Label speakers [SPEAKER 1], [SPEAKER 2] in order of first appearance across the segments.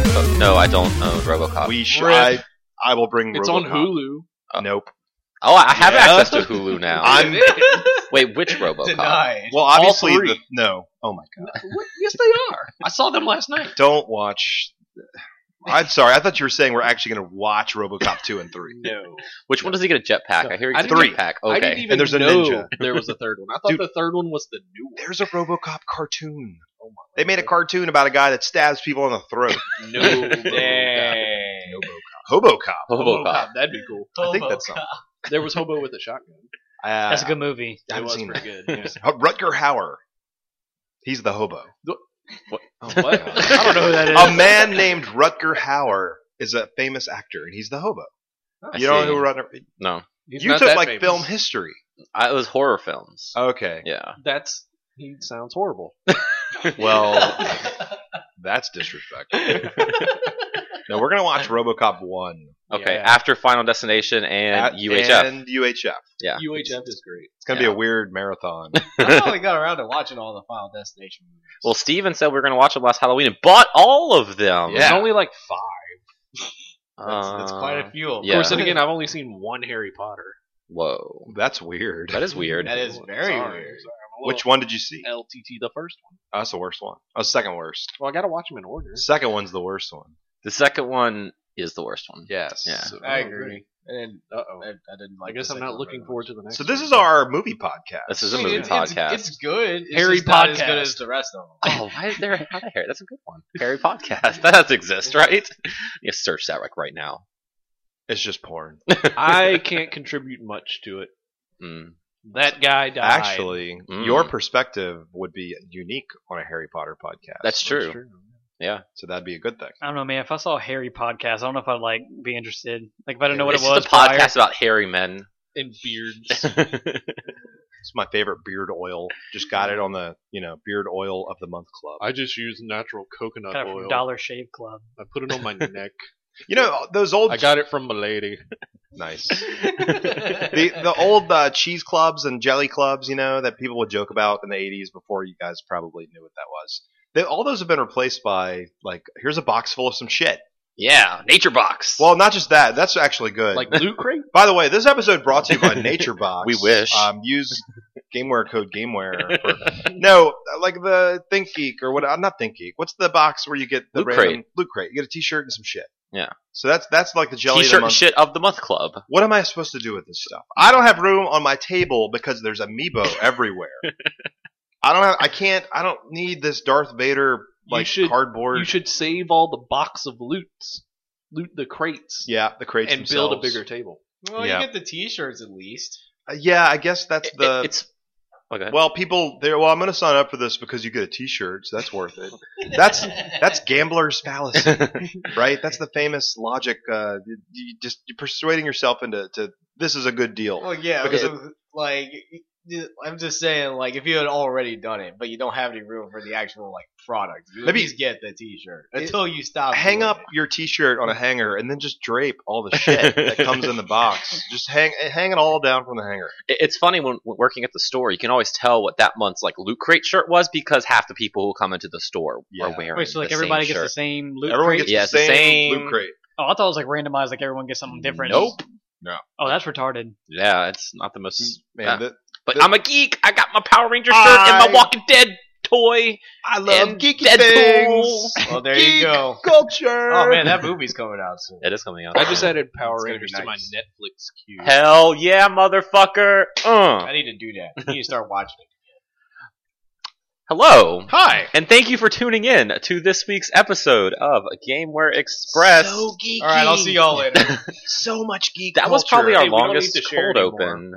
[SPEAKER 1] I don't own RoboCop.
[SPEAKER 2] We should.
[SPEAKER 3] Rip.
[SPEAKER 2] I, I will bring.
[SPEAKER 3] Uh, It's on
[SPEAKER 2] RoboCop.
[SPEAKER 3] Hulu.
[SPEAKER 2] Nope.
[SPEAKER 1] oh, I have
[SPEAKER 4] Yeah.
[SPEAKER 1] access to Hulu now.
[SPEAKER 2] I'm-
[SPEAKER 1] Wait, which RoboCop?
[SPEAKER 4] Denied.
[SPEAKER 2] Well, obviously,
[SPEAKER 3] three.
[SPEAKER 2] the, no. Oh my god!
[SPEAKER 3] What? Yes, they are. I saw them last night.
[SPEAKER 2] Don't watch. I'm sorry. I thought you were saying we're actually going to watch RoboCop two and three.
[SPEAKER 3] No.
[SPEAKER 1] Which one does he get a jetpack? I hear he
[SPEAKER 3] I
[SPEAKER 1] gets a
[SPEAKER 3] didn't-
[SPEAKER 1] jetpack.
[SPEAKER 3] I didn't
[SPEAKER 1] Okay.
[SPEAKER 3] even
[SPEAKER 2] And there's a
[SPEAKER 3] know
[SPEAKER 2] ninja.
[SPEAKER 3] there was a third one. I thought
[SPEAKER 2] Dude.
[SPEAKER 3] the third one was the new one.
[SPEAKER 2] There's a RoboCop cartoon.
[SPEAKER 3] Oh
[SPEAKER 2] They made a cartoon about a guy that stabs people in the throat.
[SPEAKER 3] No.
[SPEAKER 4] Dang.
[SPEAKER 2] HoboCop.
[SPEAKER 1] RoboCop.
[SPEAKER 3] That'd be cool.
[SPEAKER 2] I think that's
[SPEAKER 4] Hobo cop.
[SPEAKER 3] There was Hobo with a shotgun.
[SPEAKER 2] Uh,
[SPEAKER 5] That's a good movie.
[SPEAKER 2] I
[SPEAKER 3] That
[SPEAKER 2] haven't
[SPEAKER 3] was
[SPEAKER 2] seen
[SPEAKER 3] pretty
[SPEAKER 2] that.
[SPEAKER 3] good. yeah.
[SPEAKER 2] Rutger Hauer. He's the hobo.
[SPEAKER 3] What?
[SPEAKER 5] I don't know who that is.
[SPEAKER 2] A man named Rutger Hauer is a famous actor, and he's the hobo.
[SPEAKER 1] I
[SPEAKER 2] you don't know
[SPEAKER 1] see.
[SPEAKER 2] who Rutger?
[SPEAKER 1] No,
[SPEAKER 3] He's
[SPEAKER 2] you
[SPEAKER 3] not
[SPEAKER 2] took
[SPEAKER 3] that
[SPEAKER 2] like
[SPEAKER 3] famous.
[SPEAKER 2] film history.
[SPEAKER 1] I, it was horror films.
[SPEAKER 2] Oh, Okay.
[SPEAKER 1] yeah.
[SPEAKER 3] That's he sounds horrible.
[SPEAKER 2] Well, that's disrespectful. no, we're gonna watch RoboCop one
[SPEAKER 1] Okay.
[SPEAKER 3] Yeah.
[SPEAKER 1] After Final Destination and
[SPEAKER 2] At-
[SPEAKER 1] UHF.
[SPEAKER 2] And UHF.
[SPEAKER 1] Yeah.
[SPEAKER 3] UHF is great.
[SPEAKER 2] It's gonna be
[SPEAKER 1] Yeah.
[SPEAKER 2] a weird marathon.
[SPEAKER 4] I don't know we got around to watching all the Final Destination movies.
[SPEAKER 1] well, Steven said we were going to watch them last Halloween and bought all of them.
[SPEAKER 2] Yeah.
[SPEAKER 3] There's only like five.
[SPEAKER 4] that's, that's quite a
[SPEAKER 1] Uh,
[SPEAKER 4] few. Of
[SPEAKER 1] yeah.
[SPEAKER 3] Of course, and again, I've only seen one Harry Potter.
[SPEAKER 1] Whoa.
[SPEAKER 2] that's weird.
[SPEAKER 1] That is weird.
[SPEAKER 4] That is very
[SPEAKER 3] Sorry.
[SPEAKER 4] weird.
[SPEAKER 3] Sorry, I'm a
[SPEAKER 2] Which
[SPEAKER 3] little-
[SPEAKER 2] one did you see?
[SPEAKER 3] LTT, the first one.
[SPEAKER 2] That's the worst one. Oh, second worst.
[SPEAKER 3] Well, I gotta watch them in order.
[SPEAKER 2] Second one's the worst one.
[SPEAKER 1] The second one is the worst one.
[SPEAKER 2] Yes.
[SPEAKER 1] Yeah.
[SPEAKER 4] I agree. And
[SPEAKER 3] Uh oh.
[SPEAKER 4] I, I didn't
[SPEAKER 3] I
[SPEAKER 4] like.
[SPEAKER 3] guess
[SPEAKER 4] the
[SPEAKER 3] I'm not
[SPEAKER 4] second
[SPEAKER 3] looking
[SPEAKER 4] one very
[SPEAKER 3] forward to the next.
[SPEAKER 2] So this
[SPEAKER 3] one.
[SPEAKER 2] is our movie podcast.
[SPEAKER 1] This is a
[SPEAKER 4] much. I
[SPEAKER 1] movie
[SPEAKER 4] mean, it's,
[SPEAKER 1] podcast.
[SPEAKER 4] It's, it's good. It's
[SPEAKER 3] Harry
[SPEAKER 4] just not as good
[SPEAKER 3] podcast.
[SPEAKER 4] as the rest of them.
[SPEAKER 1] Oh, why is there a Harry? That's a good one. Harry podcast. That does exist, right? You search that like right now.
[SPEAKER 2] It's just porn.
[SPEAKER 3] I can't contribute much to it.
[SPEAKER 1] Mm.
[SPEAKER 3] That guy died. Mm-hmm.
[SPEAKER 2] Actually,
[SPEAKER 1] Mm.
[SPEAKER 2] your perspective would be unique on a Harry Potter podcast.
[SPEAKER 1] That's true.
[SPEAKER 2] So that'd be a good thing.
[SPEAKER 5] I don't know, man. If I saw a Harry podcast, I don't know if I'd like be interested. Like if I don't know what
[SPEAKER 1] It's
[SPEAKER 5] it was.
[SPEAKER 1] just a
[SPEAKER 5] prior.
[SPEAKER 1] podcast about hairy men.
[SPEAKER 3] And beards.
[SPEAKER 2] It's my favorite beard oil. Just got it on the you know beard oil of the month club.
[SPEAKER 3] I just use natural coconut
[SPEAKER 5] Got it from
[SPEAKER 3] oil.
[SPEAKER 5] Dollar Shave Club.
[SPEAKER 3] I put it on my neck.
[SPEAKER 2] You know those old
[SPEAKER 3] I got it from my lady.
[SPEAKER 2] nice the the old uh, cheese clubs and jelly clubs. You know that people would joke about in the '80s before you guys probably knew what that was. They, all those have been replaced by like here's a box full of some shit.
[SPEAKER 1] yeah, Nature Box.
[SPEAKER 2] Well, not just that. That's actually good.
[SPEAKER 3] Like loot crate.
[SPEAKER 2] By the way, this episode brought to you by NatureBox.
[SPEAKER 1] We wish.
[SPEAKER 2] Um, use GameWare code GameWare. For, no, like the Think Geek or what? uh, Not Think Geek. What's the box where you get the
[SPEAKER 1] Loot
[SPEAKER 2] random
[SPEAKER 1] Crate.
[SPEAKER 2] loot crate? You get a T-shirt and some shit.
[SPEAKER 1] Yeah.
[SPEAKER 2] So that's that's like the jelly. of the
[SPEAKER 1] T-shirt and
[SPEAKER 2] month.
[SPEAKER 1] shit of the month club.
[SPEAKER 2] What am I supposed to do with this stuff? I don't have room on my table because there's amiibo everywhere. I don't have. I can't. I don't need this Darth Vader
[SPEAKER 3] You
[SPEAKER 2] like
[SPEAKER 3] should-
[SPEAKER 2] cardboard.
[SPEAKER 3] You should save all the box of loots, loot the crates,
[SPEAKER 2] yeah, the crates
[SPEAKER 3] and build a
[SPEAKER 2] themselves.
[SPEAKER 3] bigger table.
[SPEAKER 4] well,
[SPEAKER 2] Yeah.
[SPEAKER 4] you get the T-shirts at least.
[SPEAKER 2] Uh, yeah, I guess that's
[SPEAKER 1] It-
[SPEAKER 2] the.
[SPEAKER 1] it- it's oh, okay.
[SPEAKER 2] well, people, they're well. I'm going to sign up for this because you get a T-shirt, so that's worth it. That's That's gambler's fallacy, right? That's the famous logic. Uh, you- you just you're persuading yourself into to this is a good deal.
[SPEAKER 5] Oh,
[SPEAKER 4] well, yeah,
[SPEAKER 2] because
[SPEAKER 4] because like I'm just saying, like if you had already done it, but you don't have any room for the actual like product, you
[SPEAKER 2] Maybe-
[SPEAKER 4] at least get the T-shirt until you stop.
[SPEAKER 2] Hang
[SPEAKER 4] doing
[SPEAKER 2] up
[SPEAKER 4] it.
[SPEAKER 2] your T-shirt on a hanger and then just drape all the shit that comes in the box. Just hang hang it all down from the hanger.
[SPEAKER 1] It- it's funny when, when working at the store, you can always tell what that month's like loot crate shirt was because half the people who come into the store
[SPEAKER 2] Yeah.
[SPEAKER 1] are wearing.
[SPEAKER 5] Wait, so like
[SPEAKER 1] the
[SPEAKER 5] everybody
[SPEAKER 1] same
[SPEAKER 5] gets the
[SPEAKER 1] shirt.
[SPEAKER 5] same loot
[SPEAKER 2] Everyone
[SPEAKER 5] crate?
[SPEAKER 2] gets
[SPEAKER 1] Yeah, it's
[SPEAKER 2] the
[SPEAKER 1] the
[SPEAKER 2] same,
[SPEAKER 1] same-
[SPEAKER 2] loot crate.
[SPEAKER 5] oh, I thought it was like randomized. Like everyone gets something different.
[SPEAKER 2] Nope.
[SPEAKER 5] Oh, that's retarded.
[SPEAKER 1] Yeah, it's not the most.
[SPEAKER 2] Mm, Man,
[SPEAKER 1] uh,
[SPEAKER 2] that-
[SPEAKER 1] but
[SPEAKER 2] the-
[SPEAKER 1] I'm a geek. I got my Power Ranger shirt
[SPEAKER 2] I-
[SPEAKER 1] and my Walking Dead toy.
[SPEAKER 2] I love
[SPEAKER 1] and
[SPEAKER 2] geeky
[SPEAKER 1] Deadpool.
[SPEAKER 2] things.
[SPEAKER 4] Well, there you
[SPEAKER 2] Geek
[SPEAKER 4] go.
[SPEAKER 2] Culture.
[SPEAKER 4] Oh man, that movie's coming out soon.
[SPEAKER 1] It is coming out.
[SPEAKER 3] I just added Power
[SPEAKER 4] It's gonna be
[SPEAKER 3] Rangers to my
[SPEAKER 4] nice.
[SPEAKER 3] Netflix queue.
[SPEAKER 1] Hell yeah, motherfucker! Uh.
[SPEAKER 4] I need to do that. I need to start watching it.
[SPEAKER 1] Hello,
[SPEAKER 2] Hi.
[SPEAKER 1] and thank you for tuning in to this week's episode of Gameware Express.
[SPEAKER 2] geeky.
[SPEAKER 4] All right, I'll see y'all later.
[SPEAKER 2] So much geek.
[SPEAKER 1] that was
[SPEAKER 2] culture.
[SPEAKER 1] probably our
[SPEAKER 3] Hey, we don't
[SPEAKER 1] longest
[SPEAKER 3] need to share
[SPEAKER 1] cold open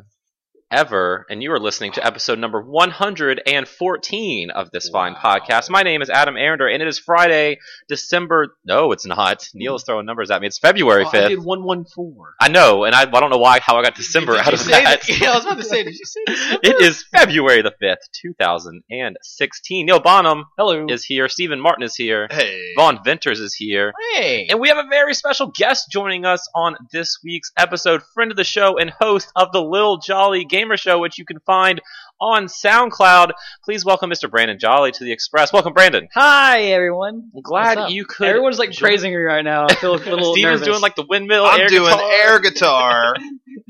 [SPEAKER 1] ever and you are listening to episode number 114 of this fine
[SPEAKER 4] Wow.
[SPEAKER 1] podcast my name is adam arender and it is friday december no it's not neil is throwing numbers at me it's february
[SPEAKER 3] Oh, I
[SPEAKER 1] 5th
[SPEAKER 3] did one one four.
[SPEAKER 1] i know and i, I don't know why how i got december
[SPEAKER 4] Did
[SPEAKER 1] out
[SPEAKER 4] you
[SPEAKER 1] of
[SPEAKER 4] say
[SPEAKER 1] that
[SPEAKER 4] Yeah, I was about to say. Did you say that?
[SPEAKER 1] it is february the 5th 2016 neil bonham
[SPEAKER 3] Hello.
[SPEAKER 1] is here stephen martin is here
[SPEAKER 2] Hey.
[SPEAKER 1] vaughn venters is here
[SPEAKER 4] Hey,
[SPEAKER 1] and we have a very special guest joining us on this week's episode, friend of the show and host of the Lil Jolly Gamer Show, which you can find on SoundCloud. Please welcome Mr. Brandon Jolly to the Express. Welcome, Brandon.
[SPEAKER 5] Hi, everyone.
[SPEAKER 1] I'm glad
[SPEAKER 5] up?
[SPEAKER 1] you could.
[SPEAKER 5] Everyone's like praising me right now. I feel a little
[SPEAKER 1] Steven's
[SPEAKER 5] nervous.
[SPEAKER 1] doing like the windmill.
[SPEAKER 2] I'm
[SPEAKER 1] Oh, air
[SPEAKER 2] doing
[SPEAKER 1] guitar.
[SPEAKER 2] air guitar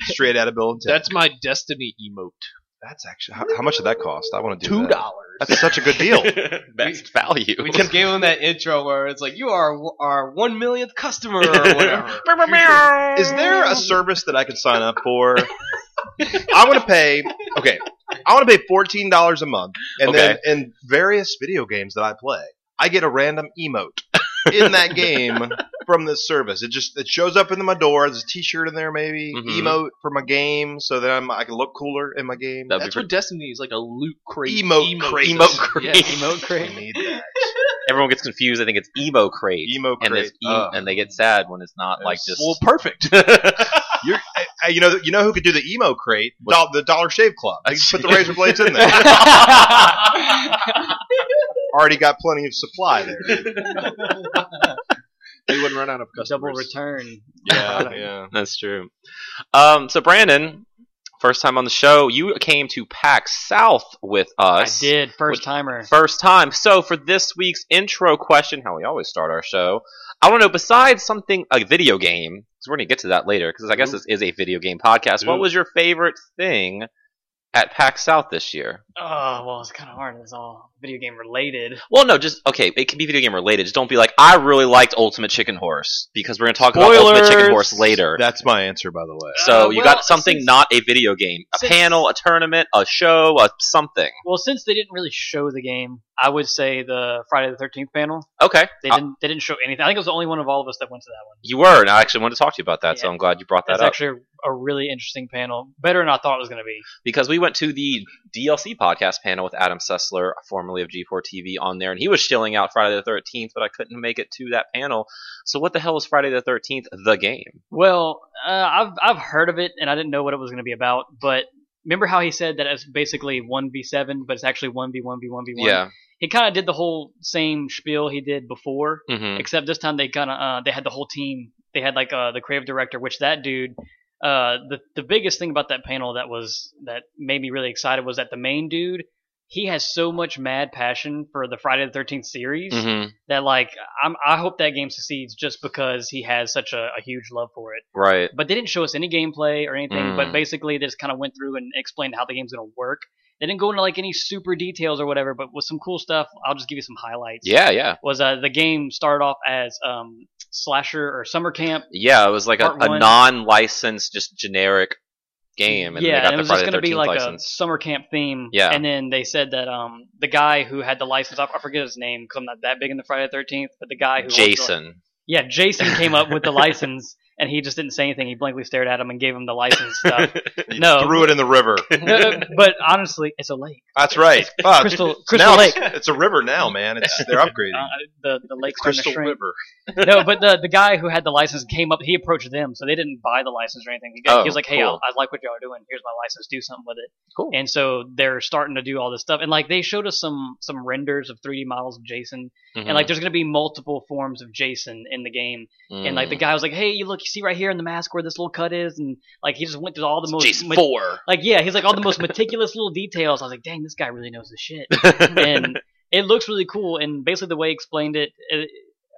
[SPEAKER 2] straight out of Bill and Ted.
[SPEAKER 3] That's my Destiny emote.
[SPEAKER 2] That's actually how, how much did that cost? I want to do
[SPEAKER 3] Two
[SPEAKER 2] that.
[SPEAKER 3] dollars.
[SPEAKER 2] That's such a good deal.
[SPEAKER 1] Best value.
[SPEAKER 4] We just gave him that intro where it's like, you are w- our one millionth customer or whatever.
[SPEAKER 2] Is there a service that I could sign up for? I want to pay. Okay, I want to pay fourteen dollars a month, and then in various video games that I play, I get a random emote in that game from this service. It just it shows up into my door. There's a T-shirt in there, maybe
[SPEAKER 1] Mhm.
[SPEAKER 2] emote for my game, so that I'm, I can look cooler in my game.
[SPEAKER 1] That'd be
[SPEAKER 3] That's what Destiny is like a loot crate.
[SPEAKER 2] Emote crate.
[SPEAKER 1] Emote crate.
[SPEAKER 3] Yeah.
[SPEAKER 5] emote
[SPEAKER 2] I
[SPEAKER 5] crate.
[SPEAKER 2] need that
[SPEAKER 1] Everyone gets confused. I think it's emo crate.
[SPEAKER 2] emo
[SPEAKER 1] and,
[SPEAKER 2] crate.
[SPEAKER 1] it's e-
[SPEAKER 2] Uh,
[SPEAKER 1] and they get sad when it's not like just.
[SPEAKER 3] Well, perfect.
[SPEAKER 2] hey, you know you know who could do the emo crate? Doll the Dollar Shave Club. They
[SPEAKER 1] That's-
[SPEAKER 2] put the razor blades in there. Already got plenty of supply there.
[SPEAKER 3] they wouldn't run out of customers.
[SPEAKER 5] Double return.
[SPEAKER 2] Yeah, yeah.
[SPEAKER 1] That's true. Um, so Brandon, first time on the show, you came to Pack South with
[SPEAKER 5] I
[SPEAKER 1] us.
[SPEAKER 5] did. First
[SPEAKER 1] Which-
[SPEAKER 5] timer.
[SPEAKER 1] First time. So for this week's intro question, how we always start our show, I want to know. Besides something a video game, because we're gonna get to that later, because I guess this is a video game podcast. What
[SPEAKER 3] Ooh.
[SPEAKER 1] was your favorite thing at Pack South this year?
[SPEAKER 5] Oh, well, it's kind of hard. It's all video game related.
[SPEAKER 1] Well, no, just okay. It can be video game related. Just don't be like, I really liked Ultimate Chicken Horse because we're gonna talk about Ultimate Chicken
[SPEAKER 5] Spoilers.
[SPEAKER 1] Horse later.
[SPEAKER 2] That's my answer, by the way.
[SPEAKER 1] So
[SPEAKER 5] Uh,
[SPEAKER 1] you
[SPEAKER 5] well,
[SPEAKER 1] got something
[SPEAKER 5] since-
[SPEAKER 1] not a video game, a
[SPEAKER 5] since-
[SPEAKER 1] panel, a tournament, a show, a something.
[SPEAKER 5] Well, since they didn't really show the game, I would say the Friday the Thirteenth panel.
[SPEAKER 1] Okay,
[SPEAKER 5] They
[SPEAKER 4] Ah.
[SPEAKER 1] Uh,
[SPEAKER 5] didn't. They didn't show anything. I think it was the only one of all of us that went to that one.
[SPEAKER 1] you were, and I actually wanted to talk to you about that. So
[SPEAKER 5] Yeah.
[SPEAKER 1] I'm glad you brought that
[SPEAKER 5] That's
[SPEAKER 1] up
[SPEAKER 5] actually a really interesting panel. Better than I thought it was going to be.
[SPEAKER 1] because we went to the DLC podcast panel with Adam Sessler, formerly of G4 TV, on there, and he was shilling out Friday the 13th, but I couldn't make it to that panel. So what the hell is Friday the 13th? The game?
[SPEAKER 5] Well, uh, I've I've heard of it, and I didn't know what it was going to be about. But remember how he said that it's basically one v seven, but it's actually one v one v one v one.
[SPEAKER 1] Yeah.
[SPEAKER 5] He kind of did the whole same spiel he did before,
[SPEAKER 1] Mm-hmm.
[SPEAKER 5] except this time they kind of uh, they had the whole team. They had like uh, the creative director, which that dude. Uh, the the biggest thing about that panel that was that made me really excited was that the main dude he has so much mad passion for the Friday the Thirteenth series
[SPEAKER 1] Mm-hmm.
[SPEAKER 5] that like I'm, I hope that game succeeds just because he has such a, a huge love for it
[SPEAKER 1] Right.
[SPEAKER 5] but they didn't show us any gameplay or anything.
[SPEAKER 1] Mm.
[SPEAKER 5] But basically, they just kind of went through and explained how the game's going to work. They didn't go into like any super details or whatever, but with some cool stuff, I'll just give you some highlights.
[SPEAKER 1] Yeah. Yeah.
[SPEAKER 5] was uh, the game started off as um, slasher or summer camp?
[SPEAKER 1] Yeah. It was like a,
[SPEAKER 5] Part
[SPEAKER 1] a
[SPEAKER 5] one.
[SPEAKER 1] non-licensed, just generic game, and
[SPEAKER 5] yeah,
[SPEAKER 1] then they got
[SPEAKER 5] and it
[SPEAKER 1] the
[SPEAKER 5] was just
[SPEAKER 1] Friday
[SPEAKER 5] going
[SPEAKER 1] the
[SPEAKER 5] to
[SPEAKER 1] 13th
[SPEAKER 5] be like
[SPEAKER 1] license.
[SPEAKER 5] a summer camp theme.
[SPEAKER 1] Yeah.
[SPEAKER 5] and then they said that um, the guy who had the license, I I forget his name, because I'm not that big in the Friday the Thirteenth, but the guy who worked on-
[SPEAKER 1] Jason.
[SPEAKER 5] yeah, Jason came up with the license. And he just didn't say anything. He blankly stared at him and gave him the license stuff.
[SPEAKER 2] You
[SPEAKER 5] No.
[SPEAKER 2] threw it in the river.
[SPEAKER 5] No, but honestly, it's a lake.
[SPEAKER 2] That's right. Fuck.
[SPEAKER 5] Crystal,
[SPEAKER 2] now
[SPEAKER 5] Crystal Lake.
[SPEAKER 2] It's, it's a river now, man. It's they're upgrading.
[SPEAKER 5] Uh, the the lake
[SPEAKER 2] Crystal
[SPEAKER 5] Crystal the
[SPEAKER 2] River.
[SPEAKER 5] No, but the the guy who had the license came up. He approached them, so they didn't buy the license or anything. He, got,
[SPEAKER 1] Oh,
[SPEAKER 5] he was like, "Hey,
[SPEAKER 1] cool.
[SPEAKER 5] I'll- I like what y'all are doing. Here's my license. Do something with it."
[SPEAKER 1] Cool.
[SPEAKER 5] And so they're starting to do all this stuff, and like they showed us some some renders of 3D models of Jason, and
[SPEAKER 1] Mm.
[SPEAKER 5] like there's gonna be multiple forms of Jason in the game.
[SPEAKER 1] Mhm.
[SPEAKER 5] And like the guy was like, "Hey, you look, you see right here in the mask where this little cut is," and like he just went through all the most
[SPEAKER 1] Jason
[SPEAKER 5] me-
[SPEAKER 1] Four.
[SPEAKER 5] like yeah, he's like all the most meticulous little details. I was like, "Dang, this guy really knows the shit." and it looks really cool. And basically, the way he explained it, it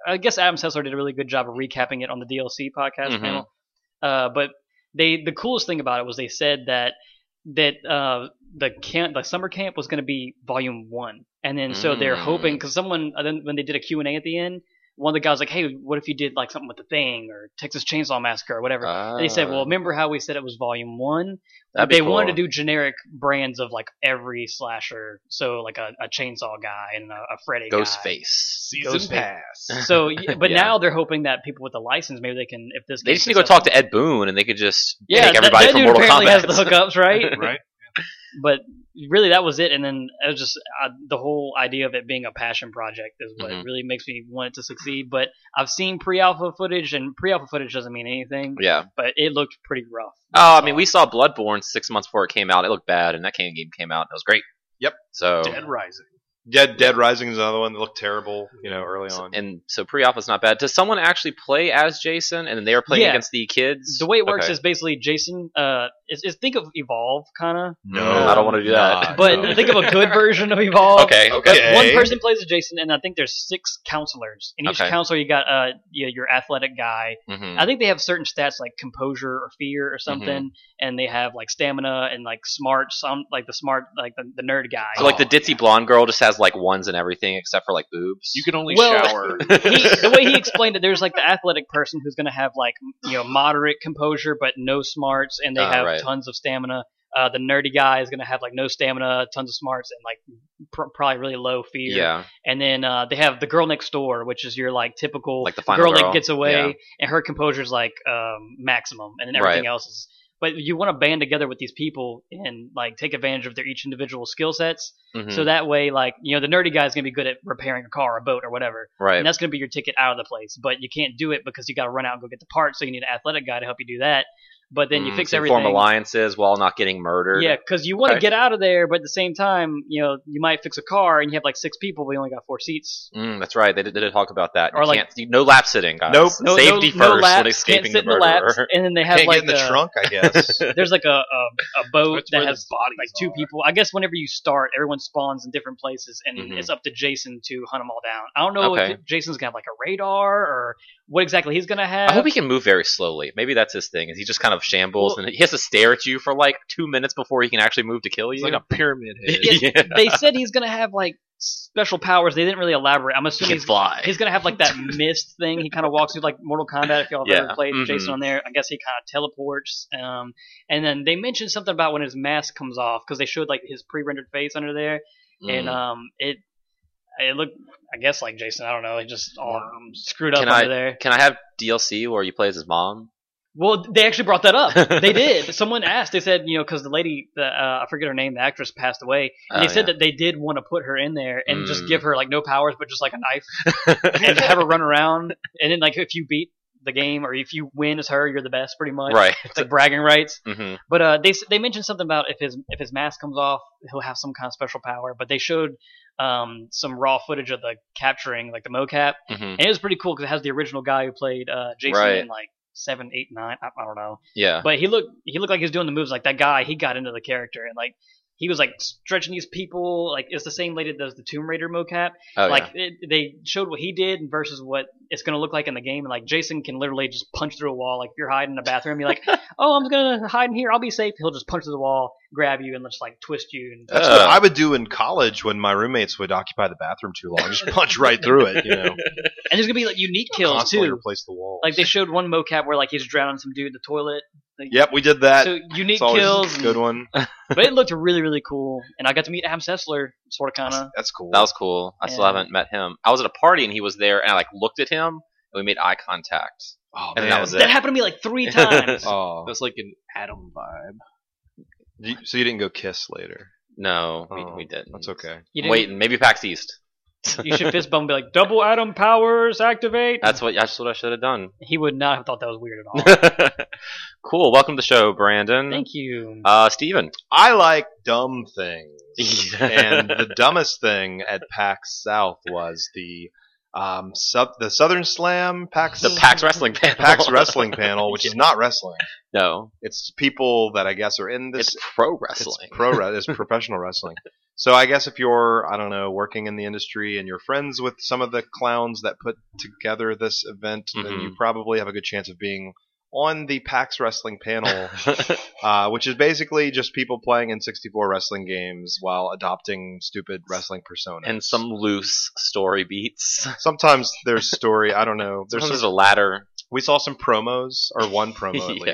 [SPEAKER 5] I guess Adam Sessler did a really good job of recapping it on the DLC podcast
[SPEAKER 1] Mhm.
[SPEAKER 5] panel. Uh, but they, the coolest thing about it was they said that that uh, the camp, the summer camp, was going to be volume one, and then so they're
[SPEAKER 1] Mm.
[SPEAKER 5] hoping because someone uh, then when they did a Q and A at the end, one of the guys was like, "Hey, what if you did like something with the thing or Texas Chainsaw Massacre or whatever?"
[SPEAKER 1] Ah.
[SPEAKER 5] They said, "Well, remember how we said it was Volume One?
[SPEAKER 1] That'd be
[SPEAKER 5] they wanted to
[SPEAKER 1] cool.
[SPEAKER 5] do generic brands of like every slasher, so like a, a chainsaw guy and a, a Freddy guy.
[SPEAKER 1] Ghostface.
[SPEAKER 4] Season
[SPEAKER 5] Ghostface.
[SPEAKER 4] pass.
[SPEAKER 5] So, y- but
[SPEAKER 1] Yeah.
[SPEAKER 5] now they're hoping that people with the license maybe they can if this
[SPEAKER 1] They
[SPEAKER 5] game's
[SPEAKER 1] just need to go
[SPEAKER 5] successful-
[SPEAKER 1] talk to Ed Boone, and they could just
[SPEAKER 5] yeah,
[SPEAKER 1] take
[SPEAKER 5] that-
[SPEAKER 1] everybody
[SPEAKER 5] that
[SPEAKER 1] from
[SPEAKER 5] dude
[SPEAKER 1] Mortal
[SPEAKER 5] apparently
[SPEAKER 1] Kombat.
[SPEAKER 5] has the hookups, right?
[SPEAKER 2] Right.
[SPEAKER 5] But really, that was it. And then it was just uh, the whole idea of it being a passion project is what
[SPEAKER 1] Mhm.
[SPEAKER 5] really makes me want it to succeed. But I've seen pre-alpha footage, and pre-alpha footage doesn't mean anything.
[SPEAKER 1] yeah.
[SPEAKER 5] But it looked pretty rough. Uh,
[SPEAKER 1] Oh, I mean, we saw Bloodborne six months before it came out. It looked bad, and that game game came out. and It was great.
[SPEAKER 2] Yep.
[SPEAKER 1] So
[SPEAKER 3] Dead Rising.
[SPEAKER 2] Dead Dead Rising is another one that looked terrible, you know, early
[SPEAKER 1] so-
[SPEAKER 2] on.
[SPEAKER 1] and so pre-alpha's not bad. Does someone actually play as Jason, and then they are playing
[SPEAKER 5] Yeah.
[SPEAKER 1] against the kids?
[SPEAKER 5] The way it works
[SPEAKER 1] Okay.
[SPEAKER 5] is basically Jason uh, Is, is think of Evolve kind of,
[SPEAKER 1] No, I don't want to do that.
[SPEAKER 5] but
[SPEAKER 2] no.
[SPEAKER 5] think of a good version of Evolve.
[SPEAKER 1] okay, okay.
[SPEAKER 2] Okay.
[SPEAKER 5] One person plays as Jason, and I think there's six counselors. And each
[SPEAKER 1] Okay.
[SPEAKER 5] counselor, you got uh, you your athletic guy.
[SPEAKER 1] hmm
[SPEAKER 5] I think they have certain stats like composure or fear or something,
[SPEAKER 1] Mm-hmm.
[SPEAKER 5] and they have like stamina and like smart, some like the smart, like the, the nerd guy.
[SPEAKER 1] So like the ditzy blonde girl just has like ones and everything except for like boobs.
[SPEAKER 3] You can only
[SPEAKER 5] Well-
[SPEAKER 3] shower.
[SPEAKER 5] he, the way he explained it, there's like the athletic person who's going to have like you know moderate composure but no smarts, and they
[SPEAKER 1] Ah,
[SPEAKER 5] have
[SPEAKER 1] right.
[SPEAKER 5] tons of stamina. Uh, the nerdy guy is going to have like no stamina, tons of smarts, and like pr- probably really low fear.
[SPEAKER 1] yeah,
[SPEAKER 5] And then uh, they have the girl next door, which is your like typical
[SPEAKER 1] like the final
[SPEAKER 5] girl,
[SPEAKER 1] girl,
[SPEAKER 5] that gets away,
[SPEAKER 1] Yeah.
[SPEAKER 5] and her composure's like um, maximum, and then everything
[SPEAKER 1] Right.
[SPEAKER 5] else is. But you want to band together with these people and like take advantage of their each individual skill sets,
[SPEAKER 1] Mhm.
[SPEAKER 5] so that way, like you know, the nerdy guy's gonna be good at repairing a car, a boat, or whatever,
[SPEAKER 1] right.
[SPEAKER 5] and that's going to be your ticket out of the place. But you can't do it because you got to run out and go get the parts, so you need an athletic guy to help you do that. But then you
[SPEAKER 1] Mm,
[SPEAKER 5] fix
[SPEAKER 1] so
[SPEAKER 5] everything.
[SPEAKER 1] Form alliances while not getting murdered.
[SPEAKER 5] Yeah, because you want to
[SPEAKER 1] Okay.
[SPEAKER 5] get out of there, but at the same time, you know, you might fix a car and you have like six people, but you only got four seats.
[SPEAKER 1] Mm, that's right. They did, they did talk about that.
[SPEAKER 5] Or,
[SPEAKER 1] you
[SPEAKER 5] like-
[SPEAKER 1] can't, you- no lap sitting, guys.
[SPEAKER 2] Nope.
[SPEAKER 5] No,
[SPEAKER 1] Safety
[SPEAKER 5] no, no
[SPEAKER 1] first
[SPEAKER 5] laps,
[SPEAKER 1] when escaping
[SPEAKER 5] can't sit
[SPEAKER 1] the
[SPEAKER 5] in the laps,
[SPEAKER 1] murderer.
[SPEAKER 5] and then they have
[SPEAKER 2] Can't
[SPEAKER 5] like
[SPEAKER 2] get in the
[SPEAKER 5] a-
[SPEAKER 2] trunk, I guess.
[SPEAKER 5] There's like a a, a boat
[SPEAKER 3] That's
[SPEAKER 5] that
[SPEAKER 3] where
[SPEAKER 5] has
[SPEAKER 3] the bodies
[SPEAKER 5] like two
[SPEAKER 3] are.
[SPEAKER 5] people. I guess whenever you start, everyone spawns in different places, and
[SPEAKER 1] Mhm.
[SPEAKER 5] it's up to Jason to hunt them all down. I don't know
[SPEAKER 1] Okay.
[SPEAKER 5] if Jason's gonna have like a radar or what exactly he's gonna have.
[SPEAKER 1] I hope he can move very slowly. Maybe that's his thing. Is he just kind of shambles
[SPEAKER 5] Well-
[SPEAKER 1] and he has to stare at you for like two minutes before he can actually move to kill
[SPEAKER 3] It's
[SPEAKER 1] you?
[SPEAKER 3] like a pyramid head.
[SPEAKER 1] yeah.
[SPEAKER 5] they said he's gonna have like special powers. They didn't really elaborate. I'm
[SPEAKER 1] He
[SPEAKER 5] assuming
[SPEAKER 1] can
[SPEAKER 5] he's,
[SPEAKER 1] fly.
[SPEAKER 5] he's gonna have like that mist thing. He kind of walks through like Mortal Kombat. If y'all have
[SPEAKER 1] Yeah,
[SPEAKER 5] ever played
[SPEAKER 1] mhm.
[SPEAKER 5] Jason on there, I guess he kind of teleports. Um, and then they mentioned something about when his mask comes off because they showed like his pre-rendered face under there, and
[SPEAKER 1] Mm.
[SPEAKER 5] um, it it looked, I guess, like Jason. I don't know. It just all screwed up
[SPEAKER 1] Can I-
[SPEAKER 5] under there.
[SPEAKER 1] can I have DLC where you play as his mom?
[SPEAKER 5] Well, they actually brought that up. they did. Someone asked. They said, you know, because the lady, the, uh, I forget her name, the actress passed away. And
[SPEAKER 1] Oh,
[SPEAKER 5] they said
[SPEAKER 1] yeah.
[SPEAKER 5] that they did want to put her in there and just
[SPEAKER 1] Mm.
[SPEAKER 5] give her like no powers, but just like a knife, and have her run around. And then like if you beat the game or if you win as her, you're the best, pretty much.
[SPEAKER 1] Right.
[SPEAKER 5] It's like bragging rights.
[SPEAKER 1] hmm
[SPEAKER 5] But uh, they s- they mentioned something about if his if his mask comes off, he'll have some kind of special power. But they showed um, some raw footage of the capturing, like the mocap,
[SPEAKER 1] hmm
[SPEAKER 5] and it was pretty cool because it has the original guy who played uh, Jason
[SPEAKER 1] Right.
[SPEAKER 5] in like seven, eight, nine. I, I don't know,
[SPEAKER 1] Yeah.
[SPEAKER 5] but he looked he looked like he was doing the moves. Like that guy, he got into the character and like he was like stretching these people. Like it's the same lady that does the Tomb Raider mocap.
[SPEAKER 1] Oh,
[SPEAKER 5] like it, they showed what he did versus what it's going to look like in the game. And like Jason can literally just punch through a wall. Like if you're hiding in a bathroom, you're like, oh, I'm going to hide in here. I'll be safe. He'll just punch through the wall, grab you, and just like twist you. And
[SPEAKER 2] That's
[SPEAKER 1] Uh.
[SPEAKER 2] what I would do in college when my roommates would occupy the bathroom too long. Just punch right through it, you know.
[SPEAKER 5] and there's going to be like unique kills
[SPEAKER 2] Constantly
[SPEAKER 5] too.
[SPEAKER 2] replace the walls.
[SPEAKER 5] Like they showed one mocap where like he's drowning some dude in the toilet.
[SPEAKER 2] Yep, we did that.
[SPEAKER 5] so unique
[SPEAKER 2] it's always
[SPEAKER 5] kills,
[SPEAKER 2] a
[SPEAKER 5] and-
[SPEAKER 2] good one.
[SPEAKER 5] but it looked really really cool, and I got to meet Adam Sessler, sort of kind of.
[SPEAKER 2] That's cool.
[SPEAKER 1] That was cool. I still
[SPEAKER 5] Yeah.
[SPEAKER 1] haven't met him. I was at a party and he was there, and I like looked at him and we made eye contact.
[SPEAKER 2] oh,
[SPEAKER 1] and
[SPEAKER 2] man.
[SPEAKER 1] that was it.
[SPEAKER 5] That happened to me like three times.
[SPEAKER 2] Oh.
[SPEAKER 3] That's like an Adam vibe.
[SPEAKER 2] You- So you didn't go kiss later.
[SPEAKER 1] No, we,
[SPEAKER 2] Oh,
[SPEAKER 1] we didn't.
[SPEAKER 2] That's okay.
[SPEAKER 5] You
[SPEAKER 1] I'm
[SPEAKER 5] didn't-
[SPEAKER 1] waiting. Maybe PAX East.
[SPEAKER 5] You should fist bump and be like, double atom powers activate.
[SPEAKER 1] That's what that's what I should have done.
[SPEAKER 5] he would not have thought that was weird at all.
[SPEAKER 1] cool. Welcome to the show, Brandon.
[SPEAKER 5] Thank you.
[SPEAKER 1] Uh, Steven.
[SPEAKER 2] I like dumb things. and
[SPEAKER 1] and
[SPEAKER 2] the dumbest thing at PAX South was the um sub the Southern Slam PAX
[SPEAKER 1] the PAX wrestling panel.
[SPEAKER 2] PAX wrestling panel, which is not wrestling.
[SPEAKER 1] No,
[SPEAKER 2] It's people that I guess are in this
[SPEAKER 1] it's pro
[SPEAKER 2] it's
[SPEAKER 1] wrestling.
[SPEAKER 2] pro wre- it's professional wrestling. So I guess if you're I don't know working in the industry and you're friends with some of the clowns that put together this event, then
[SPEAKER 1] Mm-hmm.
[SPEAKER 2] you probably have a good chance of being on the PAX wrestling panel uh, which is basically just people playing in 64 wrestling games while adopting stupid wrestling personas.
[SPEAKER 1] and some loose story beats.
[SPEAKER 2] sometimes there's story. I don't know.
[SPEAKER 1] There's,
[SPEAKER 2] There's some,
[SPEAKER 1] a ladder.
[SPEAKER 2] we saw some promos or one promo at
[SPEAKER 1] Yeah.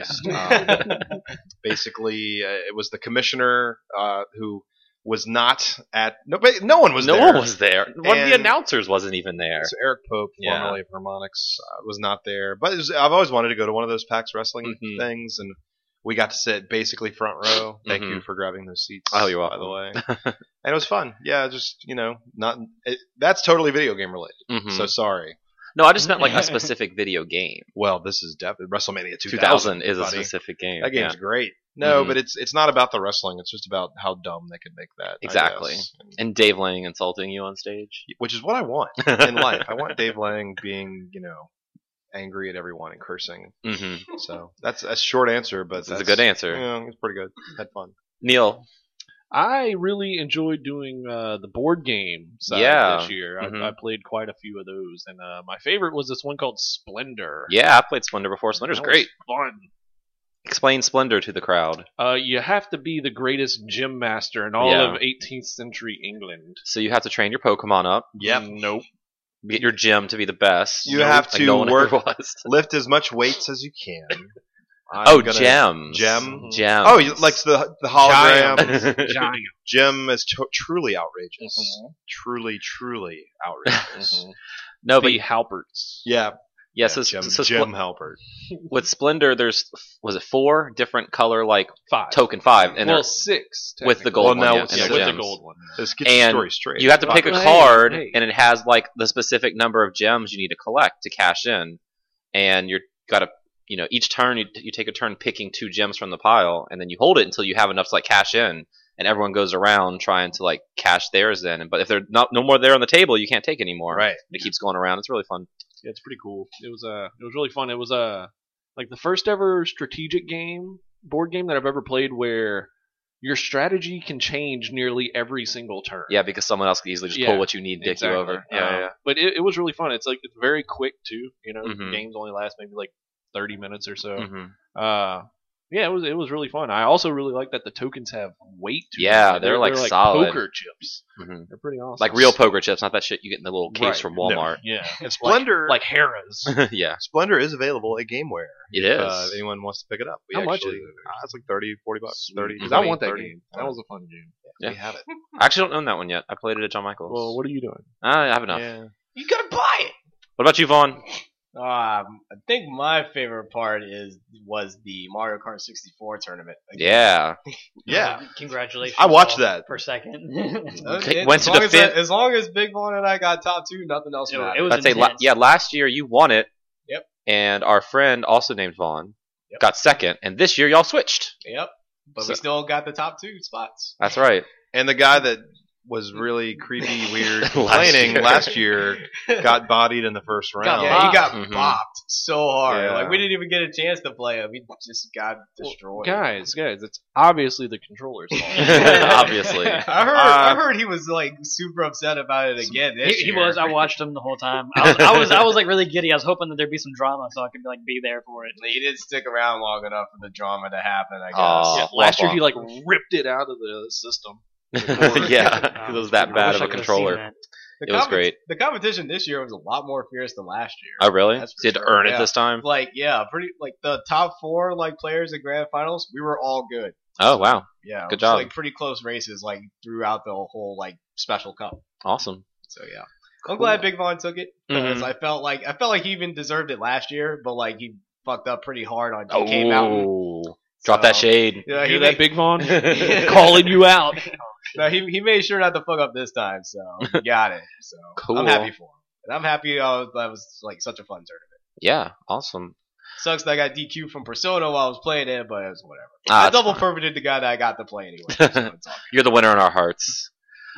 [SPEAKER 2] least. Um, basically, uh, it was the commissioner uh, who was not at. No, ba- no one was
[SPEAKER 1] no
[SPEAKER 2] there.
[SPEAKER 1] one was there. One of
[SPEAKER 2] And-
[SPEAKER 1] the announcers wasn't even there.
[SPEAKER 2] So Eric Pope,
[SPEAKER 1] Yeah.
[SPEAKER 2] formerly of Harmonix, uh, was not there. But it was, I've always wanted to go to one of those PAX wrestling
[SPEAKER 1] Mhm.
[SPEAKER 2] things, and we got to sit basically front row. Thank
[SPEAKER 1] Mhm.
[SPEAKER 2] you for grabbing those seats.
[SPEAKER 1] Oh, you're
[SPEAKER 2] By the way,
[SPEAKER 1] welcome.
[SPEAKER 2] and it was fun. Yeah, just you know, not it, that's totally video game related.
[SPEAKER 1] Mhm.
[SPEAKER 2] So sorry.
[SPEAKER 1] no, I just meant like a specific video game.
[SPEAKER 2] Well, this is definitely WrestleMania 2000.
[SPEAKER 1] 2000 is a
[SPEAKER 2] buddy.
[SPEAKER 1] specific game.
[SPEAKER 2] That
[SPEAKER 1] yeah.
[SPEAKER 2] game's great. No,
[SPEAKER 1] Mhm.
[SPEAKER 2] but it's it's not about the wrestling. It's just about how dumb they could make that. I
[SPEAKER 1] Exactly.
[SPEAKER 2] guess.
[SPEAKER 1] And Dave Lang insulting you on stage.
[SPEAKER 2] which is what I want in life. I want Dave Lang being you know angry at everyone and cursing.
[SPEAKER 1] Mm-hmm.
[SPEAKER 2] So that's a short answer, but
[SPEAKER 1] This is a good answer.
[SPEAKER 2] Yeah, it's pretty good. Had fun.
[SPEAKER 1] Neil,
[SPEAKER 3] I really enjoyed doing uh, the board game side
[SPEAKER 1] Yeah.
[SPEAKER 3] this year.
[SPEAKER 1] Mhm.
[SPEAKER 3] I, I played quite a few of those, and uh, my favorite was this one called Splendor.
[SPEAKER 1] yeah, I played Splendor before. Splendor's
[SPEAKER 3] That was
[SPEAKER 1] great.
[SPEAKER 3] Fun.
[SPEAKER 1] Explain Splendor to the crowd.
[SPEAKER 3] Uh, you have to be the greatest gym master in all
[SPEAKER 1] Yeah.
[SPEAKER 3] of 18th century England.
[SPEAKER 1] So you have to train your Pokemon up,
[SPEAKER 2] Yep.
[SPEAKER 3] Nope.
[SPEAKER 1] get your gym to be the best.
[SPEAKER 2] You have
[SPEAKER 1] like
[SPEAKER 2] to
[SPEAKER 1] no one
[SPEAKER 2] work-
[SPEAKER 1] ever was.
[SPEAKER 2] Lift as much weights as you can. I'm
[SPEAKER 1] oh,
[SPEAKER 2] gonna-
[SPEAKER 1] gems.
[SPEAKER 2] Gem?
[SPEAKER 1] Gem.
[SPEAKER 2] Oh, you- like the the hologram.
[SPEAKER 3] Giant.
[SPEAKER 2] Jim is tru- truly outrageous.
[SPEAKER 1] Mm-hmm.
[SPEAKER 2] Truly, truly outrageous.
[SPEAKER 1] no, but
[SPEAKER 3] The Halperts.
[SPEAKER 2] Yeah.
[SPEAKER 1] yeah,
[SPEAKER 2] yeah,
[SPEAKER 1] so,
[SPEAKER 2] Jim,
[SPEAKER 1] so Spl-
[SPEAKER 2] Jim Halpert.
[SPEAKER 1] with Splendor, there's was it four different color like
[SPEAKER 3] Five.
[SPEAKER 1] token five, and
[SPEAKER 3] well,
[SPEAKER 1] they're-
[SPEAKER 3] six.
[SPEAKER 1] with the
[SPEAKER 3] technically.
[SPEAKER 1] gold
[SPEAKER 2] Well,
[SPEAKER 1] one,
[SPEAKER 2] no,
[SPEAKER 1] yeah,
[SPEAKER 2] it's
[SPEAKER 1] and
[SPEAKER 3] yeah,
[SPEAKER 2] the
[SPEAKER 1] the
[SPEAKER 3] with
[SPEAKER 1] gems.
[SPEAKER 3] the gold one.
[SPEAKER 2] Let's get the
[SPEAKER 1] And
[SPEAKER 2] story straight.
[SPEAKER 1] You have to pick a
[SPEAKER 3] Right,
[SPEAKER 1] card,
[SPEAKER 3] right.
[SPEAKER 1] and it has like the specific number of gems you need to collect to cash in, and you're got to you know each turn you, you take a turn picking two gems from the pile, and then you hold it until you have enough to like cash in, and everyone goes around trying to like cash theirs in. But if they're not no more there on the table, you can't take anymore.
[SPEAKER 2] Right.
[SPEAKER 1] It keeps going around. It's really fun.
[SPEAKER 3] Yeah, it's pretty cool. It was uh, it was really fun. It was uh, like the first ever strategic game board game that I've ever played where your strategy can change nearly every single turn.
[SPEAKER 1] Yeah, because someone else could easily just
[SPEAKER 3] Yeah,
[SPEAKER 1] pull what you need and dick
[SPEAKER 3] exactly.
[SPEAKER 1] you over.
[SPEAKER 3] Um, But it, it was really fun. It's like it's very quick too. You know,
[SPEAKER 1] Mhm.
[SPEAKER 3] games only last maybe like thirty minutes or so.
[SPEAKER 1] hmm
[SPEAKER 3] Uh, yeah, it was it was really fun. I also really like that the tokens have weight. To
[SPEAKER 1] Yeah,
[SPEAKER 3] them.
[SPEAKER 1] they're, like, solid.
[SPEAKER 3] poker chips.
[SPEAKER 1] Mhm.
[SPEAKER 3] They're pretty awesome.
[SPEAKER 1] Like real poker chips, not that shit you get in the little case
[SPEAKER 3] Right.
[SPEAKER 1] from Walmart.
[SPEAKER 3] Yeah,
[SPEAKER 2] And Splendor,
[SPEAKER 3] like Harrah's.
[SPEAKER 1] yeah,
[SPEAKER 2] Splendor is available at Gameware.
[SPEAKER 1] it is.
[SPEAKER 2] Uh, if anyone wants to pick it up. We
[SPEAKER 3] How much
[SPEAKER 2] actually,
[SPEAKER 3] is it?
[SPEAKER 2] That's like 30, 40 bucks. 30.
[SPEAKER 3] Because I
[SPEAKER 2] 20,
[SPEAKER 3] want that
[SPEAKER 2] 30.
[SPEAKER 3] game. That was a fun game.
[SPEAKER 1] Yeah.
[SPEAKER 2] We have it.
[SPEAKER 1] I actually don't own that one yet. I played it at John Michaels.
[SPEAKER 3] Well, what are you doing?
[SPEAKER 1] I have enough.
[SPEAKER 2] Yeah.
[SPEAKER 4] You gotta buy it.
[SPEAKER 1] What about you, Vaughn?
[SPEAKER 4] Um, I think my favorite part is was the Mario Kart 64 tournament.
[SPEAKER 1] Yeah.
[SPEAKER 2] Yeah.
[SPEAKER 5] Congratulations.
[SPEAKER 2] I watched
[SPEAKER 5] all
[SPEAKER 2] that.
[SPEAKER 5] For a second.
[SPEAKER 4] Okay,
[SPEAKER 1] Went
[SPEAKER 4] as,
[SPEAKER 1] to
[SPEAKER 4] long as,
[SPEAKER 1] defend-
[SPEAKER 4] as long as Big Bon and I got top two, nothing else
[SPEAKER 5] It- it
[SPEAKER 4] mattered.
[SPEAKER 5] was
[SPEAKER 1] I'd say la-
[SPEAKER 5] intense.
[SPEAKER 1] yeah, last year you won it.
[SPEAKER 4] Yep.
[SPEAKER 1] And our friend, also named Vaughn,
[SPEAKER 4] Yep.
[SPEAKER 1] got second. And this year y'all switched.
[SPEAKER 4] Yep. But
[SPEAKER 1] So-
[SPEAKER 4] we still got the top two spots.
[SPEAKER 1] That's right.
[SPEAKER 2] And the guy that was really creepy, weird,
[SPEAKER 1] Last
[SPEAKER 2] complaining
[SPEAKER 1] year.
[SPEAKER 2] last year, got bodied in the first round.
[SPEAKER 4] yeah, he got
[SPEAKER 3] Mm-hmm.
[SPEAKER 1] Mhm.
[SPEAKER 4] bopped so hard.
[SPEAKER 2] Yeah.
[SPEAKER 4] Like we didn't even get a chance to play him. He just got
[SPEAKER 3] Well,
[SPEAKER 4] destroyed.
[SPEAKER 3] Guys, guys, it's obviously the controller's fault.
[SPEAKER 1] Mm-hmm. Obviously.
[SPEAKER 4] I
[SPEAKER 2] Uh,
[SPEAKER 4] heard. I heard he was like super upset about it again.
[SPEAKER 5] He,
[SPEAKER 4] This
[SPEAKER 5] he
[SPEAKER 4] year.
[SPEAKER 5] was. uh, I watched him the whole time. I was, I was. I was like really giddy. I was hoping that there'd be some drama so I could like be there for it.
[SPEAKER 4] He didn't stick around long enough for the drama to happen. I guess.
[SPEAKER 1] Aw.
[SPEAKER 3] Yeah, last year he like ripped it out of the system.
[SPEAKER 1] yeah. 'cause it was that
[SPEAKER 5] Um, I
[SPEAKER 1] bad
[SPEAKER 5] wish
[SPEAKER 1] of
[SPEAKER 5] I
[SPEAKER 1] a
[SPEAKER 5] could've
[SPEAKER 1] controller.
[SPEAKER 5] seen that.
[SPEAKER 4] The
[SPEAKER 1] It was
[SPEAKER 4] compet-
[SPEAKER 1] great.
[SPEAKER 4] The competition this year was a lot more fierce than last year.
[SPEAKER 1] Oh, really?
[SPEAKER 4] That's for
[SPEAKER 1] So you had to
[SPEAKER 4] sure,
[SPEAKER 1] earn it
[SPEAKER 4] yeah.
[SPEAKER 1] this time?
[SPEAKER 4] Like yeah, pretty like the top four like players in grand finals. We were all good.
[SPEAKER 1] Oh, wow.
[SPEAKER 4] Yeah,
[SPEAKER 1] Good
[SPEAKER 4] it was,
[SPEAKER 1] job.
[SPEAKER 4] Like pretty close races like throughout the whole like special cup.
[SPEAKER 1] Awesome.
[SPEAKER 4] So yeah, I'm glad Big Von took it because
[SPEAKER 1] Mhm.
[SPEAKER 4] I felt like I felt like he even deserved it last year, but like he fucked up pretty hard on DK Mountain.
[SPEAKER 1] Oh. Drop that
[SPEAKER 4] So,
[SPEAKER 1] shade.
[SPEAKER 4] Yeah,
[SPEAKER 3] Hear
[SPEAKER 4] he
[SPEAKER 3] that,
[SPEAKER 4] made,
[SPEAKER 3] Big Vaughn?
[SPEAKER 5] Calling you out.
[SPEAKER 4] no, he, he made sure not to fuck up this time, so he got it. So
[SPEAKER 1] Cool.
[SPEAKER 4] I'm happy for him, and I'm happy uh, that was like such a fun tournament.
[SPEAKER 1] yeah. Awesome.
[SPEAKER 4] Sucks that I got DQ from Persona while I was playing it, but it's whatever.
[SPEAKER 1] Ah,
[SPEAKER 4] I
[SPEAKER 1] it's
[SPEAKER 4] double
[SPEAKER 1] fine.
[SPEAKER 4] perverted the guy that I got to play anyway. so it's all
[SPEAKER 1] You're the winner in our hearts.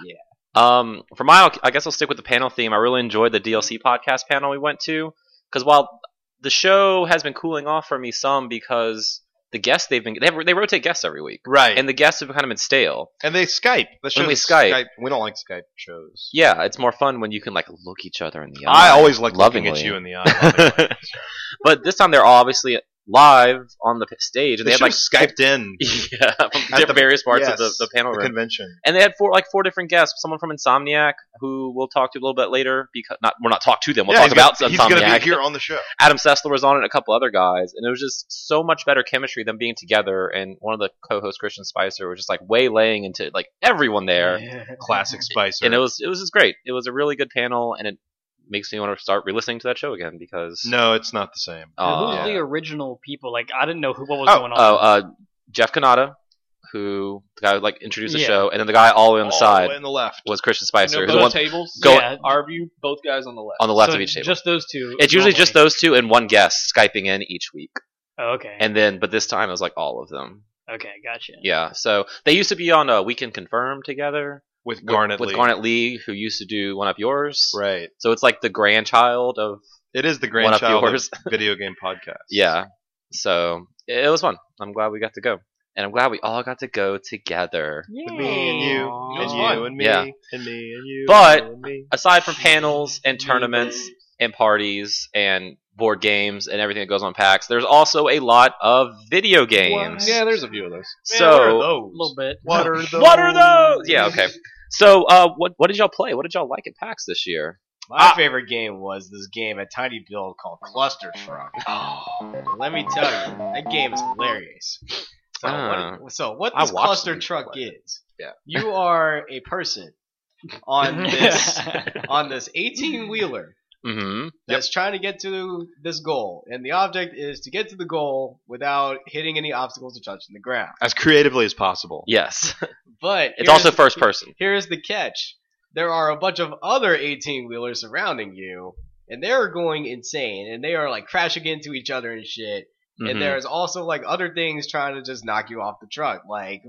[SPEAKER 4] Yeah.
[SPEAKER 1] Um, for mine, I'll- I guess I'll stick with the panel theme. I really enjoyed the DLC podcast panel we went to because while the show has been cooling off for me some because the guests they've been they, have, they rotate guests every week
[SPEAKER 2] Right. And,
[SPEAKER 1] and the guests have kind of been stale.
[SPEAKER 2] they Skype. The
[SPEAKER 1] we
[SPEAKER 2] is
[SPEAKER 1] Skype.
[SPEAKER 2] We don't like Skype shows.
[SPEAKER 1] Yeah, it's more fun when you can like look each other in the eye.
[SPEAKER 2] I always like looking
[SPEAKER 1] lovingly.
[SPEAKER 2] at you in the eye. lovingly.
[SPEAKER 1] but this time they're obviously live on the p- stage and
[SPEAKER 2] they
[SPEAKER 1] they had
[SPEAKER 2] should
[SPEAKER 1] like
[SPEAKER 2] have Skyped in
[SPEAKER 1] yeah from
[SPEAKER 2] At
[SPEAKER 1] different
[SPEAKER 2] the-
[SPEAKER 1] various parts of the,
[SPEAKER 2] yes,
[SPEAKER 1] the panel
[SPEAKER 2] the
[SPEAKER 1] room.
[SPEAKER 2] convention.
[SPEAKER 1] and they had four like four different guests. Someone from Insomniac, who we'll talk to a little bit later. Because not we're not talk to them. We'll
[SPEAKER 2] Yeah,
[SPEAKER 1] talk about
[SPEAKER 2] he's gonna- He's going to
[SPEAKER 1] Insomniac.
[SPEAKER 2] be here on the show.
[SPEAKER 1] Adam Sessler was on it, and a couple other guys, and it was just so much better chemistry than being together. And one of the co-hosts, Christian Spicer, was just like waylaying into like everyone there,
[SPEAKER 2] Classic Spicer.
[SPEAKER 1] and it was it was just great. It was a really good panel, and it makes me want to start re-listening to that show again because
[SPEAKER 2] no, it's not the same.
[SPEAKER 1] uh,
[SPEAKER 5] Who's
[SPEAKER 2] yeah.
[SPEAKER 5] the original people? Like I didn't know who what was
[SPEAKER 1] oh,
[SPEAKER 5] going on.
[SPEAKER 1] oh, uh, Jeff Kanata, who the guy who, like introduced the
[SPEAKER 5] Yeah.
[SPEAKER 1] show, and then the guy all the way on the
[SPEAKER 2] All
[SPEAKER 1] side
[SPEAKER 2] way on Oh, the left.
[SPEAKER 1] was Christian
[SPEAKER 3] You
[SPEAKER 1] Spicer,
[SPEAKER 3] know,
[SPEAKER 1] who's the one
[SPEAKER 3] both tables.
[SPEAKER 1] go-
[SPEAKER 5] yeah,
[SPEAKER 3] Our view, both guys on the left.
[SPEAKER 1] on the left
[SPEAKER 5] so
[SPEAKER 1] of each table.
[SPEAKER 5] Just those two.
[SPEAKER 1] It's usually
[SPEAKER 2] Oh
[SPEAKER 5] normally.
[SPEAKER 1] just those two and one guest skyping in each week,
[SPEAKER 5] Oh, okay.
[SPEAKER 1] and then but this time it was like all of them.
[SPEAKER 5] okay, gotcha.
[SPEAKER 1] Yeah, so they used to be on uh, Weekend Confirm together
[SPEAKER 2] with
[SPEAKER 1] with-
[SPEAKER 2] Garnet
[SPEAKER 1] with
[SPEAKER 2] Lee.
[SPEAKER 1] Garnet Lee, who used to do One Up Yours.
[SPEAKER 2] Right.
[SPEAKER 1] So it's like the grandchild of
[SPEAKER 6] It is the
[SPEAKER 1] One up
[SPEAKER 6] grandchild of
[SPEAKER 1] yours.
[SPEAKER 6] video game podcast.
[SPEAKER 1] Yeah. So it it was fun. I'm glad we got to go, and I'm glad we all got to go together.
[SPEAKER 6] With me and you
[SPEAKER 3] Aw.
[SPEAKER 6] and
[SPEAKER 2] was
[SPEAKER 6] you
[SPEAKER 2] fun.
[SPEAKER 6] and me
[SPEAKER 1] Yeah.
[SPEAKER 6] and me and you.
[SPEAKER 1] But-
[SPEAKER 6] and me.
[SPEAKER 1] Aside from panels and tournaments and parties and board games and everything that goes on PAX, there's also a lot of video games.
[SPEAKER 3] Yeah, there's a few of those.
[SPEAKER 1] So
[SPEAKER 5] a little bit.
[SPEAKER 6] what are those?
[SPEAKER 1] what are those? Yeah. Okay. So uh, what what did y'all play? What did y'all like at PAX this year?
[SPEAKER 2] My
[SPEAKER 1] Ah.
[SPEAKER 2] favorite game was this game at Tiny Build called Cluster Truck.
[SPEAKER 1] Oh.
[SPEAKER 2] Let me tell you, that game is hilarious. So,
[SPEAKER 1] Ah.
[SPEAKER 2] what, so what
[SPEAKER 1] I
[SPEAKER 2] this
[SPEAKER 1] watched
[SPEAKER 2] cluster
[SPEAKER 1] you
[SPEAKER 2] truck
[SPEAKER 1] play
[SPEAKER 2] is?
[SPEAKER 1] Yeah.
[SPEAKER 2] you are a person on this on this eighteen wheeler
[SPEAKER 1] Mm-hmm.
[SPEAKER 2] that's trying to get to this goal, and the object is to get to the goal without hitting any obstacles or touching the ground.
[SPEAKER 6] As creatively as possible.
[SPEAKER 1] Yes.
[SPEAKER 2] But
[SPEAKER 1] It's also
[SPEAKER 2] here's-
[SPEAKER 1] first person.
[SPEAKER 2] Here's the catch. There are a bunch of other 18 wheelers surrounding you, and they're going insane, and they are like crashing into each other and shit.
[SPEAKER 1] Mhm.
[SPEAKER 2] And there's also like other things trying to just knock you off the truck, like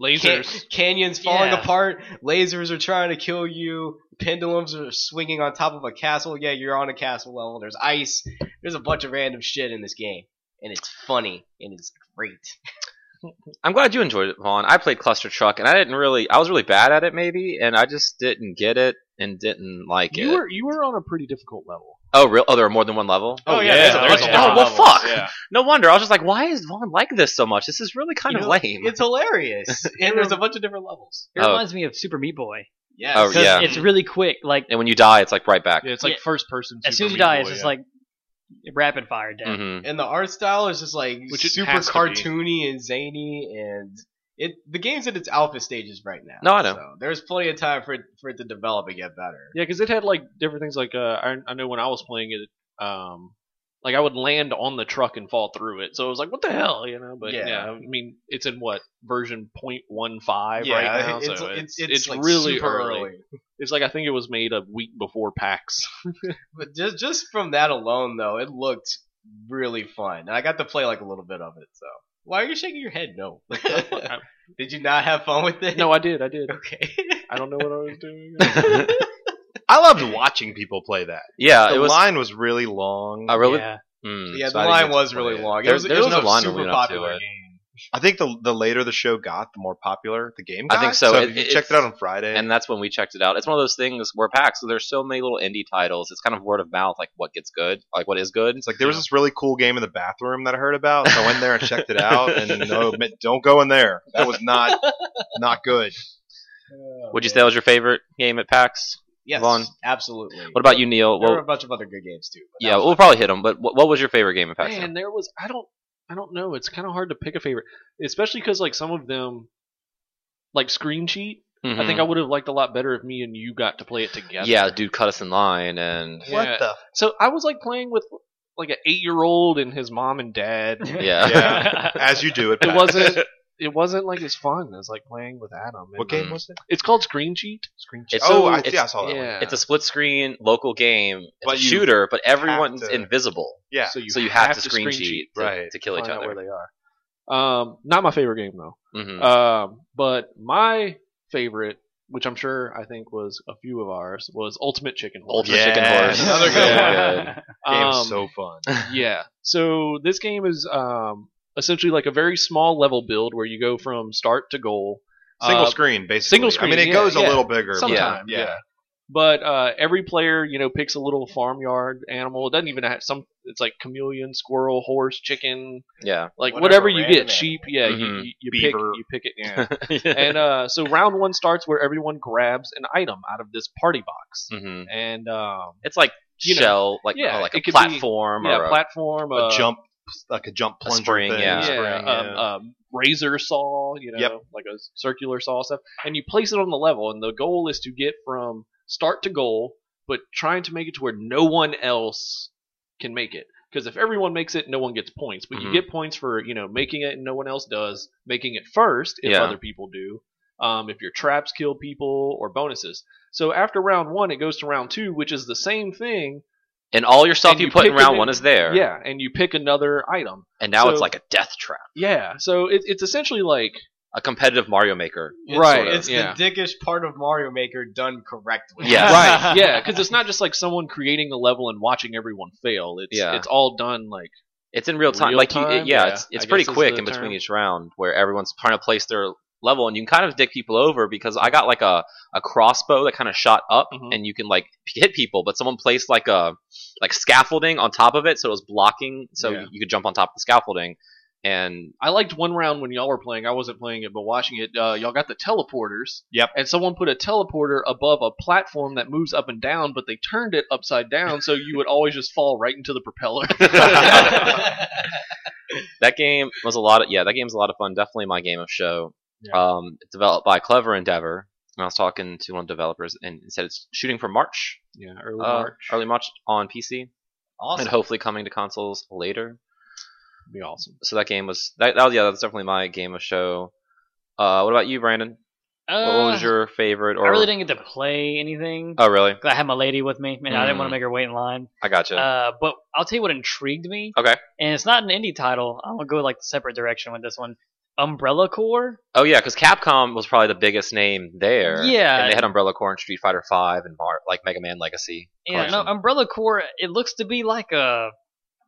[SPEAKER 2] can-
[SPEAKER 3] Lasers.
[SPEAKER 2] canyons falling
[SPEAKER 5] Yeah.
[SPEAKER 2] apart, lasers are trying to kill you, pendulums are swinging on top of a castle. Yeah, you're on a castle level. There's ice. There's a bunch of random shit in this game, and it's funny and it's great.
[SPEAKER 1] I'm glad you enjoyed it, Vaughn. I played Cluster Truck, and I didn't really. I was really bad at it, maybe, and I just didn't get it and didn't like
[SPEAKER 3] You
[SPEAKER 1] it.
[SPEAKER 3] were you were on a pretty difficult level.
[SPEAKER 1] oh, real? Oh, there are more than one level.
[SPEAKER 2] Oh,
[SPEAKER 3] yeah,
[SPEAKER 2] there's a-
[SPEAKER 1] there's a lot of
[SPEAKER 3] well,
[SPEAKER 1] levels,
[SPEAKER 3] fuck.
[SPEAKER 1] yeah. No wonder. I was just like, why is Vaughn like this so much? This is really kind
[SPEAKER 2] You
[SPEAKER 1] of
[SPEAKER 2] know,
[SPEAKER 1] lame.
[SPEAKER 2] It's hilarious, and there's a bunch of different levels.
[SPEAKER 5] It
[SPEAKER 1] Oh.
[SPEAKER 5] reminds me of Super Meat Boy.
[SPEAKER 2] Yes.
[SPEAKER 1] Oh,
[SPEAKER 5] 'Cause
[SPEAKER 1] yeah.
[SPEAKER 5] It's really quick. Like
[SPEAKER 1] and when you die, it's like right back.
[SPEAKER 3] Yeah, it's like
[SPEAKER 5] Yeah.
[SPEAKER 3] first person.
[SPEAKER 5] as
[SPEAKER 3] Super
[SPEAKER 5] soon as you die,
[SPEAKER 3] Meat
[SPEAKER 5] it's
[SPEAKER 3] Boy,
[SPEAKER 5] just
[SPEAKER 3] yeah.
[SPEAKER 5] like rapid fire death.
[SPEAKER 1] Mhm.
[SPEAKER 2] and the art style is just like
[SPEAKER 3] Which it
[SPEAKER 2] super
[SPEAKER 3] has to be.
[SPEAKER 2] cartoony and zany and it the game's at its alpha stages right now.
[SPEAKER 1] No, I know.
[SPEAKER 2] So there's plenty of time for it, for it to develop and get better.
[SPEAKER 3] Yeah, because it had like different things. Like uh, I, I know when I was playing it, um, like I would land on the truck and fall through it. So it was like, what the hell, you know? But
[SPEAKER 2] Yeah.
[SPEAKER 3] yeah, I mean, it's in what version 0.15 right now, so it's it's,
[SPEAKER 2] like,
[SPEAKER 3] really
[SPEAKER 2] super
[SPEAKER 3] early. It's like I think it was made a week before PAX.
[SPEAKER 2] But just just from that alone though, it looked really fun. And I got to play like a little bit of it, so why are you shaking your head? No. Did you not have fun with it?
[SPEAKER 3] no, I did, I did.
[SPEAKER 2] Okay.
[SPEAKER 3] I don't know what I was doing.
[SPEAKER 6] I loved watching people play that.
[SPEAKER 1] yeah,
[SPEAKER 6] The
[SPEAKER 2] Uh,
[SPEAKER 1] it was.
[SPEAKER 6] line was really long.
[SPEAKER 1] I really.
[SPEAKER 5] Yeah.
[SPEAKER 1] mm.
[SPEAKER 2] yeah,
[SPEAKER 6] so I
[SPEAKER 2] the
[SPEAKER 6] didn't
[SPEAKER 2] line
[SPEAKER 6] get to
[SPEAKER 2] was
[SPEAKER 6] play
[SPEAKER 2] really
[SPEAKER 6] it.
[SPEAKER 2] long.
[SPEAKER 1] There-
[SPEAKER 2] it was,
[SPEAKER 1] there
[SPEAKER 2] it was,
[SPEAKER 1] was a line
[SPEAKER 2] a super
[SPEAKER 1] leading up to
[SPEAKER 2] popular
[SPEAKER 1] it.
[SPEAKER 2] game.
[SPEAKER 6] I think the the later the show got, the more popular the game
[SPEAKER 1] I
[SPEAKER 6] got.
[SPEAKER 1] think so.
[SPEAKER 6] So if
[SPEAKER 1] It-
[SPEAKER 6] you
[SPEAKER 1] it-
[SPEAKER 6] checked it out on Friday.
[SPEAKER 1] And that's when we checked it out. It's one of those things where PAX. So there's so many little indie titles. It's kind of word of mouth, like what gets good, like what is good.
[SPEAKER 6] It's like there was this really cool game in the bathroom that I heard about. So I went there and checked it out. And no, admit- don't go in there. That was not not good.
[SPEAKER 2] Oh,
[SPEAKER 1] Would you
[SPEAKER 2] man.
[SPEAKER 1] say that was your favorite game at PAX?
[SPEAKER 2] Yes,
[SPEAKER 1] Vaughn?
[SPEAKER 2] absolutely.
[SPEAKER 1] What about you, Neil?
[SPEAKER 2] There were
[SPEAKER 1] Well,
[SPEAKER 2] a bunch of other good games too. but that
[SPEAKER 1] yeah,
[SPEAKER 2] was
[SPEAKER 1] we'll probably hit them. But what, what was your favorite game at PAX?
[SPEAKER 3] Man, there was I don't I don't know. It's kind of hard to pick a favorite, especially because like some of them, like Screen Cheat. I think I would have liked a lot better if me and you got to play it together.
[SPEAKER 1] Mm-hmm. yeah, dude cut us in line, and
[SPEAKER 3] Yeah.
[SPEAKER 6] the?
[SPEAKER 3] So I was like playing with like an eight year old and his mom and dad.
[SPEAKER 1] yeah,
[SPEAKER 6] Yeah. As you do it.
[SPEAKER 3] It
[SPEAKER 6] Pat.
[SPEAKER 3] wasn't it wasn't like as fun as like playing with Adam. And,
[SPEAKER 6] What
[SPEAKER 3] uh,
[SPEAKER 6] game was it?
[SPEAKER 3] It's called Screen Cheat. Screen
[SPEAKER 1] Cheat. It's
[SPEAKER 6] oh,
[SPEAKER 1] so-
[SPEAKER 6] I,
[SPEAKER 1] it's-
[SPEAKER 6] yeah, I saw that. One.
[SPEAKER 3] yeah.
[SPEAKER 1] it's a split screen local game. It's
[SPEAKER 6] But
[SPEAKER 1] a
[SPEAKER 6] you
[SPEAKER 1] shooter, but everyone's
[SPEAKER 6] to-
[SPEAKER 1] invisible,
[SPEAKER 6] Yeah.
[SPEAKER 3] Oh,
[SPEAKER 1] so you have, to screen, cheat, to,
[SPEAKER 6] right,
[SPEAKER 1] to kill each
[SPEAKER 3] find out where
[SPEAKER 1] other.
[SPEAKER 3] they are. Um, not my favorite game though.
[SPEAKER 1] hmm
[SPEAKER 3] Um, but my favorite, which I'm sure I think was a few of ours, was Ultimate Chicken Horse.
[SPEAKER 1] Ultra
[SPEAKER 6] Yeah.
[SPEAKER 1] Chicken Horse,
[SPEAKER 6] Another
[SPEAKER 1] So
[SPEAKER 6] good
[SPEAKER 1] good.
[SPEAKER 6] Game
[SPEAKER 3] Um,
[SPEAKER 6] was so fun.
[SPEAKER 3] yeah. So this game is um, essentially like a very small level build where you go from start to goal.
[SPEAKER 6] Single
[SPEAKER 3] Uh,
[SPEAKER 6] screen, basically.
[SPEAKER 3] single screen,
[SPEAKER 6] I mean, it
[SPEAKER 3] yeah,
[SPEAKER 6] goes a
[SPEAKER 3] yeah.
[SPEAKER 6] little bigger. but-
[SPEAKER 3] Sometime, yeah. But uh, every player, you know, picks a little farmyard animal. It doesn't even have some. It's like chameleon, squirrel, horse, chicken,
[SPEAKER 1] Yeah,
[SPEAKER 3] like
[SPEAKER 2] Whatever
[SPEAKER 3] whatever, you
[SPEAKER 2] random
[SPEAKER 3] get. Sheep, yeah. You,
[SPEAKER 1] Mhm.
[SPEAKER 3] you, you pick,
[SPEAKER 6] Beaver.
[SPEAKER 3] you pick it. Yeah. and uh, so round one starts where everyone grabs an item out of this party box,
[SPEAKER 1] Mhm.
[SPEAKER 3] and um,
[SPEAKER 1] it's like
[SPEAKER 3] Hmm. You know,
[SPEAKER 1] shell, like
[SPEAKER 3] yeah,
[SPEAKER 1] oh, like a
[SPEAKER 3] it could be-
[SPEAKER 1] platform
[SPEAKER 3] yeah,
[SPEAKER 1] or a,
[SPEAKER 3] platform,
[SPEAKER 6] A
[SPEAKER 3] uh,
[SPEAKER 6] jump, like a jump
[SPEAKER 1] a
[SPEAKER 6] plunger
[SPEAKER 1] spring,
[SPEAKER 6] thing.
[SPEAKER 1] yeah.
[SPEAKER 3] yeah,
[SPEAKER 6] spring,
[SPEAKER 3] um,
[SPEAKER 6] yeah.
[SPEAKER 3] um, razor saw, you know,
[SPEAKER 6] Yep.
[SPEAKER 3] like a circular saw stuff, and you place it on the level, and the goal is to get from start to goal, but trying to make it to where no one else can make it. Because if everyone makes it, no one gets points. But
[SPEAKER 6] Mm-hmm.
[SPEAKER 1] Mhm.
[SPEAKER 3] you get points for you know making it and no one else does, making it first if
[SPEAKER 1] Yeah.
[SPEAKER 3] other people do, um, if your traps kill people or bonuses. So after round one, it goes to round two, which is the same thing.
[SPEAKER 1] and all your stuff
[SPEAKER 3] and
[SPEAKER 1] you,
[SPEAKER 3] you
[SPEAKER 1] put in
[SPEAKER 3] pick it
[SPEAKER 1] round
[SPEAKER 3] in-
[SPEAKER 1] one is there.
[SPEAKER 3] Yeah, and you pick another item.
[SPEAKER 1] and now it's
[SPEAKER 3] So-
[SPEAKER 1] like a death trap.
[SPEAKER 3] Yeah, so it, it's essentially like
[SPEAKER 1] a competitive Mario Maker.
[SPEAKER 5] uh,
[SPEAKER 3] Right,
[SPEAKER 1] sort of.
[SPEAKER 4] It's
[SPEAKER 3] yeah.
[SPEAKER 4] the dickish part of Mario Maker done correctly.
[SPEAKER 1] Yeah.
[SPEAKER 3] right yeah because it's not just like someone creating a level and watching everyone fail it's
[SPEAKER 1] Yeah.
[SPEAKER 3] it's all done like
[SPEAKER 1] It's in real time.
[SPEAKER 3] Real
[SPEAKER 1] like you,
[SPEAKER 3] time?
[SPEAKER 1] it- yeah,
[SPEAKER 3] Yeah,
[SPEAKER 1] it's it's
[SPEAKER 3] I
[SPEAKER 1] pretty
[SPEAKER 3] guess is
[SPEAKER 1] quick
[SPEAKER 3] the
[SPEAKER 1] in between
[SPEAKER 3] term.
[SPEAKER 1] each round where everyone's trying to place their level, and you can kind of dick people over because I got like a, a crossbow that kind of shot up,
[SPEAKER 3] Mhm.
[SPEAKER 1] and you can like p- hit people, but someone placed like a like scaffolding on top of it, so it was blocking, so
[SPEAKER 3] Yeah.
[SPEAKER 1] you could jump on top of the scaffolding, and
[SPEAKER 3] i liked one round when y'all were playing i wasn't playing it but watching it uh, y'all got the teleporters
[SPEAKER 2] Yep.
[SPEAKER 3] and someone put a teleporter above a platform that moves up and down but they turned it upside down so you would always just fall right into the propeller
[SPEAKER 1] that game was a lot of yeah that game's a lot of fun definitely my game of show um developed by clever endeavor and i was talking to one of the developers and he said it's shooting for march
[SPEAKER 3] yeah early
[SPEAKER 1] uh,
[SPEAKER 3] march
[SPEAKER 1] early march on pc
[SPEAKER 4] Awesome.
[SPEAKER 1] and hopefully coming to consoles later
[SPEAKER 3] be awesome
[SPEAKER 1] so that game was that, that was yeah that's definitely my game of show uh what about you brandon what
[SPEAKER 5] Uh,
[SPEAKER 1] was your favorite or
[SPEAKER 5] I really didn't get to play anything.
[SPEAKER 1] oh really
[SPEAKER 5] 'cause I had my lady with me, and I didn't want
[SPEAKER 1] Mm.
[SPEAKER 5] to make her wait in line.
[SPEAKER 1] i gotcha
[SPEAKER 5] Uh, but I'll tell you what intrigued me.
[SPEAKER 1] Okay.
[SPEAKER 5] And it's not an indie title. I'm gonna go like separate direction with this one. Umbrella Corps.
[SPEAKER 1] oh yeah because capcom was probably the biggest name there
[SPEAKER 5] Yeah.
[SPEAKER 1] and they had umbrella corps and street fighter 5 and Mar- like mega man legacy
[SPEAKER 5] Yeah, no,
[SPEAKER 1] Collection.
[SPEAKER 5] Umbrella Corps. It looks to be like a,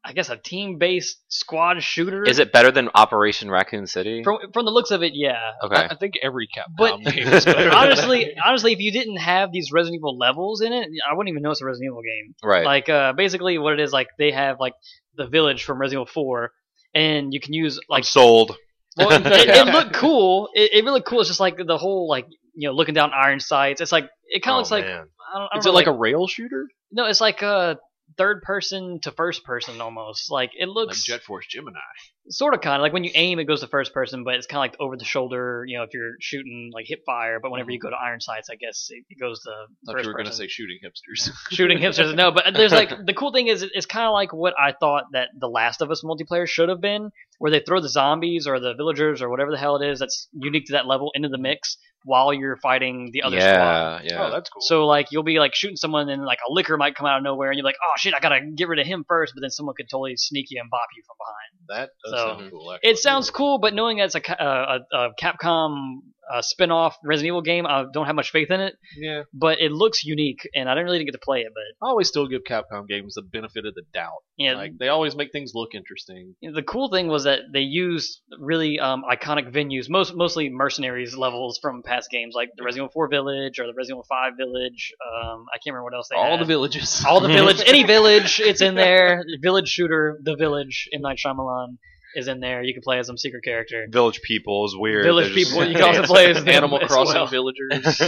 [SPEAKER 5] I guess a team-based squad shooter.
[SPEAKER 1] Is it better than Operation Raccoon City?
[SPEAKER 5] from from the looks of it? Yeah.
[SPEAKER 1] okay.
[SPEAKER 3] I, I think every cap
[SPEAKER 5] But-
[SPEAKER 3] game is better than
[SPEAKER 5] honestly, honestly, if you didn't have these Resident Evil levels in it, I wouldn't even know it's a Resident Evil game.
[SPEAKER 1] right.
[SPEAKER 5] Like uh, basically, what it is like they have like the village from Resident Evil Four, and you can use
[SPEAKER 2] I'm
[SPEAKER 5] like
[SPEAKER 2] sold.
[SPEAKER 5] Well, it, it looked cool. It, it really cool. It's just like the whole like you know looking down iron sights. It's like it kind of
[SPEAKER 2] Oh,
[SPEAKER 5] looks like I don't, I don't
[SPEAKER 3] Oh, is it
[SPEAKER 5] know,
[SPEAKER 3] like a rail shooter
[SPEAKER 5] no? It's like a third person to first person almost. Like it
[SPEAKER 3] like
[SPEAKER 5] looks
[SPEAKER 3] jet force gemini
[SPEAKER 5] sort of kind of like when you aim it goes to first person, but it's kind of like over the shoulder. You know if you're shooting like hip fire, but whenever you go to iron sights, I guess it, it goes to
[SPEAKER 3] I Mm-hmm. thought
[SPEAKER 5] first
[SPEAKER 3] you were going to
[SPEAKER 5] person.
[SPEAKER 3] say shooting hipsters.
[SPEAKER 5] shooting hipsters. No, but there's like the cool thing is it- it's kind of like what I thought that the Last of Us multiplayer should have been, where they throw the zombies or the villagers or whatever the hell it is that's unique to that level into the mix while you're fighting the other squad.
[SPEAKER 1] yeah, yeah.
[SPEAKER 3] Oh, that's cool.
[SPEAKER 5] So like you'll be like shooting someone and like a liquor might come out of nowhere and you're like oh shit I gotta get rid of him first but then someone could totally sneak you and bop you from behind.
[SPEAKER 3] that does sound
[SPEAKER 5] so-
[SPEAKER 3] cool.
[SPEAKER 5] It sounds cool but knowing that's a, ca- uh, a, a Capcom uh, spin-off Resident Evil game I don't have much faith in it
[SPEAKER 3] Yeah,
[SPEAKER 5] but it looks unique and I didn't really get to play it but
[SPEAKER 3] I always still give Capcom games the benefit of the doubt.
[SPEAKER 5] yeah
[SPEAKER 3] Like they always make things look interesting.
[SPEAKER 5] you know, the cool thing was that they used really um, iconic venues, most mostly mercenaries levels from past games, like the Resident Evil Four Village or the Resident Evil Five Village. Um, I can't remember what else they
[SPEAKER 3] All
[SPEAKER 5] had.
[SPEAKER 3] the villages.
[SPEAKER 5] all the
[SPEAKER 1] Mm-hmm.
[SPEAKER 5] village, any village, it's in there. Village Shooter, the village, M Night Shyamalan is in there. You can play as some secret character.
[SPEAKER 2] Village people is weird.
[SPEAKER 5] Village
[SPEAKER 2] They're just-
[SPEAKER 5] people, you can also play as them
[SPEAKER 3] Animal
[SPEAKER 5] as
[SPEAKER 3] Crossing
[SPEAKER 5] well.
[SPEAKER 3] villagers.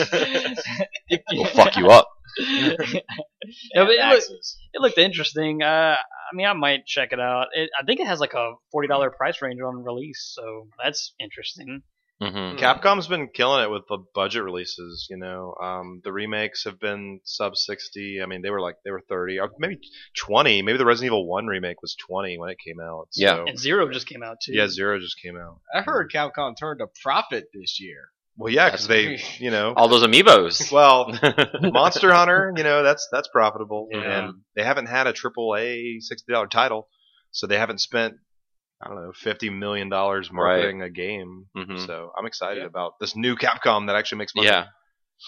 [SPEAKER 1] We'll fuck you up.
[SPEAKER 5] No, but it, looked, it looked interesting. Uh, I mean, I might check it out. It, I think it has like a forty dollar price range on release, so that's interesting.
[SPEAKER 1] Mm-hmm.
[SPEAKER 2] Capcom's been killing it with the budget releases. You know, um, the remakes have been sub sixty. I mean, they were like they were thirty, or maybe twenty. Maybe the Resident Evil One remake was twenty when it came out. So.
[SPEAKER 1] Yeah.
[SPEAKER 5] And Zero just came out too.
[SPEAKER 2] Oh. yeah, Zero just came out.
[SPEAKER 4] I heard Capcom turned a profit this year.
[SPEAKER 2] Well, yeah, because they, you know,
[SPEAKER 1] All those amiibos.
[SPEAKER 2] well, Monster Hunter, you know, that's that's profitable,
[SPEAKER 5] Yeah.
[SPEAKER 2] and they haven't had a triple A sixty dollar title, so they haven't spent I don't know fifty million dollars marketing a game.
[SPEAKER 1] Mhm.
[SPEAKER 2] So I'm excited
[SPEAKER 3] Yeah.
[SPEAKER 2] about this new Capcom that actually makes money.
[SPEAKER 1] Yeah,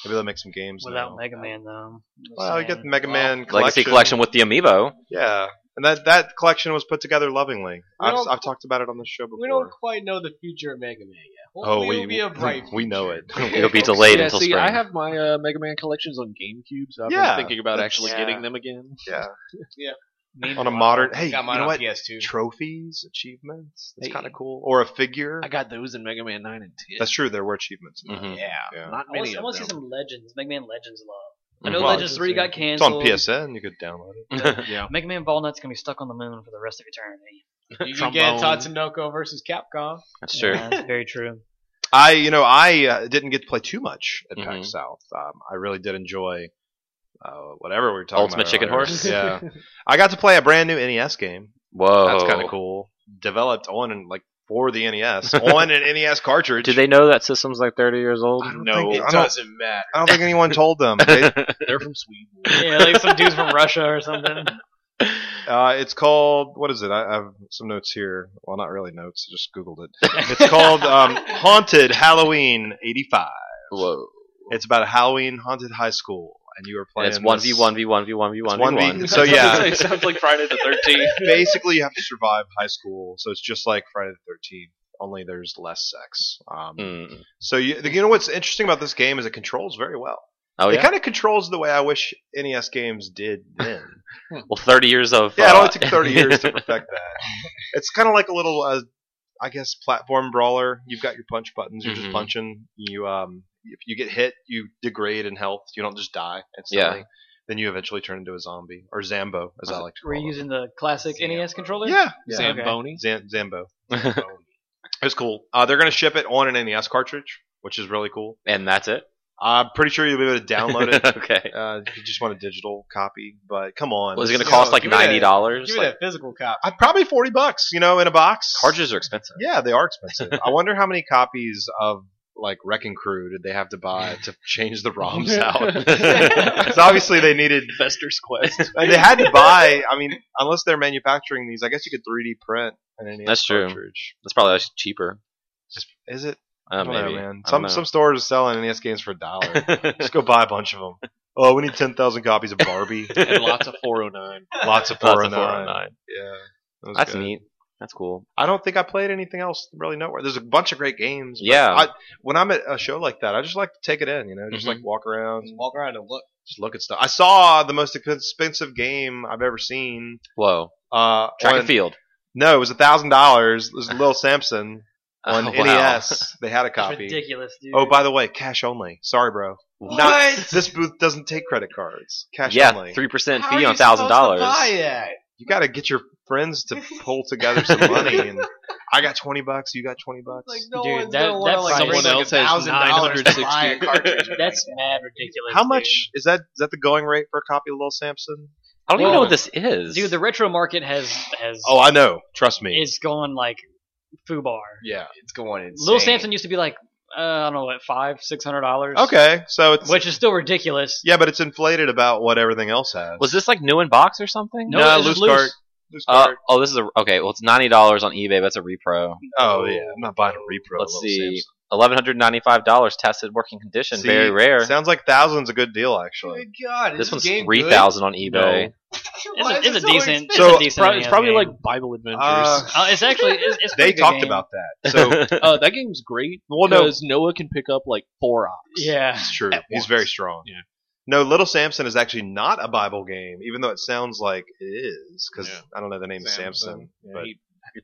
[SPEAKER 2] Maybe they'll make some games
[SPEAKER 5] Without
[SPEAKER 2] now.
[SPEAKER 5] Mega Man though. Just
[SPEAKER 2] Well, you
[SPEAKER 5] saying.
[SPEAKER 2] get the Mega
[SPEAKER 3] Wow.
[SPEAKER 2] Man
[SPEAKER 1] legacy
[SPEAKER 2] collection.
[SPEAKER 1] collection with the amiibo.
[SPEAKER 2] Yeah, and that that collection was put together lovingly.
[SPEAKER 4] We
[SPEAKER 2] I've,
[SPEAKER 4] don't-
[SPEAKER 2] I've talked about it on the show before.
[SPEAKER 4] We don't quite know the future of Mega Man yet.
[SPEAKER 2] Oh,
[SPEAKER 4] Hopefully
[SPEAKER 2] we-
[SPEAKER 4] it'll be a bright
[SPEAKER 2] we know
[SPEAKER 4] future.
[SPEAKER 2] it.
[SPEAKER 1] It'll be delayed
[SPEAKER 3] yeah,
[SPEAKER 1] until
[SPEAKER 3] see,
[SPEAKER 1] spring.
[SPEAKER 3] I have my uh, Mega Man collections on GameCube, so I've
[SPEAKER 2] Yeah,
[SPEAKER 3] been thinking about
[SPEAKER 2] that's-
[SPEAKER 3] actually
[SPEAKER 4] Yeah.
[SPEAKER 3] getting them again.
[SPEAKER 2] Yeah,
[SPEAKER 5] Maybe
[SPEAKER 2] on a
[SPEAKER 5] one.
[SPEAKER 2] modern. Hey, you
[SPEAKER 4] Got mine
[SPEAKER 2] know
[SPEAKER 4] on
[SPEAKER 2] what?
[SPEAKER 4] PS2.
[SPEAKER 2] Trophies, achievements. That's
[SPEAKER 3] Hey.
[SPEAKER 2] kind of cool. Or a figure.
[SPEAKER 3] I got those in Mega Man Nine and Ten.
[SPEAKER 2] That's true. There were achievements. in that.
[SPEAKER 1] Mhm.
[SPEAKER 4] Yeah.
[SPEAKER 2] Mm, Yeah.
[SPEAKER 3] not
[SPEAKER 5] I
[SPEAKER 3] many.
[SPEAKER 5] wanna- I
[SPEAKER 3] of
[SPEAKER 5] want to see
[SPEAKER 3] them.
[SPEAKER 5] some Legends, Mega Man Legends love. I
[SPEAKER 1] Mhm.
[SPEAKER 5] know
[SPEAKER 2] Well,
[SPEAKER 5] Legends
[SPEAKER 3] it's-
[SPEAKER 5] Three got
[SPEAKER 2] It's on
[SPEAKER 5] canceled.
[SPEAKER 2] PSN. You could download it.
[SPEAKER 3] Yeah,
[SPEAKER 5] Mega Man Ballnut's gonna be stuck on the moon for the rest of eternity.
[SPEAKER 4] You can get
[SPEAKER 3] Trombone.
[SPEAKER 4] Tatsunoko versus Capcom.
[SPEAKER 1] That's true.
[SPEAKER 5] Yeah, that's very true.
[SPEAKER 2] I, you know, I uh, didn't get to play too much at
[SPEAKER 1] Mhm.
[SPEAKER 2] PAX South. Um, I really did enjoy uh, whatever we were talking
[SPEAKER 1] Ultimate
[SPEAKER 2] about.
[SPEAKER 1] Chicken
[SPEAKER 2] earlier.
[SPEAKER 1] Horse?
[SPEAKER 2] Yeah, I got to play a brand new NES game.
[SPEAKER 1] Whoa,
[SPEAKER 2] That's kind of cool. Developed on and like for the NES on an NES cartridge.
[SPEAKER 1] Do they know that system's like 30 years old?
[SPEAKER 2] I don't
[SPEAKER 4] No,
[SPEAKER 2] think they-
[SPEAKER 4] it
[SPEAKER 2] I don't,
[SPEAKER 4] doesn't matter.
[SPEAKER 2] I don't think anyone told them. They,
[SPEAKER 3] they're from Sweden.
[SPEAKER 5] Yeah, like some dudes from Russia or something.
[SPEAKER 2] Uh, it's called what is it? I, I have some notes here. Well, not really notes. I just googled it. It's called um, Haunted Halloween '85.
[SPEAKER 1] Whoa.
[SPEAKER 2] It's about a Halloween haunted high school, and you are
[SPEAKER 1] And
[SPEAKER 2] playing.
[SPEAKER 1] it's one
[SPEAKER 2] this-
[SPEAKER 1] v one v one v one v one v one.
[SPEAKER 2] It's So, yeah.
[SPEAKER 3] it sounds like Friday the Thirteenth.
[SPEAKER 2] Basically, you have to survive high school, so it's just like Friday the Thirteenth, only there's less sex. Um,
[SPEAKER 1] Mm.
[SPEAKER 2] So you, you know what's interesting about this game is it controls very well.
[SPEAKER 1] Oh
[SPEAKER 2] It
[SPEAKER 1] yeah.
[SPEAKER 2] kind of controls the way I wish NES games did then.
[SPEAKER 1] Well, thirty years of
[SPEAKER 2] yeah, it
[SPEAKER 1] uh,
[SPEAKER 2] only took 30 years to perfect that. It's kind of like a little, uh, I guess, platform brawler. You've got your punch buttons. You're
[SPEAKER 1] Mhm.
[SPEAKER 2] just punching. You um, if you get hit, you degrade in health. You don't just die instantly. Then you eventually turn into a zombie or Zambo, as I like to
[SPEAKER 5] We're
[SPEAKER 2] call
[SPEAKER 5] you using the classic NES controller?
[SPEAKER 2] them. Yeah, yeah.
[SPEAKER 5] Zam-
[SPEAKER 3] Zamboni.
[SPEAKER 2] Zam- Zambo. It's cool. Uh, they're gonna ship it on an NES cartridge, which is really cool.
[SPEAKER 1] and that's it.
[SPEAKER 2] I'm pretty sure you'll be able to download it
[SPEAKER 1] okay.
[SPEAKER 2] uh, if you just want a digital copy. But come on,
[SPEAKER 1] Well, is it going to
[SPEAKER 4] Yo,
[SPEAKER 1] cost like
[SPEAKER 4] give me that-
[SPEAKER 1] ninety dollars?
[SPEAKER 4] Give me that physical copy.
[SPEAKER 2] I, probably forty bucks, you know, in a box.
[SPEAKER 1] cartridges are expensive.
[SPEAKER 2] Yeah, they are expensive. I wonder how many copies of like Wrecking Crew did they have to buy to change the ROMs out? Because obviously they needed.
[SPEAKER 3] Investor's Quest.
[SPEAKER 2] and They had to buy. I mean, unless they're manufacturing these, I guess you could 3D print an NES
[SPEAKER 1] That's true.
[SPEAKER 2] cartridge.
[SPEAKER 1] That's probably actually cheaper.
[SPEAKER 2] Just, is it?
[SPEAKER 1] Uh,
[SPEAKER 2] I don't know,
[SPEAKER 1] maybe.
[SPEAKER 2] man.
[SPEAKER 1] I don't
[SPEAKER 2] Some
[SPEAKER 1] know.
[SPEAKER 2] some stores are selling NES games for a dollar. Just go buy a bunch of them. Oh, we need ten thousand copies of Barbie.
[SPEAKER 3] and lots of 409.
[SPEAKER 2] Lots of
[SPEAKER 1] Lots
[SPEAKER 2] four
[SPEAKER 1] of
[SPEAKER 2] hundred nine.
[SPEAKER 1] 409.
[SPEAKER 2] Yeah, that was
[SPEAKER 1] That's
[SPEAKER 2] good.
[SPEAKER 1] neat. That's cool.
[SPEAKER 2] I don't think I played anything else really noteworthy. There's a bunch of great games. but
[SPEAKER 1] Yeah.
[SPEAKER 2] I, when I'm at a show like that, I just like to take it in, you know, just
[SPEAKER 1] Mhm.
[SPEAKER 2] like walk around,
[SPEAKER 3] Mm-hmm.
[SPEAKER 4] Walk around and look.
[SPEAKER 2] just look at stuff. I saw the most expensive game I've ever seen.
[SPEAKER 1] Whoa.
[SPEAKER 2] Uh,
[SPEAKER 1] Track
[SPEAKER 2] on-
[SPEAKER 1] and field.
[SPEAKER 2] No, it was a thousand dollars. It was Lil Samson on
[SPEAKER 1] Oh, wow.
[SPEAKER 2] NES. They had a
[SPEAKER 5] It's
[SPEAKER 2] copy.
[SPEAKER 5] ridiculous, dude.
[SPEAKER 2] Oh, by the way, cash only. Sorry, bro.
[SPEAKER 1] What?
[SPEAKER 2] this booth doesn't take credit cards. Cash
[SPEAKER 1] Yeah,
[SPEAKER 2] only.
[SPEAKER 1] three percent
[SPEAKER 4] How are
[SPEAKER 1] fee
[SPEAKER 4] you
[SPEAKER 1] on thousand
[SPEAKER 4] supposed
[SPEAKER 1] dollars.
[SPEAKER 4] to buy that?
[SPEAKER 2] you got to get your friends to pull together some money. And I got twenty bucks. You got twenty bucks.
[SPEAKER 4] Like no
[SPEAKER 5] Dude,
[SPEAKER 4] one's
[SPEAKER 5] that- that
[SPEAKER 4] gonna want like,
[SPEAKER 5] someone
[SPEAKER 4] bring, like,
[SPEAKER 3] else has
[SPEAKER 4] $1,000 to buy a
[SPEAKER 3] 960.
[SPEAKER 4] cartridge.
[SPEAKER 5] That's mad ridiculous.
[SPEAKER 2] How
[SPEAKER 5] dude.
[SPEAKER 2] much is that? Is that the going rate for a copy of Little Samson?
[SPEAKER 1] I don't even
[SPEAKER 5] Whoa.
[SPEAKER 1] know what this is,
[SPEAKER 5] dude? The retro market has has
[SPEAKER 2] Oh, I know. Trust me.
[SPEAKER 5] is going like foobar.
[SPEAKER 2] yeah.
[SPEAKER 4] It's going insane.
[SPEAKER 5] Little Samson used to be like uh, I don't know what five six hundred dollars.
[SPEAKER 2] Okay. So it's
[SPEAKER 5] which is still ridiculous.
[SPEAKER 2] yeah, but it's inflated about what everything else has.
[SPEAKER 1] was this like new in box or something?
[SPEAKER 5] No,
[SPEAKER 2] Nah,
[SPEAKER 5] it's just
[SPEAKER 2] loose cart. Loose
[SPEAKER 1] Uh,
[SPEAKER 2] card.
[SPEAKER 1] oh, this is a okay. Well, it's ninety dollars on eBay. That's a repro.
[SPEAKER 2] oh yeah, I'm not buying a repro.
[SPEAKER 1] Let's
[SPEAKER 2] of Little
[SPEAKER 1] see.
[SPEAKER 2] Samson.
[SPEAKER 1] Eleven hundred ninety-five dollars tested working condition.
[SPEAKER 2] See,
[SPEAKER 1] Very rare.
[SPEAKER 2] Sounds like thousands a good deal actually.
[SPEAKER 4] Good God, is
[SPEAKER 1] This one's
[SPEAKER 4] game
[SPEAKER 1] three thousand on eBay.
[SPEAKER 4] good?
[SPEAKER 5] It's
[SPEAKER 4] Why
[SPEAKER 5] a, it's
[SPEAKER 4] is
[SPEAKER 5] a
[SPEAKER 4] it so
[SPEAKER 5] decent.
[SPEAKER 4] expensive?
[SPEAKER 2] So,
[SPEAKER 5] it's, a decent
[SPEAKER 3] it's
[SPEAKER 5] NES
[SPEAKER 3] probably
[SPEAKER 5] game.
[SPEAKER 3] like Bible Adventures.
[SPEAKER 2] Uh,
[SPEAKER 5] Uh, it's actually it's, it's a
[SPEAKER 2] they
[SPEAKER 5] pretty good
[SPEAKER 2] talked
[SPEAKER 5] game.
[SPEAKER 2] about that. So
[SPEAKER 3] Uh, that game's great
[SPEAKER 2] well, no,
[SPEAKER 3] because Noah can pick up like four ops.
[SPEAKER 5] yeah.
[SPEAKER 2] it's true.
[SPEAKER 3] at
[SPEAKER 2] He's
[SPEAKER 3] once.
[SPEAKER 2] very strong.
[SPEAKER 3] Yeah.
[SPEAKER 2] No, Little Samson is actually not a Bible game, even though it sounds like it is, because
[SPEAKER 3] Yeah.
[SPEAKER 2] I don't know the name of Samson,
[SPEAKER 3] Yeah,
[SPEAKER 2] but
[SPEAKER 3] he-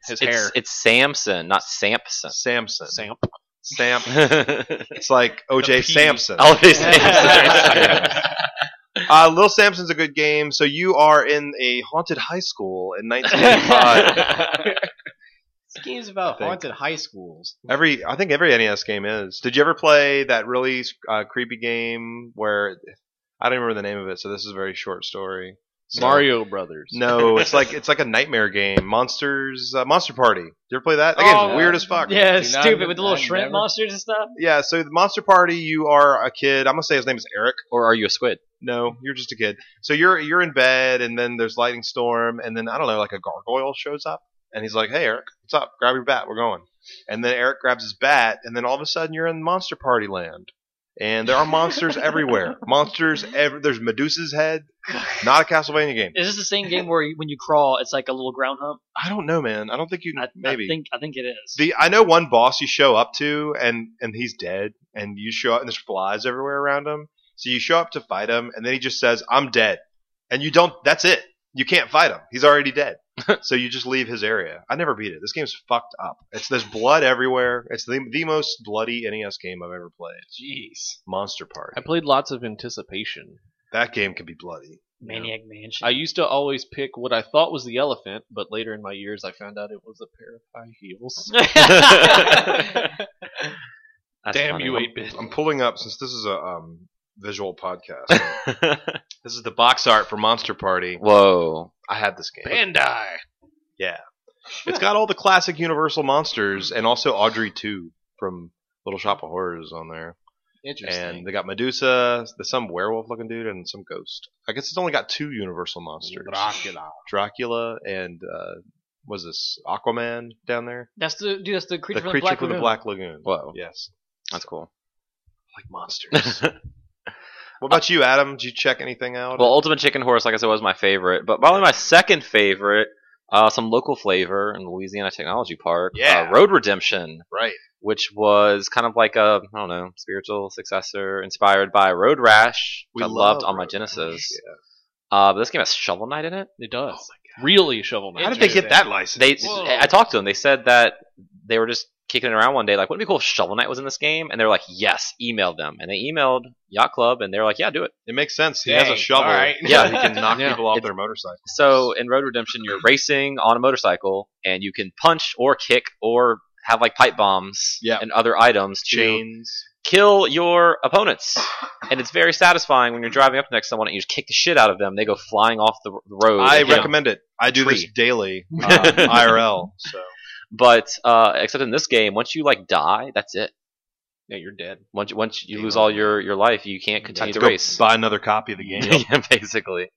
[SPEAKER 3] his hair.
[SPEAKER 1] It's, it's Samson, not Sampson.
[SPEAKER 2] Samson,
[SPEAKER 3] Samp.
[SPEAKER 2] Sam,
[SPEAKER 1] oh,
[SPEAKER 2] it's like OJ
[SPEAKER 3] P.
[SPEAKER 2] Samson.
[SPEAKER 1] they Samson.
[SPEAKER 2] Uh, Little Samson's a good game. So you are in a haunted high school in 1985.
[SPEAKER 4] This game's about
[SPEAKER 2] think.
[SPEAKER 4] haunted high schools.
[SPEAKER 2] every, I think every NES game is. Did you ever play that really uh, creepy game where I don't remember the name of it? So this is a very short story. So-
[SPEAKER 3] Mario Brothers.
[SPEAKER 2] No, it's like it's like a nightmare game. Monsters, uh, Monster Party. Did you ever play that? That game's
[SPEAKER 5] Oh,
[SPEAKER 2] weird as fuck.
[SPEAKER 5] Yeah,
[SPEAKER 4] Do
[SPEAKER 5] it's
[SPEAKER 4] not-
[SPEAKER 5] stupid with the little
[SPEAKER 4] I
[SPEAKER 5] shrimp
[SPEAKER 4] never-
[SPEAKER 5] monsters and stuff.
[SPEAKER 2] Yeah. So the Monster Party, you are a kid. I'm gonna say his name is Eric.
[SPEAKER 1] or are you a squid?
[SPEAKER 2] No, you're just a kid. So you're you're in bed, and then there's lightning storm, and then I don't know, like a gargoyle shows up, and he's like, "Hey, Eric, what's up? Grab your bat, we're going." And then Eric grabs his bat, and then all of a sudden you're in Monster Party Land, and there are monsters everywhere. Monsters, ev- there's Medusa's head. Not a Castlevania game.
[SPEAKER 5] Is this the same game where you, when you crawl, it's like a little ground hump?
[SPEAKER 2] I don't know, man. I don't think you can.
[SPEAKER 5] I,
[SPEAKER 2] maybe
[SPEAKER 5] I think I think it is.
[SPEAKER 2] the I know one boss you show up to and and he's dead and you show up and there's flies everywhere around him. So you show up to fight him and then he just says, "I'm dead," and you don't. That's it. You can't fight him. He's already dead. so you just leave his area. I never beat it. This game's fucked up. It's there's blood everywhere. It's the the most bloody NES game I've ever played.
[SPEAKER 4] Jeez.
[SPEAKER 2] Monster Party.
[SPEAKER 3] I played lots of anticipation.
[SPEAKER 2] That game can be bloody.
[SPEAKER 5] Maniac Mansion.
[SPEAKER 3] I used to always pick what I thought was the elephant, but later in my years I found out it was a pair of high heels.
[SPEAKER 1] That's
[SPEAKER 3] Damn
[SPEAKER 1] funny.
[SPEAKER 3] you, 8 bit.
[SPEAKER 2] I'm pulling up since this is a um, visual podcast. this is the box art for Monster Party.
[SPEAKER 1] Whoa.
[SPEAKER 2] I had this game.
[SPEAKER 3] Bandai.
[SPEAKER 2] It's got all the classic Universal monsters and also Audrey 2 from Little Shop of Horrors on there.
[SPEAKER 4] Interesting.
[SPEAKER 2] and they got Medusa, the some werewolf looking dude, and some ghost. I guess it's only got two Universal monsters:
[SPEAKER 4] Dracula.
[SPEAKER 2] Dracula and uh, was this Aquaman down there?
[SPEAKER 5] That's the dude. That's the creature,
[SPEAKER 2] the
[SPEAKER 5] from
[SPEAKER 2] creature
[SPEAKER 5] the black
[SPEAKER 2] from the
[SPEAKER 5] Lagoon.
[SPEAKER 2] Black Lagoon.
[SPEAKER 1] Whoa.
[SPEAKER 2] Yes,
[SPEAKER 1] That's cool.
[SPEAKER 2] like monsters. what about you, Adam? Did you check anything out?
[SPEAKER 1] Well, Ultimate Chicken Horse, like I said, was my favorite, but probably my second favorite, uh, some local flavor in Louisiana Technology Park,
[SPEAKER 2] Yeah.
[SPEAKER 1] uh, Road Redemption,
[SPEAKER 2] right.
[SPEAKER 1] which was kind of like a I don't know spiritual successor inspired by Road Rash, which I loved
[SPEAKER 2] love
[SPEAKER 1] on my
[SPEAKER 2] Road Rash,
[SPEAKER 1] Genesis.
[SPEAKER 2] yeah.
[SPEAKER 1] Uh, but this game has Shovel Knight in it.
[SPEAKER 3] It does. really Shovel Knight.
[SPEAKER 2] How did they get that license?
[SPEAKER 1] They,
[SPEAKER 3] Whoa.
[SPEAKER 1] I talked to them. They said that they were just kicking it around one day, like, wouldn't it be cool if Shovel Knight was in this game? And they were like, yes, email them. And they emailed Yacht Club, and they were like, yeah, do it.
[SPEAKER 2] it makes sense. He
[SPEAKER 4] Dang,
[SPEAKER 2] has a shovel.
[SPEAKER 4] all right.
[SPEAKER 2] Yeah, he can knock
[SPEAKER 3] Yeah.
[SPEAKER 2] people off
[SPEAKER 1] It's-
[SPEAKER 2] their motorcycle.
[SPEAKER 1] So in Road Redemption, you're racing on a motorcycle, and you can punch or kick or have like pipe bombs
[SPEAKER 2] Yeah.
[SPEAKER 1] and other items to
[SPEAKER 2] Chains.
[SPEAKER 1] kill your opponents. And it's very satisfying when you're driving up next to someone and you just kick the shit out of them. They go flying off the r- road.
[SPEAKER 2] I
[SPEAKER 1] you know.
[SPEAKER 2] recommend it. I do this
[SPEAKER 1] Free.
[SPEAKER 2] daily, uh, IRL. So
[SPEAKER 1] But uh, except in this game, once you like die, that's it.
[SPEAKER 3] Yeah, you're dead.
[SPEAKER 1] Once you- once you
[SPEAKER 2] Game
[SPEAKER 1] lose
[SPEAKER 2] over.
[SPEAKER 1] all your your life, you can't continue the
[SPEAKER 2] have to
[SPEAKER 1] race.
[SPEAKER 2] go buy another copy of the game.
[SPEAKER 1] yeah, basically.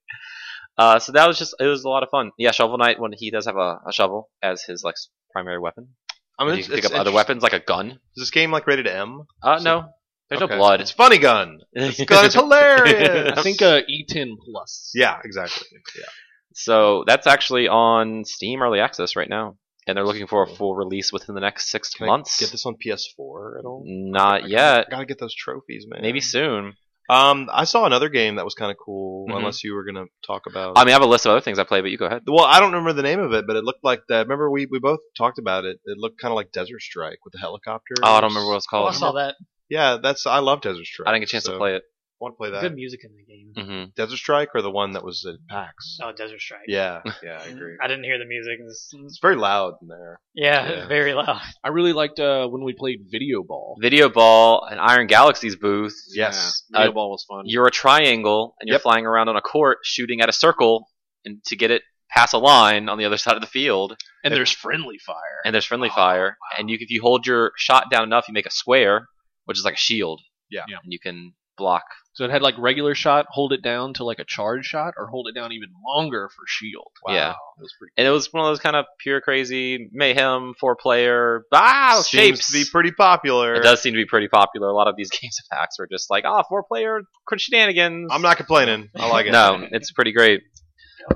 [SPEAKER 1] Uh, so that was just it was a lot of fun. Yeah, Shovel Knight when he does have a, a shovel as his like s- primary weapon.
[SPEAKER 2] I mean,
[SPEAKER 1] you
[SPEAKER 2] it's,
[SPEAKER 1] can pick
[SPEAKER 2] it's
[SPEAKER 1] up other
[SPEAKER 2] interest-
[SPEAKER 1] weapons like a gun.
[SPEAKER 2] Is this game like rated M?
[SPEAKER 1] Uh,
[SPEAKER 2] So-
[SPEAKER 1] no, there's
[SPEAKER 2] Okay.
[SPEAKER 1] no blood.
[SPEAKER 2] It's funny gun. Gun is hilarious.
[SPEAKER 3] I think uh, E10 plus.
[SPEAKER 2] Yeah, exactly. Yeah.
[SPEAKER 1] so that's actually on Steam Early Access right now, and they're looking for a full release within the next six
[SPEAKER 2] Can I
[SPEAKER 1] months.
[SPEAKER 2] Get this on PS4 at all? I
[SPEAKER 1] Not
[SPEAKER 2] gotta-
[SPEAKER 1] yet.
[SPEAKER 2] Gotta get those trophies, man.
[SPEAKER 1] Maybe soon.
[SPEAKER 2] Um, I saw another game that was kind of cool.
[SPEAKER 1] Mhm.
[SPEAKER 2] Unless you were gonna talk about.
[SPEAKER 1] I mean, I have a list of other things I play, but you go ahead.
[SPEAKER 2] well, I don't remember the name of it, but it looked like that. Remember, we, we both talked about it. It looked kind of like Desert Strike with the helicopter.
[SPEAKER 1] Oh, I don't remember what it's
[SPEAKER 5] Oh,
[SPEAKER 1] called.
[SPEAKER 5] I saw that.
[SPEAKER 2] Yeah, that's I love Desert Strike.
[SPEAKER 1] I didn't get a chance to play it.
[SPEAKER 2] I want to play that
[SPEAKER 5] Good music in the game.
[SPEAKER 1] Mm-hmm.
[SPEAKER 2] Desert Strike or the one that was at PAX.
[SPEAKER 5] Oh, Desert Strike.
[SPEAKER 2] Mm. Yeah,
[SPEAKER 3] Mm.
[SPEAKER 2] yeah, I agree.
[SPEAKER 5] I didn't hear the music. It's-
[SPEAKER 2] It's very loud in there.
[SPEAKER 5] yeah,
[SPEAKER 2] Yeah.
[SPEAKER 5] very loud.
[SPEAKER 3] I really liked uh, when we played Video Ball.
[SPEAKER 1] Video Ball and Iron Galaxy's booth.
[SPEAKER 2] Yes.
[SPEAKER 3] Yeah, Video
[SPEAKER 1] Uh,
[SPEAKER 3] Ball was fun.
[SPEAKER 1] You're a triangle, and you're
[SPEAKER 2] Yep.
[SPEAKER 1] flying around on a court, shooting at a circle, and to get it past a line on the other side of the field.
[SPEAKER 3] and there's friendly fire.
[SPEAKER 1] and there's friendly
[SPEAKER 3] Oh,
[SPEAKER 1] fire, and you if you hold your shot down enough, you make a square, which is like a shield.
[SPEAKER 2] Yeah.
[SPEAKER 3] Yeah.
[SPEAKER 1] And you can block.
[SPEAKER 3] so it had like regular shot, hold it down to like a charge shot, or hold it down even longer for shield.
[SPEAKER 1] Yeah.
[SPEAKER 3] It was pretty
[SPEAKER 1] And it was one of those kind of pure crazy mayhem four player ah
[SPEAKER 2] Seems
[SPEAKER 1] shapes.
[SPEAKER 2] to be pretty popular.
[SPEAKER 1] it does seem to be pretty popular. A lot of these games of hacks are just like ah four player shenanigans.
[SPEAKER 2] I'm not complaining. I like it.
[SPEAKER 1] No, it's pretty great.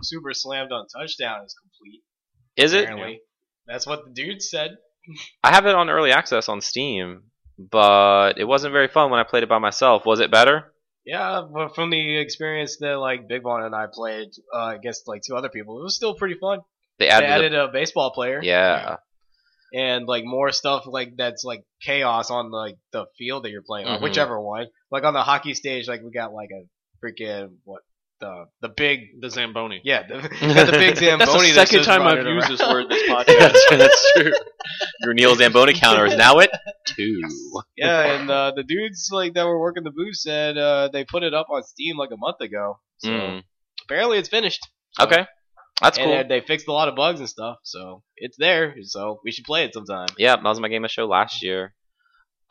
[SPEAKER 4] Super slammed on touchdown is complete.
[SPEAKER 1] Is it?
[SPEAKER 4] apparently. That's what the dude said.
[SPEAKER 1] I have it on early access on Steam, but it wasn't very fun when I played it by myself. Was it better?
[SPEAKER 4] Yeah, but from the experience that like Big Bon and I played uh, against like two other people, it was still pretty fun.
[SPEAKER 1] They
[SPEAKER 4] They
[SPEAKER 1] added,
[SPEAKER 4] added a baseball player.
[SPEAKER 1] the, yeah.
[SPEAKER 4] and like more stuff like that's like chaos on like the field that you're playing on,
[SPEAKER 3] Mm-hmm.
[SPEAKER 1] Mhm.
[SPEAKER 4] whichever one. Like on the hockey stage, like we got like a freaking what the the big
[SPEAKER 3] the Zamboni.
[SPEAKER 4] yeah the, got the big Zamboni.
[SPEAKER 3] That's the
[SPEAKER 4] that's
[SPEAKER 3] second
[SPEAKER 4] just
[SPEAKER 3] time I've
[SPEAKER 4] running
[SPEAKER 3] used
[SPEAKER 4] around.
[SPEAKER 3] this word this podcast.
[SPEAKER 1] That's, that's true. Your Neil Zamboni counter is now at two.
[SPEAKER 4] Yeah, and uh, the dudes like that were working the booth said uh, they put it up on Steam like a month ago. So
[SPEAKER 1] Mm.
[SPEAKER 4] apparently it's finished. So-
[SPEAKER 1] Okay, that's
[SPEAKER 4] and
[SPEAKER 1] cool.
[SPEAKER 4] uh, they fixed a lot of bugs and stuff, so it's there. So we should play it sometime.
[SPEAKER 1] yeah, that was my game of show last year.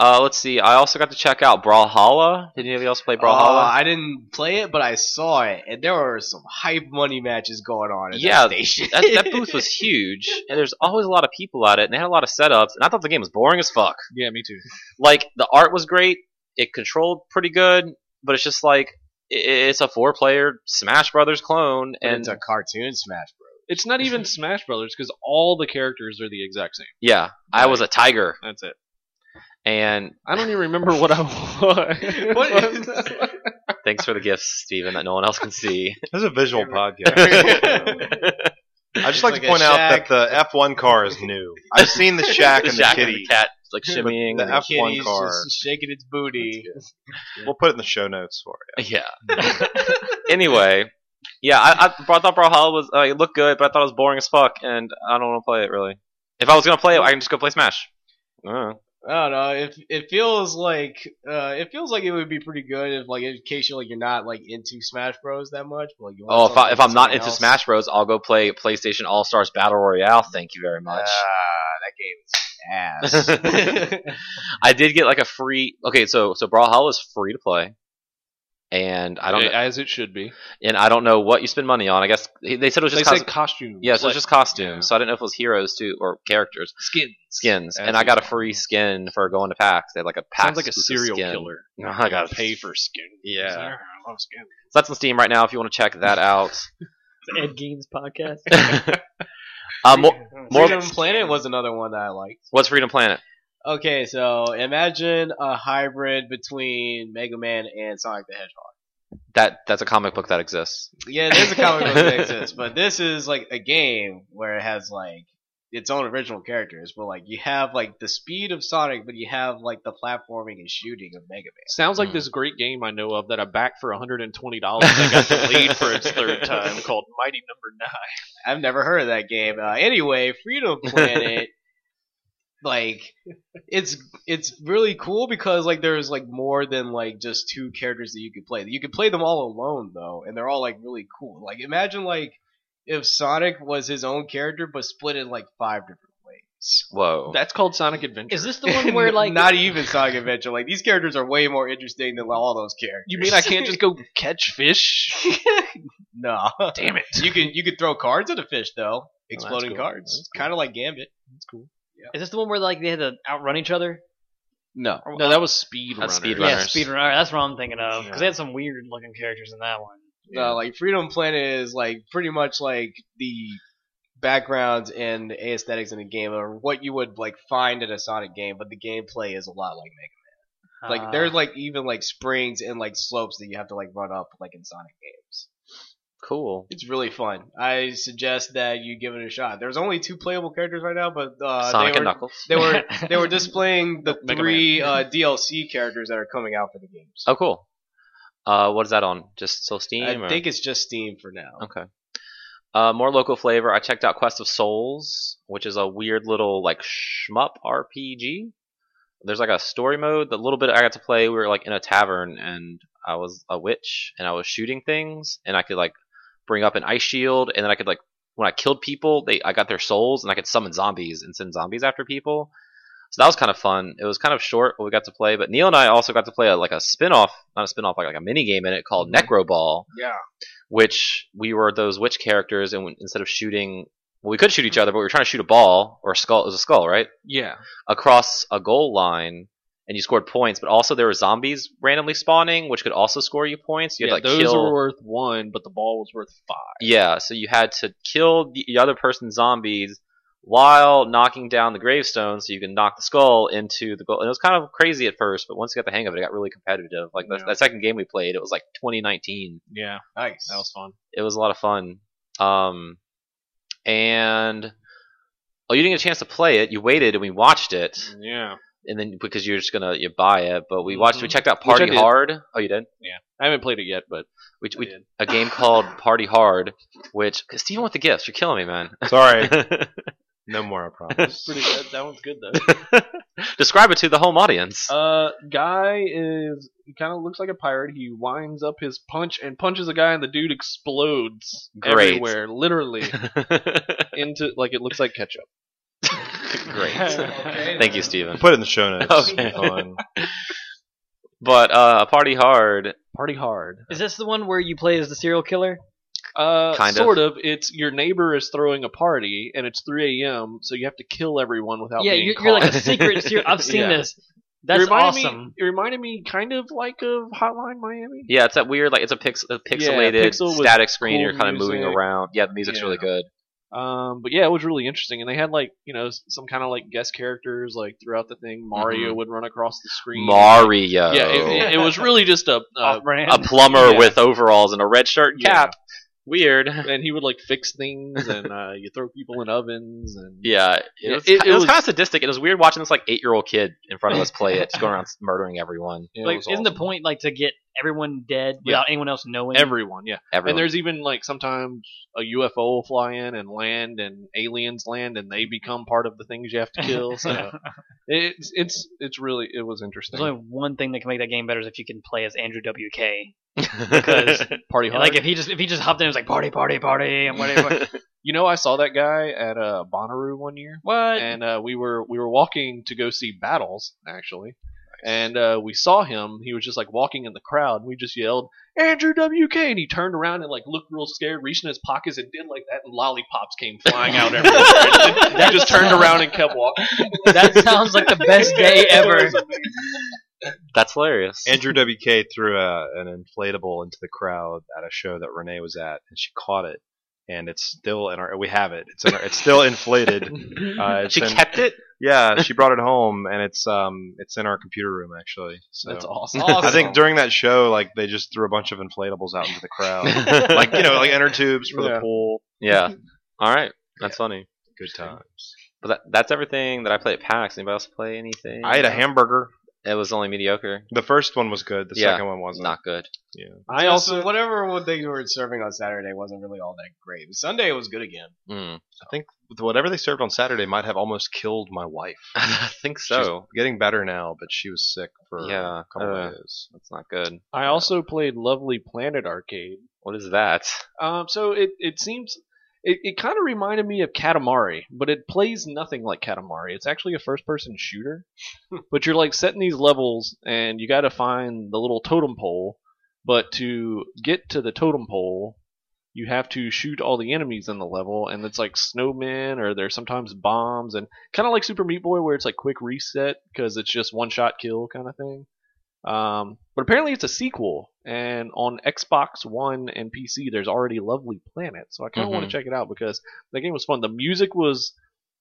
[SPEAKER 1] Uh, let's see. I also got to check out Brawlhalla. Did anybody else play
[SPEAKER 4] Uh,
[SPEAKER 1] Brawlhalla?
[SPEAKER 4] I didn't play it, but I saw it, and there were some hype money matches going on at
[SPEAKER 1] Yeah,
[SPEAKER 4] that station.
[SPEAKER 1] that, that booth was huge, and there's always a lot of people at it, and they had a lot of setups, and I thought the game was boring as fuck.
[SPEAKER 3] Yeah, me too.
[SPEAKER 1] Like the art was great, it controlled pretty good, but it's just like i- i- it's a four-player Smash Brothers clone,
[SPEAKER 4] But
[SPEAKER 1] and
[SPEAKER 4] it's a cartoon Smash Bros.
[SPEAKER 3] It's not even Smash Brothers because all the characters are the exact same.
[SPEAKER 1] yeah, I was a tiger,
[SPEAKER 3] That's it.
[SPEAKER 1] and
[SPEAKER 3] I don't even remember what I was.
[SPEAKER 4] What is-
[SPEAKER 1] thanks for the gifts, Steven, that no one else can see.
[SPEAKER 2] This is a visual
[SPEAKER 4] Yeah.
[SPEAKER 2] podcast. I just like,
[SPEAKER 4] Like
[SPEAKER 2] to
[SPEAKER 4] a
[SPEAKER 2] point out
[SPEAKER 4] shack.
[SPEAKER 2] that the F1 car is new. I've seen the shack and the
[SPEAKER 1] Jack
[SPEAKER 2] kitty.
[SPEAKER 1] cat like
[SPEAKER 2] But
[SPEAKER 1] shimmying.
[SPEAKER 2] the F- F1
[SPEAKER 4] Kitty's
[SPEAKER 2] car.
[SPEAKER 4] just shaking its booty.
[SPEAKER 2] We'll put it in the show notes for you.
[SPEAKER 1] yeah. anyway, yeah, I, I brought- I thought Brawlhalla was uh, it looked good, but I thought it was boring as fuck, and I don't want to play it really. If I was gonna play it, I can just go play Smash. Uh,
[SPEAKER 4] I don't know. It it feels like uh, it feels like it would be pretty good if like in case you're like you're not like into Smash Bros that much. But, like, you want
[SPEAKER 1] oh, if, I,
[SPEAKER 4] something
[SPEAKER 1] if I'm not
[SPEAKER 4] something
[SPEAKER 1] into
[SPEAKER 4] else.
[SPEAKER 1] Smash Bros, I'll go play PlayStation All Stars Battle Royale. Thank you very
[SPEAKER 4] Ah,
[SPEAKER 1] much.
[SPEAKER 4] that game is ass.
[SPEAKER 1] I did get like a free. Okay, so so Brawlhalla is free to play, and I don't know,
[SPEAKER 3] as it should be.
[SPEAKER 1] and I don't know what you spend money on. I guess they said it was
[SPEAKER 3] They
[SPEAKER 1] just
[SPEAKER 3] said
[SPEAKER 1] cos-
[SPEAKER 3] costumes.
[SPEAKER 1] yeah, so it was
[SPEAKER 3] like
[SPEAKER 1] just costumes. So I didn't know if it was heroes too or characters
[SPEAKER 3] skin.
[SPEAKER 1] skins.
[SPEAKER 3] As
[SPEAKER 1] and I got a
[SPEAKER 3] usual.
[SPEAKER 1] free skin for going to PAX. They had like a PAX
[SPEAKER 3] Sounds like a
[SPEAKER 1] exclusive
[SPEAKER 3] serial
[SPEAKER 1] skin.
[SPEAKER 3] killer.
[SPEAKER 1] No, I got
[SPEAKER 3] pay for skin.
[SPEAKER 1] Yeah.
[SPEAKER 3] I love skin.
[SPEAKER 1] So that's on Steam right now. If you want to check that out,
[SPEAKER 5] It's Ed Gein's podcast.
[SPEAKER 1] uh, more,
[SPEAKER 3] Hmm.
[SPEAKER 1] more-
[SPEAKER 4] Freedom Planet was another one that I liked.
[SPEAKER 1] what's Freedom Planet?
[SPEAKER 4] Okay, so imagine a hybrid between Mega Man and Sonic the Hedgehog.
[SPEAKER 1] That that's a comic book that exists.
[SPEAKER 4] Yeah, there's a comic book that exists, but this is like a game where it has like its own original characters, but like you have like the speed of Sonic, but you have like the platforming and shooting of Mega Man.
[SPEAKER 3] Sounds like
[SPEAKER 1] Hmm.
[SPEAKER 3] this great game I know of that I backed for $120 that got delayed for its third time called Mighty Number 9.
[SPEAKER 4] I've never heard of that game. Uh, anyway, Freedom Planet, like it's it's really cool because like there's like more than like just two characters that you could play. You could play them all alone though, and they're all like really cool. Like imagine like if Sonic was his own character but split in like five different ways.
[SPEAKER 1] Whoa.
[SPEAKER 3] That's called Sonic Adventure.
[SPEAKER 5] Is this the one where like
[SPEAKER 4] not
[SPEAKER 3] e-
[SPEAKER 4] even Sonic Adventure? Like these characters are way more interesting than all those characters.
[SPEAKER 3] you mean I can't just go catch fish?
[SPEAKER 4] no.
[SPEAKER 3] Damn it.
[SPEAKER 4] You can you can throw cards at a fish though. Exploding
[SPEAKER 3] cool.
[SPEAKER 4] cards.
[SPEAKER 3] That's cool.
[SPEAKER 4] Kind of like Gambit.
[SPEAKER 3] That's cool.
[SPEAKER 5] is this the one where like they had to outrun each other?
[SPEAKER 4] No.
[SPEAKER 1] Oh,
[SPEAKER 5] Or-
[SPEAKER 3] No, that was Speed
[SPEAKER 1] That's
[SPEAKER 3] Runner.
[SPEAKER 1] Speed
[SPEAKER 5] yeah,
[SPEAKER 1] Runners.
[SPEAKER 5] speedrun. All right, that's what I'm thinking of because
[SPEAKER 3] Yeah.
[SPEAKER 5] they had some weird looking characters in that one.
[SPEAKER 4] No, uh, like Freedom Planet is like pretty much like the backgrounds and aesthetics in a game or what you would like find in a Sonic game, but the gameplay is a lot like Mega Man.
[SPEAKER 1] Ah.
[SPEAKER 4] Like there's
[SPEAKER 5] Uh,
[SPEAKER 4] like even like springs and like slopes that you have to like run up like in Sonic games.
[SPEAKER 1] cool.
[SPEAKER 4] It's really fun. I suggest that you give it a shot. There's only two playable characters right now, but uh,
[SPEAKER 1] Sonic
[SPEAKER 4] they
[SPEAKER 1] and
[SPEAKER 4] were
[SPEAKER 1] Knuckles.
[SPEAKER 4] they were they were displaying the
[SPEAKER 3] Mega
[SPEAKER 4] three uh, DLC characters that are coming out for the games.
[SPEAKER 1] Oh, cool. Uh, what is that on? Just still Steam?
[SPEAKER 4] I
[SPEAKER 1] or-
[SPEAKER 4] think it's just Steam for now.
[SPEAKER 1] Okay. Uh, more local flavor. I checked out Quest of Souls, which is a weird little like shmup RPG. There's like a story mode. The little bit I got to play, we were like in a tavern, and I was a witch, and I was shooting things, and I could like bring up an ice shield, and then I could like when I killed people, they I got their souls, and I could summon zombies and send zombies after people. So that was kind of fun. It was kind of short what we got to play, but Neil and I also got to play a, like a spin-off, not a spin-off, like, like a mini game in it called Necro Ball which we were those witch characters, and when- instead of shooting, well, we could shoot each other, but we were trying to shoot a ball or a skull. It was a skull, right?
[SPEAKER 3] Yeah.
[SPEAKER 1] Across a goal line, and you scored points. But also there were zombies randomly spawning, which could also score you points. You had
[SPEAKER 3] yeah
[SPEAKER 1] to like
[SPEAKER 3] those
[SPEAKER 1] kill.
[SPEAKER 3] were worth one, but the ball was worth five.
[SPEAKER 1] Yeah, so you had to kill the the other person's zombies while knocking down the gravestone, so you can knock the skull into the goal. And it was kind of crazy at first, but once you got the hang of it, it got really competitive. Like the,
[SPEAKER 3] Yeah.
[SPEAKER 1] that second game we played, it was like 2019.
[SPEAKER 3] Yeah,
[SPEAKER 4] Nice.
[SPEAKER 3] that was fun.
[SPEAKER 1] it was a lot of fun. Um, and oh, you didn't get a chance to play it. You waited and we watched it,
[SPEAKER 3] Yeah.
[SPEAKER 1] and then because you're just gonna you buy it, but we watched. We
[SPEAKER 3] Mhm.
[SPEAKER 1] checked out
[SPEAKER 3] Which I
[SPEAKER 1] Party
[SPEAKER 3] did.
[SPEAKER 1] Hard. Oh, you did.
[SPEAKER 3] I haven't played it yet, but
[SPEAKER 1] We,
[SPEAKER 3] I
[SPEAKER 1] we
[SPEAKER 3] did.
[SPEAKER 1] a game called Party Hard, which because Steven with the gifts, you're killing me, man.
[SPEAKER 2] Sorry, no more. I promise.
[SPEAKER 3] pretty good. That one's good though.
[SPEAKER 1] Describe it to the home audience.
[SPEAKER 3] Uh, guy is he kind of looks like a pirate. He winds up his punch and punches a guy, and the dude explodes
[SPEAKER 1] Great.
[SPEAKER 3] everywhere, literally into like it looks like ketchup.
[SPEAKER 1] Great. Thank you, Steven.
[SPEAKER 2] Put it in the show notes.
[SPEAKER 1] Okay.
[SPEAKER 2] On-
[SPEAKER 1] But uh, Party Hard,
[SPEAKER 3] Party hard.
[SPEAKER 5] is this the one where you play as the serial killer?
[SPEAKER 3] Uh,
[SPEAKER 1] Kind of.
[SPEAKER 3] sort of. It's your neighbor is throwing a party, and it's 3 a.m., so you have to kill everyone without
[SPEAKER 5] yeah,
[SPEAKER 3] being
[SPEAKER 5] you're,
[SPEAKER 3] caught.
[SPEAKER 5] you're like a secret serial. I've seen
[SPEAKER 3] Yeah.
[SPEAKER 5] this. That's
[SPEAKER 3] it reminded
[SPEAKER 5] awesome.
[SPEAKER 3] Me, it reminded me kind of like of Hotline Miami.
[SPEAKER 1] Yeah, it's that weird, like it's a, pix- a pixelated
[SPEAKER 3] pixel with
[SPEAKER 1] static screen.
[SPEAKER 3] cool
[SPEAKER 1] you're kind of moving
[SPEAKER 3] music.
[SPEAKER 1] around. Yeah, the music's
[SPEAKER 3] Yeah.
[SPEAKER 1] really good.
[SPEAKER 3] Um, but yeah, it was really interesting, and they had like you know s- some kind of like guest characters like throughout the thing. Mario would run across the screen.
[SPEAKER 1] Mm-hmm. Mario.
[SPEAKER 3] Yeah, it, it was really just a, uh, a
[SPEAKER 5] Off-brand.
[SPEAKER 1] a plumber
[SPEAKER 3] Yeah.
[SPEAKER 1] with overalls and a red shirt and
[SPEAKER 3] Yeah.
[SPEAKER 1] cap. Weird.
[SPEAKER 3] and he would like fix things, and uh, you throw people in ovens, and
[SPEAKER 1] Yeah, it
[SPEAKER 3] It-
[SPEAKER 1] was,
[SPEAKER 3] it-
[SPEAKER 1] ki-
[SPEAKER 3] it
[SPEAKER 1] it was
[SPEAKER 3] was-
[SPEAKER 1] kind of sadistic. It was weird watching this like eight year old kid in front of us play it, just going around murdering everyone.
[SPEAKER 3] Yeah, it
[SPEAKER 5] like,
[SPEAKER 3] was
[SPEAKER 5] isn't the point like to get everyone dead
[SPEAKER 3] Yeah.
[SPEAKER 5] without anyone else knowing.
[SPEAKER 3] Everyone, yeah.
[SPEAKER 1] Everyone.
[SPEAKER 3] And there's even like sometimes a UFO will fly in and land, and aliens land, and they become part of the things you have to kill. So it's it's it's really it was interesting.
[SPEAKER 5] There's only one thing that can make that game better is if you can play as Andrew WK. Because
[SPEAKER 3] Party
[SPEAKER 5] and,
[SPEAKER 3] hard.
[SPEAKER 5] like if he just if he just hopped in and was like party party party and whatever.
[SPEAKER 3] you know, I saw that guy at uh, Bonnaroo one year,
[SPEAKER 5] what?
[SPEAKER 3] and uh, we were we were walking to go see battles actually, and uh, we saw him. He was just like walking in the crowd, and we just yelled Andrew WK, and he turned around and like looked real scared, reached in his pockets and did like that, and lollipops came flying out everywhere. And he just turned around and kept walking.
[SPEAKER 5] that sounds like the best day ever.
[SPEAKER 1] That's hilarious.
[SPEAKER 2] Andrew WK threw a, an inflatable into the crowd at a show that Renee was at, and she caught it. And it's still in our. We have it. It's in our, it's still inflated. Uh, it's
[SPEAKER 1] she
[SPEAKER 2] in-
[SPEAKER 1] kept it.
[SPEAKER 2] Yeah, she brought it home, and it's um it's in our computer room actually. So
[SPEAKER 3] That's awesome.
[SPEAKER 2] I think during that show, like they just threw a bunch of inflatables out into the crowd, like you know, like inner tubes for
[SPEAKER 3] Yeah.
[SPEAKER 2] the pool.
[SPEAKER 1] yeah. All right. That's funny.
[SPEAKER 2] Good times.
[SPEAKER 1] But that, that's everything that I play at PAX. Anybody else play anything?
[SPEAKER 2] I ate a hamburger.
[SPEAKER 1] It was only mediocre.
[SPEAKER 2] The first one was good. The
[SPEAKER 1] Yeah,
[SPEAKER 2] second one wasn't.
[SPEAKER 1] Not good.
[SPEAKER 3] I
[SPEAKER 4] also
[SPEAKER 2] uh,
[SPEAKER 3] also
[SPEAKER 4] whatever one they were serving on Saturday wasn't really all that great. But Sunday was good again.
[SPEAKER 1] Mm.
[SPEAKER 2] I think whatever they served on Saturday might have almost killed my wife.
[SPEAKER 1] I think so.
[SPEAKER 2] She's getting better now, but she was sick for
[SPEAKER 1] Yeah,
[SPEAKER 2] a couple
[SPEAKER 1] uh,
[SPEAKER 2] of days.
[SPEAKER 1] That's not good.
[SPEAKER 3] I also played Lovely Planet Arcade.
[SPEAKER 1] What is that?
[SPEAKER 3] Um, so it it seems it, it kind of reminded me of Katamari, but it plays nothing like Katamari. It's actually a first person shooter, but you're like setting these levels and you got to find the little totem pole. But to get to the totem pole, you have to shoot all the enemies in the level, and it's like snowmen or there's sometimes bombs and kind of like Super Meat Boy where it's like quick reset because it's just one shot kill kind of thing. Um, but apparently it's a sequel, and on Xbox One and PC, there's already Lovely Planet, so I kind of want
[SPEAKER 1] Mhm.
[SPEAKER 3] to check it out because that game was fun. The music was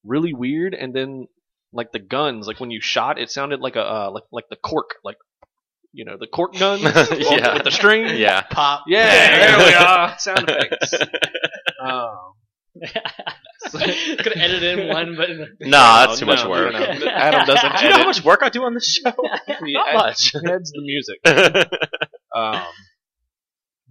[SPEAKER 3] really weird, and then like the guns, like when you shot, it sounded like a uh, like like the cork, like you know the cork guns
[SPEAKER 1] Yeah.
[SPEAKER 3] with the string.
[SPEAKER 1] Yeah.
[SPEAKER 4] Pop.
[SPEAKER 3] Yeah, there we are. Sound effects. Um,
[SPEAKER 5] Could edit in one, but
[SPEAKER 1] Nah, that's too much
[SPEAKER 3] no,
[SPEAKER 1] work.
[SPEAKER 3] no, no. Adam doesn't
[SPEAKER 1] Do you know how
[SPEAKER 3] edit.
[SPEAKER 1] much work I do on this show?
[SPEAKER 3] He
[SPEAKER 1] Not
[SPEAKER 3] ed-
[SPEAKER 1] much.
[SPEAKER 3] Heads the music. Um,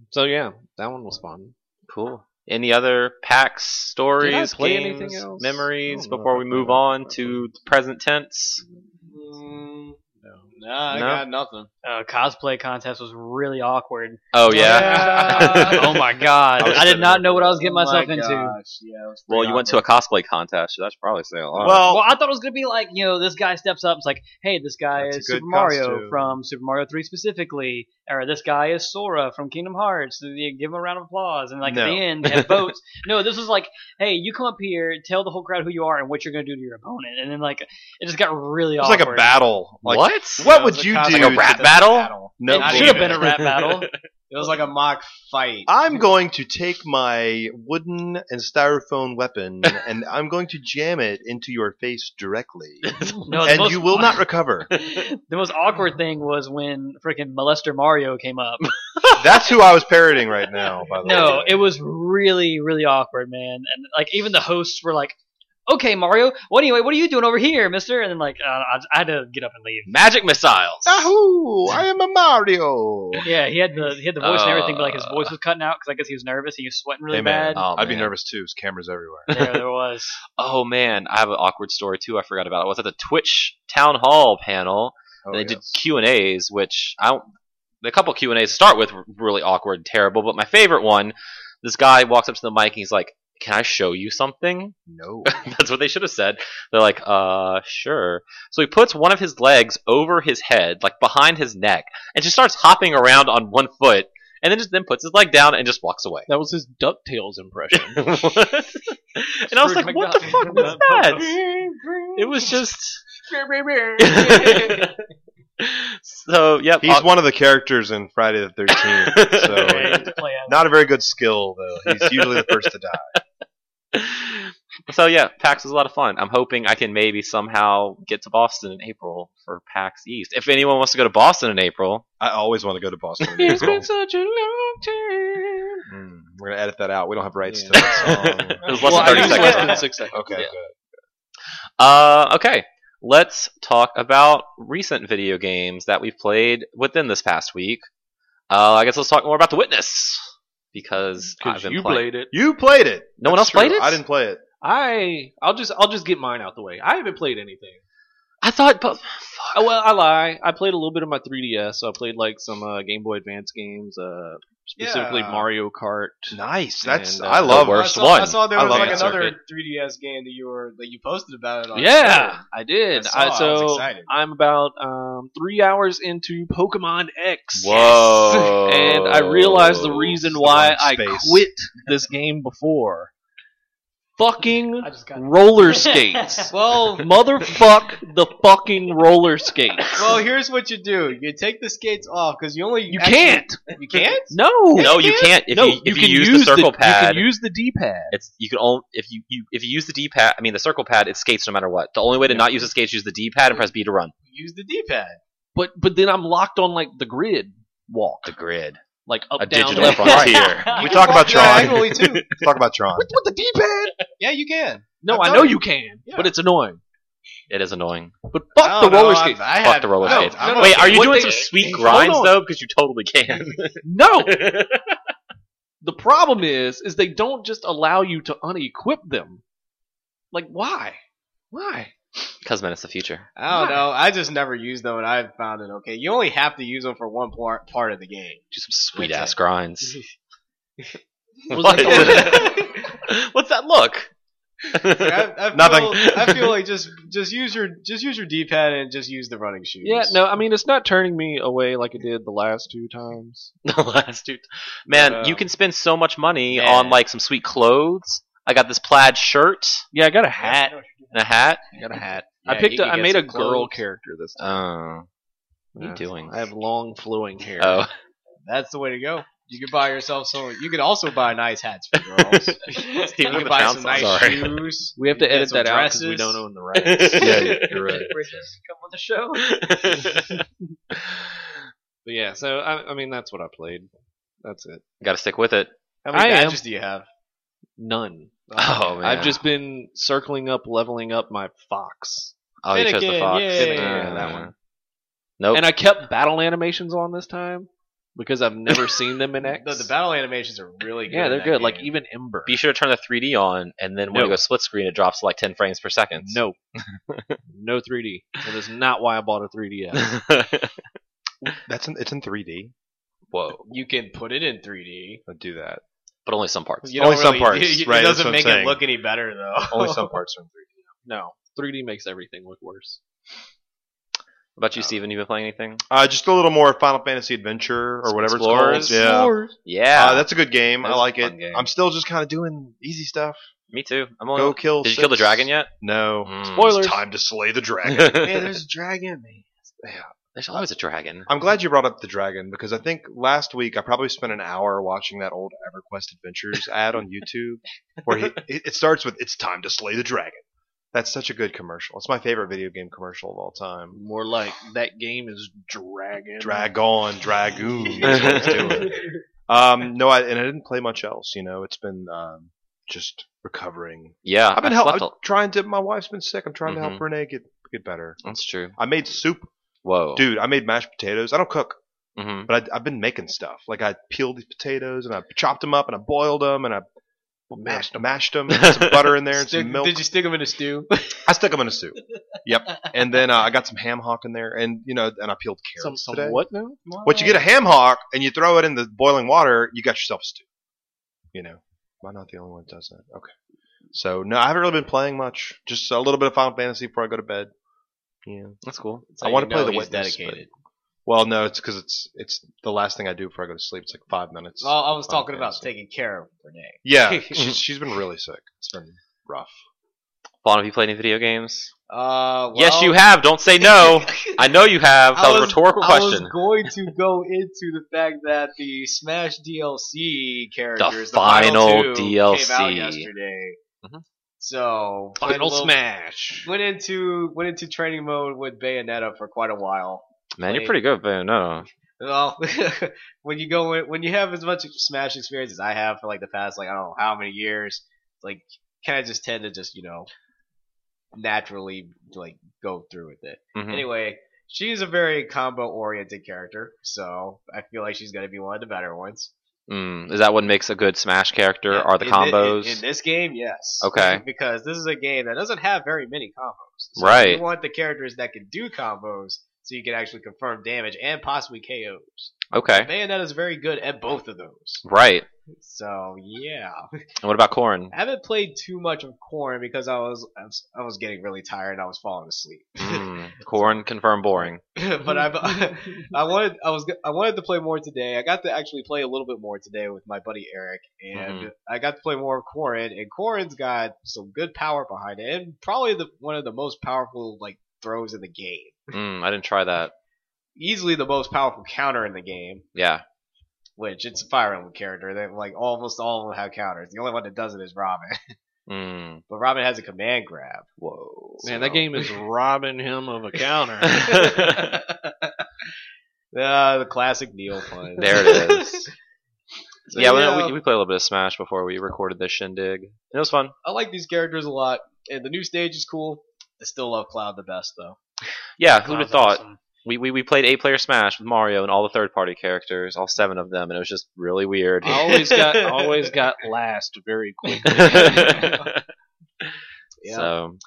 [SPEAKER 3] so yeah, that one was fun.
[SPEAKER 1] cool. Any other packs, stories,
[SPEAKER 3] play
[SPEAKER 1] games,
[SPEAKER 3] anything else? I
[SPEAKER 1] memories
[SPEAKER 3] don't know
[SPEAKER 1] before
[SPEAKER 3] if I
[SPEAKER 1] we
[SPEAKER 3] played
[SPEAKER 1] move
[SPEAKER 3] anything.
[SPEAKER 1] on to the present tense?
[SPEAKER 4] Mm, no, nah, I
[SPEAKER 1] No?
[SPEAKER 4] got nothing.
[SPEAKER 5] uh, cosplay contest was really awkward.
[SPEAKER 1] Oh yeah.
[SPEAKER 4] Yeah.
[SPEAKER 5] oh my god,
[SPEAKER 2] I was
[SPEAKER 5] I did not
[SPEAKER 2] sitting
[SPEAKER 5] know what I was getting
[SPEAKER 4] Oh my
[SPEAKER 5] myself into.
[SPEAKER 4] gosh, yeah, it was
[SPEAKER 1] Well,
[SPEAKER 4] pretty
[SPEAKER 1] you went to a
[SPEAKER 4] awkward.
[SPEAKER 1] cosplay contest. So that's probably saying a lot.
[SPEAKER 2] Well,
[SPEAKER 5] Well, I thought it was gonna be like you know this guy steps up, it's like, hey, this guy
[SPEAKER 2] That's a
[SPEAKER 5] is
[SPEAKER 2] good
[SPEAKER 5] Super Mario
[SPEAKER 2] costume.
[SPEAKER 5] from Super Mario Three specifically, or this guy is Sora from Kingdom Hearts. So you give him a round of applause, and like at
[SPEAKER 2] No.
[SPEAKER 5] the end they have votes. no, this was like, hey, you come up here, tell the whole crowd who you are and what you're gonna do to your opponent, and then like it just got really
[SPEAKER 2] it was
[SPEAKER 5] awkward.
[SPEAKER 2] like a battle. Like,
[SPEAKER 1] what?
[SPEAKER 2] What
[SPEAKER 4] It
[SPEAKER 2] would
[SPEAKER 4] was
[SPEAKER 2] you
[SPEAKER 4] cosplay
[SPEAKER 2] do?
[SPEAKER 1] Like a rap
[SPEAKER 2] to-
[SPEAKER 1] battle?
[SPEAKER 2] No,
[SPEAKER 5] It should have been a rap battle.
[SPEAKER 4] It was like a mock fight.
[SPEAKER 2] I'm going to take my wooden and styrofoam weapon and I'm going to jam it into your face directly.
[SPEAKER 5] No, the
[SPEAKER 2] and
[SPEAKER 5] most-
[SPEAKER 2] you will not recover.
[SPEAKER 5] the most awkward thing was when freaking molester Mario came up.
[SPEAKER 2] That's who I was parroting right now, by the
[SPEAKER 5] No,
[SPEAKER 2] way.
[SPEAKER 5] it was really, really awkward, man. And like even the hosts were like, "Okay, Mario. Well, anyway, what are you doing over here, Mister?" And then like uh, I, I had to get up and leave.
[SPEAKER 1] Magic missiles.
[SPEAKER 2] Ahoo! I am a Mario!
[SPEAKER 5] Yeah, he had the he had the voice and everything, but like his
[SPEAKER 1] Uh.
[SPEAKER 5] voice was cutting out because I guess he was nervous. He was sweating really
[SPEAKER 2] Hey, man.
[SPEAKER 5] bad.
[SPEAKER 1] Oh,
[SPEAKER 2] I'd be
[SPEAKER 1] man.
[SPEAKER 2] nervous too, 'cause cameras everywhere.
[SPEAKER 5] there, there was.
[SPEAKER 1] Oh man, I have an awkward story too. I forgot about. it. I was at the Twitch town hall panel,
[SPEAKER 2] Oh,
[SPEAKER 1] and they
[SPEAKER 2] yes.
[SPEAKER 1] did Q and A's, which I don't- a couple Q and A's to start with were really awkward and terrible. But my favorite one, this guy walks up to the mic and he's like, "Can I show you something?"
[SPEAKER 2] No.
[SPEAKER 1] That's what they should have said. They're like, "Uh, sure." So he puts one of his legs over his head, like behind his neck, and just starts hopping around on one foot, and then just then puts his leg down and just walks away.
[SPEAKER 3] That was his Ducktales impression.
[SPEAKER 1] and I was like, "What the fuck was that?" It was just. so yep,
[SPEAKER 2] He's
[SPEAKER 1] uh,
[SPEAKER 2] one of the characters in Friday the 13th, so
[SPEAKER 5] Yeah, play out.
[SPEAKER 2] not a very good skill, though. He's usually the first to die.
[SPEAKER 1] so yeah, PAX was a lot of fun. I'm hoping I can maybe somehow get to Boston in April for PAX East. If anyone wants to go to Boston in April,
[SPEAKER 2] I always want to go to Boston. in
[SPEAKER 3] it's
[SPEAKER 2] April.
[SPEAKER 3] been such a long time.
[SPEAKER 2] Mm, we're gonna edit that out. We don't have rights
[SPEAKER 3] Yeah.
[SPEAKER 2] to that
[SPEAKER 1] it
[SPEAKER 2] song.
[SPEAKER 1] was less
[SPEAKER 3] Well, I
[SPEAKER 1] than
[SPEAKER 3] think
[SPEAKER 1] 30
[SPEAKER 3] it's
[SPEAKER 1] seconds.
[SPEAKER 3] less than six seconds.
[SPEAKER 2] okay,
[SPEAKER 1] Yeah.
[SPEAKER 2] good.
[SPEAKER 1] Uh, okay, let's talk about recent video games that we've played within this past week. Uh, I guess let's talk more about The Witness because I've
[SPEAKER 3] because
[SPEAKER 1] been
[SPEAKER 3] you
[SPEAKER 1] playing.
[SPEAKER 3] played it.
[SPEAKER 2] You played it.
[SPEAKER 1] No one
[SPEAKER 2] That's
[SPEAKER 1] else played
[SPEAKER 2] true.
[SPEAKER 1] it?
[SPEAKER 2] I didn't play it.
[SPEAKER 3] I I'll just I'll just get mine out the way. I haven't played anything.
[SPEAKER 1] I thought, but
[SPEAKER 3] Oh, well, I lie. I played a little bit of my 3DS. So I played like some uh, Game Boy Advance games, uh, specifically
[SPEAKER 4] Yeah.
[SPEAKER 3] Mario Kart.
[SPEAKER 2] Nice. That's
[SPEAKER 3] And, uh,
[SPEAKER 2] I love
[SPEAKER 1] the
[SPEAKER 2] it.
[SPEAKER 1] worst
[SPEAKER 4] I saw,
[SPEAKER 1] one.
[SPEAKER 4] I saw there
[SPEAKER 2] I
[SPEAKER 4] was
[SPEAKER 2] love
[SPEAKER 4] like
[SPEAKER 2] that
[SPEAKER 4] another
[SPEAKER 1] circuit.
[SPEAKER 4] 3DS game that you were that you posted about it on.
[SPEAKER 3] Yeah, I did.
[SPEAKER 4] I saw,
[SPEAKER 3] I,
[SPEAKER 4] I was
[SPEAKER 3] so
[SPEAKER 4] excited.
[SPEAKER 3] I'm about um, three hours into Pokemon X.
[SPEAKER 1] Whoa.
[SPEAKER 3] And I realized the reason
[SPEAKER 1] Oh,
[SPEAKER 3] why
[SPEAKER 2] It's
[SPEAKER 3] I
[SPEAKER 2] the wrong space.
[SPEAKER 3] quit this game before. Fucking
[SPEAKER 5] I just got
[SPEAKER 3] roller skates.
[SPEAKER 4] Well,
[SPEAKER 3] Motherfuck the fucking roller skates.
[SPEAKER 4] well, here's what you do: you take the skates off because you only
[SPEAKER 3] You
[SPEAKER 4] actually-
[SPEAKER 3] can't.
[SPEAKER 4] You can't.
[SPEAKER 3] No.
[SPEAKER 1] no, you can't. If
[SPEAKER 3] no,
[SPEAKER 1] you, if you, use, the circle pad,
[SPEAKER 3] You can use the D-pad.
[SPEAKER 1] it's you can only if you, you if you use the D pad. I mean the circle pad, it skates no matter what. The only way to not use the skates, is use the D pad and press B to run.
[SPEAKER 4] Use the D-pad.
[SPEAKER 3] But but then I'm locked on like the grid walk,
[SPEAKER 1] The grid,
[SPEAKER 3] like up
[SPEAKER 1] a
[SPEAKER 3] down
[SPEAKER 1] digital
[SPEAKER 3] left right.
[SPEAKER 1] frontier.
[SPEAKER 2] We talk about Tron.
[SPEAKER 4] diagonally too.
[SPEAKER 2] Let's talk about Tron.
[SPEAKER 3] With the D-pad?
[SPEAKER 4] Yeah, you can.
[SPEAKER 3] No,
[SPEAKER 4] I
[SPEAKER 3] I
[SPEAKER 4] thought
[SPEAKER 3] know
[SPEAKER 4] you-
[SPEAKER 3] you can,
[SPEAKER 4] Yeah.
[SPEAKER 3] but it's annoying.
[SPEAKER 1] It is annoying.
[SPEAKER 3] But fuck the roller skates.
[SPEAKER 4] I, I
[SPEAKER 1] Fuck
[SPEAKER 4] had-
[SPEAKER 1] the roller
[SPEAKER 4] no,
[SPEAKER 1] skates.
[SPEAKER 4] I'm
[SPEAKER 1] Wait,
[SPEAKER 4] okay.
[SPEAKER 1] are you
[SPEAKER 3] What
[SPEAKER 1] doing
[SPEAKER 3] they-
[SPEAKER 1] some sweet
[SPEAKER 3] Hold
[SPEAKER 1] grinds
[SPEAKER 3] on.
[SPEAKER 1] though? Because you totally can.
[SPEAKER 3] No. the problem is, is they don't just allow you to unequip them. Like why? Why?
[SPEAKER 1] Because man, it's the future.
[SPEAKER 4] I don't know. I just never used them, and I found it okay. You only have to use them for one par- part of the game.
[SPEAKER 1] Do some sweet ass
[SPEAKER 4] That's it.
[SPEAKER 1] grinds.
[SPEAKER 3] Was
[SPEAKER 1] What?
[SPEAKER 3] like-
[SPEAKER 1] What's that look?
[SPEAKER 4] Like, I, I
[SPEAKER 1] Nothing.
[SPEAKER 4] Feel, I feel like just just use your just use your D-pad and just use the running shoes.
[SPEAKER 3] yeah, no, I mean it's not turning me away like it did the last two times.
[SPEAKER 1] the last two. Man,
[SPEAKER 4] Wow.
[SPEAKER 1] you can spend so much money
[SPEAKER 4] Man.
[SPEAKER 1] on like some sweet clothes. I got this plaid shirt
[SPEAKER 3] Yeah, I got a hat.
[SPEAKER 1] and a hat.
[SPEAKER 3] I got a hat.
[SPEAKER 4] Yeah,
[SPEAKER 3] I picked.
[SPEAKER 4] you
[SPEAKER 3] A,
[SPEAKER 4] can
[SPEAKER 3] I
[SPEAKER 4] get
[SPEAKER 3] made a
[SPEAKER 4] some
[SPEAKER 3] girl
[SPEAKER 4] clothes.
[SPEAKER 3] character this time.
[SPEAKER 1] Oh, what are
[SPEAKER 3] Yeah.
[SPEAKER 1] you doing?
[SPEAKER 3] I have long flowing hair.
[SPEAKER 1] Oh,
[SPEAKER 4] That's the way to go. You can buy yourself some. You can also buy nice hats for girls. you
[SPEAKER 1] Stephen
[SPEAKER 4] can
[SPEAKER 1] with
[SPEAKER 4] buy
[SPEAKER 1] the
[SPEAKER 4] some
[SPEAKER 1] pound
[SPEAKER 4] nice
[SPEAKER 1] sign. Sorry.
[SPEAKER 4] shoes.
[SPEAKER 3] we have
[SPEAKER 4] You
[SPEAKER 3] to
[SPEAKER 4] can get
[SPEAKER 3] edit
[SPEAKER 4] some
[SPEAKER 3] that out because we
[SPEAKER 4] dresses.
[SPEAKER 3] don't own the rights.
[SPEAKER 2] Yeah, you're right.
[SPEAKER 5] Come on the show.
[SPEAKER 3] But yeah, so I, I mean that's what I played. That's it.
[SPEAKER 1] Got to stick with it.
[SPEAKER 4] How many
[SPEAKER 3] I am.
[SPEAKER 4] badges do you have?
[SPEAKER 3] None.
[SPEAKER 1] Oh man,
[SPEAKER 3] I've just been circling up, leveling up my fox.
[SPEAKER 1] oh you chose the
[SPEAKER 4] Finnegan,
[SPEAKER 1] fox.
[SPEAKER 4] yeah,
[SPEAKER 3] yeah,
[SPEAKER 1] Uh,
[SPEAKER 3] that one.
[SPEAKER 1] Nope.
[SPEAKER 4] Oh.
[SPEAKER 3] And I kept battle animations on this time because I've never seen them in X.
[SPEAKER 4] No, the battle animations are really good.
[SPEAKER 3] yeah,
[SPEAKER 4] in
[SPEAKER 3] they're
[SPEAKER 4] that
[SPEAKER 3] good. Like
[SPEAKER 4] game.
[SPEAKER 3] even Ember.
[SPEAKER 1] Be sure to turn the 3D on, and then when you
[SPEAKER 3] No.
[SPEAKER 1] go split screen, it drops to like 10 frames per second.
[SPEAKER 3] No, no 3D. That is not why I bought a 3DS.
[SPEAKER 2] That's in, it's in 3D.
[SPEAKER 1] Whoa,
[SPEAKER 4] you can put it in 3D.
[SPEAKER 2] Don't do that.
[SPEAKER 1] but only some parts.
[SPEAKER 4] You
[SPEAKER 2] Only
[SPEAKER 4] don't
[SPEAKER 2] some
[SPEAKER 4] really-
[SPEAKER 2] parts,
[SPEAKER 4] It, it
[SPEAKER 2] right, that's
[SPEAKER 4] doesn't
[SPEAKER 2] what I'm
[SPEAKER 4] make it
[SPEAKER 2] saying.
[SPEAKER 4] look any better though.
[SPEAKER 2] Only some parts are in 3D.
[SPEAKER 3] No, 3D makes everything look worse.
[SPEAKER 1] What about you, Steven? You been playing anything?
[SPEAKER 2] Uh, just a little more Final Fantasy Adventure or whatever
[SPEAKER 1] Explorers.
[SPEAKER 2] it's called. Yeah.
[SPEAKER 1] Yeah,
[SPEAKER 2] Uh, that's a good game.
[SPEAKER 1] That
[SPEAKER 2] I
[SPEAKER 1] is a
[SPEAKER 2] like
[SPEAKER 1] fun
[SPEAKER 2] it.
[SPEAKER 1] game.
[SPEAKER 2] I'm still just kind of doing easy stuff.
[SPEAKER 1] me too. I'm
[SPEAKER 2] Go
[SPEAKER 1] only.
[SPEAKER 2] kill.
[SPEAKER 1] Did you kill the
[SPEAKER 2] six.
[SPEAKER 1] dragon yet? Hmm.
[SPEAKER 2] No.
[SPEAKER 3] Spoilers.
[SPEAKER 2] It's time to slay the dragon.
[SPEAKER 4] Man,
[SPEAKER 1] There's
[SPEAKER 4] there's a dragon. Man.
[SPEAKER 1] always a dragon.
[SPEAKER 2] I'm glad you brought up the dragon because I think last week I probably spent an hour watching that old EverQuest Adventures ad on YouTube where he, it it starts with "It's time to slay the dragon." That's such a good commercial. It's my favorite video game commercial of all time.
[SPEAKER 3] More like that game is dragon.
[SPEAKER 2] Dragon, dragoon. That's what it's doing. Um, no, I, and I didn't play much else. You know, it's been um, just recovering.
[SPEAKER 1] Yeah,
[SPEAKER 2] I've been
[SPEAKER 1] I
[SPEAKER 2] help,
[SPEAKER 1] slept
[SPEAKER 2] I'm
[SPEAKER 1] a-
[SPEAKER 2] trying to. My wife's been sick. I'm trying to
[SPEAKER 1] Mhm.
[SPEAKER 2] help Renee get get better.
[SPEAKER 1] That's true.
[SPEAKER 2] I made soup,
[SPEAKER 1] Whoa,
[SPEAKER 2] dude. I made mashed potatoes. I don't cook.
[SPEAKER 1] hmm
[SPEAKER 2] but I, I've been making stuff. Like I peeled these potatoes and I chopped them up and I boiled them and I mashed them, mashed them and some butter in there and
[SPEAKER 4] Stick-
[SPEAKER 2] some milk.
[SPEAKER 4] Did you stick them in a stew?
[SPEAKER 2] I stuck them in a soup. Yep. And then uh, I got some ham hock in there and you know and I peeled
[SPEAKER 3] Some,
[SPEAKER 2] carrots
[SPEAKER 3] some
[SPEAKER 2] today.
[SPEAKER 3] what now?
[SPEAKER 2] What you get a ham hock and you throw it in the boiling water, you got yourself a stew. You know, am I not the only one that does that? Okay. So no, I haven't really been playing much. Just a little bit of Final Fantasy before I go to bed. Yeah.
[SPEAKER 1] That's cool.
[SPEAKER 2] I want to play the
[SPEAKER 4] he's
[SPEAKER 2] Witness. but-
[SPEAKER 4] dedicated.
[SPEAKER 2] Well, no, it's because it's it's the last thing I do before I go to sleep. It's like five minutes.
[SPEAKER 4] Well, I was
[SPEAKER 2] Final
[SPEAKER 4] talking about
[SPEAKER 2] Fantasy.
[SPEAKER 4] taking care of Renee.
[SPEAKER 2] Yeah, she's, she's been really sick. It's been rough.
[SPEAKER 1] Vaughn, have you played any video games?
[SPEAKER 4] Uh, well,
[SPEAKER 1] yes, you have. Don't say no. I know you have. That
[SPEAKER 4] I
[SPEAKER 1] was,
[SPEAKER 4] was-
[SPEAKER 1] a rhetorical
[SPEAKER 4] I was
[SPEAKER 1] question.
[SPEAKER 4] going to go into the fact that the Smash DLC characters, the,
[SPEAKER 1] final
[SPEAKER 4] two,
[SPEAKER 1] DLC.
[SPEAKER 4] came out yesterday.
[SPEAKER 1] Mhm.
[SPEAKER 4] So put a
[SPEAKER 3] Final
[SPEAKER 4] little-
[SPEAKER 3] Smash.
[SPEAKER 4] Went into went into training mode with Bayonetta for quite a while.
[SPEAKER 1] Man, you're pretty
[SPEAKER 4] played-
[SPEAKER 1] good, but no.
[SPEAKER 4] Well, when you go in, when you have as much Smash experience as I have for like the past like I don't know how many years, like kind of just tend to just you know naturally like go through with it.
[SPEAKER 1] Mhm.
[SPEAKER 4] Anyway,
[SPEAKER 3] she's a very combo oriented character, so I feel like she's gonna be one of the better ones.
[SPEAKER 1] Mm, is that what makes a good Smash character?
[SPEAKER 3] Yeah,
[SPEAKER 1] Are the
[SPEAKER 3] in thi- in-
[SPEAKER 1] combos?
[SPEAKER 3] in, this game? Yes.
[SPEAKER 1] Okay.
[SPEAKER 3] Because this is a game that doesn't have very many combos. So
[SPEAKER 1] Right.
[SPEAKER 3] You want the characters that can do combos, so you can actually confirm damage and possibly KOs.
[SPEAKER 1] okay,
[SPEAKER 3] Bayonetta is very good at both of those.
[SPEAKER 1] right.
[SPEAKER 3] So yeah,
[SPEAKER 1] And what about Corrin?
[SPEAKER 3] I haven't played too much of Corn because I was I was, I was getting really tired. and I was falling asleep.
[SPEAKER 1] Mm, Corrin confirmed boring. Mm-hmm.
[SPEAKER 3] but I've I wanted I was I wanted to play more today. I got to actually play a little bit more today with my buddy Eric, and I got to play more of Corrin. And Corrin's got some good power behind it, and probably the one of the most powerful like throws in the game.
[SPEAKER 1] Mm, I didn't try that.
[SPEAKER 3] Easily the most powerful counter in the game,
[SPEAKER 1] Yeah.
[SPEAKER 3] which it's a Fire Emblem character. That like almost all of them have counters. The only one that doesn't is Robin,
[SPEAKER 1] Mm.
[SPEAKER 3] but Robin has a command grab. Whoa,
[SPEAKER 7] Man, that game is robbing him of a counter.
[SPEAKER 3] Uh, the classic Neil pun.
[SPEAKER 1] There it is.
[SPEAKER 3] So,
[SPEAKER 1] yeah,
[SPEAKER 3] you
[SPEAKER 1] we-
[SPEAKER 3] know,
[SPEAKER 1] we, we played a little bit of Smash before we recorded this shindig. And It was fun.
[SPEAKER 3] I like these characters a lot, and the new stage is cool. I still love Cloud the best though.
[SPEAKER 1] Yeah, who'd have
[SPEAKER 5] Cloud's
[SPEAKER 1] thought?
[SPEAKER 5] awesome.
[SPEAKER 1] We, we, we played eight player Smash with Mario and all the third party characters, all seven of them, and it was just really weird.
[SPEAKER 3] Oh,
[SPEAKER 7] I always got I always got last very quickly.
[SPEAKER 1] So,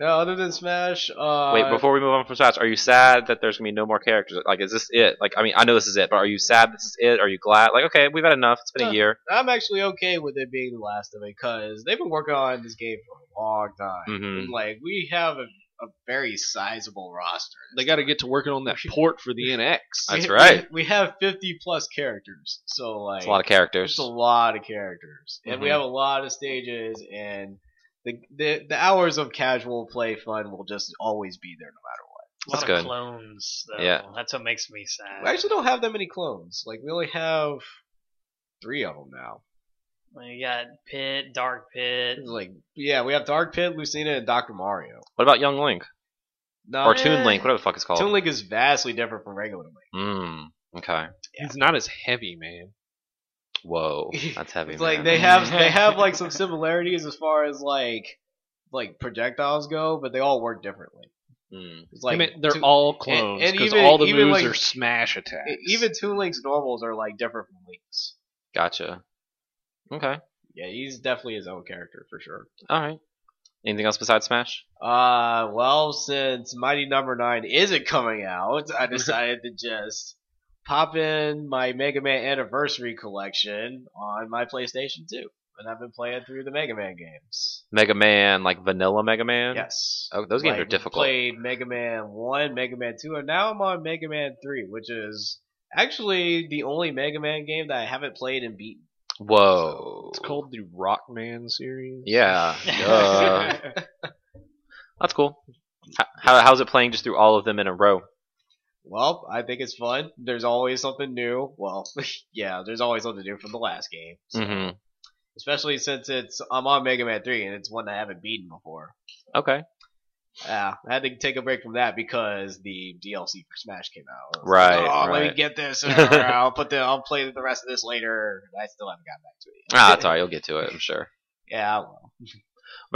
[SPEAKER 3] No, other than Smash, uh,
[SPEAKER 1] wait, before we move on from Smash, are you sad that there's gonna be no more characters? Like, is this it? Like, I mean, I know this is it, but are you sad this is it? Are you glad? Like, okay, we've had enough. It's been
[SPEAKER 3] No.
[SPEAKER 1] a year.
[SPEAKER 3] I'm actually okay with it being the last of it because they've been working on this game for a long time.
[SPEAKER 1] hmm
[SPEAKER 3] And, Like we have a, a very sizable roster.
[SPEAKER 7] they got to get to working on that port for the NX.
[SPEAKER 1] That's
[SPEAKER 3] We-
[SPEAKER 1] right.
[SPEAKER 3] We, we have 50 plus characters, so like
[SPEAKER 1] It's a lot of
[SPEAKER 3] There's
[SPEAKER 1] characters.
[SPEAKER 3] a lot of characters, and we
[SPEAKER 1] Mhm.
[SPEAKER 3] have a lot of stages, and the, the the hours of casual play fun will just always be there no matter what.
[SPEAKER 5] A
[SPEAKER 1] That's
[SPEAKER 5] lot
[SPEAKER 1] good.
[SPEAKER 5] of clones. Though.
[SPEAKER 1] Yeah.
[SPEAKER 5] that's what makes me sad.
[SPEAKER 3] We actually don't have that many clones. Like we only have three of them now.
[SPEAKER 5] you got Pit, Dark Pit.
[SPEAKER 3] It's like yeah, we have Dark Pit, Lucina, and Doctor Mario.
[SPEAKER 1] What about Young Link
[SPEAKER 3] No,
[SPEAKER 1] or Toon Link? Whatever the fuck it's called.
[SPEAKER 3] Oh, Toon Link is vastly different from regular Link.
[SPEAKER 1] Mm, okay.
[SPEAKER 7] He's not as heavy, man.
[SPEAKER 1] Whoa, that's heavy.
[SPEAKER 3] It's like
[SPEAKER 1] man.
[SPEAKER 3] they have they have like some similarities as far as like like projectiles go, but they all work differently.
[SPEAKER 1] Mm.
[SPEAKER 3] It's
[SPEAKER 7] Like
[SPEAKER 3] like
[SPEAKER 7] they're
[SPEAKER 3] Toon-
[SPEAKER 7] all clones
[SPEAKER 3] and
[SPEAKER 7] because
[SPEAKER 3] even-
[SPEAKER 7] all the
[SPEAKER 3] even,
[SPEAKER 7] moves
[SPEAKER 3] like- e,
[SPEAKER 7] are smash attacks.
[SPEAKER 3] even Toon Link's normals are like different from Link's.
[SPEAKER 1] Gotcha. Okay.
[SPEAKER 3] Yeah, he's definitely his own character for sure.
[SPEAKER 1] All right. Anything else besides Smash?
[SPEAKER 3] Uh, well, since Mighty Number Nine isn't coming out, I decided to just pop in my Mega Man Anniversary Collection on my PlayStation Two, and I've been playing through the Mega Man games.
[SPEAKER 1] Mega Man, like vanilla Mega Man.
[SPEAKER 3] Yes.
[SPEAKER 1] Oh, those games
[SPEAKER 3] Like,
[SPEAKER 1] are difficult.
[SPEAKER 3] Played Mega Man One, Mega Man Two, and now I'm on Mega Man Three, which is actually the only Mega Man game that I haven't played and beaten.
[SPEAKER 1] Whoa.
[SPEAKER 7] it's called the Rockman series.
[SPEAKER 1] Yeah. duh. that's cool. H- How, how's it playing just through all of them in a row?
[SPEAKER 3] Well, I think it's fun. There's always something new. Well, yeah, there's always something new from the last game. So-
[SPEAKER 7] Mm-hmm.
[SPEAKER 1] hmm
[SPEAKER 3] Especially since it's I'm on Mega Man 3 and it's one I haven't beaten before.
[SPEAKER 1] Okay.
[SPEAKER 3] Yeah, I had to take a break from that because the DLC for Smash came out. I was
[SPEAKER 1] Right,
[SPEAKER 3] like, oh, let
[SPEAKER 1] right.
[SPEAKER 3] me get this. Or I'll put the I'll play the rest of this later. I still haven't gotten back to it. Yet.
[SPEAKER 1] Ah, that's all right. You'll get to it, I'm sure.
[SPEAKER 3] Yeah. Well,
[SPEAKER 1] What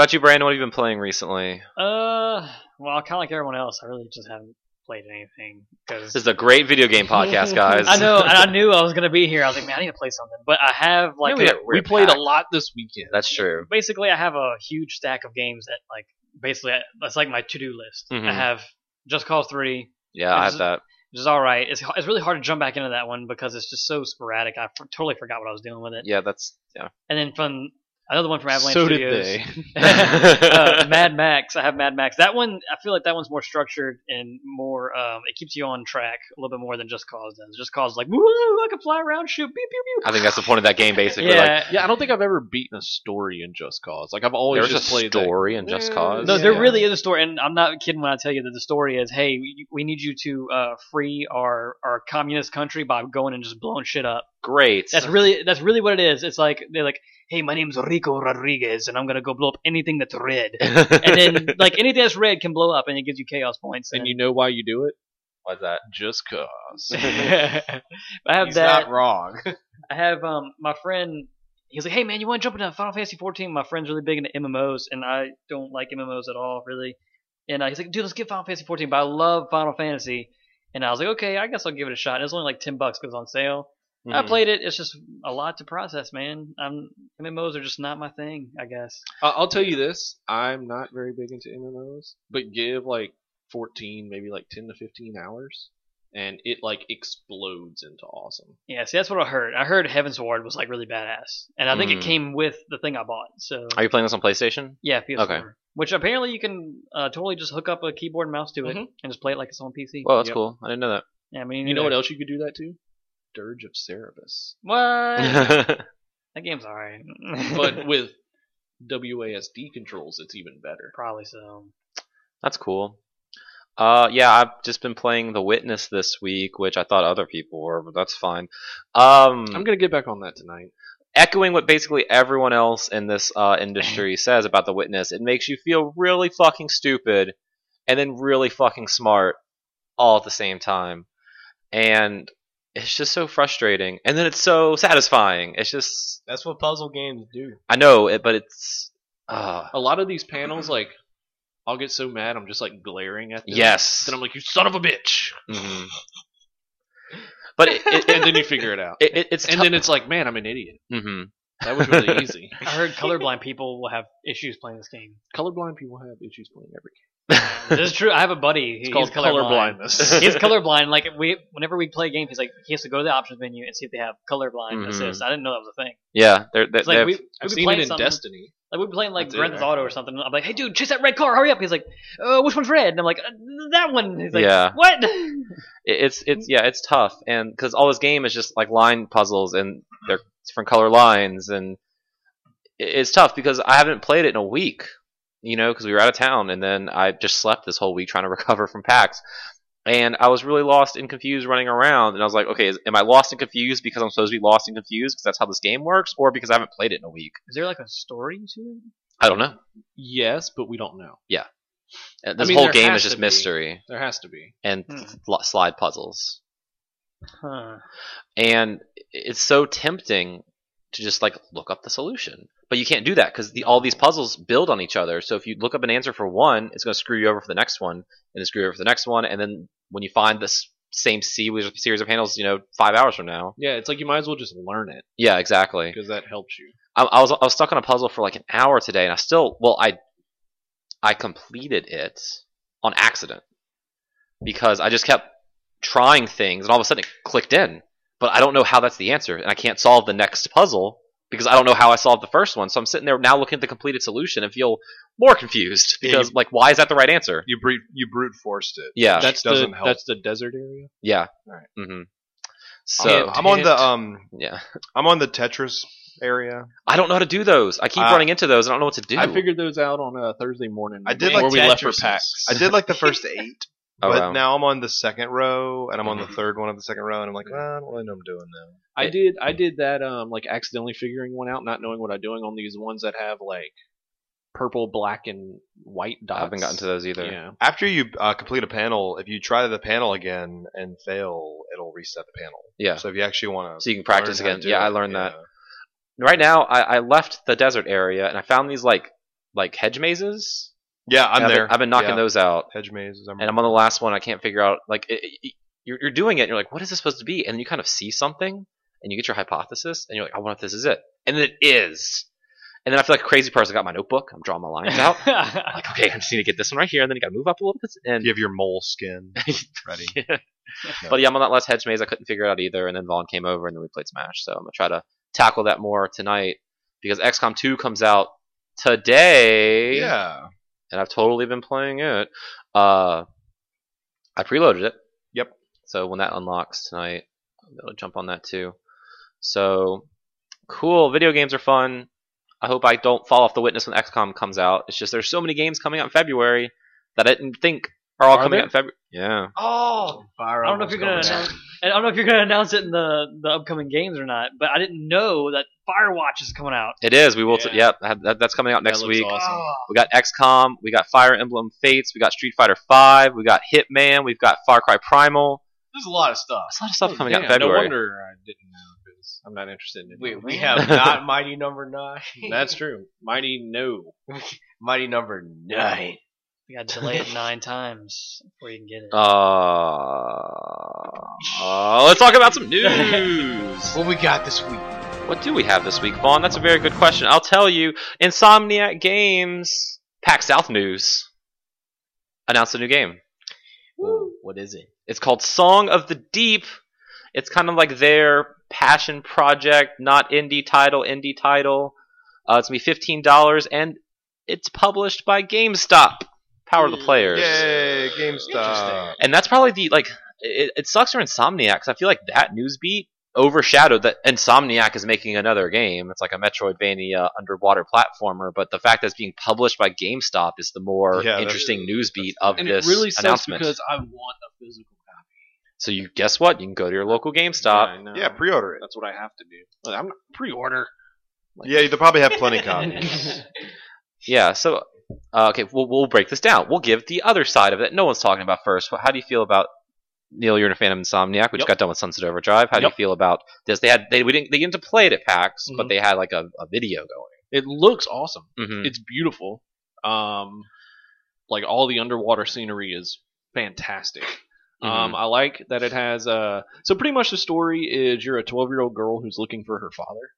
[SPEAKER 1] about you, Brandon? What have you been playing recently?
[SPEAKER 5] Uh, well, kind of like everyone else, I really just haven't played anything because
[SPEAKER 1] This is a great video game podcast, guys.
[SPEAKER 5] I know, and I knew I was gonna be here. I was like, man, I need to play something. But I have like,
[SPEAKER 7] Like,
[SPEAKER 5] a-
[SPEAKER 7] we, we
[SPEAKER 1] Oh, we're
[SPEAKER 7] played
[SPEAKER 1] packed.
[SPEAKER 7] a lot this weekend.
[SPEAKER 1] That's true.
[SPEAKER 5] basically, I have a huge stack of games that like basically I- that's like my to do list.
[SPEAKER 1] Mhm.
[SPEAKER 5] I have Just Cause Three,
[SPEAKER 1] Yeah, I
[SPEAKER 5] It's-
[SPEAKER 1] have that.
[SPEAKER 5] which is all right. It's it's really hard to jump back into that one because it's just so sporadic. I f- totally forgot what I was doing with it.
[SPEAKER 1] Yeah, that's yeah.
[SPEAKER 5] And then from another one from Avalanche
[SPEAKER 7] so
[SPEAKER 5] Studios.
[SPEAKER 7] did
[SPEAKER 5] uh, Mad Max. I have Mad Max. That one, I feel like that one's more structured and more. Um, it keeps you on track a little bit more than Just Cause does. Just Cause is like, woo, I can fly around, shoot, pew pew pew.
[SPEAKER 1] I think that's the point of that game, basically. Like,
[SPEAKER 5] yeah,
[SPEAKER 7] they. Yeah, I don't think I've ever beaten a story in Just Cause. Like I've always
[SPEAKER 1] there's
[SPEAKER 7] just
[SPEAKER 1] a
[SPEAKER 7] played
[SPEAKER 1] story in Just
[SPEAKER 7] Yeah.
[SPEAKER 1] Cause.
[SPEAKER 5] No, there
[SPEAKER 1] Yeah.
[SPEAKER 5] really is a story, and I'm not kidding when I tell you that the story is, hey, we, we need you to uh, free our, our communist country by going and just blowing shit up.
[SPEAKER 1] great.
[SPEAKER 5] That's really that's really what it is. It's like they're like, hey, my name's Rico Rodriguez, and I'm gonna go blow up anything that's red, and then like anything that's red can blow up, and it gives you chaos points.
[SPEAKER 7] That. And you know why you do it?
[SPEAKER 1] why's that?
[SPEAKER 7] Just Cause.
[SPEAKER 5] I have
[SPEAKER 3] he's
[SPEAKER 5] that.
[SPEAKER 3] not wrong.
[SPEAKER 5] I have um my friend. He's like, hey man, you want to jump into Final Fantasy 14? My friend's really big into MMOs, and I don't like MMOs at all, really. And uh, he's like, dude, let's get Final Fantasy 14. But I love Final Fantasy. And I was like, okay, I guess I'll give it a shot. And it's only like 10 bucks because on sale. I
[SPEAKER 1] Mhm.
[SPEAKER 5] played it. It's just a lot to process, man. I'm, MMOs are just not my thing, I guess.
[SPEAKER 3] I- I'll tell you this: I'm not very big into MMOs, but give like 14, maybe like 10 to 15 hours, and it like explodes into awesome.
[SPEAKER 5] Yeah, see, that's what I heard. I heard Heaven's Ward was like really badass. And I think
[SPEAKER 1] Mm.
[SPEAKER 5] it came with the thing I bought. So,
[SPEAKER 1] Are you playing this on PlayStation?
[SPEAKER 5] yeah, PS4.
[SPEAKER 1] okay.
[SPEAKER 5] Which apparently you can uh, totally just hook up a keyboard and mouse to it
[SPEAKER 3] Mhm.
[SPEAKER 5] and just play it like it's on PC.
[SPEAKER 1] Well, that's
[SPEAKER 3] Yep.
[SPEAKER 1] cool. I didn't know
[SPEAKER 5] yeah, I mean,
[SPEAKER 3] You know what else you could do that to? Dirge of Cerberus,
[SPEAKER 5] What?
[SPEAKER 1] that.
[SPEAKER 5] that game's alright.
[SPEAKER 3] but with WASD controls, it's even better.
[SPEAKER 5] Probably so.
[SPEAKER 1] that's cool. Uh, yeah, I've just been playing The Witness this week, which I thought other people were, but that's fine. Um,
[SPEAKER 3] I'm gonna get back on that tonight.
[SPEAKER 1] echoing what basically everyone else in this uh, industry says about the witness it makes you feel really fucking stupid and then really fucking smart all at the same time and it's just so frustrating and then it's so satisfying it's just
[SPEAKER 4] That's what puzzle games do.
[SPEAKER 1] i know it but it's uh,
[SPEAKER 3] A lot of these panels, like, I'll get so mad, I'm just like glaring at them.
[SPEAKER 1] yes
[SPEAKER 3] Then I'm like, you son of a bitch,
[SPEAKER 1] Mhm. but it, it,
[SPEAKER 3] and
[SPEAKER 1] it,
[SPEAKER 3] then you figure it out.
[SPEAKER 1] it, it- it's
[SPEAKER 3] And then it's like, man, I'm an idiot.
[SPEAKER 1] hmm
[SPEAKER 3] That was really easy.
[SPEAKER 5] I heard colorblind people will have issues playing this game.
[SPEAKER 3] Colorblind people have issues playing every game.
[SPEAKER 1] Mm-hmm.
[SPEAKER 5] This is true. I have a buddy.
[SPEAKER 3] It's
[SPEAKER 5] he's
[SPEAKER 3] called
[SPEAKER 5] colorblind.
[SPEAKER 3] colorblindness.
[SPEAKER 5] He's colorblind. Like we, whenever we play games, he's like he has to go to the options menu and see if they have colorblind
[SPEAKER 1] Mhm.
[SPEAKER 5] assist. I didn't know that was a thing.
[SPEAKER 1] yeah they're, they're,
[SPEAKER 5] It's like
[SPEAKER 1] they're-
[SPEAKER 5] we,
[SPEAKER 3] Mm-hmm. I've
[SPEAKER 5] we'd
[SPEAKER 3] seen
[SPEAKER 5] be
[SPEAKER 3] it
[SPEAKER 5] playing
[SPEAKER 3] in
[SPEAKER 5] something-
[SPEAKER 3] Destiny.
[SPEAKER 5] Like we'd be playing like
[SPEAKER 3] That's it,
[SPEAKER 5] Grand Theft
[SPEAKER 3] right?
[SPEAKER 5] Auto or something. and I'm like, hey dude, chase that red car, hurry up. He's like, uh, which one's red? And I'm like, uh, that one. He's like,
[SPEAKER 1] Yeah.
[SPEAKER 5] what?
[SPEAKER 1] it- it's it's yeah it's tough and because all this game is just like line puzzles and they're different color lines and i- it's tough because i haven't played it in a week you know because we were out of town and then i just slept this whole week trying to recover from pax and i was really lost and confused running around and i was like okay is, am i lost and confused because i'm supposed to be lost and confused because that's how this game works or because i haven't played it in a week
[SPEAKER 5] Is there like a story to it?
[SPEAKER 1] i don't know
[SPEAKER 3] Yes, but we don't know.
[SPEAKER 1] Uh, this
[SPEAKER 3] mean,
[SPEAKER 1] whole
[SPEAKER 3] there
[SPEAKER 1] game
[SPEAKER 3] has
[SPEAKER 1] is
[SPEAKER 3] to
[SPEAKER 1] just
[SPEAKER 3] be.
[SPEAKER 1] mystery
[SPEAKER 3] There has to be.
[SPEAKER 1] and
[SPEAKER 5] Hmm.
[SPEAKER 1] sl- slide puzzles
[SPEAKER 5] Huh.
[SPEAKER 1] and it's so tempting to just like look up the solution but you can't do that because the, all these puzzles build on each other so if you look up an answer for one it's going to screw you over for the next one and then screw you over for the next one and then when you find this same series, series of handles you know five hours from now
[SPEAKER 3] Yeah, it's like you might as well just learn it
[SPEAKER 1] yeah exactly
[SPEAKER 3] because that helps you.
[SPEAKER 1] I, I was I was stuck on a puzzle for like an hour today, and I still well I I completed it on accident because I just kept trying things, and all of a sudden it clicked in. But I don't know how that's the answer, and I can't solve the next puzzle because I don't know how I solved the first one. So I'm sitting there now looking at the completed solution and feel more confused
[SPEAKER 2] Yeah,
[SPEAKER 1] because
[SPEAKER 2] you-
[SPEAKER 1] like why is that the right answer?
[SPEAKER 2] You brute you brute forced it.
[SPEAKER 1] Yeah,
[SPEAKER 2] That-
[SPEAKER 3] That's
[SPEAKER 2] doesn't
[SPEAKER 3] the
[SPEAKER 2] help.
[SPEAKER 3] that's the desert area.
[SPEAKER 1] yeah.
[SPEAKER 2] Alright.
[SPEAKER 1] hmm
[SPEAKER 2] I'm-
[SPEAKER 1] So
[SPEAKER 2] I'm on the
[SPEAKER 3] Hint.
[SPEAKER 2] um
[SPEAKER 1] yeah,
[SPEAKER 2] I'm on the Tetris area.
[SPEAKER 1] I don't know how to do those. I keep
[SPEAKER 2] I-
[SPEAKER 1] running into those. and I don't know what to do.
[SPEAKER 3] I figured those out on a Thursday morning.
[SPEAKER 2] I did
[SPEAKER 3] before
[SPEAKER 2] like
[SPEAKER 3] we left for
[SPEAKER 2] Tetris.
[SPEAKER 3] PAX.
[SPEAKER 2] I did like the first eight,
[SPEAKER 1] Oh,
[SPEAKER 2] but
[SPEAKER 1] wow.
[SPEAKER 2] now I'm on the second row, and I'm on the
[SPEAKER 4] Mm-hmm.
[SPEAKER 1] Mhm.
[SPEAKER 2] third one of the second row, and I'm like, well, I don't really know what I'm doing now.
[SPEAKER 3] I did. I did that. Um, like accidentally figuring one out, not knowing what I'm doing on these ones that have like purple, black, and white dots.
[SPEAKER 1] I haven't gotten to those either.
[SPEAKER 3] Yeah.
[SPEAKER 2] After you uh, complete a panel, if you try the panel again and fail, it'll reset the panel.
[SPEAKER 1] Yeah.
[SPEAKER 2] So if you actually want to
[SPEAKER 1] So you can practice again. Yeah, I learned that.
[SPEAKER 2] Yeah.
[SPEAKER 1] right now I, I left the desert area and I found these like like hedge mazes.
[SPEAKER 2] Yeah, I'm
[SPEAKER 1] And I've
[SPEAKER 2] there.
[SPEAKER 1] Been, I've been knocking
[SPEAKER 2] Yeah.
[SPEAKER 1] those out,
[SPEAKER 2] hedge mazes. I'm,
[SPEAKER 1] and I'm on the last one. I can't figure out like it, it- you're, you're doing it. And you're like, what is this supposed to be? And you kind of see something, and you get your hypothesis, and you're like, I wonder if this is it. And then it is. And then I feel like a crazy person. I got my notebook. I'm drawing my lines out. I'm like, okay, I just need to get this one right here, and then you got to move up a little bit. And
[SPEAKER 2] you have your mole skin ready.
[SPEAKER 1] But yeah, I'm on that last hedge maze. I couldn't figure it out either, and then Vaughn came over, and then we played Smash. So I'm gonna try to tackle that more tonight because XCOM 2 comes out today,
[SPEAKER 2] Yeah.
[SPEAKER 1] and I've totally been playing it. Uh, I preloaded it.
[SPEAKER 2] Yep.
[SPEAKER 1] So when that unlocks tonight, I'll be able to jump on that too. So cool. Video games are fun. I hope I don't fall off the witness when XCOM comes out. It's just there's so many games coming out in February that I didn't think are all
[SPEAKER 3] Are
[SPEAKER 1] coming
[SPEAKER 3] there?
[SPEAKER 1] out in February. Yeah.
[SPEAKER 5] oh,
[SPEAKER 4] Fire
[SPEAKER 5] I don't know if
[SPEAKER 4] Emblem's
[SPEAKER 5] you're gonna
[SPEAKER 4] coming out.
[SPEAKER 5] announce. I don't know if you're gonna announce it in the the upcoming games or not, but I didn't know that Firewatch is coming out.
[SPEAKER 1] It is. We will. T-
[SPEAKER 4] Yeah.
[SPEAKER 1] yep. that- that- that's coming out next
[SPEAKER 4] looks
[SPEAKER 1] week.
[SPEAKER 4] Awesome.
[SPEAKER 5] Oh,
[SPEAKER 1] We got XCOM. We got Fire Emblem Fates. We got Street Fighter Five. We got Hitman. We've got Far Cry Primal.
[SPEAKER 4] There's a lot of stuff.
[SPEAKER 1] There's a lot of stuff coming out in
[SPEAKER 3] Damn, No
[SPEAKER 1] February.
[SPEAKER 3] wonder I didn't know because I'm not interested in it.
[SPEAKER 4] We, we have not Mighty Number Nine.
[SPEAKER 3] That's true. Mighty no.
[SPEAKER 4] Mighty Number Nine.
[SPEAKER 5] You got to delay it nine times before you can get it.
[SPEAKER 1] Uh, uh, let's talk about some news.
[SPEAKER 4] What we got this week?
[SPEAKER 1] what do we have this week, Vaughn? That's a very good question. I'll tell you. Insomniac Games, Pack South News, announced a new game.
[SPEAKER 4] Ooh, what is it?
[SPEAKER 1] It's called Song of the Deep. It's kind of like their passion project, not indie title, indie title. Uh, it's gonna be fifteen dollars, and it's published by GameStop. Power of the players.
[SPEAKER 2] Yay, GameStop.
[SPEAKER 1] And that's probably the like. It, it sucks for Insomniac because I feel like that news beat overshadowed that Insomniac is making another game. It's like a Metroidvania underwater platformer, but the fact that it's being published by GameStop is the more
[SPEAKER 2] Yeah, that's-
[SPEAKER 1] interesting news beat of
[SPEAKER 3] and it
[SPEAKER 1] this
[SPEAKER 3] really sucks
[SPEAKER 1] announcement.
[SPEAKER 3] because I want a physical copy.
[SPEAKER 1] so you guess what? You can go to your local GameStop.
[SPEAKER 3] I know.
[SPEAKER 2] Yeah, pre-order it.
[SPEAKER 3] That's what I have to do. But I'm not pre-order.
[SPEAKER 2] Yeah, they probably have plenty of copies.
[SPEAKER 1] Yeah. So uh, okay, we'll, we'll break this down. We'll give the other side of it. No one's talking about first. How do you feel about Neil? You're a fan of Insomniac. We just
[SPEAKER 3] Yep.
[SPEAKER 1] got done with Sunset Overdrive. How do
[SPEAKER 3] Yep.
[SPEAKER 1] you feel about this? They had they we didn't they didn't play it at PAX, but
[SPEAKER 3] Mhm.
[SPEAKER 1] they had like a, a video going.
[SPEAKER 3] it looks awesome.
[SPEAKER 1] Mm-hmm.
[SPEAKER 3] It's beautiful. Um, like all the underwater scenery is fantastic.
[SPEAKER 1] Mm-hmm.
[SPEAKER 3] Um, I like that it has. Uh, so pretty much the story is you're a 12 year old girl who's looking for her father,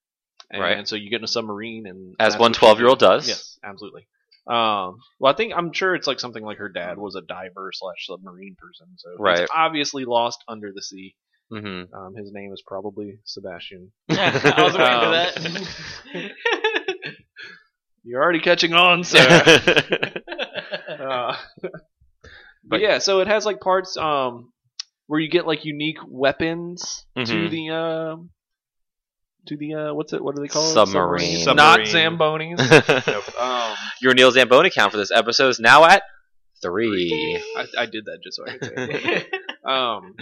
[SPEAKER 3] and
[SPEAKER 1] Right.
[SPEAKER 3] so you get in a submarine and
[SPEAKER 1] As
[SPEAKER 3] that's
[SPEAKER 1] one
[SPEAKER 3] what she
[SPEAKER 1] 12-year-old does.
[SPEAKER 3] does. Yes, absolutely. Um, well, I think I'm sure it's like something like her dad was a diver slash submarine person, so
[SPEAKER 1] Right.
[SPEAKER 3] it's obviously lost under the sea.
[SPEAKER 1] mm-hmm.
[SPEAKER 3] Um, his name is probably Sebastian.
[SPEAKER 5] I was
[SPEAKER 3] Um,
[SPEAKER 5] waiting for that.
[SPEAKER 3] You're already catching
[SPEAKER 1] Mm-hmm.
[SPEAKER 3] on, sir.
[SPEAKER 1] yeah.
[SPEAKER 3] Uh,
[SPEAKER 1] But-
[SPEAKER 3] but yeah, so it has like parts um where you get like unique weapons to
[SPEAKER 1] Mhm.
[SPEAKER 3] the um to the uh what's it what do they call it
[SPEAKER 1] Submarine.
[SPEAKER 3] Submarines. not
[SPEAKER 2] Submarine.
[SPEAKER 3] zambonis. um,
[SPEAKER 1] Your Neil Zamboni count for this episode is now at three.
[SPEAKER 3] I, I did that just so I could say. it. um,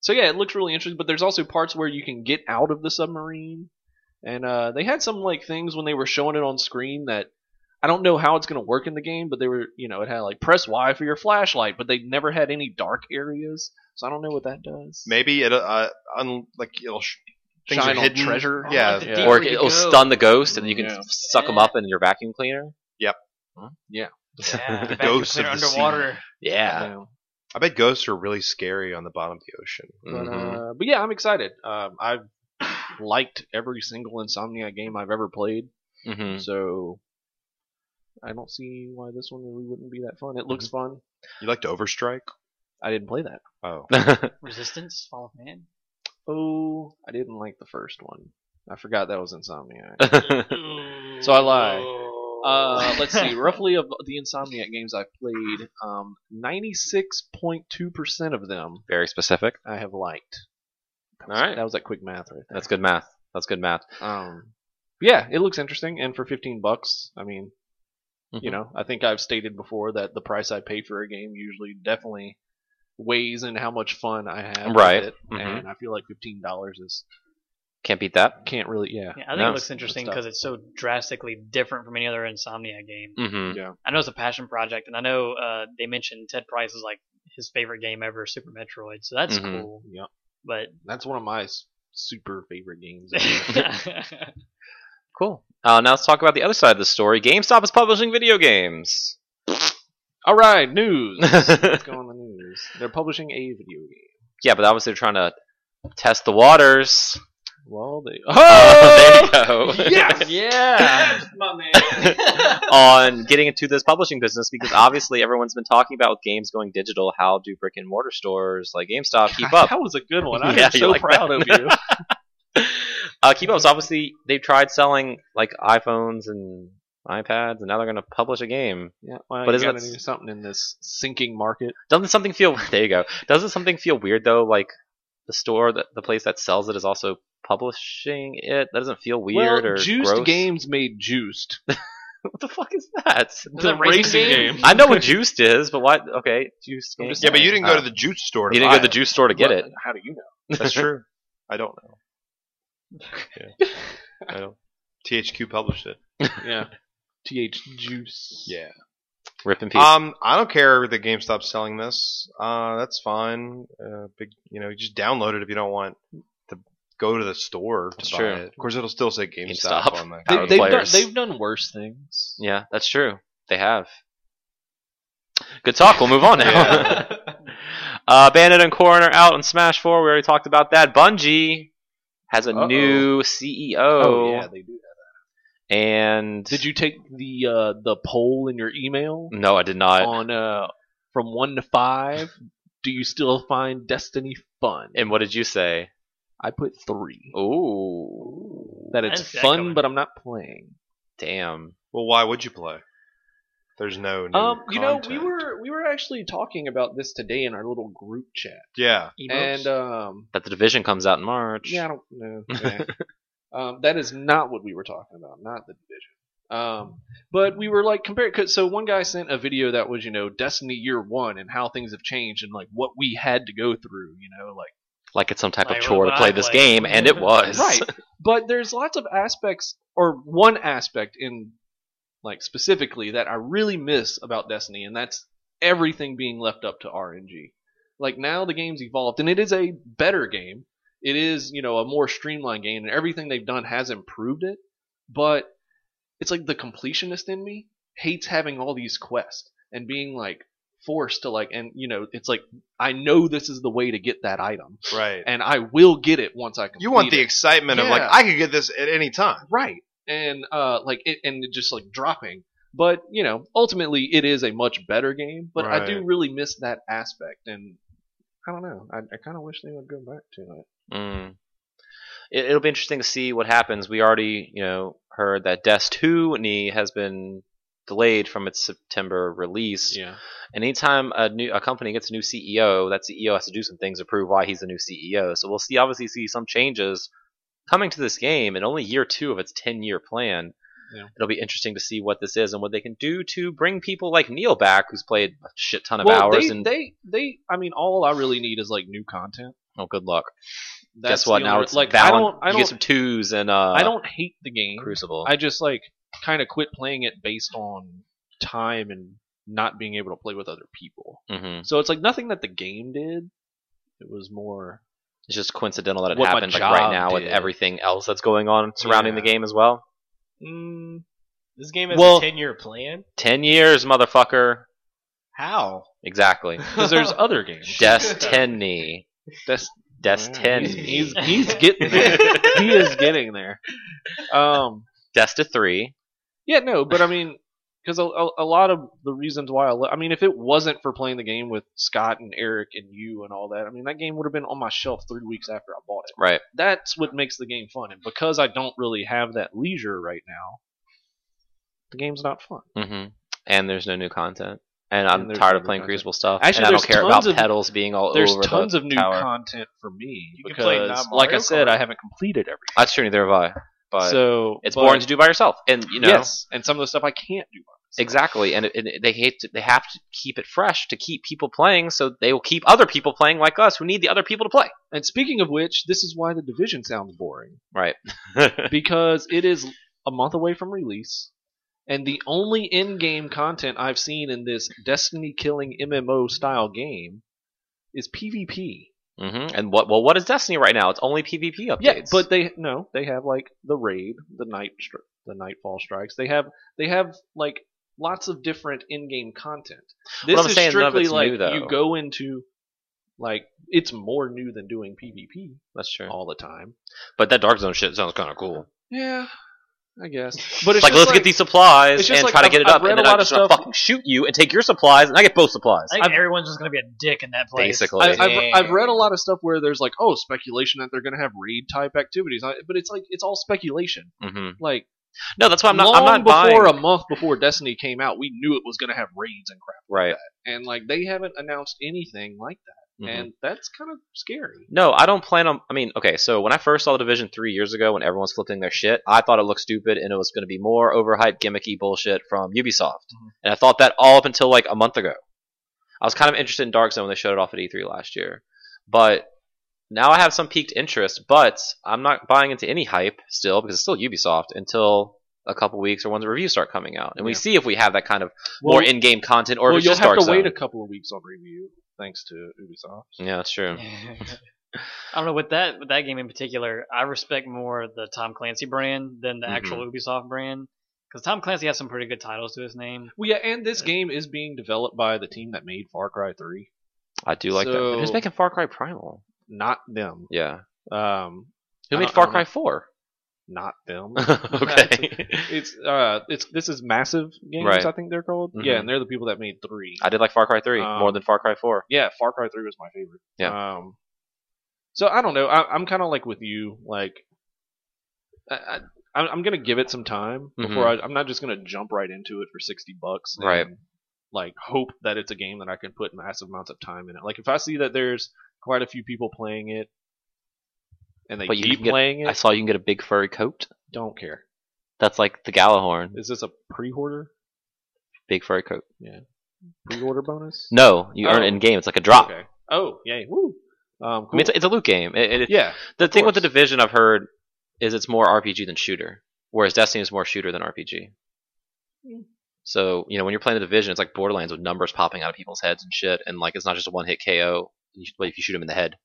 [SPEAKER 3] so yeah, it looks really interesting. But there's also parts where you can get out of the submarine, and uh, they had some like things when they were showing it on screen that I don't know how it's going to work in the game, but they were you know it had like press Y for your flashlight, but they never had any dark areas, so I don't know what that does.
[SPEAKER 2] Maybe it uh, un- like it'll sh- things
[SPEAKER 3] Shine
[SPEAKER 2] are
[SPEAKER 3] on
[SPEAKER 2] hidden.
[SPEAKER 3] treasure.
[SPEAKER 2] Yeah,
[SPEAKER 5] Yeah.
[SPEAKER 1] Or
[SPEAKER 5] Where you
[SPEAKER 1] it'll
[SPEAKER 5] go.
[SPEAKER 1] stun the ghost, and you can
[SPEAKER 3] Yeah.
[SPEAKER 1] suck them up in your vacuum cleaner.
[SPEAKER 5] Yeah,
[SPEAKER 2] The
[SPEAKER 5] vacuum
[SPEAKER 2] ghosts
[SPEAKER 5] cleaner
[SPEAKER 2] of the sea.
[SPEAKER 5] underwater.
[SPEAKER 1] Yeah.
[SPEAKER 2] I bet ghosts are really scary on the bottom of the ocean.
[SPEAKER 3] But,
[SPEAKER 1] Mhm.
[SPEAKER 2] Mm-hmm.
[SPEAKER 3] uh, but yeah, I'm excited. Um, I've liked every single Insomniac game I've ever played. Mm.
[SPEAKER 1] Mhm.
[SPEAKER 3] So I don't see why this one really wouldn't be that fun. It looks fun.
[SPEAKER 2] You like to overstrike?
[SPEAKER 3] I didn't play that.
[SPEAKER 2] Oh,
[SPEAKER 5] Resistance, Fall of Man.
[SPEAKER 3] Oh, I didn't like the first one. I forgot that was Insomniac. So I lied. Uh, let's see. Roughly of the Insomniac games I've played, um, 96.2% of them
[SPEAKER 1] Very specific.
[SPEAKER 3] I have liked. That was-
[SPEAKER 1] All right.
[SPEAKER 3] That was that quick math right there.
[SPEAKER 1] That's good math. That's good math.
[SPEAKER 3] Um, yeah, it looks interesting. And for 15 bucks, I mean,
[SPEAKER 1] Mm-hmm.
[SPEAKER 3] you know i think i've stated before that the price i pay for a game usually definitely weighs in how much fun i have
[SPEAKER 1] Right.
[SPEAKER 3] with it
[SPEAKER 1] Mhm.
[SPEAKER 3] and i feel like $15 is
[SPEAKER 1] can't beat that.
[SPEAKER 3] can't really yeah
[SPEAKER 5] Yeah, I think
[SPEAKER 1] No,
[SPEAKER 5] it looks interesting
[SPEAKER 3] tough.
[SPEAKER 5] because it's so drastically different from any other Insomniac game.
[SPEAKER 3] Mm.
[SPEAKER 1] hmm
[SPEAKER 5] I know it's a passion project, and I know uh, they mentioned Ted Price is like his favorite game ever, Super Metroid. So that's
[SPEAKER 1] Mhm.
[SPEAKER 5] cool.
[SPEAKER 3] Yeah.
[SPEAKER 5] But
[SPEAKER 3] that's one of my s- super favorite games
[SPEAKER 1] Cool. Uh, now let's talk about the other side of the story. GameStop is publishing video games.
[SPEAKER 3] all right news
[SPEAKER 1] yeah,
[SPEAKER 3] let's go on the news they're publishing a video game
[SPEAKER 1] but obviously they're trying to test the waters.
[SPEAKER 3] well they oh!
[SPEAKER 1] there you go.
[SPEAKER 5] yeah,
[SPEAKER 4] my man.
[SPEAKER 1] on getting into this publishing business because obviously everyone's been talking about with games going digital. How do brick and mortar stores like GameStop keep up?
[SPEAKER 3] that was a good one i'm
[SPEAKER 1] Yeah, you
[SPEAKER 3] so
[SPEAKER 1] like
[SPEAKER 3] proud of you
[SPEAKER 1] Uh, keep up. So obviously they've tried selling like iPhones and iPads, and now they're going to publish a game.
[SPEAKER 3] yeah well,
[SPEAKER 1] But
[SPEAKER 3] but you
[SPEAKER 1] isn't
[SPEAKER 3] gotta
[SPEAKER 1] that-
[SPEAKER 3] do something in this sinking market
[SPEAKER 1] Doesn't something feel? There you go. Doesn't something feel weird though? Like the store that the place that sells it is also publishing it. That doesn't feel weird
[SPEAKER 3] well,
[SPEAKER 1] or
[SPEAKER 3] juiced
[SPEAKER 1] gross.
[SPEAKER 3] games made juiced
[SPEAKER 1] What the fuck is that?
[SPEAKER 5] Is that racing game?
[SPEAKER 1] I know what juiced is, but why? Okay, juiced.
[SPEAKER 3] I'm
[SPEAKER 1] game.
[SPEAKER 3] just
[SPEAKER 2] yeah, but you didn't go
[SPEAKER 1] Uh,
[SPEAKER 2] to the juice store. To
[SPEAKER 1] You didn't
[SPEAKER 2] buy
[SPEAKER 1] go to the
[SPEAKER 2] it.
[SPEAKER 1] juice store to get it.
[SPEAKER 3] uh, how do you know
[SPEAKER 2] That's true. I don't know.
[SPEAKER 1] I don't.
[SPEAKER 2] THQ published it.
[SPEAKER 3] Yeah. TH juice.
[SPEAKER 2] Yeah.
[SPEAKER 1] Rip in peace.
[SPEAKER 2] Um, I don't care that GameStop's selling this. Uh, that's fine. Uh, big, you know, just download it if you don't want to go to the store to
[SPEAKER 1] That's
[SPEAKER 2] buy
[SPEAKER 1] true.
[SPEAKER 2] it. Of course, it'll still say GameStop,
[SPEAKER 1] GameStop.
[SPEAKER 2] on the.
[SPEAKER 1] Power
[SPEAKER 3] They, have done,
[SPEAKER 1] players.
[SPEAKER 3] they've done worse things.
[SPEAKER 1] Yeah, that's true. They have. Good talk. We'll move on now. uh, Bandit and Corn are out on Smash 4. We already talked about that. Bungie has a
[SPEAKER 4] Uh-oh.
[SPEAKER 1] new CEO.
[SPEAKER 3] Oh,
[SPEAKER 1] Oh.
[SPEAKER 2] they do.
[SPEAKER 1] And.
[SPEAKER 3] Did you take the uh, the poll in your email
[SPEAKER 1] No, I did not.
[SPEAKER 3] on uh, from one to five? Do you still find Destiny fun?
[SPEAKER 1] And what did you say?
[SPEAKER 3] I put three.
[SPEAKER 1] Oh. Ooh.
[SPEAKER 3] That it's
[SPEAKER 5] That's that
[SPEAKER 3] fun,
[SPEAKER 5] coming.
[SPEAKER 3] but I'm not playing.
[SPEAKER 1] Damn.
[SPEAKER 2] Well, why would you play? There's no. New
[SPEAKER 3] Um, you know, we
[SPEAKER 2] content.
[SPEAKER 3] were we were actually talking about this today in our little group chat,
[SPEAKER 2] Yeah.
[SPEAKER 3] and um,
[SPEAKER 1] That the division comes out in March.
[SPEAKER 3] Yeah, I don't know. um, that is not what we were talking about. Not the division. Um, but we were like comparing. Cause, so one guy sent a video that was, you know, Destiny Year One and how things have changed and like what we had to go through. You know, like
[SPEAKER 1] Like it's some type
[SPEAKER 5] Like
[SPEAKER 1] of chore
[SPEAKER 5] what
[SPEAKER 1] to
[SPEAKER 5] I
[SPEAKER 1] play this
[SPEAKER 5] play.
[SPEAKER 1] game, and it was.
[SPEAKER 3] right. But there's lots of aspects, or one aspect in like specifically that I really miss about Destiny, and that's everything being left up to RNG. Like now the game's evolved, and it is a better game. It is, you know, a more streamlined game, and everything they've done has improved it. But it's like the completionist in me hates having all these quests and being like forced to like, and you know, it's like I know this is the way to get that item,
[SPEAKER 2] Right.
[SPEAKER 3] and I will get it once I complete.
[SPEAKER 2] You want the
[SPEAKER 3] it.
[SPEAKER 2] excitement of like
[SPEAKER 3] Yeah.
[SPEAKER 2] I could get this at any time.
[SPEAKER 3] Right. And uh like it and it just like dropping. But, you know, ultimately it is a much better game, but I do
[SPEAKER 2] Right.
[SPEAKER 3] really miss that aspect and I don't know. I, I kind of wish they would go back to it.
[SPEAKER 1] Mm. It, it'll be interesting to see what happens. We already, you know, heard that Destiny has been delayed from its September release.
[SPEAKER 3] Yeah.
[SPEAKER 1] And anytime a new a company gets a new CEO, that CEO has to do some things to prove why he's the new CEO. So we'll see obviously see some changes coming to this game in only year two of its ten year plan.
[SPEAKER 3] Yeah.
[SPEAKER 1] It'll be interesting to see what this is and what they can do to bring people like Neil back, who's played a shit ton of
[SPEAKER 3] Well,
[SPEAKER 1] hours.
[SPEAKER 3] they,
[SPEAKER 1] and
[SPEAKER 3] they they I mean all I really need is like new content.
[SPEAKER 1] oh, good luck.
[SPEAKER 3] That's
[SPEAKER 1] Guess what?
[SPEAKER 3] the
[SPEAKER 1] Now
[SPEAKER 3] only-
[SPEAKER 1] it's
[SPEAKER 3] like
[SPEAKER 1] Valen-
[SPEAKER 3] I don't I
[SPEAKER 1] you
[SPEAKER 3] don't
[SPEAKER 1] get some twos and uh,
[SPEAKER 3] I don't hate the game.
[SPEAKER 1] Crucible.
[SPEAKER 3] I just like kind of quit playing it based on time and not being able to play with other people.
[SPEAKER 1] hmm
[SPEAKER 3] So it's like nothing that the game did. It was more
[SPEAKER 1] It's just coincidental that it
[SPEAKER 3] What my
[SPEAKER 1] happened like right
[SPEAKER 3] job
[SPEAKER 1] now with
[SPEAKER 3] did.
[SPEAKER 1] everything else that's going on surrounding the
[SPEAKER 3] Yeah.
[SPEAKER 1] game as well.
[SPEAKER 3] mm,
[SPEAKER 4] This game has
[SPEAKER 1] Well-
[SPEAKER 4] a ten-year plan.
[SPEAKER 1] Ten years, motherfucker.
[SPEAKER 4] How?
[SPEAKER 1] Exactly.
[SPEAKER 3] because there's other games.
[SPEAKER 1] Destiny.
[SPEAKER 3] Des-
[SPEAKER 1] Destiny.
[SPEAKER 3] He's, he's getting there. he is getting there. Um,
[SPEAKER 1] Desta 3.
[SPEAKER 3] yeah, no, but I mean, because a, a, a lot of the reasons why I, le- I mean, if it wasn't for playing the game with Scott and Eric and you and all that, I mean, that game would have been on my shelf three weeks after I bought it.
[SPEAKER 1] Right.
[SPEAKER 3] That's what makes the game fun, and because I don't really have that leisure right now, the game's not fun.
[SPEAKER 1] hmm And there's no new content. And I'm
[SPEAKER 3] And there's
[SPEAKER 1] tired
[SPEAKER 3] no
[SPEAKER 1] of
[SPEAKER 3] new
[SPEAKER 1] playing
[SPEAKER 3] content.
[SPEAKER 1] Crucible stuff.
[SPEAKER 3] Actually,
[SPEAKER 1] and I don't
[SPEAKER 3] there's
[SPEAKER 1] care
[SPEAKER 3] tons
[SPEAKER 1] about
[SPEAKER 3] of-
[SPEAKER 1] pedals being all
[SPEAKER 3] There's
[SPEAKER 1] over
[SPEAKER 3] tons
[SPEAKER 1] the
[SPEAKER 3] of new
[SPEAKER 1] tower.
[SPEAKER 3] content for me
[SPEAKER 4] You can
[SPEAKER 3] because,
[SPEAKER 4] play not
[SPEAKER 3] like I
[SPEAKER 4] Mario
[SPEAKER 3] said,
[SPEAKER 4] Kart.
[SPEAKER 3] I haven't completed everything.
[SPEAKER 1] That's true, neither have I. But
[SPEAKER 3] so
[SPEAKER 1] it's
[SPEAKER 3] but-
[SPEAKER 1] boring to do by yourself. And, you know,
[SPEAKER 3] yes, and some of the stuff I can't do.
[SPEAKER 1] exactly. And, it, and it- they, hate to, they have to keep it fresh to keep people playing, so they will keep other people playing like us who need the other people to play.
[SPEAKER 3] And speaking of which, this is why the division sounds boring
[SPEAKER 1] Right.
[SPEAKER 3] because it is a month away from release, and the only in-game content I've seen in this Destiny-killing MMO-style game is PvP.
[SPEAKER 1] hmm And what well, what is Destiny right now? It's only PvP updates.
[SPEAKER 3] Yeah, but they no, they have like the raid, the night, stri- the nightfall strikes. They have they have like lots of different in-game content. This
[SPEAKER 1] I'm
[SPEAKER 3] is
[SPEAKER 1] saying none of
[SPEAKER 3] strictly
[SPEAKER 1] it's
[SPEAKER 3] like
[SPEAKER 1] new, though.
[SPEAKER 3] you go into like it's more new than doing PvP
[SPEAKER 1] that's true.
[SPEAKER 3] all the time.
[SPEAKER 1] But that Dark Zone shit sounds kind of cool.
[SPEAKER 3] Yeah, I
[SPEAKER 1] But
[SPEAKER 3] guess. But
[SPEAKER 1] it's
[SPEAKER 3] it's
[SPEAKER 1] like
[SPEAKER 3] just
[SPEAKER 1] let's
[SPEAKER 3] like-
[SPEAKER 1] get these supplies
[SPEAKER 3] it's just
[SPEAKER 1] and
[SPEAKER 3] like
[SPEAKER 1] try to
[SPEAKER 3] I've-
[SPEAKER 1] get it
[SPEAKER 3] I've
[SPEAKER 1] up, and
[SPEAKER 3] read
[SPEAKER 1] then
[SPEAKER 3] a
[SPEAKER 1] I'm
[SPEAKER 3] lot
[SPEAKER 1] just
[SPEAKER 3] of
[SPEAKER 1] gonna
[SPEAKER 3] stuff-
[SPEAKER 1] fucking shoot you and take your supplies, and I get both supplies.
[SPEAKER 5] I think
[SPEAKER 3] I've-
[SPEAKER 5] everyone's just going to be a dick in that place.
[SPEAKER 1] Basically,
[SPEAKER 3] I,
[SPEAKER 4] Dang.
[SPEAKER 3] I've, I've read a lot of stuff where there's like, oh, speculation that they're going to have raid type activities, I, but it's like it's all speculation.
[SPEAKER 1] hmm
[SPEAKER 3] Like
[SPEAKER 1] no, that's why I'm not.
[SPEAKER 3] long
[SPEAKER 1] I'm not
[SPEAKER 3] before
[SPEAKER 1] buying.
[SPEAKER 3] a month before Destiny came out, we knew it was going to have raids and crap,
[SPEAKER 1] right.
[SPEAKER 3] and like they haven't announced anything like that,
[SPEAKER 1] Mhm.
[SPEAKER 3] and that's kind of scary.
[SPEAKER 1] No, I don't plan on. I mean, okay, so when I first saw the Division three years ago, when everyone's flipping their shit, I thought it looked stupid and it was going to be more overhyped, gimmicky bullshit from Ubisoft,
[SPEAKER 3] Mhm.
[SPEAKER 1] and I thought that all up until like a month ago. I was kind of interested in Dark Zone when they showed it off at E3 last year, but now I have some peaked interest. But I'm not buying into any hype still because it's still Ubisoft until a couple weeks or when the reviews start coming out, and we
[SPEAKER 3] Yeah.
[SPEAKER 1] see if we have that kind of more
[SPEAKER 3] Well,
[SPEAKER 1] in-game content or
[SPEAKER 3] well
[SPEAKER 1] if it's
[SPEAKER 3] you'll
[SPEAKER 1] just
[SPEAKER 3] have
[SPEAKER 1] Dark
[SPEAKER 3] to
[SPEAKER 1] Zone.
[SPEAKER 3] wait a couple of weeks on review, thanks to Ubisoft.
[SPEAKER 1] yeah, that's true.
[SPEAKER 5] I don't know with that with that game in particular. I respect more the Tom Clancy brand than the actual Ubisoft brand Because Tom Clancy has some pretty good titles to his name.
[SPEAKER 3] Well, yeah, and this game is being developed by the team that made Far Cry 3,
[SPEAKER 1] I do like that.
[SPEAKER 3] So-
[SPEAKER 1] Who's making Far Cry Primal?
[SPEAKER 3] not them.
[SPEAKER 1] Yeah.
[SPEAKER 3] Um,
[SPEAKER 1] Who
[SPEAKER 3] I
[SPEAKER 1] made
[SPEAKER 3] don't-
[SPEAKER 1] Far
[SPEAKER 3] I
[SPEAKER 1] Cry Four?
[SPEAKER 3] not them.
[SPEAKER 1] okay.
[SPEAKER 3] it's uh, it's this is massive games.
[SPEAKER 1] Right.
[SPEAKER 3] I think they're called.
[SPEAKER 1] Mhm.
[SPEAKER 3] Yeah, and they're the people that made three.
[SPEAKER 1] I did like Far Cry Three more
[SPEAKER 3] Um,
[SPEAKER 1] than Far Cry Four.
[SPEAKER 3] yeah, Far Cry Three was my favorite.
[SPEAKER 1] Yeah.
[SPEAKER 3] Um, so I don't know. I, I'm kind of like with you. Like, I, I, I'm gonna give it some time before I, I'm not just gonna jump right into it for sixty bucks. and,
[SPEAKER 1] Mm-hmm. Right.
[SPEAKER 3] Like, hope that it's a game that I can put massive amounts of time in it. Like, if I see that there's quite a few people playing it, and they
[SPEAKER 1] But you
[SPEAKER 3] keep
[SPEAKER 1] can get-
[SPEAKER 3] playing it,
[SPEAKER 1] I saw you can get a big furry coat.
[SPEAKER 3] don't care.
[SPEAKER 1] That's like the Galahorn
[SPEAKER 3] Is this a pre-order?
[SPEAKER 1] big furry coat.
[SPEAKER 3] Pre-order bonus?
[SPEAKER 1] No, you earn
[SPEAKER 3] Oh.
[SPEAKER 1] it in game. It's like a drop.
[SPEAKER 3] Okay. Oh, yay! Woo. Um, cool.
[SPEAKER 1] I mean, it's, it's a loot game. It, it,
[SPEAKER 3] yeah.
[SPEAKER 1] the thing with the
[SPEAKER 3] course.
[SPEAKER 1] division I've heard is it's more RPG than shooter, whereas Destiny is more shooter than RPG. So you know when you're playing the division, it's like Borderlands with numbers popping out of people's heads and shit, and like it's not just a one hit KO you should- like, if you shoot them in the head,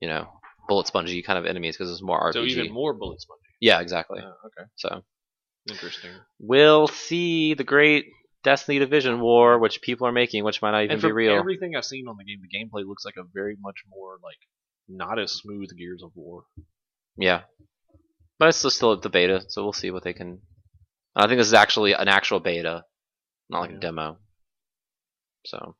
[SPEAKER 1] you know, bullet spongy kind of enemies because it's more RPG.
[SPEAKER 3] So even more bullet sponge.
[SPEAKER 1] yeah, exactly.
[SPEAKER 3] Oh, okay.
[SPEAKER 1] So
[SPEAKER 3] Interesting.
[SPEAKER 1] we'll see the great Destiny division war, which people are making, which might not even
[SPEAKER 3] and
[SPEAKER 1] be
[SPEAKER 3] from
[SPEAKER 1] real.
[SPEAKER 3] everything I've seen on the game, the gameplay looks like a very much more like not as smooth Gears of War.
[SPEAKER 1] Yeah, but it's still- still at the beta, so we'll see what they can. I think this is actually an actual beta, not like
[SPEAKER 3] Yeah.
[SPEAKER 1] a demo. So,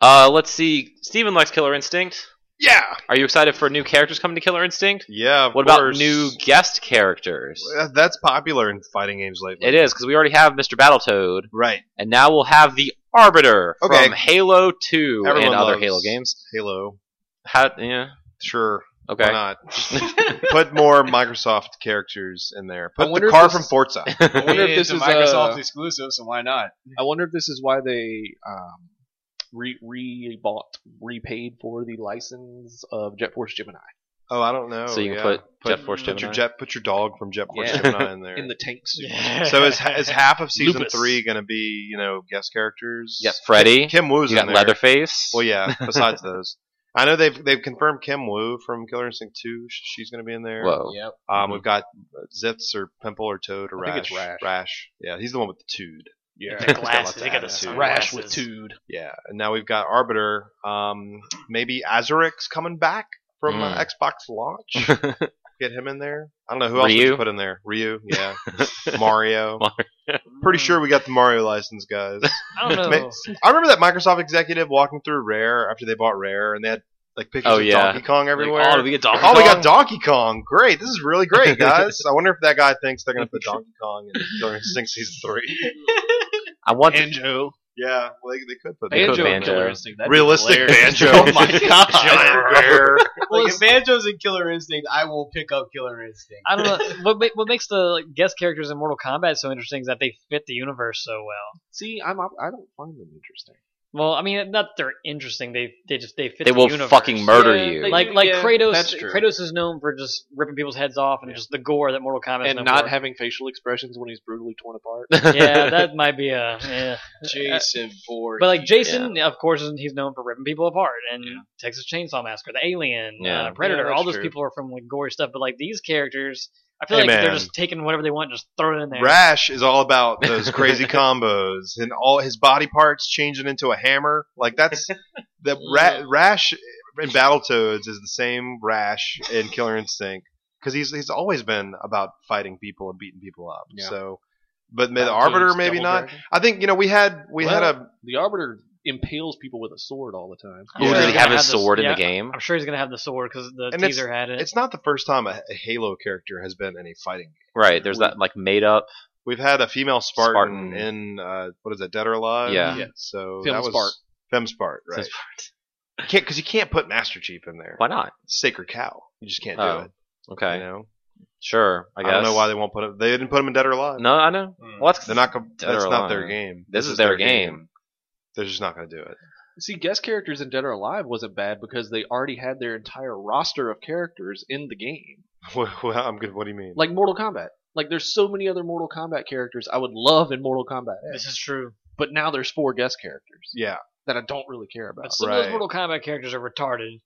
[SPEAKER 1] uh, let's see. Steven likes Killer Instinct.
[SPEAKER 2] Yeah.
[SPEAKER 1] Are you excited for new characters coming to Killer Instinct?
[SPEAKER 2] Yeah. Of
[SPEAKER 1] What
[SPEAKER 2] course.
[SPEAKER 1] about new guest characters?
[SPEAKER 2] Uh, That's popular in fighting games lately.
[SPEAKER 1] It is because we already have Mr. Battletoad,
[SPEAKER 2] Right.
[SPEAKER 1] and now we'll have the Arbiter
[SPEAKER 2] Okay.
[SPEAKER 1] from Halo 2 and
[SPEAKER 2] Everyone
[SPEAKER 1] other
[SPEAKER 2] loves
[SPEAKER 1] Halo games.
[SPEAKER 2] Halo.
[SPEAKER 1] How? Yeah.
[SPEAKER 2] Sure. Why
[SPEAKER 1] Okay.
[SPEAKER 2] not? Put more Microsoft characters in there. Put the
[SPEAKER 3] wonder if
[SPEAKER 2] car
[SPEAKER 3] this-
[SPEAKER 2] from Forza.
[SPEAKER 4] I wonder
[SPEAKER 3] It
[SPEAKER 4] if this
[SPEAKER 3] is
[SPEAKER 4] is
[SPEAKER 3] a
[SPEAKER 4] a Microsoft
[SPEAKER 3] uh,
[SPEAKER 4] exclusive, so why not?
[SPEAKER 3] I wonder if this is why they um, re re bought repaid for the license of Jet Force Gemini
[SPEAKER 2] Oh, I don't know.
[SPEAKER 1] so you can
[SPEAKER 2] yeah.
[SPEAKER 1] put,
[SPEAKER 2] Put-
[SPEAKER 1] Jet Force
[SPEAKER 5] put
[SPEAKER 2] Put your
[SPEAKER 1] Gemini.
[SPEAKER 2] jet, put your dog from Jet Force
[SPEAKER 3] Yeah.
[SPEAKER 2] Gemini in there.
[SPEAKER 3] in the tank suit.
[SPEAKER 2] so is ha- is half of season
[SPEAKER 3] Lupus.
[SPEAKER 2] three going to be you know guest characters?
[SPEAKER 1] You got Freddy.
[SPEAKER 2] Kim Woo's
[SPEAKER 1] You
[SPEAKER 2] in
[SPEAKER 1] got
[SPEAKER 2] there.
[SPEAKER 1] Leatherface.
[SPEAKER 2] Well, yeah. Besides those, I know they've they've confirmed Kim Woo from Killer Instinct Two. Sh- She's going to be in there.
[SPEAKER 1] Whoa.
[SPEAKER 4] Yep.
[SPEAKER 2] Um,
[SPEAKER 1] Mhm.
[SPEAKER 2] we've got uh, Zitz or Pimple or Toad or
[SPEAKER 3] I think
[SPEAKER 2] Rash.
[SPEAKER 3] it's Rash.
[SPEAKER 2] Yeah, he's the one with the toad.
[SPEAKER 3] Yeah.
[SPEAKER 5] The glasses. They got the
[SPEAKER 2] Rash
[SPEAKER 3] Rash with
[SPEAKER 5] sunglasses.
[SPEAKER 3] Tood.
[SPEAKER 2] Yeah, and now we've got Arbiter. Um, maybe Azurix coming back from uh, Xbox launch. Get him in there. I don't know who else we
[SPEAKER 1] Ryu?
[SPEAKER 2] should put in there. Ryu. Yeah. Mario.
[SPEAKER 1] Mario.
[SPEAKER 2] Pretty sure we got the Mario license, guys.
[SPEAKER 5] I don't
[SPEAKER 2] Ma-
[SPEAKER 5] know.
[SPEAKER 2] I remember that Microsoft executive walking through Rare after they bought Rare, and they had like pictures
[SPEAKER 1] Oh, yeah.
[SPEAKER 2] of Donkey Kong everywhere.
[SPEAKER 1] Like, oh, we get Donkey
[SPEAKER 2] oh, we got
[SPEAKER 1] Kong?
[SPEAKER 2] Donkey Kong. Great. This is really great, guys. I wonder if that guy thinks they're going to put Donkey Kong in Killer Instinct Season 3.
[SPEAKER 1] I want to-
[SPEAKER 3] Banjo.
[SPEAKER 2] Yeah, well, they, they could put that.
[SPEAKER 1] They
[SPEAKER 3] Banjo,
[SPEAKER 1] could
[SPEAKER 3] and Killer
[SPEAKER 1] banjo.
[SPEAKER 3] Instinct. That'd be
[SPEAKER 2] Realistic
[SPEAKER 3] hilarious.
[SPEAKER 2] banjo.
[SPEAKER 1] Oh my
[SPEAKER 2] god. Rare.
[SPEAKER 4] Well, if Banjo's in Killer Instinct, I will pick up Killer Instinct.
[SPEAKER 5] I don't know. What, ma- what makes the like, guest characters in Mortal Kombat so interesting is that they fit the universe so well.
[SPEAKER 3] See, I'm op- I don't find them interesting.
[SPEAKER 5] Well, I mean, not they're interesting. They they just they fit.
[SPEAKER 1] They
[SPEAKER 5] the
[SPEAKER 1] will
[SPEAKER 5] universe.
[SPEAKER 1] fucking murder
[SPEAKER 3] Yeah,
[SPEAKER 1] you.
[SPEAKER 3] they-
[SPEAKER 5] Like like
[SPEAKER 3] Yeah, that's
[SPEAKER 5] Kratos.
[SPEAKER 3] true.
[SPEAKER 5] Kratos is known for just ripping people's heads off and
[SPEAKER 3] Yeah.
[SPEAKER 5] just the gore that Mortal Kombat. is
[SPEAKER 3] And
[SPEAKER 5] known
[SPEAKER 3] not
[SPEAKER 5] for.
[SPEAKER 3] having facial expressions when he's brutally torn apart.
[SPEAKER 5] yeah, that might be a. Yeah.
[SPEAKER 4] Jason Voorhees.
[SPEAKER 5] But like Jason, of course, isn't- he's known for ripping people apart, and Texas Chainsaw Massacre, The Alien,
[SPEAKER 1] Yeah.
[SPEAKER 5] uh, Predator.
[SPEAKER 3] Yeah,
[SPEAKER 5] all
[SPEAKER 3] that's
[SPEAKER 5] those
[SPEAKER 3] true.
[SPEAKER 5] people are from like gory stuff, but like these characters, I feel
[SPEAKER 2] Hey,
[SPEAKER 5] like they're
[SPEAKER 2] man.
[SPEAKER 5] just taking whatever they want, and just throw it in there.
[SPEAKER 2] Rash is all about those crazy combos and all his body parts changing into a hammer. Like that's the ra- Rash in Battletoads is the same Rash in Killer Instinct because he's he's always been about fighting people and beating people up.
[SPEAKER 3] Yeah.
[SPEAKER 2] So, but the Arbiter maybe
[SPEAKER 3] Double
[SPEAKER 2] not.
[SPEAKER 3] dragon.
[SPEAKER 2] I think you know we had we had
[SPEAKER 3] Well,
[SPEAKER 2] a
[SPEAKER 3] The Arbiter impales people with a sword all the time.
[SPEAKER 1] Oh,
[SPEAKER 5] Yeah.
[SPEAKER 1] does he
[SPEAKER 5] Yeah,
[SPEAKER 1] have
[SPEAKER 5] I
[SPEAKER 1] his
[SPEAKER 5] have this-
[SPEAKER 1] sword in
[SPEAKER 5] yeah.
[SPEAKER 1] the game?
[SPEAKER 5] I'm sure he's gonna have the sword because the
[SPEAKER 2] And it's-
[SPEAKER 5] teaser had it.
[SPEAKER 2] it's not the first time a, a Halo character has been in a fighting. game.
[SPEAKER 1] Right. There's that like made up.
[SPEAKER 2] We've had a female Spartan,
[SPEAKER 1] Spartan.
[SPEAKER 2] in uh, what is that Dead or Alive?
[SPEAKER 1] Yeah. Yeah.
[SPEAKER 2] So
[SPEAKER 3] Fem
[SPEAKER 2] that was
[SPEAKER 3] Spart.
[SPEAKER 2] Femspart, right? can't because you can't put Master Chief in there.
[SPEAKER 1] Why not?
[SPEAKER 2] Sacred cow. You just can't
[SPEAKER 1] Oh,
[SPEAKER 2] do it. You
[SPEAKER 1] Okay.
[SPEAKER 2] know.
[SPEAKER 1] Sure. I
[SPEAKER 2] I,
[SPEAKER 1] guess.
[SPEAKER 2] don't know why they won't put him. They didn't put him in Dead or Alive.
[SPEAKER 1] No, I know.
[SPEAKER 4] Hmm.
[SPEAKER 1] Well, that's
[SPEAKER 2] they're not. gonna-
[SPEAKER 1] Dead or
[SPEAKER 2] That's not their
[SPEAKER 1] Alive.
[SPEAKER 2] game.
[SPEAKER 1] This is their game.
[SPEAKER 2] They're just not going to do it.
[SPEAKER 3] See, guest characters in Dead or Alive wasn't bad because they already had their entire roster of characters in the game.
[SPEAKER 2] Well, well, I'm good. What do you mean?
[SPEAKER 3] Like Mortal Kombat. Like there's so many other Mortal Kombat characters I would love in Mortal Kombat. X,
[SPEAKER 5] this is true,
[SPEAKER 3] But now there's four guest characters
[SPEAKER 2] yeah,
[SPEAKER 3] that I don't really care about.
[SPEAKER 5] but some of those
[SPEAKER 2] Right.
[SPEAKER 5] Mortal Kombat characters are retarded,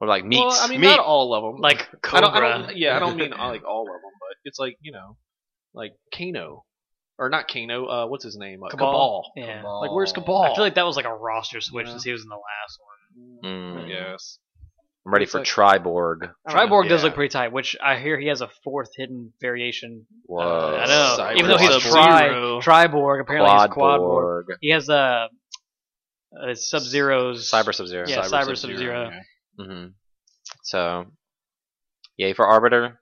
[SPEAKER 1] Or like meats.
[SPEAKER 3] Well, I mean,
[SPEAKER 2] Meat.
[SPEAKER 3] not all of them.
[SPEAKER 5] like
[SPEAKER 3] I uh,
[SPEAKER 5] Cobra.
[SPEAKER 3] don't, I don't, yeah, I don't mean like all of them, but it's like you know, like Kano. or not Kano. Uh, what's his name? Uh,
[SPEAKER 5] Cabal.
[SPEAKER 3] Cabal.
[SPEAKER 5] Yeah.
[SPEAKER 3] Like where's Cabal?
[SPEAKER 5] I feel like that was like a roster switch
[SPEAKER 3] Yeah.
[SPEAKER 5] since he was in the last one.
[SPEAKER 1] Mm.
[SPEAKER 3] yes.
[SPEAKER 1] I'm ready for Triborg.
[SPEAKER 5] Triborg does
[SPEAKER 2] Yeah.
[SPEAKER 5] look pretty tight, which I hear he has a fourth hidden variation.
[SPEAKER 1] Whoa.
[SPEAKER 5] Uh, I know.
[SPEAKER 3] Cyber
[SPEAKER 5] Even though he's tri-
[SPEAKER 3] Sub-Zero.
[SPEAKER 5] Triborg, apparently he's Quadborg.
[SPEAKER 1] Quadborg.
[SPEAKER 5] He has uh, uh, Sub Zero's
[SPEAKER 1] Cyber Sub Zero.
[SPEAKER 5] Yeah, Cyber Sub-Zero.
[SPEAKER 3] yeah.
[SPEAKER 1] hmm So, yay for Arbiter.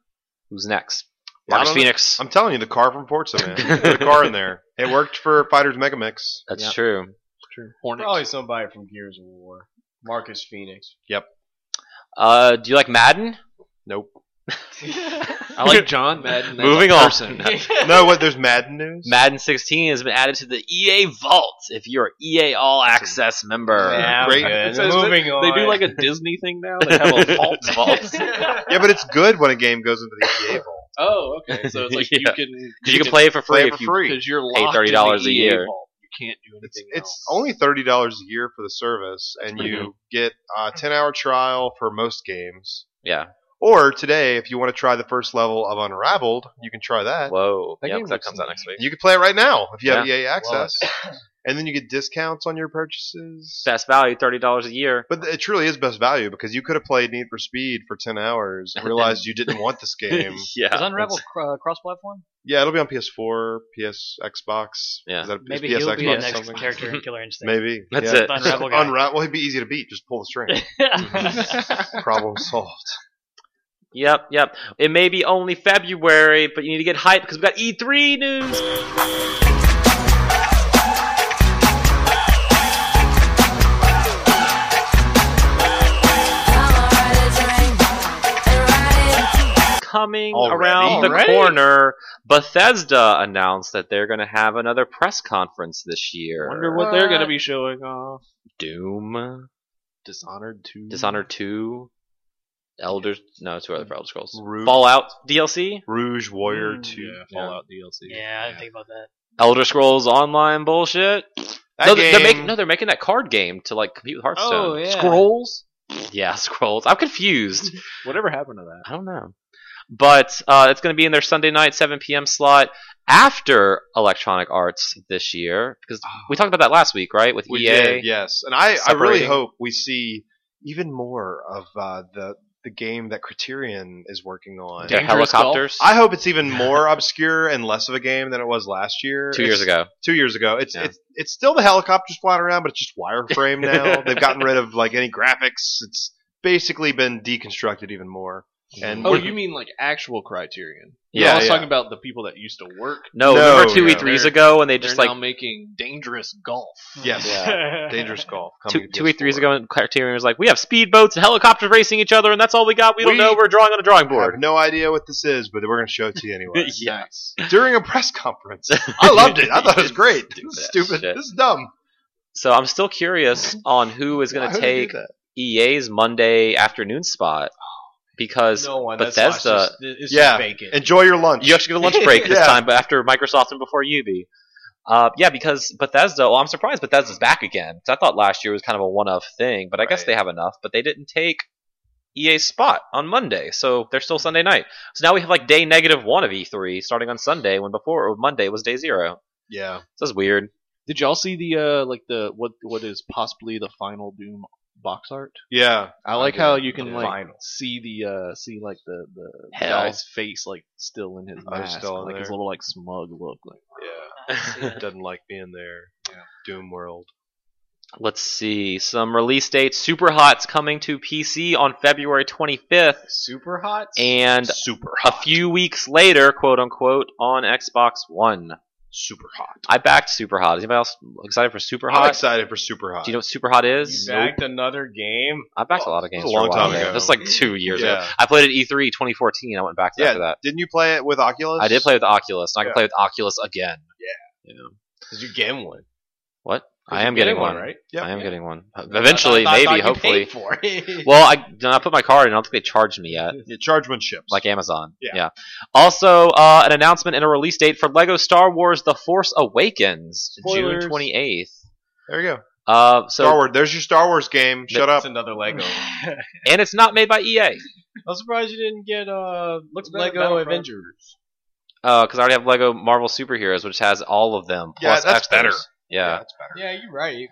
[SPEAKER 1] Who's next?
[SPEAKER 2] Yeah, I
[SPEAKER 1] Marcus
[SPEAKER 2] don't know.
[SPEAKER 1] Phoenix.
[SPEAKER 2] I'm telling you, the car from Forza, man. Put a car in there. It worked for Fighters Mega Mix.
[SPEAKER 1] That's
[SPEAKER 3] Yeah.
[SPEAKER 1] true.
[SPEAKER 3] True. Hornets.
[SPEAKER 4] Probably somebody from Gears of War. Marcus Phoenix.
[SPEAKER 1] Uh, do you like Madden?
[SPEAKER 2] Nope.
[SPEAKER 3] I like John Madden. as a
[SPEAKER 1] Moving on.
[SPEAKER 3] person.
[SPEAKER 1] No.
[SPEAKER 2] No, what? There's Madden news.
[SPEAKER 1] Madden 16 has been added to the EA Vault. If you're an EA All Access member,
[SPEAKER 4] Yeah,
[SPEAKER 2] Great.
[SPEAKER 4] good.
[SPEAKER 3] It says
[SPEAKER 4] Moving on.
[SPEAKER 3] They do like a Disney thing now. They have a vault.
[SPEAKER 1] Vault.
[SPEAKER 2] Yeah, but it's good when a game goes into the E EA vault.
[SPEAKER 3] Oh, okay. So it's like
[SPEAKER 1] Yeah.
[SPEAKER 3] you can
[SPEAKER 1] you can play it for free
[SPEAKER 2] Play it
[SPEAKER 1] if
[SPEAKER 2] for
[SPEAKER 1] you
[SPEAKER 2] free.
[SPEAKER 3] because you're
[SPEAKER 1] pay
[SPEAKER 3] locked
[SPEAKER 1] $30
[SPEAKER 3] in the
[SPEAKER 1] a
[SPEAKER 3] EA
[SPEAKER 1] year.
[SPEAKER 3] Vault. You can't do
[SPEAKER 2] It's,
[SPEAKER 3] anything.
[SPEAKER 2] it's
[SPEAKER 3] else.
[SPEAKER 2] only thirty dollars a year for the service, and
[SPEAKER 1] pretty
[SPEAKER 2] you get a ten-hour trial for most games.
[SPEAKER 1] Yeah.
[SPEAKER 2] Or today, if you want to try the first level of Unraveled, you can try that.
[SPEAKER 1] Whoa.
[SPEAKER 4] That
[SPEAKER 1] yeah,
[SPEAKER 4] game
[SPEAKER 1] 'cause that
[SPEAKER 4] looks
[SPEAKER 1] comes out next week.
[SPEAKER 2] You can play it right now if you have EA
[SPEAKER 4] Love
[SPEAKER 2] access, and then you get discounts on your purchases.
[SPEAKER 1] Best value, thirty dollars a year.
[SPEAKER 2] But it truly is best value because you could have played Need for Speed for ten hours, and realized you didn't want this game.
[SPEAKER 5] Is
[SPEAKER 1] yeah.
[SPEAKER 5] Unravel cr- uh, cross-platform?
[SPEAKER 2] Yeah, it'll be on PS4, PS, Xbox.
[SPEAKER 1] Yeah.
[SPEAKER 2] Is that is
[SPEAKER 5] Maybe
[SPEAKER 2] PS,
[SPEAKER 5] he'll
[SPEAKER 2] Xbox
[SPEAKER 5] be the
[SPEAKER 2] or
[SPEAKER 5] next
[SPEAKER 2] something?
[SPEAKER 5] character in Killer Instinct.
[SPEAKER 2] Maybe
[SPEAKER 1] That's
[SPEAKER 2] yeah.
[SPEAKER 1] it.
[SPEAKER 5] The Unravel guy.
[SPEAKER 2] Unravel. Well, he'd be easy to beat. Just pull the string. Problem solved.
[SPEAKER 1] Yep, yep. It may be only February, but you need to get hyped because we got E3 news. coming
[SPEAKER 2] Already?
[SPEAKER 1] around the
[SPEAKER 4] Already?
[SPEAKER 1] corner, Bethesda announced that they're going to have another press conference this year.
[SPEAKER 3] Wonder what they're gonna be showing off.
[SPEAKER 1] Doom,
[SPEAKER 3] Dishonored two.
[SPEAKER 1] Dishonored Two, Elder. No, it's too early for Elder Scrolls.
[SPEAKER 2] Ru-
[SPEAKER 1] Fallout DLC,
[SPEAKER 2] Rouge Warrior
[SPEAKER 5] Mm,
[SPEAKER 2] Two.
[SPEAKER 3] Yeah,
[SPEAKER 2] Yeah.
[SPEAKER 3] Fallout DLC.
[SPEAKER 5] Yeah, I didn't think about that.
[SPEAKER 1] Elder Scrolls Online bullshit.
[SPEAKER 2] That
[SPEAKER 1] no, they're-
[SPEAKER 2] game-
[SPEAKER 1] they're making no, they're making that card game to like compete with
[SPEAKER 5] Oh,
[SPEAKER 1] Hearthstone.
[SPEAKER 5] yeah.
[SPEAKER 3] Scrolls.
[SPEAKER 1] yeah, Scrolls. I'm confused.
[SPEAKER 3] Whatever happened to that?
[SPEAKER 1] I don't know. But uh, it's going to be in their Sunday night 7 p.m. slot after Electronic Arts this year because we talked about that last week, right? With
[SPEAKER 2] Oh.
[SPEAKER 1] E
[SPEAKER 2] We
[SPEAKER 1] EA.
[SPEAKER 2] did, yes. And I, I really
[SPEAKER 1] Separating.
[SPEAKER 2] hope we see even more of uh, the the game that Criterion is working on.
[SPEAKER 1] Their
[SPEAKER 3] Dangerous
[SPEAKER 1] helicopters.
[SPEAKER 2] I hope it's even more obscure and less of a game than it was last year.
[SPEAKER 1] Two years
[SPEAKER 2] It's-
[SPEAKER 1] ago.
[SPEAKER 2] Two years ago. It's
[SPEAKER 1] Yeah.
[SPEAKER 2] it's it's still the helicopters flying around, but it's just wireframe now. They've gotten rid of like any graphics. It's basically been deconstructed even more. And
[SPEAKER 3] Oh,
[SPEAKER 2] we're-
[SPEAKER 3] you mean like actual Criterion?
[SPEAKER 1] Yeah,
[SPEAKER 3] I was
[SPEAKER 2] yeah.
[SPEAKER 3] talking about the people that used to work.
[SPEAKER 1] No,
[SPEAKER 2] No,
[SPEAKER 1] remember two
[SPEAKER 2] yeah.
[SPEAKER 1] E3s ago when they
[SPEAKER 3] They're
[SPEAKER 1] just
[SPEAKER 3] now
[SPEAKER 1] like
[SPEAKER 3] making dangerous golf.
[SPEAKER 2] yes,
[SPEAKER 1] Yeah.
[SPEAKER 2] Dangerous Golf.
[SPEAKER 1] two,
[SPEAKER 2] coming to
[SPEAKER 1] two E3s
[SPEAKER 2] PS4.
[SPEAKER 1] ago and Criterion was like, we have speedboats and helicopters racing each other, and that's all we got. We, don't
[SPEAKER 2] We-
[SPEAKER 1] know. We're drawing on a drawing
[SPEAKER 2] I have
[SPEAKER 1] board.
[SPEAKER 2] no idea what this is, but we're going to show it to you anyway.
[SPEAKER 1] yes.
[SPEAKER 2] During a press conference, I loved it. I thought it was great.
[SPEAKER 1] Do
[SPEAKER 2] This
[SPEAKER 1] that
[SPEAKER 2] is stupid.
[SPEAKER 1] shit.
[SPEAKER 2] This is dumb.
[SPEAKER 1] So I'm still curious on who is
[SPEAKER 2] Why
[SPEAKER 1] going to
[SPEAKER 2] would they
[SPEAKER 1] take
[SPEAKER 2] do that? Oh,
[SPEAKER 1] EA's Monday afternoon spot because
[SPEAKER 4] no one. That's
[SPEAKER 1] Bethesda-
[SPEAKER 4] why It's just, it's
[SPEAKER 2] Yeah.
[SPEAKER 4] just vacant.
[SPEAKER 2] Enjoy your lunch.
[SPEAKER 1] You actually get a lunch break this
[SPEAKER 2] Yeah.
[SPEAKER 1] time, but after Microsoft and before UB. Uh, yeah, because Bethesda. Well, I'm surprised Bethesda's back again. 'cause I thought last year was kind of a one-off thing, but I guess
[SPEAKER 2] Right.
[SPEAKER 1] they have enough. But they didn't take EA's spot on Monday, so they're still Sunday night. So now we have like day negative one of E3 starting on Sunday, when before or Monday was day zero.
[SPEAKER 2] yeah.
[SPEAKER 1] So that's weird.
[SPEAKER 3] Did y'all see the uh like the what what is possibly the final Doom box art?
[SPEAKER 2] Yeah.
[SPEAKER 3] I like how you
[SPEAKER 4] The
[SPEAKER 3] can like
[SPEAKER 4] final.
[SPEAKER 3] see the uh see like the the the
[SPEAKER 1] Hell.
[SPEAKER 3] guy's face like still in his
[SPEAKER 2] Oh,
[SPEAKER 3] mask,
[SPEAKER 2] still in
[SPEAKER 3] like his
[SPEAKER 2] there.
[SPEAKER 3] little like smug look. Like
[SPEAKER 2] Yeah.
[SPEAKER 5] Yeah.
[SPEAKER 2] Doesn't like being there. Doom World.
[SPEAKER 1] Let's see some release dates. Super Hot's coming to PC on February 25th,
[SPEAKER 4] Super hot.
[SPEAKER 1] and
[SPEAKER 2] Super
[SPEAKER 1] a few weeks later, quote unquote, on Xbox One.
[SPEAKER 2] Super hot.
[SPEAKER 1] I backed Super Hot. Is anybody else excited for Super
[SPEAKER 2] I'm
[SPEAKER 1] Hot?
[SPEAKER 2] excited for Super hot.
[SPEAKER 1] Do you know what Super Hot
[SPEAKER 4] You
[SPEAKER 1] is?
[SPEAKER 4] backed another game.
[SPEAKER 1] I backed a lot of games.
[SPEAKER 2] a
[SPEAKER 1] for
[SPEAKER 2] long
[SPEAKER 1] while,
[SPEAKER 2] time
[SPEAKER 1] man.
[SPEAKER 2] ago.
[SPEAKER 1] That's like two years ago.
[SPEAKER 2] Yeah.
[SPEAKER 1] I played at E E3 2014. I went back to
[SPEAKER 2] Yeah.
[SPEAKER 1] after that.
[SPEAKER 2] Didn't you play it with Oculus?
[SPEAKER 1] I did play with Oculus, and I can
[SPEAKER 2] Yeah.
[SPEAKER 1] play with Oculus again.
[SPEAKER 4] Did you get one?
[SPEAKER 1] What?
[SPEAKER 4] Did
[SPEAKER 1] I am
[SPEAKER 4] you get
[SPEAKER 1] getting one.
[SPEAKER 4] right?
[SPEAKER 2] Yep.
[SPEAKER 1] I am
[SPEAKER 4] Yeah.
[SPEAKER 1] getting one. Eventually,
[SPEAKER 4] I thought- I
[SPEAKER 1] maybe,
[SPEAKER 4] thought you
[SPEAKER 1] hopefully.
[SPEAKER 4] paid for it.
[SPEAKER 1] Well, I, no, I put my card in. I don't think they charged me yet.
[SPEAKER 2] Yeah, charge when ships.
[SPEAKER 1] Like Amazon.
[SPEAKER 2] Yeah.
[SPEAKER 1] Also, uh, an announcement and a release date for LEGO Star Wars The Force Awakens,
[SPEAKER 3] Spoilers.
[SPEAKER 1] June 28th.
[SPEAKER 2] there you go.
[SPEAKER 1] Uh, so
[SPEAKER 2] Star Wars. There's your Star Wars game. Shut
[SPEAKER 4] That's
[SPEAKER 2] up.
[SPEAKER 4] another Lego.
[SPEAKER 1] and it's not made by E EA.
[SPEAKER 4] I'm surprised you didn't get uh
[SPEAKER 5] Looks better than
[SPEAKER 4] Lego
[SPEAKER 5] Battlefront.
[SPEAKER 4] Avengers.
[SPEAKER 1] because Uh, I already have Lego Marvel Superheroes, which has all of them.
[SPEAKER 2] Yeah,
[SPEAKER 1] Plus
[SPEAKER 2] that's
[SPEAKER 1] extras.
[SPEAKER 2] better.
[SPEAKER 1] Yeah.
[SPEAKER 2] that's better.
[SPEAKER 4] Yeah, you're right.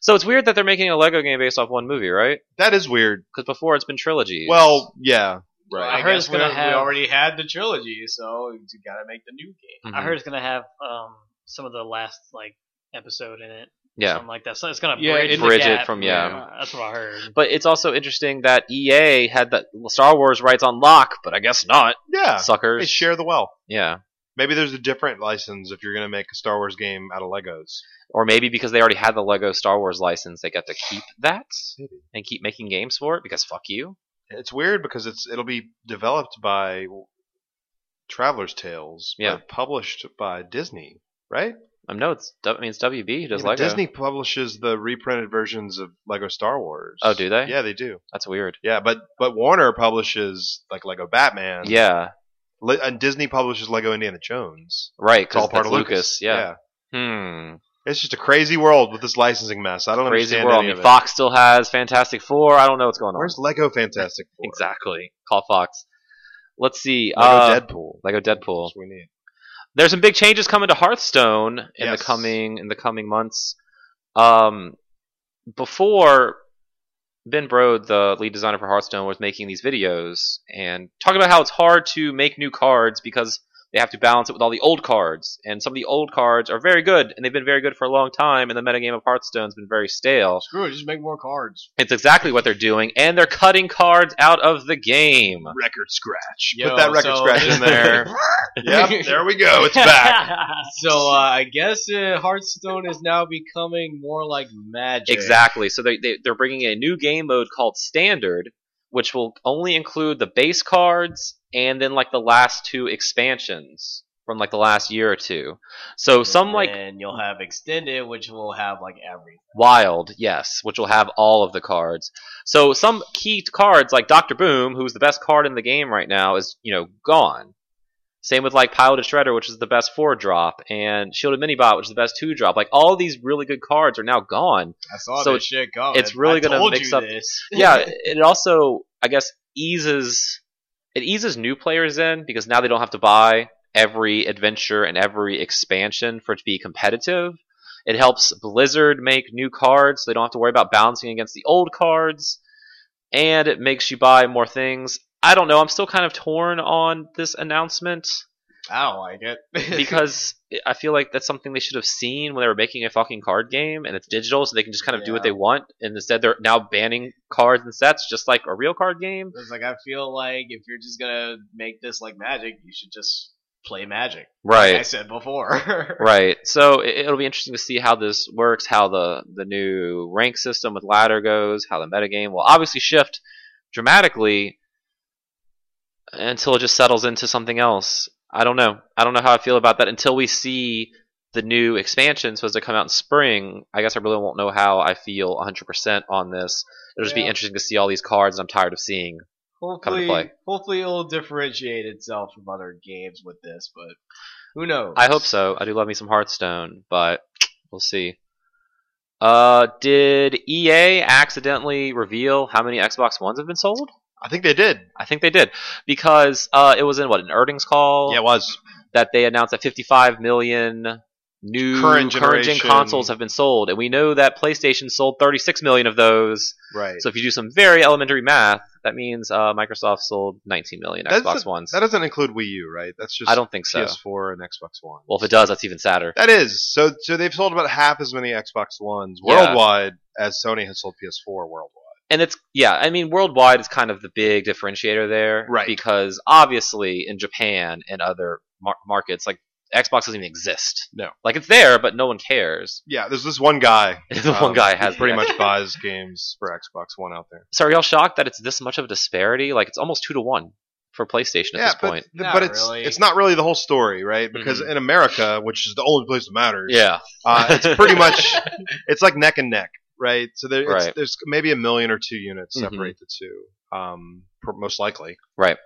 [SPEAKER 1] So it's weird that they're making a Lego game based off one movie, right?
[SPEAKER 2] That is weird.
[SPEAKER 1] Because before it's been trilogies.
[SPEAKER 2] Well, yeah,
[SPEAKER 4] But
[SPEAKER 5] I
[SPEAKER 4] I,
[SPEAKER 2] right.
[SPEAKER 5] heard
[SPEAKER 4] guess
[SPEAKER 5] it's gonna
[SPEAKER 4] we-
[SPEAKER 5] have-
[SPEAKER 4] we already had the trilogy, so you gotta make the new game.
[SPEAKER 1] Mhm.
[SPEAKER 5] I heard it's gonna have um some of the last like episode in it.
[SPEAKER 1] Yeah.
[SPEAKER 5] something like that. So it's gonna
[SPEAKER 4] Yeah,
[SPEAKER 5] bridge,
[SPEAKER 4] it-
[SPEAKER 5] the
[SPEAKER 1] Bridge it
[SPEAKER 5] gap.
[SPEAKER 1] from- yeah.
[SPEAKER 5] That's what I heard.
[SPEAKER 1] But it's also interesting that EA had the Star Wars rights on lock, but I guess not.
[SPEAKER 2] Yeah, they
[SPEAKER 1] Suckers.
[SPEAKER 2] share the wealth.
[SPEAKER 1] yeah.
[SPEAKER 2] Maybe there's a different license if you're gonna make a Star Wars game out of Legos.
[SPEAKER 1] Or maybe because they already had the Lego Star Wars license, they got to keep that and keep making games for it because fuck you.
[SPEAKER 2] It's weird because it's it'll be developed by Traveler's Tales,
[SPEAKER 1] Yeah.
[SPEAKER 2] but published by Disney, right?
[SPEAKER 1] Um, no, it's I mean it's WB who does
[SPEAKER 2] Yeah, but
[SPEAKER 1] Lego.
[SPEAKER 2] Disney publishes the reprinted versions of Lego Star Wars.
[SPEAKER 1] Oh, do they?
[SPEAKER 2] Yeah, they do.
[SPEAKER 1] That's weird.
[SPEAKER 2] Yeah, but but Warner publishes like Lego Batman.
[SPEAKER 1] Yeah,
[SPEAKER 2] Le- and Disney publishes Lego Indiana Jones.
[SPEAKER 1] right.
[SPEAKER 2] It's all
[SPEAKER 1] Because
[SPEAKER 2] part of
[SPEAKER 1] Lucas. Yeah. Hmm.
[SPEAKER 2] It's just a crazy world with this licensing mess. I don't
[SPEAKER 1] Crazy
[SPEAKER 2] understand
[SPEAKER 1] world. I
[SPEAKER 2] any
[SPEAKER 1] mean,
[SPEAKER 2] of it.
[SPEAKER 1] Fox still has Fantastic Four. I don't know what's going on.
[SPEAKER 2] Where's Lego Fantastic Four?
[SPEAKER 1] exactly? Call Fox. Let's see.
[SPEAKER 2] Lego
[SPEAKER 1] uh,
[SPEAKER 2] Deadpool.
[SPEAKER 1] Lego Deadpool.
[SPEAKER 2] That's what we need.
[SPEAKER 1] there's some big changes coming to Hearthstone in
[SPEAKER 2] Yes.
[SPEAKER 1] the coming in the coming months. Um, before Ben Brode, the lead designer for Hearthstone, was making these videos and talking about how it's hard to make new cards because they have to balance it with all the old cards, and some of the old cards are very good and they've been very good for a long time, and the metagame of Hearthstone's been very stale.
[SPEAKER 4] Screw it, just make more cards.
[SPEAKER 1] It's exactly what they're doing, and they're cutting cards out of the game.
[SPEAKER 2] Record scratch.
[SPEAKER 4] Yo,
[SPEAKER 2] Put that record
[SPEAKER 4] so-
[SPEAKER 2] scratch in there. yep, there we go. It's back.
[SPEAKER 4] So uh, I guess uh, Hearthstone is now becoming more like Magic.
[SPEAKER 1] Exactly. So they, they they're bringing a new game mode called Standard, which will only include the base cards and then like the last two expansions from like the last year or two. So some like
[SPEAKER 4] and you'll have extended, which will have like everything.
[SPEAKER 1] Wild, yes, which will have all of the cards. So some key cards like Doctor Boom, who's the best card in the game right now, is you know gone. Same with like Pile to Shredder, which is the best four drop, and Shielded Minibot, which is the best two drop. Like all these really good cards are now gone.
[SPEAKER 4] I saw
[SPEAKER 1] So
[SPEAKER 4] this shit coming.
[SPEAKER 1] it's really
[SPEAKER 4] I
[SPEAKER 1] gonna
[SPEAKER 4] told
[SPEAKER 1] mix
[SPEAKER 4] you
[SPEAKER 1] up-
[SPEAKER 4] This.
[SPEAKER 1] yeah, it also I guess eases it eases new players in because now they don't have to buy every adventure and every expansion for it to be competitive. It helps Blizzard make new cards, so they don't have to worry about balancing against the old cards, and it makes you buy more things. I don't know. I'm still kind of torn on this announcement
[SPEAKER 4] I don't like it
[SPEAKER 1] because I feel like that's something they should have seen when they were making a fucking card game, and it's digital, so they can just kind of do what
[SPEAKER 4] Yeah.
[SPEAKER 1] they want. And instead, they're now banning cards and sets, just like a real card game.
[SPEAKER 4] It's like I feel like if you're just gonna make this like Magic, you should just play Magic. I
[SPEAKER 1] Right,
[SPEAKER 4] said before.
[SPEAKER 1] right. So it, it'll be interesting to see how this works, how the the new rank system with ladder goes, how the metagame will obviously shift dramatically until it just settles into something else. I don't know. I don't know how I feel about that until we see the new expansion supposed to come out in spring. I guess I really won't know how I feel 100% on this. It'll just be
[SPEAKER 4] Yeah.
[SPEAKER 1] interesting to see all these cards I'm tired of seeing.
[SPEAKER 4] Hopefully,
[SPEAKER 1] play.
[SPEAKER 4] hopefully it'll differentiate itself from other games with this, but who knows?
[SPEAKER 1] I hope so. I do love me some Hearthstone, but we'll see. Uh, did EA accidentally reveal how many Xbox Ones have been sold?
[SPEAKER 2] I think they did.
[SPEAKER 1] I think they did because uh, it was in what an earnings call
[SPEAKER 2] Yeah, it was.
[SPEAKER 1] that they announced that 55 million new
[SPEAKER 2] Current
[SPEAKER 1] gen
[SPEAKER 2] generation.
[SPEAKER 1] consoles have been sold, and we know that PlayStation sold 36 million of those.
[SPEAKER 2] Right.
[SPEAKER 1] So if you do some very elementary math, that means uh, Microsoft sold 19 million
[SPEAKER 2] That's
[SPEAKER 1] Xbox
[SPEAKER 2] a-
[SPEAKER 1] Ones.
[SPEAKER 2] That doesn't include Wii U, right? That's just
[SPEAKER 1] I don't think so.
[SPEAKER 2] PS4 and Xbox One.
[SPEAKER 1] Well, if it does, that's even sadder.
[SPEAKER 2] that is so. So they've sold about half as many Xbox Ones
[SPEAKER 1] Yeah.
[SPEAKER 2] worldwide as Sony has sold PS4 worldwide.
[SPEAKER 1] and it's yeah i mean worldwide is kind of the big differentiator there
[SPEAKER 2] Right.
[SPEAKER 1] because obviously in japan and other mar- markets like xbox doesn't even exist
[SPEAKER 2] No.
[SPEAKER 1] like it's there but no one cares
[SPEAKER 2] Yeah, there's this one guy.
[SPEAKER 1] the one guy um, has
[SPEAKER 2] Um, pretty
[SPEAKER 1] the-
[SPEAKER 2] much buys games for Xbox One out there.
[SPEAKER 1] so are y'all shocked that it's this much of a disparity like it's almost two to one for playstation at
[SPEAKER 2] yeah,
[SPEAKER 1] this
[SPEAKER 2] but,
[SPEAKER 1] point Mm-hmm.
[SPEAKER 2] th-
[SPEAKER 4] Not
[SPEAKER 2] but it's
[SPEAKER 4] really.
[SPEAKER 2] it's not really the whole story, right? Because in America, which is the only place that matters,
[SPEAKER 1] yeah
[SPEAKER 2] uh, it's pretty much it's like neck and neck, right? So there, it's,
[SPEAKER 1] Right.
[SPEAKER 2] there's maybe a million or two units
[SPEAKER 1] Mhm.
[SPEAKER 2] separate the two, um, pr- most likely.
[SPEAKER 1] Right.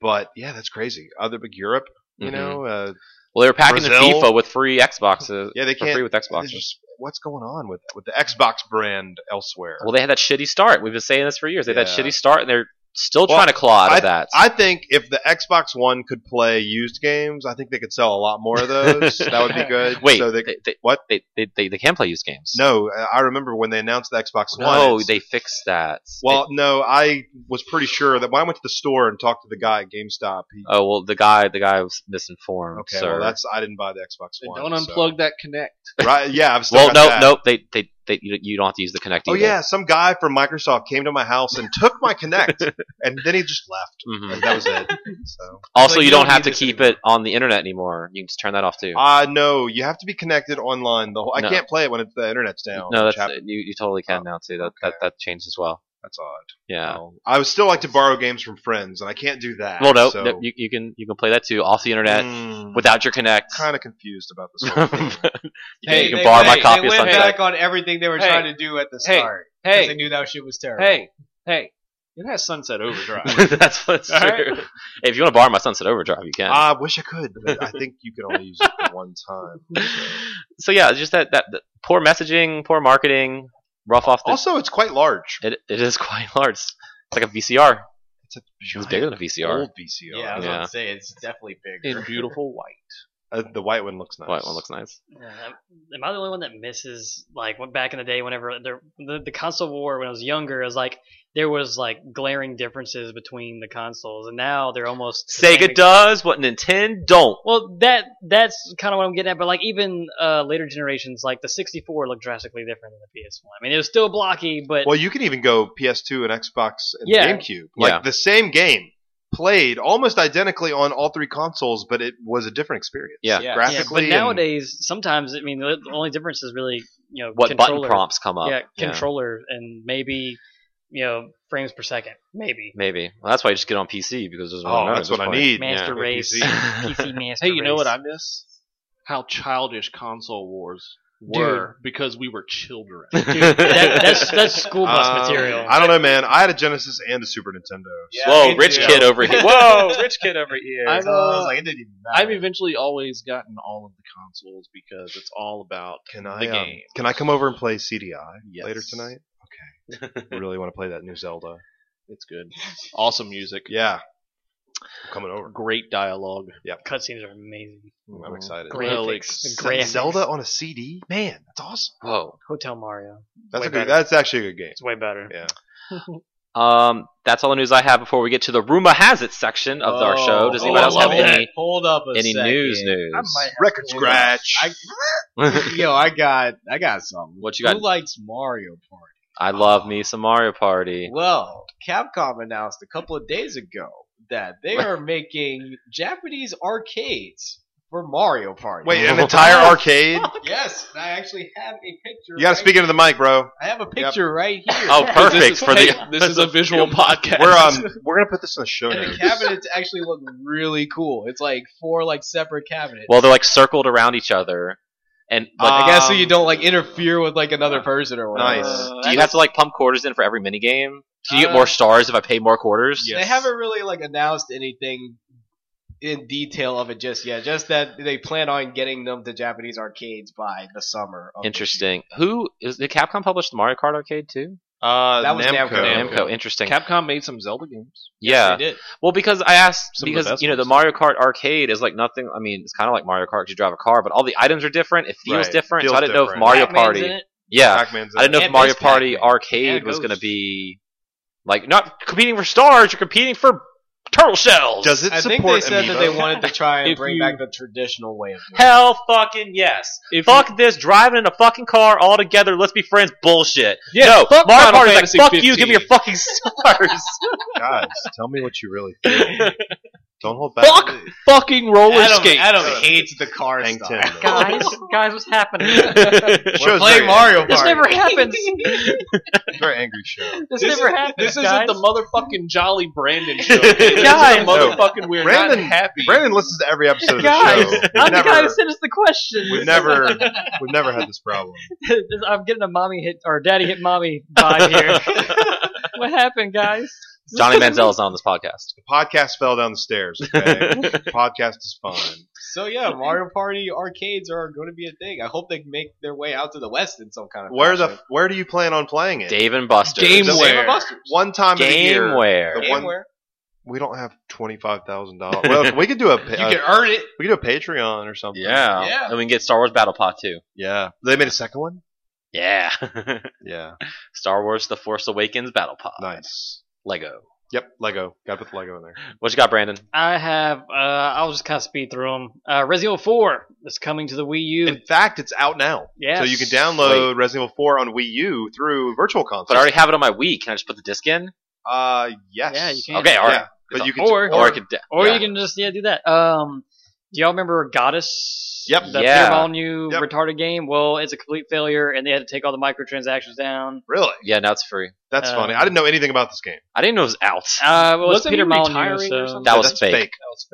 [SPEAKER 2] But yeah, that's crazy. Other big Europe, you
[SPEAKER 1] Mhm.
[SPEAKER 2] know, uh,
[SPEAKER 1] well they were packing the
[SPEAKER 2] Brazil-
[SPEAKER 1] fifa with free xboxes
[SPEAKER 2] yeah, they
[SPEAKER 1] for free
[SPEAKER 2] can't.
[SPEAKER 1] with xboxes
[SPEAKER 2] It's just what's going on with with the Xbox brand elsewhere?
[SPEAKER 1] well they had that shitty start we've been saying this for years they had that
[SPEAKER 2] Yeah.
[SPEAKER 1] shitty start and they're still
[SPEAKER 2] Well,
[SPEAKER 1] trying to claw out
[SPEAKER 2] I-
[SPEAKER 1] of that.
[SPEAKER 2] I think if the Xbox One could play used games, I think they could sell a lot more of those. that would be good.
[SPEAKER 1] Wait,
[SPEAKER 2] so they,
[SPEAKER 1] they, they,
[SPEAKER 2] what?
[SPEAKER 1] They, they, they, they can play used games.
[SPEAKER 2] no, I remember when they announced the Xbox One.
[SPEAKER 1] no,
[SPEAKER 2] it's-
[SPEAKER 1] they fixed that.
[SPEAKER 2] Well, no, I was pretty sure that when I went to the store and talked to the guy at GameStop, he,
[SPEAKER 1] oh well, the guy the guy was misinformed.
[SPEAKER 2] okay,
[SPEAKER 1] sir.
[SPEAKER 2] well, that's I didn't buy the Xbox
[SPEAKER 3] And
[SPEAKER 2] One.
[SPEAKER 3] don't
[SPEAKER 2] so-
[SPEAKER 3] unplug that connect.
[SPEAKER 2] Right? Yeah, I've still
[SPEAKER 1] well,
[SPEAKER 2] got
[SPEAKER 1] no,
[SPEAKER 2] that.
[SPEAKER 1] no, they, they, they, you you don't have to use the connect.
[SPEAKER 2] Oh
[SPEAKER 1] either.
[SPEAKER 2] yeah, some guy from Microsoft came to my house and took my Connect, and then he just left.
[SPEAKER 1] Mhm.
[SPEAKER 2] Like, that was it. So,
[SPEAKER 1] Also,
[SPEAKER 4] like,
[SPEAKER 1] you
[SPEAKER 4] you
[SPEAKER 1] don't
[SPEAKER 4] don't
[SPEAKER 1] have
[SPEAKER 4] need
[SPEAKER 1] to
[SPEAKER 4] this
[SPEAKER 1] keep
[SPEAKER 4] anymore.
[SPEAKER 1] it on the internet anymore. You can just turn that off too.
[SPEAKER 2] uh, no, you have to be connected online. The whole, I
[SPEAKER 1] No.
[SPEAKER 2] can't play it when it, the internet's down.
[SPEAKER 1] no,
[SPEAKER 2] which
[SPEAKER 1] that's
[SPEAKER 2] happened-
[SPEAKER 1] you, you totally can
[SPEAKER 2] Oh,
[SPEAKER 1] now too. That,
[SPEAKER 2] okay.
[SPEAKER 1] that that changed as well.
[SPEAKER 2] that's odd.
[SPEAKER 1] Yeah.
[SPEAKER 2] Oh. I would still like to borrow games from friends, and I can't do that.
[SPEAKER 1] well, no,
[SPEAKER 2] so,
[SPEAKER 1] no, you, you can you can play that too off the internet
[SPEAKER 4] Mm.
[SPEAKER 1] without your connect.
[SPEAKER 2] kind of confused about this. Whole thing.
[SPEAKER 1] Yeah, you
[SPEAKER 4] they-
[SPEAKER 1] can borrow my
[SPEAKER 4] they-
[SPEAKER 1] copy
[SPEAKER 4] They
[SPEAKER 1] of
[SPEAKER 4] went
[SPEAKER 1] Sunset.
[SPEAKER 4] back on everything they were
[SPEAKER 3] Hey.
[SPEAKER 4] trying to do at the
[SPEAKER 3] Hey.
[SPEAKER 4] start. 'cause
[SPEAKER 3] Hey,
[SPEAKER 4] they knew that shit was terrible.
[SPEAKER 3] hey, hey! It has Sunset Overdrive.
[SPEAKER 1] that's what's true.
[SPEAKER 3] All right.
[SPEAKER 1] If you want to borrow my Sunset Overdrive, you can.
[SPEAKER 2] Uh, I wish I could, but I think you can only use it for one time.
[SPEAKER 1] so yeah, just that that the poor messaging, poor marketing, rough off the.
[SPEAKER 2] Also, it's quite large.
[SPEAKER 1] it, it is quite large. It's like a VCR.
[SPEAKER 2] It's a
[SPEAKER 1] It's bigger than a VCR.
[SPEAKER 2] old VCR.
[SPEAKER 4] Yeah, I was
[SPEAKER 1] Yeah.
[SPEAKER 4] about to say it's definitely bigger.
[SPEAKER 3] in beautiful white.
[SPEAKER 2] Uh, the white one looks nice.
[SPEAKER 1] White one looks nice.
[SPEAKER 5] Yeah, am I the only one that misses like what back in the day? Whenever there, the the console war when I was younger, it was like there was like glaring differences between the consoles, and now they're almost the same
[SPEAKER 1] Sega
[SPEAKER 5] ex-
[SPEAKER 1] does what Nintendo don't.
[SPEAKER 5] Well, that that's kind of what I'm getting at. But like even uh, later generations, like the 64 looked drastically different than the PS1. I mean, it was still blocky, but
[SPEAKER 2] Well, you can even go PS2 and Xbox and
[SPEAKER 5] Yeah.
[SPEAKER 2] GameCube. Like
[SPEAKER 1] Yeah.
[SPEAKER 2] the same game played almost identically on all three consoles, but it was a different experience.
[SPEAKER 1] Yeah.
[SPEAKER 4] Yeah.
[SPEAKER 5] yeah, but
[SPEAKER 2] graphically. and-
[SPEAKER 5] nowadays, sometimes I mean, the the only difference is really you know
[SPEAKER 1] What
[SPEAKER 5] controller,
[SPEAKER 1] button prompts come up?
[SPEAKER 5] yeah, controller, and maybe you know frames per second, maybe.
[SPEAKER 1] Maybe. Well, that's why you just get on PC because there's
[SPEAKER 2] oh, that's what I need.
[SPEAKER 5] Master
[SPEAKER 2] Yeah.
[SPEAKER 5] Race,
[SPEAKER 2] PC.
[SPEAKER 5] PC Master
[SPEAKER 3] Hey, you know
[SPEAKER 5] Race.
[SPEAKER 3] what I miss? How childish console wars were because we were children.
[SPEAKER 5] that, that's that's school bus
[SPEAKER 2] Um,
[SPEAKER 5] material.
[SPEAKER 2] I don't know, man. I had a Genesis and a Super Nintendo.
[SPEAKER 4] Yeah,
[SPEAKER 1] Whoa,
[SPEAKER 4] me
[SPEAKER 1] rich
[SPEAKER 4] too.
[SPEAKER 1] kid over here. Whoa, rich kid over here.
[SPEAKER 3] I'm,
[SPEAKER 4] So I was
[SPEAKER 3] uh,
[SPEAKER 4] like, it didn't even matter.
[SPEAKER 3] I've eventually always gotten all of the consoles because it's all about
[SPEAKER 2] Can I?
[SPEAKER 3] the
[SPEAKER 2] um,
[SPEAKER 3] game.
[SPEAKER 2] Can I come over and play CDI
[SPEAKER 3] Yes.
[SPEAKER 2] later tonight? Okay. I really want to play that new Zelda.
[SPEAKER 3] It's good. Awesome music.
[SPEAKER 2] Yeah. I'm coming over.
[SPEAKER 3] Great dialogue.
[SPEAKER 5] Cutscenes are amazing.
[SPEAKER 2] I'm excited.
[SPEAKER 5] Graphics,
[SPEAKER 3] Well,
[SPEAKER 5] the
[SPEAKER 3] except
[SPEAKER 5] graphics.
[SPEAKER 2] Zelda on a CD, man, that's awesome.
[SPEAKER 1] Whoa.
[SPEAKER 5] Hotel Mario.
[SPEAKER 2] That's
[SPEAKER 5] Way
[SPEAKER 2] a good,
[SPEAKER 5] better.
[SPEAKER 2] that's actually a good game.
[SPEAKER 5] It's way better.
[SPEAKER 2] Yeah.
[SPEAKER 1] Um, that's all the news I have before we get to the rumor has it section of our show. Does
[SPEAKER 4] Oh,
[SPEAKER 1] anyone else
[SPEAKER 4] hold
[SPEAKER 1] have
[SPEAKER 4] up.
[SPEAKER 1] any
[SPEAKER 4] Hold up a
[SPEAKER 1] any
[SPEAKER 4] second.
[SPEAKER 1] news news?
[SPEAKER 4] I might have
[SPEAKER 2] Record
[SPEAKER 4] to-
[SPEAKER 2] scratch.
[SPEAKER 4] I, yo, I got I got something.
[SPEAKER 1] What you got?
[SPEAKER 4] Who likes Mario Party?
[SPEAKER 1] I love me some Mario Party.
[SPEAKER 4] Well, Capcom announced a couple of days ago that they are making Japanese arcades for Mario Party.
[SPEAKER 2] Wait, an entire arcade?
[SPEAKER 4] Yes, and I actually have a picture.
[SPEAKER 2] You got to
[SPEAKER 4] right
[SPEAKER 2] speak into the mic, bro.
[SPEAKER 4] I have a picture right here.
[SPEAKER 1] Oh, perfect uh,
[SPEAKER 3] This is,
[SPEAKER 1] for the.
[SPEAKER 3] hey, this is a visual podcast.
[SPEAKER 2] We're um we're gonna put this in the show
[SPEAKER 4] And the
[SPEAKER 2] notes.
[SPEAKER 4] cabinets actually look really cool. It's like four like separate cabinets.
[SPEAKER 1] Well, they're like circled around each other, and but
[SPEAKER 3] Uh,
[SPEAKER 4] I guess so you
[SPEAKER 2] um,
[SPEAKER 4] don't like interfere with like another person or whatever.
[SPEAKER 2] Nice.
[SPEAKER 1] do you have to like pump quarters in for every mini game? Can you get
[SPEAKER 4] Uh,
[SPEAKER 1] more stars if I pay more quarters?
[SPEAKER 4] They haven't really like announced anything in detail of it just yet. Just that they plan on getting them to Japanese arcades by the summer. Of this year.
[SPEAKER 1] Interesting. Who is did Capcom publish the Mario Kart arcade too?
[SPEAKER 2] Uh,
[SPEAKER 4] That was Namco.
[SPEAKER 1] Namco. Interesting.
[SPEAKER 3] Capcom made some Zelda games.
[SPEAKER 1] yeah.
[SPEAKER 4] They did.
[SPEAKER 1] Well, because I asked
[SPEAKER 3] Some of the
[SPEAKER 1] because
[SPEAKER 3] best
[SPEAKER 1] you know the
[SPEAKER 3] ones.
[SPEAKER 1] Mario Kart arcade is like nothing. I mean, it's kind of like Mario Kart 'cause you drive a car, but all the items are different. It feels
[SPEAKER 2] Right.
[SPEAKER 1] different. so
[SPEAKER 2] Feels
[SPEAKER 1] I didn't know if
[SPEAKER 2] different.
[SPEAKER 1] Mario
[SPEAKER 5] Pac-Man's
[SPEAKER 1] Party.
[SPEAKER 5] in it.
[SPEAKER 1] Yeah,
[SPEAKER 2] Pac-Man's
[SPEAKER 1] I didn't know if
[SPEAKER 4] And
[SPEAKER 1] Mario
[SPEAKER 4] Miss
[SPEAKER 1] Party
[SPEAKER 4] Pac-Man.
[SPEAKER 5] Yeah,
[SPEAKER 1] arcade
[SPEAKER 5] it
[SPEAKER 1] was
[SPEAKER 5] goes.
[SPEAKER 1] going to be like not competing for stars. You're competing for turtle shells.
[SPEAKER 2] Does it
[SPEAKER 4] I think they
[SPEAKER 2] support
[SPEAKER 4] said that they
[SPEAKER 2] Amiibo?
[SPEAKER 4] wanted to try and
[SPEAKER 3] If
[SPEAKER 4] bring
[SPEAKER 3] you-
[SPEAKER 4] back the traditional way of doing it.
[SPEAKER 1] Hell fucking yes.
[SPEAKER 3] If
[SPEAKER 1] Fuck this driving in a fucking car all together. Let's be friends. Bullshit.
[SPEAKER 3] Yeah,
[SPEAKER 1] no,
[SPEAKER 3] fuck
[SPEAKER 1] Mario
[SPEAKER 3] Final
[SPEAKER 1] Party's like
[SPEAKER 3] Fantasy
[SPEAKER 1] fuck you. Give
[SPEAKER 3] 15.
[SPEAKER 1] me your fucking stars.
[SPEAKER 2] Guys, tell me what you really feel. Don't hold back.
[SPEAKER 3] Fuck fucking roller
[SPEAKER 4] Adam,
[SPEAKER 3] skate.
[SPEAKER 4] Adam hates the car
[SPEAKER 2] Hang
[SPEAKER 4] stuff.
[SPEAKER 2] ten.
[SPEAKER 5] Guys, guys, what's happening?
[SPEAKER 1] That's
[SPEAKER 2] Show's
[SPEAKER 4] Play
[SPEAKER 2] very
[SPEAKER 4] Mario
[SPEAKER 5] This
[SPEAKER 4] Party.
[SPEAKER 5] never happens.
[SPEAKER 2] angry. Very angry show.
[SPEAKER 5] This,
[SPEAKER 3] This
[SPEAKER 5] never
[SPEAKER 3] is-
[SPEAKER 5] happens.
[SPEAKER 3] This
[SPEAKER 5] guys.
[SPEAKER 3] isn't the motherfucking Jolly Brandon show. okay? This
[SPEAKER 5] Guys.
[SPEAKER 3] is the motherfucking we're
[SPEAKER 2] Brandon,
[SPEAKER 3] not happy.
[SPEAKER 2] Brandon listens to every episode of the
[SPEAKER 5] Guys,
[SPEAKER 2] show. We've
[SPEAKER 5] I'm the guy
[SPEAKER 2] never,
[SPEAKER 5] who sent us the questions.
[SPEAKER 2] we've never, we've never had this problem.
[SPEAKER 5] I'm getting a mommy hit or daddy hit mommy vibe here. what happened, guys?
[SPEAKER 1] Johnny Manziel is not on this podcast.
[SPEAKER 2] The podcast fell down the stairs. Okay? podcast is fine.
[SPEAKER 4] So yeah, Mario Party arcades are going to be a thing. I hope they make their way out to the West in some kind of.
[SPEAKER 2] Where
[SPEAKER 4] fashion.
[SPEAKER 2] the where do you plan on playing it?
[SPEAKER 1] Dave and Buster's.
[SPEAKER 2] Gameware.
[SPEAKER 4] Dave and Buster's.
[SPEAKER 2] One time a year.
[SPEAKER 1] Gameware.
[SPEAKER 2] The one-
[SPEAKER 4] Gameware.
[SPEAKER 2] We don't have twenty five thousand dollars. Well, we could do a pa-
[SPEAKER 4] You can earn it.
[SPEAKER 2] we could do a Patreon or something.
[SPEAKER 1] uh, Yeah.
[SPEAKER 4] Yeah.
[SPEAKER 1] And we can get Star Wars Battle Pod too.
[SPEAKER 2] yeah. They made a second one.
[SPEAKER 1] Yeah.
[SPEAKER 2] Yeah,
[SPEAKER 1] Star Wars The Force Awakens Battle Pod.
[SPEAKER 2] nice.
[SPEAKER 1] Lego.
[SPEAKER 2] Yep, Lego. Got to put the Lego in there.
[SPEAKER 1] What you got, Brandon?
[SPEAKER 5] I have. Uh, I'll just kind of speed through them. Uh, Resident Evil 4 is coming to the Wii U.
[SPEAKER 2] In fact, it's out now.
[SPEAKER 5] yes.
[SPEAKER 2] So you can download Resident Evil 4 on Wii U through Virtual Console.
[SPEAKER 1] But I already have it on my Wii. Can I just put the disc in?
[SPEAKER 2] Uh, yes.
[SPEAKER 5] Yeah, you can.
[SPEAKER 1] Okay, all right.
[SPEAKER 2] Yeah, But
[SPEAKER 1] It's
[SPEAKER 2] you
[SPEAKER 1] on-
[SPEAKER 2] can.
[SPEAKER 5] or-
[SPEAKER 1] Or I could. da-
[SPEAKER 5] Or
[SPEAKER 1] yeah.
[SPEAKER 5] you can just yeah do that. Um, do y'all remember Goddess?
[SPEAKER 2] Yep.
[SPEAKER 5] That
[SPEAKER 1] Yeah.
[SPEAKER 5] all new
[SPEAKER 2] Yep.
[SPEAKER 5] retarded game. Well, it's a complete failure, and they had to take all the microtransactions down.
[SPEAKER 2] really?
[SPEAKER 1] Yeah, now it's free.
[SPEAKER 2] That's
[SPEAKER 5] Um,
[SPEAKER 2] funny. I didn't know anything about this game.
[SPEAKER 1] I didn't know it was out.
[SPEAKER 5] Uh, well, it's
[SPEAKER 4] Wasn't
[SPEAKER 5] Peter
[SPEAKER 4] he
[SPEAKER 5] Molyneux,
[SPEAKER 4] retiring
[SPEAKER 5] so
[SPEAKER 4] or something?
[SPEAKER 1] That was
[SPEAKER 2] That's
[SPEAKER 1] fake.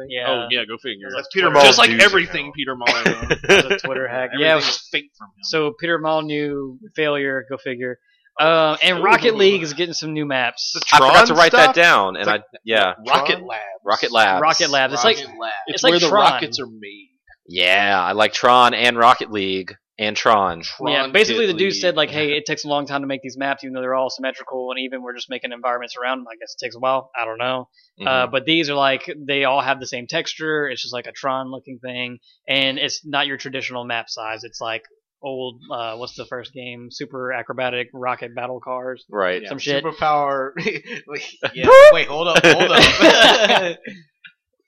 [SPEAKER 5] yeah.
[SPEAKER 3] Oh yeah, go figure.
[SPEAKER 2] That's Peter
[SPEAKER 3] Just
[SPEAKER 2] Molyneux's
[SPEAKER 3] like
[SPEAKER 2] dudes
[SPEAKER 3] everything
[SPEAKER 2] account.
[SPEAKER 3] Peter Molyneux.
[SPEAKER 5] a Twitter hack.
[SPEAKER 3] Everything
[SPEAKER 5] Yeah, it was-
[SPEAKER 3] was fake from him.
[SPEAKER 5] so Peter Molyneux failure. Go figure. Um, and Rocket League is getting some new maps.
[SPEAKER 1] I forgot
[SPEAKER 2] Tron
[SPEAKER 1] to write that
[SPEAKER 2] stuff?
[SPEAKER 1] down, and
[SPEAKER 2] It's like-
[SPEAKER 1] I yeah,
[SPEAKER 4] Rocket
[SPEAKER 2] Tron?
[SPEAKER 4] Lab.
[SPEAKER 1] Rocket Labs.
[SPEAKER 5] Rocket Labs. It's like
[SPEAKER 4] Rocket Lab.
[SPEAKER 5] It's
[SPEAKER 3] It's,
[SPEAKER 5] like
[SPEAKER 3] where the
[SPEAKER 5] Tron.
[SPEAKER 3] rockets are made.
[SPEAKER 1] Yeah, I like Tron and Rocket League and Tron.
[SPEAKER 5] yeah, basically the dude
[SPEAKER 3] Rocket
[SPEAKER 5] said like,
[SPEAKER 3] League.
[SPEAKER 5] hey, it takes a long time to make these maps, even though they're all symmetrical and even. We're just making environments around. them. I guess it takes a while. I don't know. Uh,
[SPEAKER 1] Mhm.
[SPEAKER 5] but these are like they all have the same texture. It's just like a Tron looking thing, and it's not your traditional map size. It's like old. Uh, what's the first game? Super acrobatic rocket battle cars.
[SPEAKER 1] right.
[SPEAKER 5] some shit.
[SPEAKER 4] Superpower. yeah. Wait, hold up, hold up.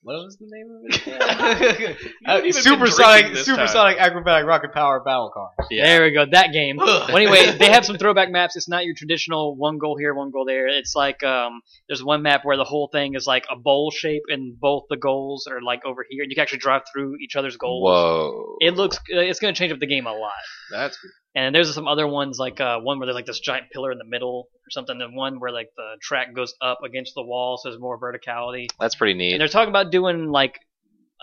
[SPEAKER 4] what was the name of it? again?
[SPEAKER 3] haven't even been
[SPEAKER 4] supersonic,
[SPEAKER 3] drinking this
[SPEAKER 4] supersonic, acrobatic, rocket power, battle car.
[SPEAKER 5] There we go. That game.
[SPEAKER 4] Ugh.
[SPEAKER 5] well, anyway, they have some throwback maps. It's not your traditional one goal here, one goal there. It's like um, there's one map where the whole thing is like a bowl shape, and both the goals are like over here, and you can actually drive through each other's goals.
[SPEAKER 1] Whoa.
[SPEAKER 5] It looks. uh, It's going to change up the game a lot.
[SPEAKER 4] That's cool.
[SPEAKER 5] And there's some other ones like uh, one where there's like this giant pillar in the middle or something. Then one where like the track goes up against the wall, so there's more verticality.
[SPEAKER 1] That's pretty
[SPEAKER 5] And
[SPEAKER 1] neat.
[SPEAKER 5] they're talking about doing like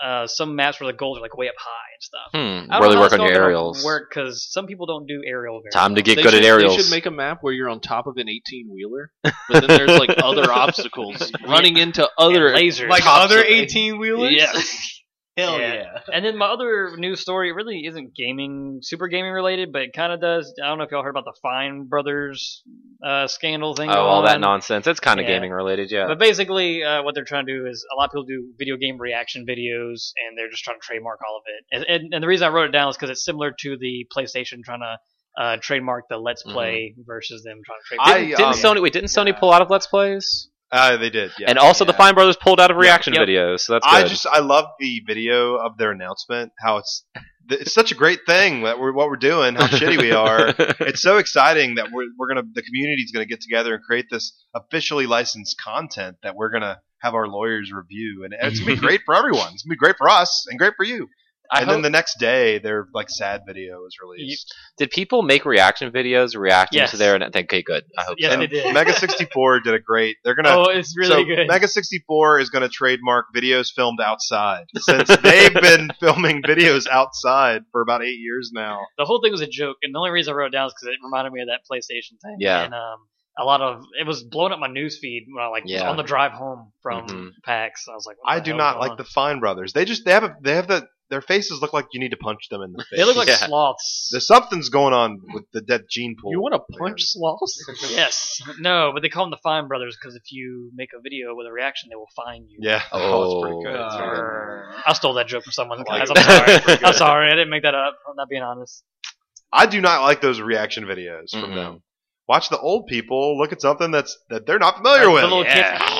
[SPEAKER 5] uh, some maps where the goals are like way up high and stuff.
[SPEAKER 1] Hmm.
[SPEAKER 5] I don't
[SPEAKER 1] Really
[SPEAKER 5] know how
[SPEAKER 1] work
[SPEAKER 5] it's
[SPEAKER 1] on your
[SPEAKER 5] gonna
[SPEAKER 1] aerials.
[SPEAKER 5] Work because some people don't do aerial. Very
[SPEAKER 1] Time to
[SPEAKER 5] well.
[SPEAKER 1] get
[SPEAKER 3] They
[SPEAKER 1] good
[SPEAKER 3] should,
[SPEAKER 1] at aerials.
[SPEAKER 3] They should make a map where you're on top of an 18 wheeler, but then there's like other obstacles running into other
[SPEAKER 5] And lasers.
[SPEAKER 4] Like
[SPEAKER 3] Cops
[SPEAKER 4] other
[SPEAKER 3] are-
[SPEAKER 4] eighteen wheelers.
[SPEAKER 3] Yes.
[SPEAKER 4] Hell
[SPEAKER 5] Yeah.
[SPEAKER 4] yeah.
[SPEAKER 5] And then my other news story really isn't gaming, super gaming related, but it kind of does. I don't know if y'all heard about the Fine Brothers uh, scandal thing.
[SPEAKER 1] oh,
[SPEAKER 5] going
[SPEAKER 1] all that
[SPEAKER 5] on.
[SPEAKER 1] nonsense. It's kind of
[SPEAKER 5] Yeah.
[SPEAKER 1] gaming related, yeah.
[SPEAKER 5] But basically, uh, what they're trying to do is a lot of people do video game reaction videos, and they're just trying to trademark all of it. And, and, and the reason I wrote it down is because it's similar to the PlayStation trying to uh, trademark the Let's
[SPEAKER 1] Mhm.
[SPEAKER 5] Play versus them trying to trademark.
[SPEAKER 2] Mm-hmm. I,
[SPEAKER 1] didn't, didn't
[SPEAKER 2] um,
[SPEAKER 1] Sony wait? Didn't Sony
[SPEAKER 4] yeah.
[SPEAKER 1] pull out of Let's Plays?
[SPEAKER 2] Uh, they did. Yeah.
[SPEAKER 1] and also, the
[SPEAKER 4] yeah.
[SPEAKER 1] Fine Brothers pulled out of
[SPEAKER 2] Yep,
[SPEAKER 1] reaction
[SPEAKER 5] yep.
[SPEAKER 1] videos, so that's good.
[SPEAKER 2] I just I love the video of their announcement. How it's th- it's such a great thing that we're what we're doing. How shitty we are. It's so exciting that we're we're gonna the community's gonna get together and create this officially licensed content that we're gonna have our lawyers review, and it's gonna be great for everyone. It's gonna be great for us and great for you.
[SPEAKER 1] I
[SPEAKER 2] and
[SPEAKER 1] hope-
[SPEAKER 2] then the next day, their like sad video was released.
[SPEAKER 1] did people make reaction videos reacting
[SPEAKER 5] Yes.
[SPEAKER 1] to their? Okay, good. I hope
[SPEAKER 5] Yes,
[SPEAKER 1] so.
[SPEAKER 5] they did.
[SPEAKER 2] Mega sixty four did a great. They're gonna
[SPEAKER 5] Oh, it's really
[SPEAKER 2] so
[SPEAKER 5] good.
[SPEAKER 2] Mega 64 is going to trademark videos filmed outside since they've been filming videos outside for about eight years now.
[SPEAKER 5] the whole thing was a joke, and the only reason I wrote it down is because it reminded me of that PlayStation thing.
[SPEAKER 1] Yeah.
[SPEAKER 5] And um, a lot of it was blowing up my news feed when I like was
[SPEAKER 1] Yeah.
[SPEAKER 5] on the drive home from
[SPEAKER 1] Mhm.
[SPEAKER 5] PAX. I was like, what
[SPEAKER 2] Mm-hmm. I
[SPEAKER 5] the
[SPEAKER 2] do
[SPEAKER 5] hell's
[SPEAKER 2] not
[SPEAKER 5] going
[SPEAKER 2] like
[SPEAKER 5] on?
[SPEAKER 2] the Fine Brothers. They just they have a, they have the their faces look like you need to punch them in the face.
[SPEAKER 5] They look like
[SPEAKER 1] Yeah.
[SPEAKER 5] sloths.
[SPEAKER 2] There's something's going on with the dead gene pool.
[SPEAKER 3] You want to
[SPEAKER 2] man.
[SPEAKER 3] punch sloths?
[SPEAKER 5] Yes. No, but they call them the Fine Brothers because if you make a video with a reaction, they will fine you.
[SPEAKER 2] Yeah.
[SPEAKER 1] Oh.
[SPEAKER 2] it's pretty good. It's pretty good.
[SPEAKER 5] Err. I stole that joke from someone.
[SPEAKER 2] Okay.
[SPEAKER 5] Guys, I'm sorry.
[SPEAKER 2] It's pretty good.
[SPEAKER 5] I'm sorry. I didn't make that up. I'm not being honest.
[SPEAKER 2] I do not like those reaction videos from
[SPEAKER 1] Mhm.
[SPEAKER 2] them. Watch the old people look at something that's that they're not familiar
[SPEAKER 5] Like
[SPEAKER 2] with.
[SPEAKER 5] the little
[SPEAKER 1] Yeah.
[SPEAKER 5] kids.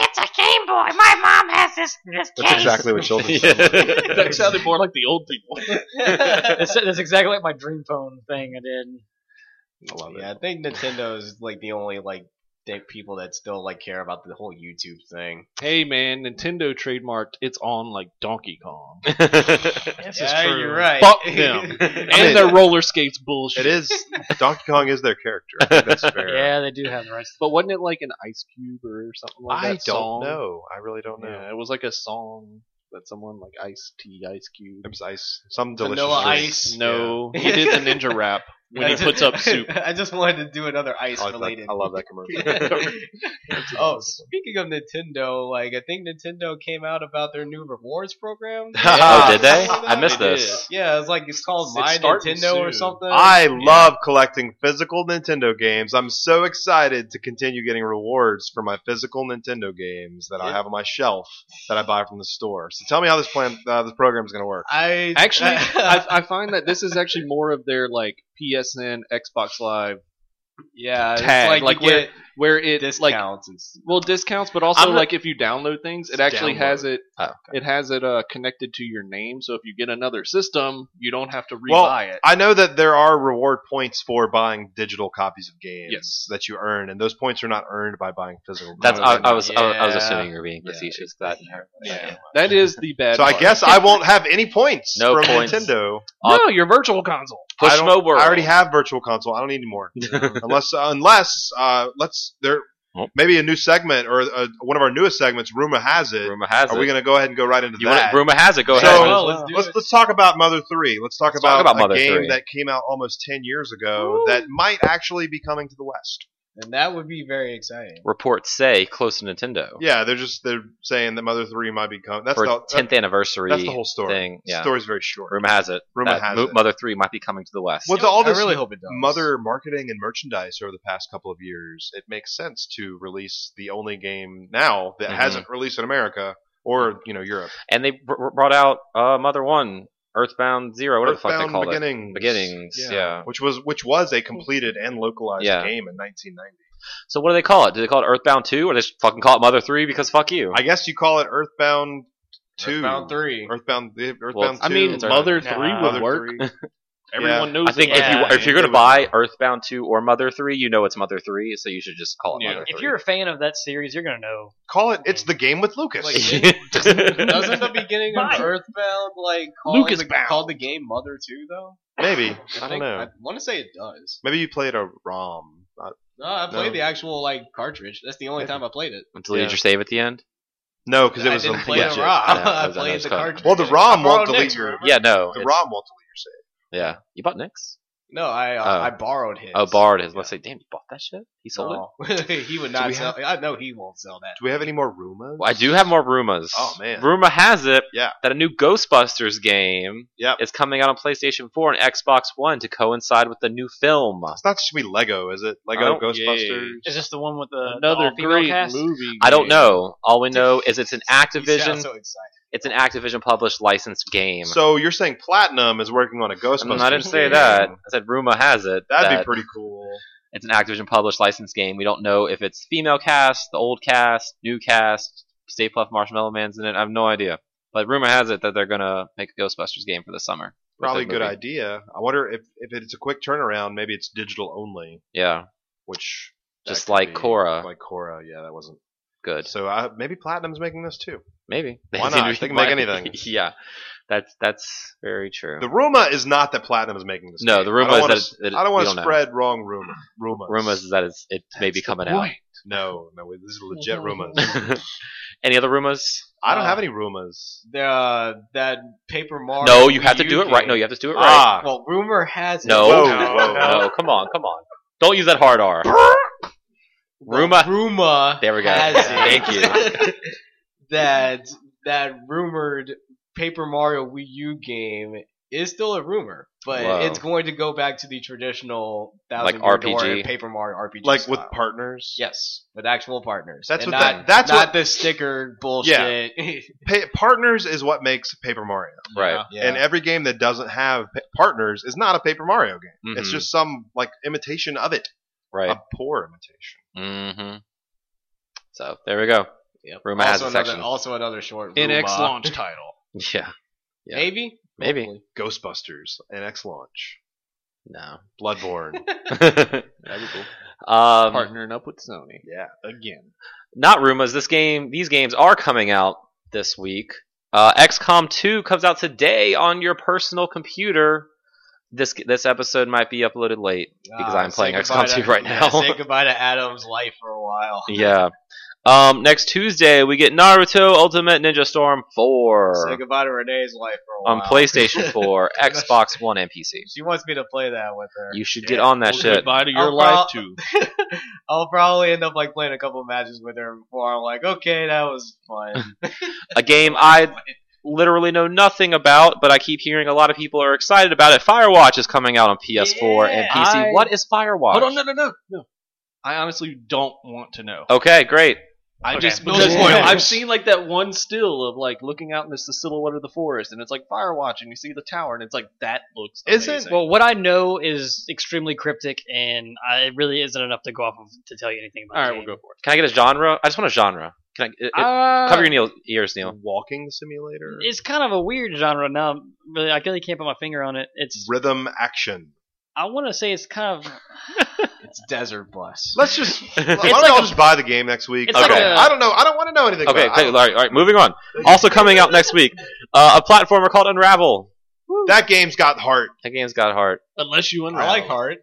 [SPEAKER 2] that's exactly what children sound like.
[SPEAKER 3] that sounded more like the old people.
[SPEAKER 5] That's, that's exactly like my dream phone thing I did.
[SPEAKER 2] I love it.
[SPEAKER 4] Yeah, I think Nintendo is like the only like dick people that still like care about the whole YouTube thing.
[SPEAKER 3] hey man, Nintendo trademarked it's on like Donkey Kong.
[SPEAKER 5] This
[SPEAKER 4] yeah,
[SPEAKER 5] is true.
[SPEAKER 4] you're right.
[SPEAKER 3] Fuck them.
[SPEAKER 4] I
[SPEAKER 3] and
[SPEAKER 2] mean-
[SPEAKER 3] their roller skates bullshit.
[SPEAKER 2] It is Donkey Kong is their character. I think That's fair.
[SPEAKER 5] Yeah, they do have the rights.
[SPEAKER 3] But wasn't it like an Ice Cube or something like
[SPEAKER 2] I
[SPEAKER 3] that?
[SPEAKER 2] don't
[SPEAKER 3] song?
[SPEAKER 2] know. I really don't know.
[SPEAKER 3] Yeah, it was like a song that someone like Ice T, Ice Cube.
[SPEAKER 2] It was ice. Some delicious
[SPEAKER 4] Vanilla
[SPEAKER 2] drink.
[SPEAKER 4] ice.
[SPEAKER 3] No, he did the ninja rap.
[SPEAKER 8] when he
[SPEAKER 4] I ju-
[SPEAKER 8] puts up soup.
[SPEAKER 4] I just wanted to do another ice
[SPEAKER 2] Oh, I like that.
[SPEAKER 4] related.
[SPEAKER 2] I love that commercial.
[SPEAKER 4] oh, speaking of Nintendo, like I think Nintendo came out about their new rewards program.
[SPEAKER 1] oh, did they?
[SPEAKER 4] Something like
[SPEAKER 1] I
[SPEAKER 4] that.
[SPEAKER 1] missed
[SPEAKER 3] They did.
[SPEAKER 1] this.
[SPEAKER 4] Yeah, it's like it's called
[SPEAKER 3] It's
[SPEAKER 4] My
[SPEAKER 3] starting
[SPEAKER 4] Nintendo or
[SPEAKER 3] soon.
[SPEAKER 4] something.
[SPEAKER 2] I love collecting physical Nintendo games. I'm so excited to continue getting rewards for my physical Nintendo games that I have on my shelf that I buy from the store. So tell me how this plan, uh, this program is going to work.
[SPEAKER 4] I
[SPEAKER 3] Actually, I, I find that this is actually more of their like PSN, Xbox Live,
[SPEAKER 4] yeah, it's
[SPEAKER 3] Tag,
[SPEAKER 4] like,
[SPEAKER 3] like
[SPEAKER 4] you
[SPEAKER 3] where-
[SPEAKER 4] get
[SPEAKER 3] where it like
[SPEAKER 4] discounts. and s-
[SPEAKER 3] well discounts, but also
[SPEAKER 1] I'm not-
[SPEAKER 3] like if you download things, it actually has it.
[SPEAKER 2] Oh, okay.
[SPEAKER 3] It has it uh, connected to your name, so if you get another system, you don't have to rebuy
[SPEAKER 2] Well,
[SPEAKER 3] it.
[SPEAKER 2] I know that there are reward points for buying digital copies of games
[SPEAKER 3] Yes.
[SPEAKER 2] that you earn, and those points are not earned by buying physical.
[SPEAKER 1] That's I,
[SPEAKER 2] copies.
[SPEAKER 1] I was I, was- I was
[SPEAKER 4] Yeah.
[SPEAKER 1] assuming you were being
[SPEAKER 2] Yeah.
[SPEAKER 1] facetious. That
[SPEAKER 4] Yeah.
[SPEAKER 3] That is the bad.
[SPEAKER 2] so I
[SPEAKER 3] part.
[SPEAKER 2] guess I won't have any points
[SPEAKER 1] No
[SPEAKER 2] from
[SPEAKER 1] points.
[SPEAKER 2] Nintendo.
[SPEAKER 3] no, your virtual console.
[SPEAKER 2] I
[SPEAKER 1] push
[SPEAKER 2] don't-
[SPEAKER 1] mo world.
[SPEAKER 2] I already have Virtual Console. I don't need any more. unless, unless, uh, let's there
[SPEAKER 1] Oh.
[SPEAKER 2] maybe a new segment or uh, one of our newest segments. Rumor has it.
[SPEAKER 1] Rumor has
[SPEAKER 2] Are
[SPEAKER 1] it.
[SPEAKER 2] we going to go ahead and go right into
[SPEAKER 1] you
[SPEAKER 2] that?
[SPEAKER 1] want rumor has it? Go
[SPEAKER 2] So-
[SPEAKER 1] ahead.
[SPEAKER 4] well, let's do
[SPEAKER 2] let's
[SPEAKER 4] it.
[SPEAKER 2] let's talk about Mother Three. Let's talk
[SPEAKER 1] Let's
[SPEAKER 2] about,
[SPEAKER 1] talk about
[SPEAKER 2] a
[SPEAKER 1] Mother
[SPEAKER 2] game
[SPEAKER 1] 3.
[SPEAKER 2] that came out almost ten years ago that might actually be coming to the West.
[SPEAKER 4] and that would be very exciting.
[SPEAKER 1] Reports say close to Nintendo
[SPEAKER 2] Yeah, they're just they're saying that Mother Three might be coming. That's
[SPEAKER 1] for
[SPEAKER 2] the
[SPEAKER 1] 10th anniversary.
[SPEAKER 2] that's the whole story.
[SPEAKER 1] thing,
[SPEAKER 2] The
[SPEAKER 1] yeah.
[SPEAKER 2] story's very short.
[SPEAKER 1] Rumor has it.
[SPEAKER 2] Rumor
[SPEAKER 1] that
[SPEAKER 2] has
[SPEAKER 1] Mo-
[SPEAKER 2] it.
[SPEAKER 1] Mother Three might be coming to the West.
[SPEAKER 2] With all
[SPEAKER 4] I
[SPEAKER 2] this
[SPEAKER 4] really hope it does.
[SPEAKER 2] Mother marketing and merchandise over the past couple of years, it makes sense to release the only game now that
[SPEAKER 1] Mhm.
[SPEAKER 2] hasn't released in America or you know Europe.
[SPEAKER 1] and they br- br- brought out uh, Mother One, Earthbound Zero, whatever the fuck they
[SPEAKER 2] Earthbound
[SPEAKER 1] called it.
[SPEAKER 2] Beginnings.
[SPEAKER 1] Beginnings, yeah.
[SPEAKER 2] Which was which was a completed and localized
[SPEAKER 1] Yeah.
[SPEAKER 2] game in 1990.
[SPEAKER 1] So what do they call it? Do they call it Earthbound Two, or they just fucking call it Mother Three because fuck you?
[SPEAKER 2] I guess you call it Earthbound Two.
[SPEAKER 4] Earthbound three.
[SPEAKER 2] Earthbound, the Earthbound
[SPEAKER 1] Well,
[SPEAKER 2] 2.
[SPEAKER 3] I mean,
[SPEAKER 1] It's alright.
[SPEAKER 3] Mother
[SPEAKER 5] Nah.
[SPEAKER 3] Three
[SPEAKER 2] Mother
[SPEAKER 3] would work.
[SPEAKER 2] 3.
[SPEAKER 3] Everyone knows.
[SPEAKER 1] I think
[SPEAKER 3] it.
[SPEAKER 1] if you
[SPEAKER 5] Yeah,
[SPEAKER 1] if you're
[SPEAKER 2] it
[SPEAKER 1] gonna
[SPEAKER 2] was-
[SPEAKER 1] buy Earthbound two or Mother three, you know it's Mother three, so you should just call it
[SPEAKER 3] Yeah.
[SPEAKER 1] Mother
[SPEAKER 5] If
[SPEAKER 1] three.
[SPEAKER 5] you're a fan of that series, you're gonna know.
[SPEAKER 2] Call it, it's the game with Lucas.
[SPEAKER 4] Like, Doesn't
[SPEAKER 1] Doesn't
[SPEAKER 4] the beginning of
[SPEAKER 5] Fine.
[SPEAKER 4] Earthbound like call
[SPEAKER 3] Lucas
[SPEAKER 4] the,
[SPEAKER 3] bound.
[SPEAKER 4] called the game Mother Two though?
[SPEAKER 2] Maybe. I don't know.
[SPEAKER 4] I want to say it does.
[SPEAKER 2] Maybe you played a ROM. Uh,
[SPEAKER 4] No, I played
[SPEAKER 2] No.
[SPEAKER 4] the actual like cartridge. That's the only
[SPEAKER 2] Maybe.
[SPEAKER 4] time I played it.
[SPEAKER 1] Until you
[SPEAKER 2] Yeah.
[SPEAKER 1] your save at the end.
[SPEAKER 2] No, because it
[SPEAKER 4] I
[SPEAKER 2] was
[SPEAKER 4] didn't
[SPEAKER 2] a
[SPEAKER 4] play
[SPEAKER 1] yeah.
[SPEAKER 4] the
[SPEAKER 2] legit-
[SPEAKER 4] ROM.
[SPEAKER 1] Yeah, I
[SPEAKER 4] I
[SPEAKER 1] was- I
[SPEAKER 4] played
[SPEAKER 1] was
[SPEAKER 4] the
[SPEAKER 1] cut.
[SPEAKER 4] cartridge.
[SPEAKER 2] Well, the ROM
[SPEAKER 4] I
[SPEAKER 2] won't
[SPEAKER 4] borrowed
[SPEAKER 2] delete
[SPEAKER 4] Nick's,
[SPEAKER 2] your.
[SPEAKER 1] Yeah, no.
[SPEAKER 2] The
[SPEAKER 1] it's-
[SPEAKER 2] ROM won't delete your save.
[SPEAKER 1] Yeah, you bought Nick's.
[SPEAKER 4] No, I uh,
[SPEAKER 1] Oh.
[SPEAKER 4] I borrowed his.
[SPEAKER 1] Oh, borrowed his. Let's say, damn, you bought that shit. He sold it.
[SPEAKER 4] No. he would not
[SPEAKER 2] we
[SPEAKER 4] sell. I know he won't sell that.
[SPEAKER 2] Do we have any more rumors?
[SPEAKER 1] Well, I do have more rumors.
[SPEAKER 2] Oh, man.
[SPEAKER 1] rumor has it
[SPEAKER 2] Yeah.
[SPEAKER 1] that a new Ghostbusters game
[SPEAKER 2] Yep.
[SPEAKER 1] is coming out on PlayStation 4 and Xbox One to coincide with the new film.
[SPEAKER 2] It's not just gonna be Lego, is it?
[SPEAKER 1] I
[SPEAKER 2] Lego
[SPEAKER 1] don't-
[SPEAKER 2] Ghostbusters.
[SPEAKER 5] Is this the one with the
[SPEAKER 3] another
[SPEAKER 5] the all-female
[SPEAKER 3] great
[SPEAKER 5] cast?
[SPEAKER 3] movie.
[SPEAKER 1] I don't know. All we know is it's an
[SPEAKER 4] He sounds
[SPEAKER 1] Activision.
[SPEAKER 4] so excited.
[SPEAKER 1] it's an Activision published licensed game.
[SPEAKER 2] So you're saying Platinum is working on a
[SPEAKER 1] Mm,
[SPEAKER 2] Ghostbusters?
[SPEAKER 1] I didn't say
[SPEAKER 2] game.
[SPEAKER 1] that. I said rumor has it
[SPEAKER 2] That'd
[SPEAKER 1] that
[SPEAKER 2] be pretty cool.
[SPEAKER 1] it's an Activision published licensed game. We don't know if it's female cast, the old cast, new cast, Stay Puft Marshmallow Man's in it. I have no idea. But rumor has it that they're gonna make a Ghostbusters game for the summer. with
[SPEAKER 2] Probably a
[SPEAKER 1] the
[SPEAKER 2] good
[SPEAKER 1] movie.
[SPEAKER 2] idea. I wonder if, if it's a quick turnaround, maybe it's digital only,
[SPEAKER 1] Yeah,
[SPEAKER 2] which that
[SPEAKER 1] Just
[SPEAKER 2] could
[SPEAKER 1] like
[SPEAKER 2] be-
[SPEAKER 1] Korra.
[SPEAKER 2] Like Cora, yeah, that wasn't.
[SPEAKER 1] good.
[SPEAKER 2] So I, maybe Platinum's making this too.
[SPEAKER 1] Maybe
[SPEAKER 2] Why not? They can make anything.
[SPEAKER 1] yeah, that's that's very true.
[SPEAKER 2] The rumor is not that Platinum is making this.
[SPEAKER 1] No,
[SPEAKER 2] game.
[SPEAKER 1] the rumor
[SPEAKER 2] I don't
[SPEAKER 1] is
[SPEAKER 2] wanna
[SPEAKER 1] that
[SPEAKER 2] s-
[SPEAKER 1] it- it-
[SPEAKER 2] I don't want
[SPEAKER 1] we
[SPEAKER 2] to
[SPEAKER 1] don't know.
[SPEAKER 2] spread wrong rumor. Rumors.
[SPEAKER 1] rumors is that it's, it may be coming out.
[SPEAKER 2] No, no, this is legit rumors.
[SPEAKER 1] Any other rumors?
[SPEAKER 2] I don't
[SPEAKER 4] Uh,
[SPEAKER 2] have any rumors.
[SPEAKER 4] The, uh, that Paper Mario.
[SPEAKER 1] no, you have to
[SPEAKER 4] Wii
[SPEAKER 1] do it
[SPEAKER 4] U
[SPEAKER 1] right.
[SPEAKER 4] game.
[SPEAKER 1] No, you have to do it right.
[SPEAKER 2] Ah,
[SPEAKER 4] Well, rumor has it.
[SPEAKER 1] No,
[SPEAKER 2] Whoa,
[SPEAKER 1] no,
[SPEAKER 2] whoa, whoa.
[SPEAKER 1] come on, come on. Don't use that hard R. Rumor.
[SPEAKER 4] Rumor.
[SPEAKER 1] There we go.
[SPEAKER 4] Has it.
[SPEAKER 1] Thank you.
[SPEAKER 4] that that rumored Paper Mario Wii U game is still a rumor, but
[SPEAKER 1] Whoa.
[SPEAKER 4] it's going to go back to the traditional
[SPEAKER 1] Like
[SPEAKER 4] thousand like
[SPEAKER 1] RPG?
[SPEAKER 4] RPG Paper Mario RPG,
[SPEAKER 2] like
[SPEAKER 4] style.
[SPEAKER 2] with partners.
[SPEAKER 4] yes, with actual partners.
[SPEAKER 2] That's
[SPEAKER 4] And
[SPEAKER 2] what
[SPEAKER 4] not,
[SPEAKER 2] that- that's
[SPEAKER 4] not this sticker bullshit.
[SPEAKER 2] Pa- partners is what makes Paper Mario.
[SPEAKER 1] Right.
[SPEAKER 4] Yeah.
[SPEAKER 2] And every game that doesn't have pa- partners is not a Paper Mario game. It's
[SPEAKER 1] Mhm.
[SPEAKER 2] just some like imitation of it,
[SPEAKER 1] Right.
[SPEAKER 2] a poor imitation.
[SPEAKER 1] Mm-hmm. So there we go.
[SPEAKER 4] Yep.
[SPEAKER 1] Rumor
[SPEAKER 4] also
[SPEAKER 1] has a
[SPEAKER 4] another,
[SPEAKER 1] section.
[SPEAKER 4] Also another short.
[SPEAKER 3] NX
[SPEAKER 4] rumor.
[SPEAKER 3] launch title.
[SPEAKER 1] Yeah. Yeah.
[SPEAKER 4] Maybe.
[SPEAKER 1] Maybe.
[SPEAKER 4] Hopefully.
[SPEAKER 2] Ghostbusters, NX launch,
[SPEAKER 1] No.
[SPEAKER 2] Bloodborne.
[SPEAKER 1] Um,
[SPEAKER 3] Partnering up with Sony.
[SPEAKER 2] yeah, again.
[SPEAKER 1] not rumors. This game, these games are coming out this week. Uh, XCOM 2 comes out today on your personal computer. This this episode might be uploaded late because
[SPEAKER 4] Ah,
[SPEAKER 1] I'm playing
[SPEAKER 4] say
[SPEAKER 1] XCOM
[SPEAKER 4] goodbye
[SPEAKER 1] 2
[SPEAKER 4] to-
[SPEAKER 1] right
[SPEAKER 4] yeah,
[SPEAKER 1] now.
[SPEAKER 4] say goodbye to Adam's life for a while.
[SPEAKER 1] yeah. Um, next Tuesday we get Naruto Ultimate Ninja Storm
[SPEAKER 4] Say
[SPEAKER 1] four
[SPEAKER 4] goodbye to Renee's life for a while.
[SPEAKER 1] on PlayStation Four, Xbox One, and PC.
[SPEAKER 4] She wants me to play that with her.
[SPEAKER 1] You should
[SPEAKER 4] Yeah.
[SPEAKER 1] get on that
[SPEAKER 3] Well,
[SPEAKER 1] shit.
[SPEAKER 3] Goodbye to your
[SPEAKER 4] I'll
[SPEAKER 2] uh,
[SPEAKER 3] life too.
[SPEAKER 4] I'll probably end up like playing a couple matches with her before I'm like, okay, that was fun.
[SPEAKER 1] A game I literally know nothing about, but I keep hearing a lot of people are excited about it. Firewatch is coming out on PS4 and
[SPEAKER 4] Yeah,
[SPEAKER 1] PC.
[SPEAKER 3] I-
[SPEAKER 1] What is Firewatch?
[SPEAKER 3] Hold on, no, no, no, no. I honestly don't want to know.
[SPEAKER 1] Okay, great.
[SPEAKER 4] I
[SPEAKER 3] I
[SPEAKER 4] just
[SPEAKER 3] just
[SPEAKER 4] no
[SPEAKER 3] because
[SPEAKER 4] spoilers.
[SPEAKER 3] I've seen like that one still of like looking out and it's the silhouette of the forest and it's like Firewatch and you see the tower and it's like that looks
[SPEAKER 2] Isn't-
[SPEAKER 3] amazing.
[SPEAKER 5] Well, what I know is extremely cryptic, and I, it really isn't enough to go off of to tell you anything about.
[SPEAKER 3] all
[SPEAKER 5] the
[SPEAKER 3] right,
[SPEAKER 5] game.
[SPEAKER 3] we'll go for Uh,
[SPEAKER 1] Can I get a genre? I just want a genre. Can I, it, it-
[SPEAKER 2] Uh,
[SPEAKER 3] it.
[SPEAKER 1] cover your Neil, ears, Neil.
[SPEAKER 2] Walking simulator.
[SPEAKER 5] It's kind of a weird genre now. Really, I really can't put my finger on it. It's
[SPEAKER 2] Rhythm action.
[SPEAKER 5] I want to say it's kind of
[SPEAKER 4] it's Desert Bus.
[SPEAKER 2] Let's just.
[SPEAKER 1] okay,
[SPEAKER 2] why don't
[SPEAKER 5] like
[SPEAKER 2] y'all
[SPEAKER 5] a-
[SPEAKER 2] just buy the game next week?
[SPEAKER 5] it's
[SPEAKER 2] I
[SPEAKER 1] like
[SPEAKER 2] don't-
[SPEAKER 5] a-
[SPEAKER 2] I don't know. I don't want to know anything.
[SPEAKER 1] okay,
[SPEAKER 2] about it.
[SPEAKER 1] all right, all right, moving on. Also coming out next week, uh, a platformer called Unravel.
[SPEAKER 2] that game's got heart.
[SPEAKER 1] That game's got heart.
[SPEAKER 3] Unless you
[SPEAKER 4] I
[SPEAKER 3] unravel.
[SPEAKER 4] like Heart.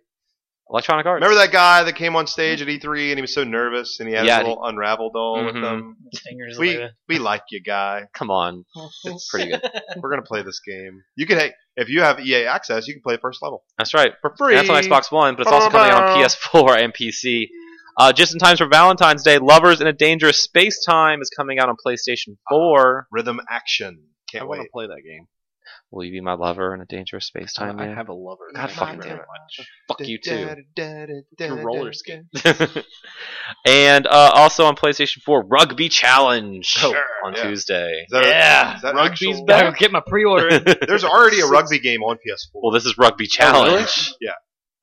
[SPEAKER 1] Electronic Arts.
[SPEAKER 2] Remember that guy that came on stage at E3 and he was so nervous and he Mm-hmm. had
[SPEAKER 1] Yeah,
[SPEAKER 2] his little unravel doll with
[SPEAKER 1] Mhm.
[SPEAKER 2] him.
[SPEAKER 5] fingers.
[SPEAKER 2] We
[SPEAKER 5] away.
[SPEAKER 2] we like you, guy.
[SPEAKER 1] Come on, it's pretty good.
[SPEAKER 2] We're gonna play this game. You can hey, if you have EA access, you can play first level
[SPEAKER 1] That's right.
[SPEAKER 2] for free.
[SPEAKER 1] And that's on Xbox One, but it's also coming out on PS4 and PC. Uh, just in times for Valentine's Day, Lovers in a Dangerous Space Time is coming out on PlayStation 4.
[SPEAKER 2] Rhythm action.
[SPEAKER 3] I
[SPEAKER 2] Can't
[SPEAKER 3] want to
[SPEAKER 2] wait.
[SPEAKER 3] play that game.
[SPEAKER 1] Will you be my lover in a dangerous space time?
[SPEAKER 3] I
[SPEAKER 1] man?
[SPEAKER 3] have a lover.
[SPEAKER 1] God fucking damn it. Fuck you too.
[SPEAKER 3] Your roller skate.
[SPEAKER 1] and uh, also on PlayStation 4, Rugby Challenge
[SPEAKER 2] Sure.
[SPEAKER 1] on
[SPEAKER 2] Oh, Yeah.
[SPEAKER 1] Tuesday.
[SPEAKER 2] Is that a-
[SPEAKER 5] Yeah,
[SPEAKER 2] is that
[SPEAKER 3] rugby's
[SPEAKER 2] actual-
[SPEAKER 3] back.
[SPEAKER 5] Better get my pre-order. in.
[SPEAKER 2] There's Oh, already a rugby game on PS4,
[SPEAKER 1] well, this is Rugby Challenge.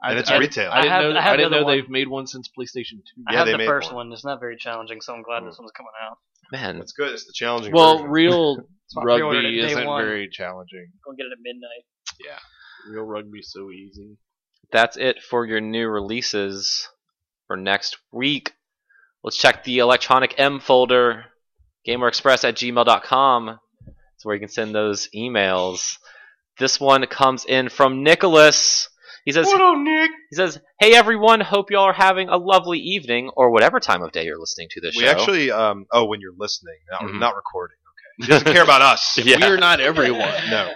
[SPEAKER 2] and it's
[SPEAKER 5] I-
[SPEAKER 2] retail.
[SPEAKER 3] I didn't
[SPEAKER 5] have-
[SPEAKER 3] know.
[SPEAKER 5] I have
[SPEAKER 3] I didn't
[SPEAKER 5] the other
[SPEAKER 3] know
[SPEAKER 5] one.
[SPEAKER 3] they've made one since Playstation Two.
[SPEAKER 5] I
[SPEAKER 2] Yeah,
[SPEAKER 5] have
[SPEAKER 2] they
[SPEAKER 5] the
[SPEAKER 2] made
[SPEAKER 5] first
[SPEAKER 2] one.
[SPEAKER 5] one. It's not very challenging, so I'm glad this one's coming out.
[SPEAKER 1] Man,
[SPEAKER 2] That's good. It's the challenging.
[SPEAKER 3] Well,
[SPEAKER 2] version.
[SPEAKER 3] real
[SPEAKER 5] why I pre-ordered it
[SPEAKER 3] rugby
[SPEAKER 5] day
[SPEAKER 3] isn't
[SPEAKER 5] one.
[SPEAKER 3] very challenging.
[SPEAKER 5] Gonna get it at midnight.
[SPEAKER 3] Real rugby's so easy.
[SPEAKER 1] that's it for your new releases for next week. Let's check the electronic M folder, gamerexpress at gmail.com. It's where you can send those emails. This one comes in from Nicholas. He says,
[SPEAKER 4] What on Nick?
[SPEAKER 1] he says, Hey everyone, hope y'all are having a lovely evening or whatever time of day you're listening to this
[SPEAKER 2] we
[SPEAKER 1] show.
[SPEAKER 2] actually. Um, oh, when you're listening, not,
[SPEAKER 1] Mhm.
[SPEAKER 2] not recording. Okay, he doesn't care about us.
[SPEAKER 1] Yeah.
[SPEAKER 3] We're not everyone.
[SPEAKER 2] No,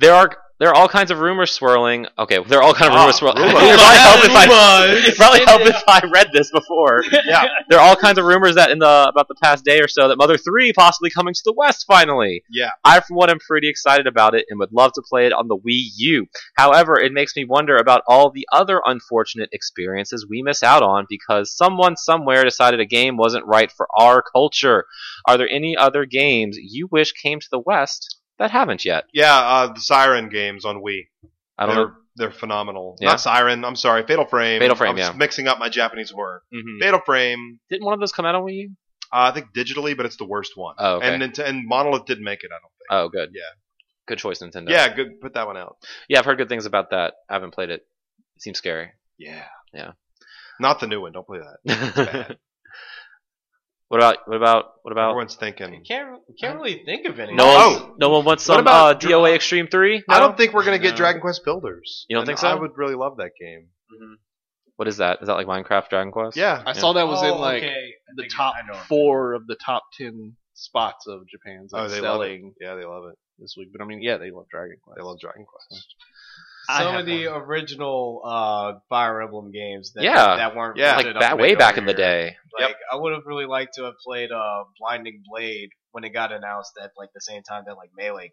[SPEAKER 1] there are there are all kinds of rumors swirling. Okay, there are all kinds of
[SPEAKER 2] Ah,
[SPEAKER 1] rumors swirling.
[SPEAKER 2] rumors.
[SPEAKER 1] It'd probably help if I, it'd probably help if I read this before.
[SPEAKER 2] yeah.
[SPEAKER 1] there are all kinds of rumors that in the about the past day or so that Mother Three possibly coming to the West finally.
[SPEAKER 2] Yeah.
[SPEAKER 1] I for one am pretty excited about it and would love to play it on the Wii U. However, it makes me wonder about all the other unfortunate experiences we miss out on because someone somewhere decided a game wasn't right for our culture. Are there any other games you wish came to the West that haven't yet?
[SPEAKER 2] Yeah, uh, the Siren games on Wii.
[SPEAKER 1] I don't
[SPEAKER 2] they're,
[SPEAKER 1] know.
[SPEAKER 2] They're phenomenal.
[SPEAKER 1] Yeah.
[SPEAKER 2] Not Siren. I'm sorry. Fatal Frame.
[SPEAKER 1] Fatal Frame,
[SPEAKER 2] I'm just
[SPEAKER 1] yeah.
[SPEAKER 2] mixing up my Japanese word.
[SPEAKER 1] Mhm.
[SPEAKER 2] Fatal Frame.
[SPEAKER 1] Didn't one of those come out on Wii U?
[SPEAKER 2] Uh, I think digitally, but it's the worst one.
[SPEAKER 1] Oh, okay.
[SPEAKER 2] And Nint- and Monolith didn't make it. I don't think.
[SPEAKER 1] Oh, good.
[SPEAKER 2] Yeah.
[SPEAKER 1] Good choice, Nintendo.
[SPEAKER 2] Yeah, good. Put that one out.
[SPEAKER 1] Yeah, I've heard good things about that. I haven't played it. It seems scary.
[SPEAKER 2] Yeah.
[SPEAKER 1] Yeah.
[SPEAKER 2] Not the new one. Don't play that.
[SPEAKER 1] what
[SPEAKER 2] bad.
[SPEAKER 1] about what about what about
[SPEAKER 2] Everyone's
[SPEAKER 4] I
[SPEAKER 2] thinking.
[SPEAKER 4] can't, can't really think of any.
[SPEAKER 1] no
[SPEAKER 2] Oh.
[SPEAKER 1] one, no one wants some
[SPEAKER 2] about
[SPEAKER 1] uh, DOA Extreme Three?
[SPEAKER 2] I don't think we're gonna get
[SPEAKER 1] No.
[SPEAKER 2] Dragon Quest Builders.
[SPEAKER 1] You don't
[SPEAKER 2] And
[SPEAKER 1] think so?
[SPEAKER 2] I would really love that game.
[SPEAKER 1] What is that? Is that like Minecraft Dragon Quest?
[SPEAKER 2] Yeah.
[SPEAKER 3] I
[SPEAKER 1] Yeah.
[SPEAKER 3] saw that was
[SPEAKER 4] Oh,
[SPEAKER 3] in like
[SPEAKER 4] okay. I
[SPEAKER 3] the
[SPEAKER 4] think
[SPEAKER 3] top
[SPEAKER 4] I know.
[SPEAKER 3] four of the top ten spots of Japan's like,
[SPEAKER 2] oh, they love it.
[SPEAKER 3] selling
[SPEAKER 2] Yeah, they love it.
[SPEAKER 3] this week. But I mean, yeah, they love Dragon Quest.
[SPEAKER 2] They love Dragon Quest.
[SPEAKER 5] I
[SPEAKER 4] Some
[SPEAKER 5] have
[SPEAKER 4] of the original uh, Fire Emblem games that
[SPEAKER 1] Yeah.
[SPEAKER 4] that weren't
[SPEAKER 2] Yeah.
[SPEAKER 1] like
[SPEAKER 4] printed up
[SPEAKER 1] that
[SPEAKER 4] and
[SPEAKER 1] way
[SPEAKER 4] made
[SPEAKER 1] back
[SPEAKER 4] over
[SPEAKER 1] in the
[SPEAKER 4] here.
[SPEAKER 1] day.
[SPEAKER 4] Like I would have really liked to have played uh, Blinding Blade when it got announced at like the same time that like Melee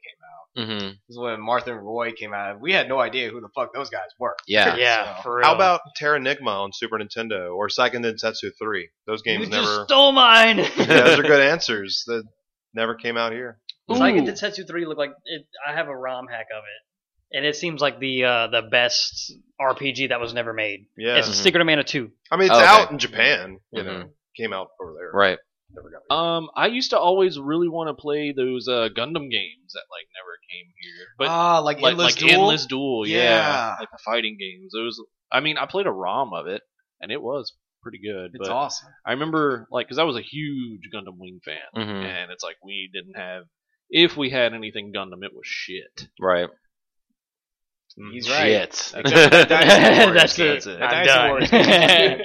[SPEAKER 4] came out.
[SPEAKER 1] Mm-hmm.
[SPEAKER 4] This is when Martha and Roy came out. We had no idea who the fuck those guys were.
[SPEAKER 1] Yeah.
[SPEAKER 5] Yeah,
[SPEAKER 4] So-
[SPEAKER 5] for real.
[SPEAKER 2] How about Terranigma on Super Nintendo or Seiken Densetsu 3? Those games
[SPEAKER 5] you
[SPEAKER 2] never.
[SPEAKER 5] just stole mine?
[SPEAKER 2] yeah, those are good answers that never came out here.
[SPEAKER 5] It's like
[SPEAKER 3] Ooh.
[SPEAKER 5] it did Tetsu Three look like it, I have a ROM hack of it, and it seems like the uh, the best RPG that was never made.
[SPEAKER 2] Yeah,
[SPEAKER 5] It's
[SPEAKER 1] Mhm.
[SPEAKER 5] Secret of Mana Two.
[SPEAKER 2] I mean it's
[SPEAKER 1] Oh, okay.
[SPEAKER 2] out in Japan. You
[SPEAKER 1] Mhm.
[SPEAKER 2] know, came out over there.
[SPEAKER 1] Right.
[SPEAKER 2] Never got here.
[SPEAKER 3] Um, I used to always really want to play those uh, Gundam games that like never came here, but
[SPEAKER 2] Uh,
[SPEAKER 4] ah, like,
[SPEAKER 3] like
[SPEAKER 4] Endless
[SPEAKER 3] like
[SPEAKER 4] Duel.
[SPEAKER 3] Endless Duel, yeah.
[SPEAKER 4] Yeah.
[SPEAKER 3] like the fighting games. Those, I mean, I played a ROM of it, and it was pretty good.
[SPEAKER 4] It's
[SPEAKER 3] but
[SPEAKER 4] awesome.
[SPEAKER 3] I remember like because I was a huge Gundam Wing fan,
[SPEAKER 1] Mm-hmm.
[SPEAKER 3] and it's like we didn't have. If we had anything Gundam, it was shit.
[SPEAKER 1] Right.
[SPEAKER 4] He's right.
[SPEAKER 1] Shit.
[SPEAKER 2] Mm-hmm.
[SPEAKER 4] Except for that Dynasty Warriors.
[SPEAKER 5] That's it.
[SPEAKER 4] That
[SPEAKER 5] I'm
[SPEAKER 4] Dynasty
[SPEAKER 5] done.
[SPEAKER 4] Warriors game.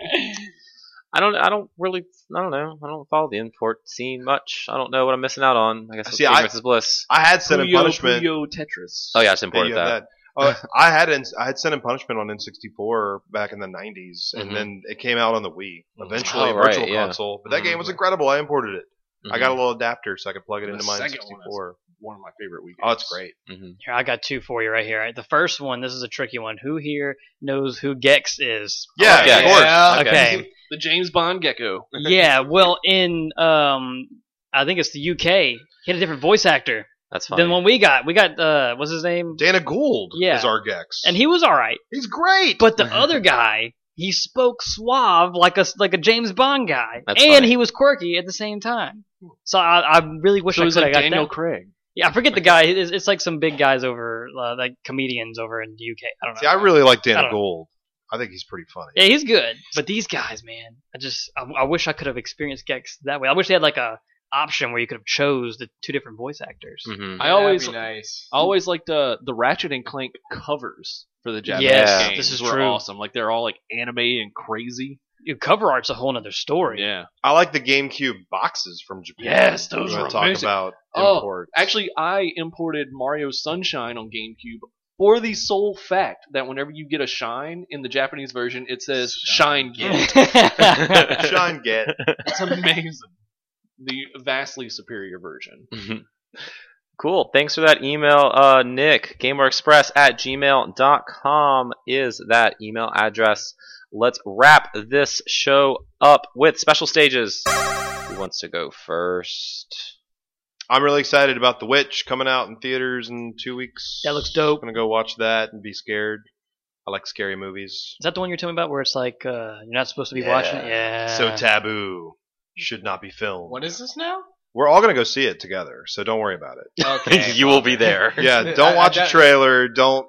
[SPEAKER 1] I don't. I don't really. I don't know. I don't follow the import scene much. I don't know what I'm missing out on. I guess it's
[SPEAKER 2] See, I-
[SPEAKER 1] ignorance is bliss.
[SPEAKER 2] I had Sin and
[SPEAKER 3] Puyo
[SPEAKER 2] Punishment.
[SPEAKER 3] Puyo Tetris.
[SPEAKER 1] Oh yeah, I just
[SPEAKER 2] Yeah, you
[SPEAKER 1] imported
[SPEAKER 2] have
[SPEAKER 1] that.
[SPEAKER 2] that. Oh, I had in, I had Sin and Punishment on N64 back in the 90s, and
[SPEAKER 1] Mhm.
[SPEAKER 2] then it came out on the Wii. Eventually,
[SPEAKER 1] Oh, right,
[SPEAKER 2] Virtual
[SPEAKER 1] yeah.
[SPEAKER 2] Console, but that
[SPEAKER 3] Mhm.
[SPEAKER 2] game was incredible. I imported it. I
[SPEAKER 1] Mhm.
[SPEAKER 2] got a little adapter so I could plug it
[SPEAKER 3] The
[SPEAKER 2] into my
[SPEAKER 3] second one is-
[SPEAKER 2] N64.
[SPEAKER 3] One of my favorite weekends.
[SPEAKER 2] Oh, it's great.
[SPEAKER 1] Mhm.
[SPEAKER 5] Here, I got two for you right here. The first one, this is a tricky one. Who here knows who Gex is?
[SPEAKER 2] Oh, Yeah,
[SPEAKER 1] Oh, yeah.
[SPEAKER 2] of course.
[SPEAKER 4] Yeah.
[SPEAKER 5] Okay.
[SPEAKER 3] The James Bond gecko.
[SPEAKER 5] yeah, well, in um, I think it's the UK, he had a different voice actor
[SPEAKER 1] That's
[SPEAKER 5] than
[SPEAKER 1] fine.
[SPEAKER 5] one we got. We got uh, what's his name?
[SPEAKER 2] Dana Gould
[SPEAKER 5] Yeah.
[SPEAKER 2] is our Gex,
[SPEAKER 5] And he was all right,
[SPEAKER 2] he's great.
[SPEAKER 5] but the other guy, he spoke suave like a like a James Bond guy,
[SPEAKER 1] That's
[SPEAKER 5] and
[SPEAKER 1] funny.
[SPEAKER 5] he was quirky at the same time. So I, I really wish
[SPEAKER 3] So
[SPEAKER 5] I
[SPEAKER 3] he's
[SPEAKER 5] could. I
[SPEAKER 3] like
[SPEAKER 5] got
[SPEAKER 2] Oh,
[SPEAKER 3] Daniel
[SPEAKER 5] that.
[SPEAKER 3] Craig.
[SPEAKER 5] Yeah, I forget the guy. It's, it's like some big guys over, uh, like comedians over in the UK. I don't know.
[SPEAKER 2] See, I really like
[SPEAKER 5] I
[SPEAKER 2] Dana
[SPEAKER 5] don't know.
[SPEAKER 2] Gould. I think he's pretty funny.
[SPEAKER 5] Yeah, he's good, but these guys, man, I just I, I wish I could have experienced Gex that way. I wish they had like a option where you could have chose the two different voice actors.
[SPEAKER 1] Mhm.
[SPEAKER 3] I always,
[SPEAKER 4] That'd be nice.
[SPEAKER 3] I always liked the the Ratchet and Clank covers for the Japanese
[SPEAKER 1] Yes,
[SPEAKER 3] games.
[SPEAKER 5] this is
[SPEAKER 3] were
[SPEAKER 5] true.
[SPEAKER 3] awesome. Like they're all like anime and crazy.
[SPEAKER 5] Your cover art's a whole other story.
[SPEAKER 3] Yeah.
[SPEAKER 2] I like the GameCube boxes from Japan.
[SPEAKER 3] Yes, those
[SPEAKER 2] You
[SPEAKER 3] were
[SPEAKER 2] wanna talk
[SPEAKER 3] amazing.
[SPEAKER 2] about
[SPEAKER 3] Oh,
[SPEAKER 2] imports.
[SPEAKER 3] Actually, I imported Mario Sunshine on GameCube for the sole fact that whenever you get a shine in the Japanese version, it says shine gift.
[SPEAKER 2] Shine get.
[SPEAKER 3] It's amazing. The vastly superior version.
[SPEAKER 1] Mhm. cool. Thanks for that email, uh, Nick. GamerExpress at gmail.com is that email address. Let's wrap this show up with special stages. Who wants to go first?
[SPEAKER 2] I'm really excited about The Witch coming out in theaters in two weeks.
[SPEAKER 5] That looks dope.
[SPEAKER 2] gonna go watch that and be scared. I like scary movies.
[SPEAKER 5] Is that the one you're telling me about where it's like uh, you're not supposed to be
[SPEAKER 2] Yeah.
[SPEAKER 5] watching it? Yeah.
[SPEAKER 2] so taboo. Should not be filmed.
[SPEAKER 4] What is this now?
[SPEAKER 2] We're all gonna go see it together, so don't worry about it.
[SPEAKER 4] Okay.
[SPEAKER 1] you will be there.
[SPEAKER 2] Yeah, don't
[SPEAKER 4] I-
[SPEAKER 2] watch
[SPEAKER 4] I-
[SPEAKER 2] a trailer. Don't.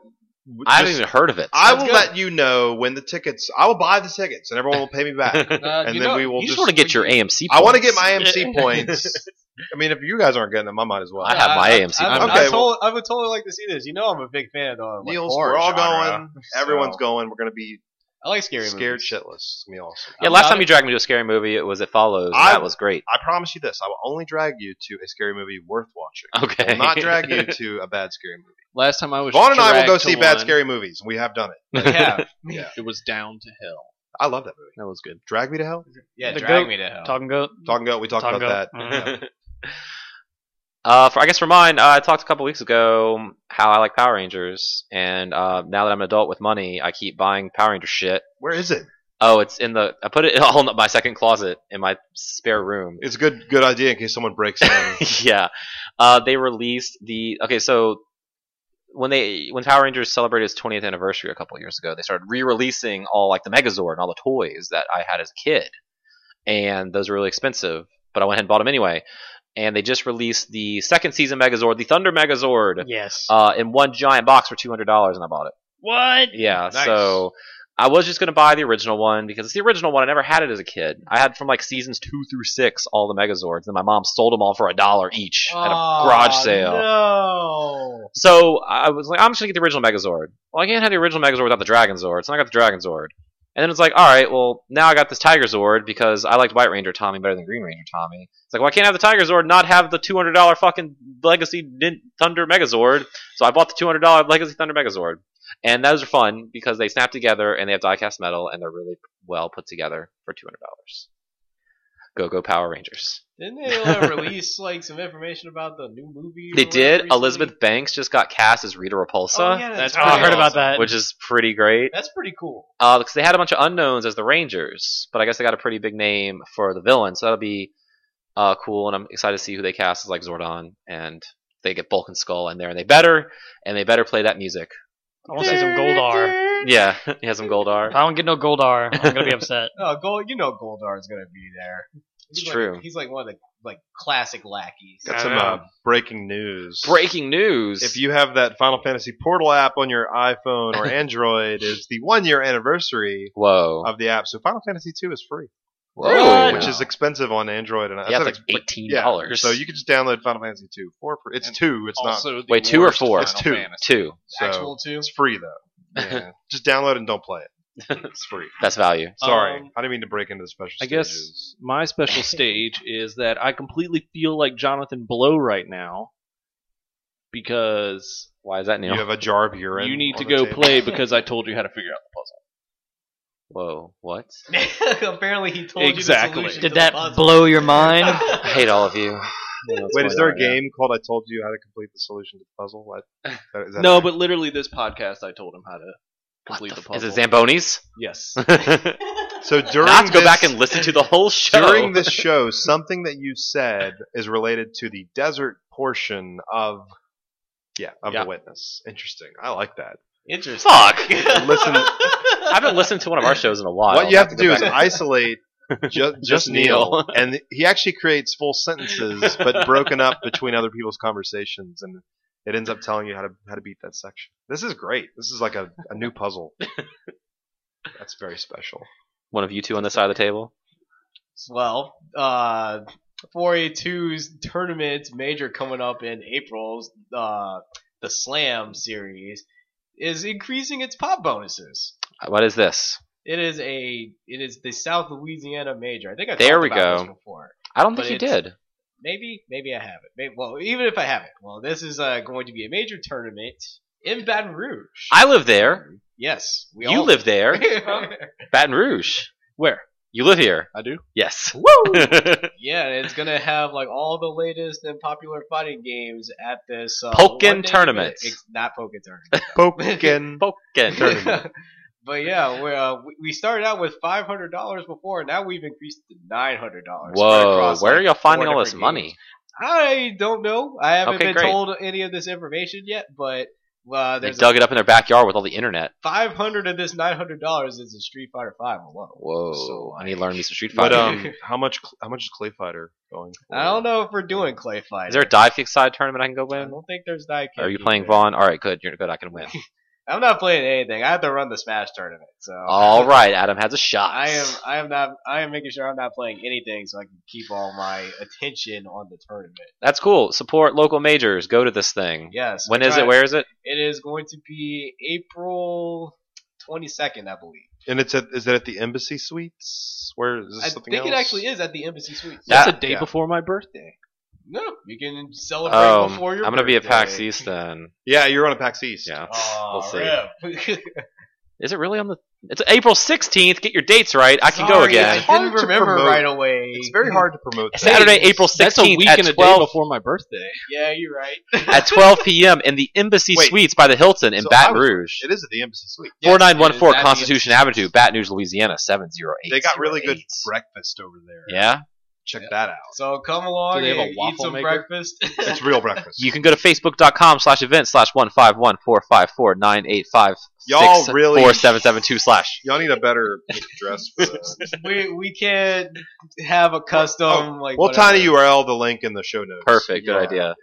[SPEAKER 1] I haven't
[SPEAKER 2] just-
[SPEAKER 1] even heard of it.
[SPEAKER 2] I will
[SPEAKER 4] Sounds good.
[SPEAKER 2] let you know when the tickets. I will buy the tickets, and everyone will pay me back.
[SPEAKER 4] Uh,
[SPEAKER 2] and
[SPEAKER 4] you
[SPEAKER 2] then
[SPEAKER 4] know-
[SPEAKER 2] we will
[SPEAKER 1] you
[SPEAKER 2] just.
[SPEAKER 1] just want to get your AMC.
[SPEAKER 2] I want to get
[SPEAKER 1] points.
[SPEAKER 2] my AMC points. I mean, if you guys aren't getting them, I might as well.
[SPEAKER 1] I have my AMC
[SPEAKER 4] I, I,
[SPEAKER 2] Okay,
[SPEAKER 4] I, told- Oh, I would totally like to see this. You know, I'm a big fan of the like,
[SPEAKER 2] Niels,
[SPEAKER 4] horror
[SPEAKER 2] we're all
[SPEAKER 4] genre,
[SPEAKER 2] going. Everyone's
[SPEAKER 4] so-
[SPEAKER 2] going. We're gonna be
[SPEAKER 4] I like scary
[SPEAKER 2] scared
[SPEAKER 4] movies.
[SPEAKER 2] shitless. It's gonna be awesome.
[SPEAKER 1] Yeah,
[SPEAKER 4] I'm
[SPEAKER 1] last
[SPEAKER 4] not-
[SPEAKER 1] time you dragged me to a scary movie, it was It Follows. and
[SPEAKER 2] I-
[SPEAKER 1] that was great.
[SPEAKER 2] I promise you this: I will only drag you to a scary movie worth watching.
[SPEAKER 1] Okay.
[SPEAKER 2] I will not drag you to a bad scary movie.
[SPEAKER 3] Last time I was
[SPEAKER 2] Vaughn and I will
[SPEAKER 3] dragged
[SPEAKER 2] go
[SPEAKER 3] to
[SPEAKER 2] see bad
[SPEAKER 3] one,
[SPEAKER 2] scary movies. and We have done it.
[SPEAKER 4] Yeah,
[SPEAKER 3] It was down to hell.
[SPEAKER 2] I love that movie.
[SPEAKER 3] That was good.
[SPEAKER 2] Drag me to hell.
[SPEAKER 4] yeah.
[SPEAKER 5] The
[SPEAKER 4] drag
[SPEAKER 5] goat
[SPEAKER 4] me to hell.
[SPEAKER 5] Talking goat.
[SPEAKER 2] Talking goat. We talked
[SPEAKER 5] Talking
[SPEAKER 2] about
[SPEAKER 5] Goat.
[SPEAKER 2] that.
[SPEAKER 5] Mhm.
[SPEAKER 1] Mm-hmm. Uh, for, I guess for mine, uh, I talked a couple weeks ago how I like Power Rangers, and uh, now that I'm an adult with money, I keep buying Power Ranger shit.
[SPEAKER 2] Where is it?
[SPEAKER 1] Oh, it's in the I put it all in my second closet in my spare room.
[SPEAKER 2] It's a good good idea in case someone breaks in.
[SPEAKER 1] yeah, uh, they released the okay. So when they when Power Rangers celebrated its 20th anniversary a couple years ago, they started re-releasing all like the Megazord and all the toys that I had as a kid, and those were really expensive. But I went ahead and bought them anyway. And they just released the second season Megazord, the Thunder Megazord,
[SPEAKER 5] Yes.
[SPEAKER 1] uh, in one giant box for two hundred dollars, and I bought it.
[SPEAKER 5] what?
[SPEAKER 1] Yeah,
[SPEAKER 4] Nice.
[SPEAKER 1] so I was just gonna buy the original one because it's the original one. I never had it as a kid. I had from like seasons two through six all the Megazords, and my mom sold them all for a dollar each at a garage sale.
[SPEAKER 4] No.
[SPEAKER 1] So I was like, I'm just gonna get the original Megazord. Well, I can't have the original Megazord without the Dragon Zord, so I got the Dragon Zord. And then it's like, all right, well, now I got this Tiger Zord because I liked White Ranger Tommy better than Green Ranger Tommy. It's like, well, I can't have the Tiger Zord, and not have the two hundred dollar fucking Legacy Nin- Thunder Megazord. So I bought the two hundred dollar Legacy Thunder Megazord, and those are fun because they snap together and they have diecast metal and they're really well put together for two hundred dollars. Go go Power Rangers!
[SPEAKER 4] Didn't they uh, release like some information about the new movie? or
[SPEAKER 1] They
[SPEAKER 4] whatever
[SPEAKER 1] did.
[SPEAKER 4] recently?
[SPEAKER 1] Elizabeth Banks just got cast as Rita Repulsa.
[SPEAKER 4] Oh, yeah,
[SPEAKER 5] That's
[SPEAKER 4] that's
[SPEAKER 5] oh, I
[SPEAKER 4] pretty
[SPEAKER 5] heard about
[SPEAKER 4] awesome.
[SPEAKER 5] that.
[SPEAKER 1] which is pretty great.
[SPEAKER 4] That's pretty cool.
[SPEAKER 1] Uh, because they had a bunch of unknowns as the Rangers, but I guess they got a pretty big name for the villain, so that'll be uh, cool. And I'm excited to see who they cast as like Zordon, and they get Bulk and Skull in there, and they better and they better play that music.
[SPEAKER 5] I want to see some Goldar.
[SPEAKER 1] Yeah, he has some
[SPEAKER 5] If
[SPEAKER 1] Goldar.
[SPEAKER 5] I don't get no Goldar, I'm gonna be upset.
[SPEAKER 4] Oh, Gold, you know Goldar is gonna be there.
[SPEAKER 1] It's
[SPEAKER 4] He's like-
[SPEAKER 1] true.
[SPEAKER 4] He's like one of the like classic lackeys.
[SPEAKER 2] Got some uh, breaking news.
[SPEAKER 1] Breaking news!
[SPEAKER 2] If you have that Final Fantasy Portal app on your iPhone or Android, is the one year anniversary
[SPEAKER 1] whoa,
[SPEAKER 2] of the app. So Final Fantasy II is free, Uh,
[SPEAKER 1] whoa,
[SPEAKER 2] which is expensive on Android and
[SPEAKER 1] yeah,
[SPEAKER 2] I
[SPEAKER 1] it's
[SPEAKER 2] said
[SPEAKER 1] like
[SPEAKER 2] ex-
[SPEAKER 1] eighteen
[SPEAKER 2] yeah,
[SPEAKER 1] dollars.
[SPEAKER 2] So you can just download Final Fantasy II for free. It's
[SPEAKER 3] And
[SPEAKER 2] two. It's not
[SPEAKER 3] also the
[SPEAKER 1] Wait, two or
[SPEAKER 3] worst
[SPEAKER 1] four?
[SPEAKER 2] It's
[SPEAKER 3] Final
[SPEAKER 2] two.
[SPEAKER 3] Fantasy.
[SPEAKER 1] two.
[SPEAKER 2] so
[SPEAKER 4] Actual two.
[SPEAKER 2] it's free though. Yeah. just download it and don't play it. It's free.
[SPEAKER 1] That's value.
[SPEAKER 2] Sorry,
[SPEAKER 3] Um,
[SPEAKER 2] I didn't mean to break into the special.
[SPEAKER 3] I guess-
[SPEAKER 2] stages.
[SPEAKER 3] My special stage is that I completely feel like Jonathan Blow right now because
[SPEAKER 1] Why is that Neil?
[SPEAKER 2] you have a jar of urine.
[SPEAKER 3] you need
[SPEAKER 2] on
[SPEAKER 3] to
[SPEAKER 2] the
[SPEAKER 3] go
[SPEAKER 2] table.
[SPEAKER 3] play because I told you how to figure out the puzzle.
[SPEAKER 1] Whoa, what?
[SPEAKER 4] Apparently, he told
[SPEAKER 3] Exactly.
[SPEAKER 4] you the solution to
[SPEAKER 5] Did
[SPEAKER 4] the
[SPEAKER 5] that
[SPEAKER 4] puzzle.
[SPEAKER 5] blow your mind?
[SPEAKER 1] I hate all of you.
[SPEAKER 2] Wait, is there a game called "I Told You How to Complete the Solution to the Puzzle"? What? Is that- is that
[SPEAKER 3] No,
[SPEAKER 2] a-
[SPEAKER 3] but literally this podcast, I told him how to complete the,
[SPEAKER 1] Is
[SPEAKER 3] puzzle.
[SPEAKER 1] it Zamboni's?
[SPEAKER 3] yes.
[SPEAKER 1] Not
[SPEAKER 2] so during
[SPEAKER 1] to go
[SPEAKER 2] this-
[SPEAKER 1] back and listen to the whole show.
[SPEAKER 2] during this show, something that you said is related to the desert portion of yeah of
[SPEAKER 3] Yeah.
[SPEAKER 2] the witness. Interesting. I like that.
[SPEAKER 4] Interesting.
[SPEAKER 1] Fuck!
[SPEAKER 2] Listen,
[SPEAKER 1] I haven't listened to one of our shows in a while.
[SPEAKER 2] what you
[SPEAKER 1] I'll
[SPEAKER 2] have to
[SPEAKER 1] go
[SPEAKER 2] do is
[SPEAKER 1] back
[SPEAKER 2] isolate just, just Neil,
[SPEAKER 1] Neil.
[SPEAKER 2] and he actually creates full sentences, but broken up between other people's conversations, and it ends up telling you how to how to beat that section. This is great. This is like a, a new puzzle. That's very special.
[SPEAKER 1] One of you two on this side of the table.
[SPEAKER 4] Well, uh, 4A2's tournament major coming up in April, uh, the Slam series, is increasing its pop bonuses.
[SPEAKER 1] What is this?
[SPEAKER 4] It is a it is the South Louisiana major. I think I
[SPEAKER 1] There
[SPEAKER 4] talked
[SPEAKER 1] we
[SPEAKER 4] about
[SPEAKER 1] go.
[SPEAKER 4] this before.
[SPEAKER 1] I don't
[SPEAKER 4] But
[SPEAKER 1] think you
[SPEAKER 4] it's-
[SPEAKER 1] did.
[SPEAKER 4] Maybe maybe I have it. Maybe, well, even if I haven't, well, this is uh, going to be a major tournament in Baton Rouge.
[SPEAKER 1] I live there.
[SPEAKER 4] yes, we
[SPEAKER 1] you
[SPEAKER 4] all
[SPEAKER 1] live there. Baton Rouge.
[SPEAKER 3] Where?
[SPEAKER 1] You live here.
[SPEAKER 3] I do?
[SPEAKER 1] Yes.
[SPEAKER 4] Yeah, and it's gonna have like all the latest and popular fighting games at this uh,
[SPEAKER 1] Pokken
[SPEAKER 4] one-day
[SPEAKER 1] tournament.
[SPEAKER 4] event. It's not Pokken tournament.
[SPEAKER 2] Pokken.
[SPEAKER 1] Pokken.
[SPEAKER 4] but yeah, we uh, we- we started out with five hundred dollars before, and now we've increased to nine hundred dollars.
[SPEAKER 1] Whoa. Where are y'all finding all this money?
[SPEAKER 4] I don't know. I haven't
[SPEAKER 1] Okay,
[SPEAKER 4] been
[SPEAKER 1] great.
[SPEAKER 4] told any of this information yet, but uh,
[SPEAKER 1] They
[SPEAKER 4] there's
[SPEAKER 1] dug it up in their backyard with all the internet.
[SPEAKER 4] five hundred of this nine hundred dollars is in Street Fighter Five alone.
[SPEAKER 1] Whoa.
[SPEAKER 4] So,
[SPEAKER 1] I need to learn me some Street
[SPEAKER 2] But
[SPEAKER 1] Fighter.
[SPEAKER 2] um, how much how much is Clay Fighter going? For?
[SPEAKER 4] I don't know if we're doing Clay Fighter.
[SPEAKER 1] is there a dive kick side tournament I can go
[SPEAKER 4] I
[SPEAKER 1] win?
[SPEAKER 4] don't think there's die.
[SPEAKER 1] Are you playing Vaughn? All right, good. You're good. I can win.
[SPEAKER 4] I'm not playing anything. I have to run the Smash tournament, so
[SPEAKER 1] All right, Adam has a shot.
[SPEAKER 4] I am I am not I am making sure I'm not playing anything so I can keep all my attention on the tournament.
[SPEAKER 1] That's cool. Support local majors. Go to this thing.
[SPEAKER 4] Yes.
[SPEAKER 1] When
[SPEAKER 4] we're
[SPEAKER 1] is it?
[SPEAKER 4] trying-
[SPEAKER 1] Where is it?
[SPEAKER 4] It is going to be April 22nd, I believe.
[SPEAKER 2] And it's at is it at the Embassy Suites? Where is this
[SPEAKER 4] I
[SPEAKER 2] something
[SPEAKER 4] think it
[SPEAKER 2] else?
[SPEAKER 4] actually is at the Embassy Suites.
[SPEAKER 1] That-
[SPEAKER 3] That's a day
[SPEAKER 2] yeah.
[SPEAKER 3] before my birthday.
[SPEAKER 4] No, you can celebrate
[SPEAKER 1] Oh, I'm
[SPEAKER 4] before your.
[SPEAKER 1] gonna be at PAX
[SPEAKER 4] birthday.
[SPEAKER 1] East then.
[SPEAKER 2] Yeah, you're on a PAX East.
[SPEAKER 1] Yeah.
[SPEAKER 4] Aw, rip.
[SPEAKER 1] Is it really on the? It's April 16th. Get your dates right. I can go
[SPEAKER 4] Sorry,
[SPEAKER 1] again.
[SPEAKER 2] It's
[SPEAKER 4] I
[SPEAKER 2] hard
[SPEAKER 4] didn't
[SPEAKER 2] to
[SPEAKER 4] remember
[SPEAKER 2] promote.
[SPEAKER 4] right away.
[SPEAKER 2] It's very hard to promote. That.
[SPEAKER 1] Saturday, April 16th
[SPEAKER 3] That's a week
[SPEAKER 1] at
[SPEAKER 3] and a day
[SPEAKER 1] 12
[SPEAKER 3] before my birthday.
[SPEAKER 4] Yeah, you're right.
[SPEAKER 1] at 12 p.m. in the Embassy
[SPEAKER 2] Wait.
[SPEAKER 1] Suites by the Hilton in
[SPEAKER 2] So I
[SPEAKER 1] Baton
[SPEAKER 2] was-
[SPEAKER 1] Rouge.
[SPEAKER 2] It is at the Embassy Suites.
[SPEAKER 1] Four nine one four
[SPEAKER 4] it is.
[SPEAKER 1] Constitution Avenue, Baton Rouge, Louisiana seven zero eight.
[SPEAKER 2] They got really good breakfast over there.
[SPEAKER 1] Yeah,
[SPEAKER 2] Check that out.
[SPEAKER 4] So come along
[SPEAKER 3] Do they have a
[SPEAKER 4] and eat
[SPEAKER 3] waffle
[SPEAKER 4] some
[SPEAKER 3] maker?
[SPEAKER 4] breakfast.
[SPEAKER 2] It's real breakfast.
[SPEAKER 1] you can go to facebook.com slash event slash one five one four five four nine eight five
[SPEAKER 2] Y'all really-
[SPEAKER 1] four seven seven two slash.
[SPEAKER 2] Y'all need a better address. For that.
[SPEAKER 4] we we can't have a custom like.
[SPEAKER 2] Oh, we'll
[SPEAKER 4] whatever.
[SPEAKER 2] tiny URL the link in the show notes.
[SPEAKER 1] Perfect, good
[SPEAKER 2] Yeah.
[SPEAKER 1] idea.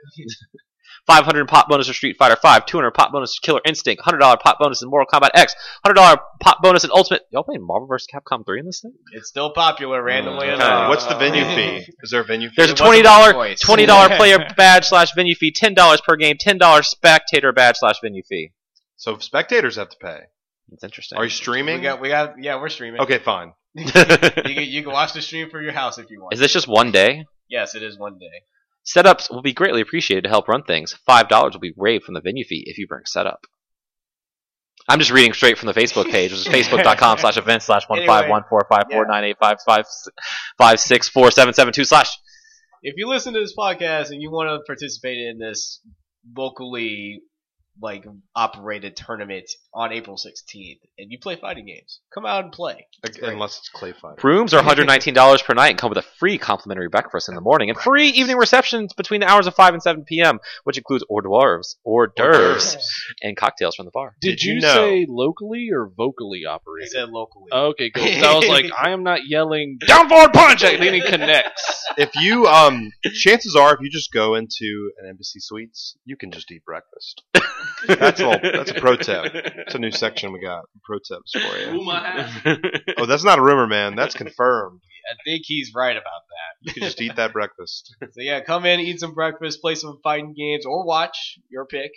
[SPEAKER 1] Five hundred pop bonus for Street Fighter Five, two hundred pop bonus for Killer Instinct, hundred dollar pop bonus in Mortal Kombat X, hundred dollar pop bonus in Ultimate. Y'all playing Marvel vs. Capcom three in this thing?
[SPEAKER 4] It's still popular randomly.
[SPEAKER 1] Okay.
[SPEAKER 4] enough.
[SPEAKER 2] Uh, What's the venue fee? Is there a venue fee?
[SPEAKER 1] There's a
[SPEAKER 4] It wasn't
[SPEAKER 1] twenty
[SPEAKER 4] my
[SPEAKER 1] dollar
[SPEAKER 4] choice.
[SPEAKER 1] twenty dollar player badge slash venue fee, ten dollars per game, ten dollar spectator badge slash venue fee.
[SPEAKER 2] so spectators have to pay.
[SPEAKER 1] That's interesting.
[SPEAKER 2] Are you streaming?
[SPEAKER 4] We got, we got, yeah, we're streaming.
[SPEAKER 2] okay, fine.
[SPEAKER 4] You can, you can watch the stream from your house if you want.
[SPEAKER 1] Is this just one day?
[SPEAKER 4] Yes, it is one day.
[SPEAKER 1] Setups will be greatly appreciated to help run things. Five dollars will be waived from the venue fee if you bring setup. I'm just reading straight from the Facebook page, which is facebook.com slash event slash one five one four five four nine eight five five five six four seven seven two slash.
[SPEAKER 4] If you listen to this podcast and you want to participate in this locally like operated tournament on April 16th, and you play fighting games, come out and play.
[SPEAKER 2] Ag- Unless it's clay fire.
[SPEAKER 1] Rooms are $119 per night and come with a free complimentary breakfast in the morning and free evening receptions between the hours of 5 and 7 p.m., which includes hors d'oeuvres, hors d'oeuvres, and cocktails from the bar.
[SPEAKER 3] Did,
[SPEAKER 2] Did
[SPEAKER 3] you,
[SPEAKER 2] you know-
[SPEAKER 3] say locally or vocally
[SPEAKER 4] I
[SPEAKER 3] operated?
[SPEAKER 4] said locally.
[SPEAKER 3] Okay, cool. So I was like, I am not yelling
[SPEAKER 1] Down forward punch!
[SPEAKER 3] Jack Leaning connects.
[SPEAKER 2] If you um, chances are, if you just go into an Embassy Suites, you can just eat breakfast. That's all. That's a pro tip. That's a new section we got. Pro tips for you. Oh, that's not a rumor, man. That's confirmed.
[SPEAKER 4] I think he's right about
[SPEAKER 2] You can just eat that breakfast.
[SPEAKER 4] that. So yeah, come in, eat some breakfast, play some fighting games, or watch your pick.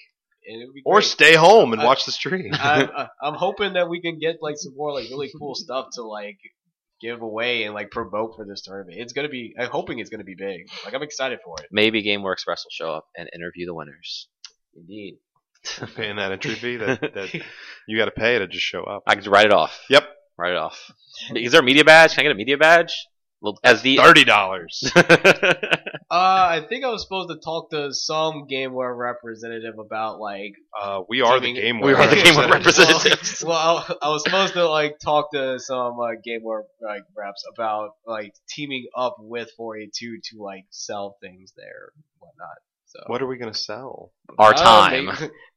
[SPEAKER 4] and it would be
[SPEAKER 2] Or
[SPEAKER 4] great.
[SPEAKER 2] stay home and
[SPEAKER 4] I-
[SPEAKER 2] watch the stream.
[SPEAKER 4] I'm, I- I'm hoping that we can get like some more like really cool stuff to like give away and like promote for this tournament. It's gonna be. I'm hoping it's gonna be big. Like I'm excited for it.
[SPEAKER 1] Maybe GameWare Express will show up and interview the winners.
[SPEAKER 4] Indeed.
[SPEAKER 2] Paying that entry fee that, that you got to pay to just show up.
[SPEAKER 1] I could write it off.
[SPEAKER 2] Yep.
[SPEAKER 1] Write it off. Is there a media badge? Can I get a media badge? Little- As the
[SPEAKER 2] Thirty dollars.
[SPEAKER 4] Uh, I think I was supposed to talk to some GameWare representative about like.
[SPEAKER 2] Uh, we are the
[SPEAKER 4] Doing it.
[SPEAKER 2] game.
[SPEAKER 1] we are the
[SPEAKER 2] Warriors.
[SPEAKER 1] GameWare representatives.
[SPEAKER 4] Well, I, I was supposed to like talk to some uh, GameWare like reps about like teaming up with 482 to like sell things there, and whatnot. So
[SPEAKER 2] What are we gonna sell?
[SPEAKER 1] Our
[SPEAKER 4] Uh,
[SPEAKER 1] time.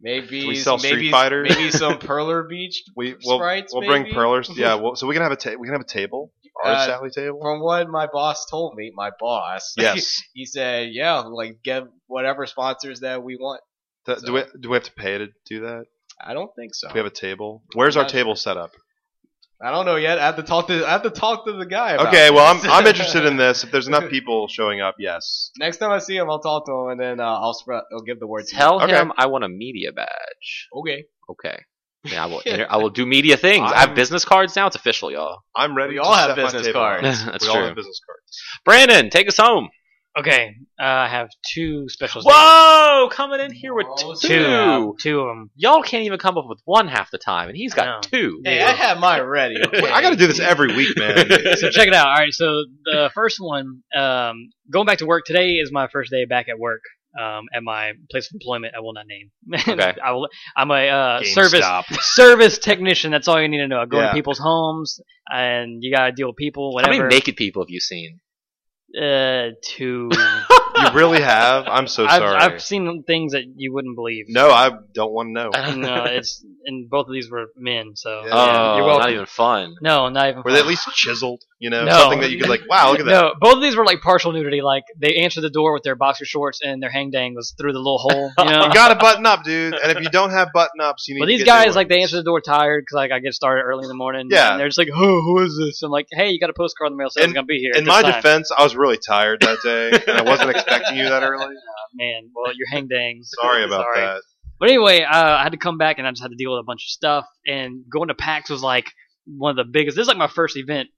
[SPEAKER 4] Maybe,
[SPEAKER 2] Do
[SPEAKER 4] maybe
[SPEAKER 2] we sell Street
[SPEAKER 4] maybe,
[SPEAKER 2] Fighter?
[SPEAKER 4] Maybe some Perler Beach
[SPEAKER 2] We we'll,
[SPEAKER 4] sprites.
[SPEAKER 2] we'll
[SPEAKER 4] maybe?
[SPEAKER 2] bring perlers. Yeah. Well, so we can have a ta- we can have a table. Our
[SPEAKER 4] Uh,
[SPEAKER 2] Sally table.
[SPEAKER 4] From what my boss told me, my boss.
[SPEAKER 2] Yes.
[SPEAKER 4] he said, "Yeah, like get whatever sponsors that we want."
[SPEAKER 2] Th- Do we do we have to pay to do that?
[SPEAKER 4] I don't think so.
[SPEAKER 2] We have a table. Where's our
[SPEAKER 4] Not
[SPEAKER 2] table set up?
[SPEAKER 4] I don't know yet. I have to talk to I have to talk to the guy. About
[SPEAKER 2] Okay. Well, I'm
[SPEAKER 4] this.
[SPEAKER 2] I'm interested in this. If there's enough people showing up, yes.
[SPEAKER 4] Next time I see him, I'll talk to him, and then uh, I'll spread. I'll give the word. to him.
[SPEAKER 1] Tell
[SPEAKER 2] Okay.
[SPEAKER 1] him I want a media badge.
[SPEAKER 4] Okay.
[SPEAKER 1] Okay. Then I will. Inter- I will do media things. I have
[SPEAKER 2] I'm-
[SPEAKER 1] business cards now. It's official, y'all.
[SPEAKER 2] I'm ready.
[SPEAKER 4] We
[SPEAKER 2] to
[SPEAKER 4] all have
[SPEAKER 2] set my
[SPEAKER 4] business
[SPEAKER 2] table.
[SPEAKER 4] cards.
[SPEAKER 1] That's
[SPEAKER 2] we all have
[SPEAKER 1] true.
[SPEAKER 2] business cards.
[SPEAKER 1] Brandon, take us home.
[SPEAKER 5] Okay, uh, I have two specials.
[SPEAKER 1] Whoa, coming in here with
[SPEAKER 4] Whoa,
[SPEAKER 1] two.
[SPEAKER 5] Yeah, two of them.
[SPEAKER 1] Y'all can't even come up with one half the time, and he's
[SPEAKER 5] I know.
[SPEAKER 1] got two.
[SPEAKER 4] Hey, I have mine ready.
[SPEAKER 2] Wait, I got to do this every week, man.
[SPEAKER 5] so check it out. All right, so the first one, um, going back to work today is my first day back at work um, at my place of employment. I will not name.
[SPEAKER 1] Okay.
[SPEAKER 5] I will. I'm a uh,
[SPEAKER 2] GameStop.
[SPEAKER 5] service service technician. That's all you need to know. I go
[SPEAKER 2] Yeah.
[SPEAKER 5] to people's homes and you gotta deal with people.
[SPEAKER 1] How
[SPEAKER 5] Whatever.
[SPEAKER 1] many naked people have you seen?
[SPEAKER 5] uh, two.
[SPEAKER 2] You really have. I'm so
[SPEAKER 5] I've,
[SPEAKER 2] sorry.
[SPEAKER 5] I've seen things that you wouldn't believe.
[SPEAKER 2] no, I don't want to know.
[SPEAKER 5] no, it's and both of these were men. So
[SPEAKER 2] Yeah.
[SPEAKER 1] Oh,
[SPEAKER 5] you're welcome.
[SPEAKER 1] not even fun.
[SPEAKER 5] no, not even.
[SPEAKER 2] Were they at
[SPEAKER 5] fun.
[SPEAKER 2] least chiseled? You know,
[SPEAKER 5] No.
[SPEAKER 2] something that you could like. Wow, look at that.
[SPEAKER 5] No, both of these were like partial nudity. Like they answered the door with their boxer shorts and their hang dang was through the little hole. You know.
[SPEAKER 2] You got to button up, dude. And if you don't have button ups, you need.
[SPEAKER 5] But
[SPEAKER 2] to
[SPEAKER 5] these
[SPEAKER 2] get new
[SPEAKER 5] guys, like, they
[SPEAKER 2] ones.
[SPEAKER 5] answer the door tired because, like, I get started early in the morning.
[SPEAKER 2] Yeah.
[SPEAKER 5] And they're just like, "Who? Who is this?" I'm like, "Hey, you got a postcard in the mail, so it's
[SPEAKER 2] In-
[SPEAKER 5] gonna be here." at
[SPEAKER 2] In
[SPEAKER 5] this
[SPEAKER 2] my
[SPEAKER 5] time."
[SPEAKER 2] defense, I was really tired that day, and I wasn't expecting you that early.
[SPEAKER 5] man, well, your hang dangs.
[SPEAKER 2] Sorry about that.
[SPEAKER 5] But anyway, uh, I had to come back and I just had to deal with a bunch of stuff. And going to PAX was like one of the biggest. This is like my first event,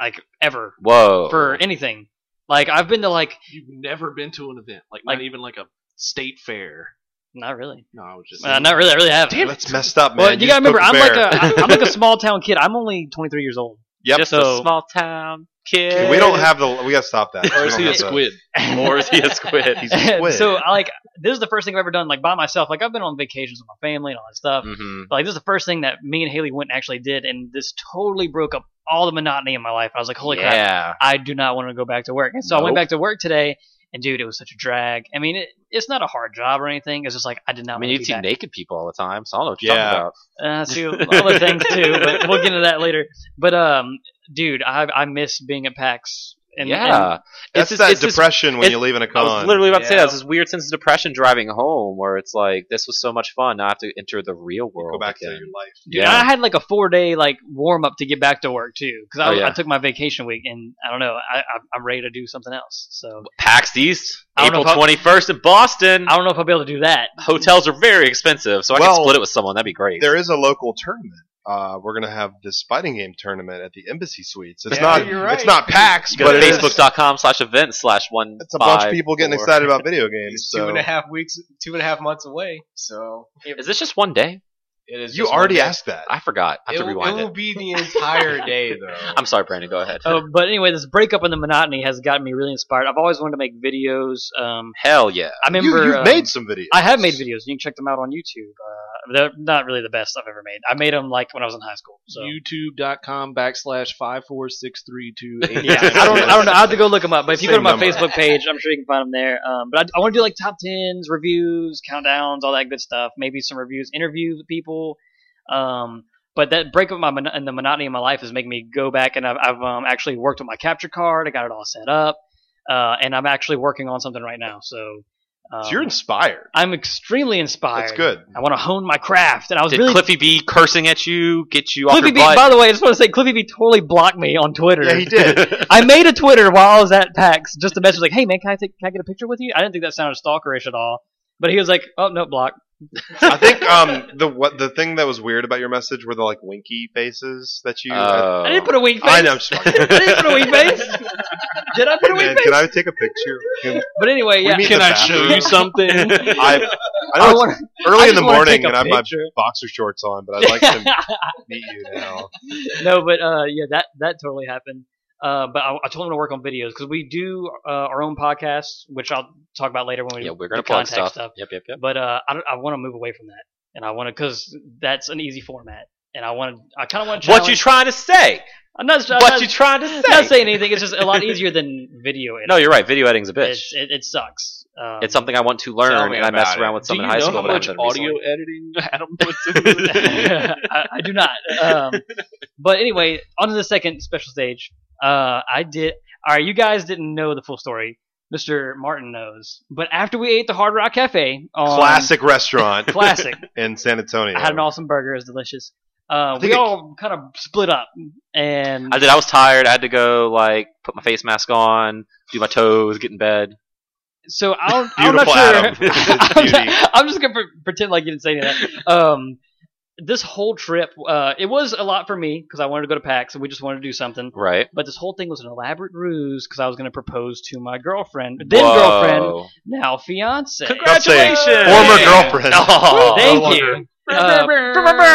[SPEAKER 5] like ever
[SPEAKER 1] Whoa.
[SPEAKER 5] for anything. Like I've been to like
[SPEAKER 3] You've never been to an event, like
[SPEAKER 5] Like-
[SPEAKER 3] not even like a state fair.
[SPEAKER 5] not really,
[SPEAKER 3] No, I was just
[SPEAKER 5] uh, not really, I really haven't.
[SPEAKER 2] That's messed up, man.
[SPEAKER 5] Well, you gotta
[SPEAKER 2] just
[SPEAKER 5] remember, I'm
[SPEAKER 2] poked
[SPEAKER 5] like
[SPEAKER 2] bear.
[SPEAKER 5] a, I'm I'm like a small town kid. I'm only 23 years old.
[SPEAKER 2] Yep.
[SPEAKER 1] just
[SPEAKER 5] so-
[SPEAKER 1] a small town kid.
[SPEAKER 2] we don't have the. We gotta stop that.
[SPEAKER 3] Or
[SPEAKER 2] We
[SPEAKER 3] is
[SPEAKER 2] don't
[SPEAKER 3] he a
[SPEAKER 2] have that.
[SPEAKER 3] squid?
[SPEAKER 1] Or is he a squid?
[SPEAKER 2] He's a squid.
[SPEAKER 5] so I like this is the first thing I've ever done like by myself. Like I've been on vacations with my family and all that stuff.
[SPEAKER 1] Mhm.
[SPEAKER 5] But, like this is the first thing that me and Haley went and actually did, and this totally broke up all the monotony in my life. I was like, holy crap,
[SPEAKER 1] yeah.
[SPEAKER 5] I do not want to go back to work. And so I went
[SPEAKER 1] Nope.
[SPEAKER 5] back to work today, and dude, it was such a drag. I mean, it, it's not a hard job or anything. It's just like I did not.
[SPEAKER 1] I mean,
[SPEAKER 5] want
[SPEAKER 1] you
[SPEAKER 5] to
[SPEAKER 1] see
[SPEAKER 5] be
[SPEAKER 1] naked people all the time, so I don't know what you're
[SPEAKER 2] Yeah.
[SPEAKER 1] talking about.
[SPEAKER 5] back. Uh, see other things too, but we'll get into that later. But um, dude, I I miss being at PAX. And,
[SPEAKER 1] yeah.
[SPEAKER 2] That's
[SPEAKER 1] it's
[SPEAKER 2] that
[SPEAKER 1] this, it's this-
[SPEAKER 2] depression when
[SPEAKER 1] it's-
[SPEAKER 2] you leave in a
[SPEAKER 1] I
[SPEAKER 2] con.
[SPEAKER 1] was literally about to say
[SPEAKER 4] Yeah.
[SPEAKER 1] that. It's this weird sense of depression driving home where it's like, this was so much fun. Now I have to enter the real world.
[SPEAKER 2] go back to
[SPEAKER 1] again.
[SPEAKER 2] your life.
[SPEAKER 5] Dude, I had like a four day like warm up to get back to work too, because I,
[SPEAKER 1] Oh, yeah.
[SPEAKER 5] I took my vacation week and I don't know, I, I I'm ready to do something else. So
[SPEAKER 1] PAX East,
[SPEAKER 5] I don't know
[SPEAKER 1] April
[SPEAKER 5] if I-
[SPEAKER 1] 21st in Boston.
[SPEAKER 5] I don't know if I'll be able to do that.
[SPEAKER 1] Hotels are very expensive, so I
[SPEAKER 2] Well,
[SPEAKER 1] can split it with someone. That'd be great.
[SPEAKER 2] There is a local tournament. Uh, we're gonna have this fighting game tournament at the Embassy Suites. It's
[SPEAKER 4] Yeah,
[SPEAKER 2] not.
[SPEAKER 4] you're right.
[SPEAKER 2] It's not PAX,
[SPEAKER 1] Go
[SPEAKER 2] but
[SPEAKER 1] to
[SPEAKER 2] it is-
[SPEAKER 1] facebook.com slash event slash one.
[SPEAKER 2] It's a bunch of
[SPEAKER 1] five,
[SPEAKER 2] people getting
[SPEAKER 1] four.
[SPEAKER 2] excited about video games.
[SPEAKER 4] It's
[SPEAKER 2] So.
[SPEAKER 4] two and a half weeks, two and a half months away. So
[SPEAKER 1] Is this just one day?
[SPEAKER 4] it is.
[SPEAKER 2] You
[SPEAKER 4] just one
[SPEAKER 2] already
[SPEAKER 4] day.
[SPEAKER 2] asked that.
[SPEAKER 1] I forgot. I
[SPEAKER 4] It,
[SPEAKER 1] have to
[SPEAKER 4] will-
[SPEAKER 1] rewind
[SPEAKER 4] it
[SPEAKER 1] it.
[SPEAKER 4] will be the entire day though.
[SPEAKER 1] I'm sorry, Brandon. Go ahead.
[SPEAKER 5] Oh, but anyway, this breakup in the monotony has gotten me really inspired. I've always wanted to make videos. Um,
[SPEAKER 1] Hell yeah.
[SPEAKER 5] I remember
[SPEAKER 2] you, you've
[SPEAKER 5] um,
[SPEAKER 2] made some videos.
[SPEAKER 5] I have made videos. You can check them out on YouTube. Uh, they're not really the best I've ever made. I made them like when I was in high school. So
[SPEAKER 3] YouTube.com backslash five four six three two eight.
[SPEAKER 5] yeah, I don't, I don't know. I have to go look them up. But if you go to
[SPEAKER 2] Same
[SPEAKER 5] my
[SPEAKER 2] number.
[SPEAKER 5] Facebook page, I'm sure you can find them there. Um, but I, I want to do like top tens, reviews, countdowns, all that good stuff. Maybe some reviews, interviews with people. Um, but that breakup of my mon- and the monotony of my life is making me go back, and I've, I've um, actually worked on my capture card. I got it all set up, uh, and I'm actually working on something right now. So. Um,
[SPEAKER 2] So you're inspired.
[SPEAKER 5] I'm extremely inspired.
[SPEAKER 2] That's good.
[SPEAKER 5] I want to hone my craft, and I was
[SPEAKER 1] Did
[SPEAKER 5] really
[SPEAKER 1] Cliffy B cursing at you get you
[SPEAKER 5] Cliffy
[SPEAKER 1] off
[SPEAKER 5] B.
[SPEAKER 1] your butt?
[SPEAKER 5] By the way, I just want to say Cliffy B. totally blocked me on Twitter.
[SPEAKER 2] Yeah, he did.
[SPEAKER 5] I made a Twitter while I was at PAX just to message like, "Hey man, can I take, can I get a picture with you?" I didn't think that sounded stalkerish at all, but he was like, "Oh no, block."
[SPEAKER 2] I think um the what the thing that was weird about your message were the like winky faces that you.
[SPEAKER 1] Uh,
[SPEAKER 5] I didn't put a wink face.
[SPEAKER 2] I know. I'm just-
[SPEAKER 5] I didn't put a wink face. Did I put a
[SPEAKER 2] Man,
[SPEAKER 5] wink
[SPEAKER 2] can
[SPEAKER 5] face?
[SPEAKER 2] I take a picture? Can-
[SPEAKER 5] But anyway,
[SPEAKER 2] We
[SPEAKER 5] yeah.
[SPEAKER 2] meet
[SPEAKER 3] Can
[SPEAKER 2] the
[SPEAKER 3] I
[SPEAKER 2] bathroom.
[SPEAKER 3] show you something?
[SPEAKER 2] I, I know
[SPEAKER 5] I
[SPEAKER 2] it's
[SPEAKER 5] wanna-
[SPEAKER 2] early
[SPEAKER 5] I
[SPEAKER 2] in the
[SPEAKER 5] just wanna
[SPEAKER 2] morning
[SPEAKER 5] take a
[SPEAKER 2] and I have my
[SPEAKER 5] picture.
[SPEAKER 2] boxer shorts on, but I'd like to meet you now.
[SPEAKER 5] no, but uh, yeah, that that totally happened. Uh, but I, I told him to work on videos because we do uh, our own podcasts, which I'll talk about later when we
[SPEAKER 1] yeah, we're gonna
[SPEAKER 5] the
[SPEAKER 1] plug
[SPEAKER 5] contact
[SPEAKER 1] stuff. Yep, yep, yep.
[SPEAKER 5] But uh, I, don't- I want to move away from that, and I want to because that's an easy format, and I want to. I kind of want to.
[SPEAKER 1] What you trying to say?
[SPEAKER 5] I'm not, I'm
[SPEAKER 1] What
[SPEAKER 5] not,
[SPEAKER 1] you trying to
[SPEAKER 5] I'm not
[SPEAKER 1] say?
[SPEAKER 5] saying anything. It's just a lot easier than video.
[SPEAKER 1] No, you're right. Video editing's a bitch.
[SPEAKER 5] It's- It, it sucks. Um,
[SPEAKER 1] It's something I want to
[SPEAKER 4] Tell
[SPEAKER 1] learn,
[SPEAKER 4] me
[SPEAKER 1] and I messed
[SPEAKER 4] about
[SPEAKER 1] around
[SPEAKER 4] it.
[SPEAKER 1] with
[SPEAKER 3] Do
[SPEAKER 1] some
[SPEAKER 3] you
[SPEAKER 1] in high
[SPEAKER 3] know
[SPEAKER 1] school.
[SPEAKER 3] how
[SPEAKER 1] but I
[SPEAKER 3] much
[SPEAKER 1] haven't
[SPEAKER 3] audio
[SPEAKER 1] recently.
[SPEAKER 3] editing Adam puts into this?
[SPEAKER 5] I, I do not. Um, but anyway, on to the second special stage. Uh, I did. All right, you guys didn't know the full story. Mr. Martin knows. But after we ate the Hard Rock Cafe on
[SPEAKER 2] Classic restaurant
[SPEAKER 5] classic,
[SPEAKER 2] in San Antonio.
[SPEAKER 5] Um, I had an awesome burger. It was delicious. Uh, we
[SPEAKER 2] think it-
[SPEAKER 5] all kind of split up, and
[SPEAKER 1] I did. I was tired. I had to go like put my face mask on, do my toes, get in bed.
[SPEAKER 5] so I'll, I'm not
[SPEAKER 2] Beautiful
[SPEAKER 5] sure.
[SPEAKER 2] Adam. It's
[SPEAKER 5] I'm,
[SPEAKER 2] beauty.
[SPEAKER 5] not- I'm just gonna pre- pretend like you didn't say any of that. Um, this whole trip, uh, it was a lot for me because I wanted to go to PAX and we just wanted to do something.
[SPEAKER 1] Right.
[SPEAKER 5] But this whole thing was an elaborate ruse because I was going to propose to my girlfriend, then
[SPEAKER 1] Whoa.
[SPEAKER 5] girlfriend, now fiance.
[SPEAKER 2] Let's say,
[SPEAKER 1] Congratulations!
[SPEAKER 2] Former girlfriend.
[SPEAKER 1] Oh,
[SPEAKER 5] Thank
[SPEAKER 2] no
[SPEAKER 5] you.
[SPEAKER 2] wonder.
[SPEAKER 5] Uh,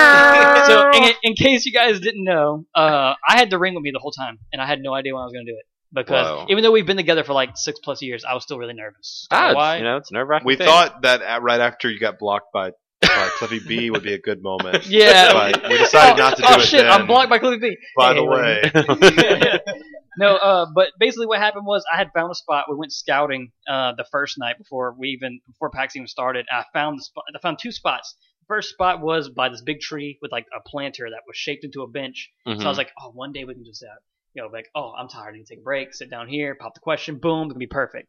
[SPEAKER 5] so, in, in case you guys didn't know, uh, I had the ring with me the whole time, and I had no idea when I was going to do it because
[SPEAKER 1] Whoa.
[SPEAKER 5] even though we've been together for like six plus years, I was still really nervous. I don't
[SPEAKER 1] Ah,
[SPEAKER 5] know
[SPEAKER 1] it's-
[SPEAKER 5] why?
[SPEAKER 1] you know, it's nerve wracking.
[SPEAKER 2] We thought that at, right after you got blocked by, by Cliffy B would be a good moment.
[SPEAKER 5] Yeah.
[SPEAKER 2] But we decided
[SPEAKER 5] Oh,
[SPEAKER 2] not to do
[SPEAKER 5] oh,
[SPEAKER 2] it
[SPEAKER 5] shit!
[SPEAKER 2] then.
[SPEAKER 5] I'm blocked by Cliffy B.
[SPEAKER 2] By
[SPEAKER 5] Hey,
[SPEAKER 2] the
[SPEAKER 5] Haley.
[SPEAKER 2] way,
[SPEAKER 5] no, uh, but basically what happened was I had found a spot. We went scouting uh, the first night before we even before PAX even started. I found the spot. I found two spots. The first spot was by this big tree with like a planter that was shaped into a bench. So
[SPEAKER 2] Mm-hmm.
[SPEAKER 5] I was like, oh, one day we can just uh, you know like oh I'm tired, I need to take a break, sit down here, pop the question, boom, it's gonna be perfect.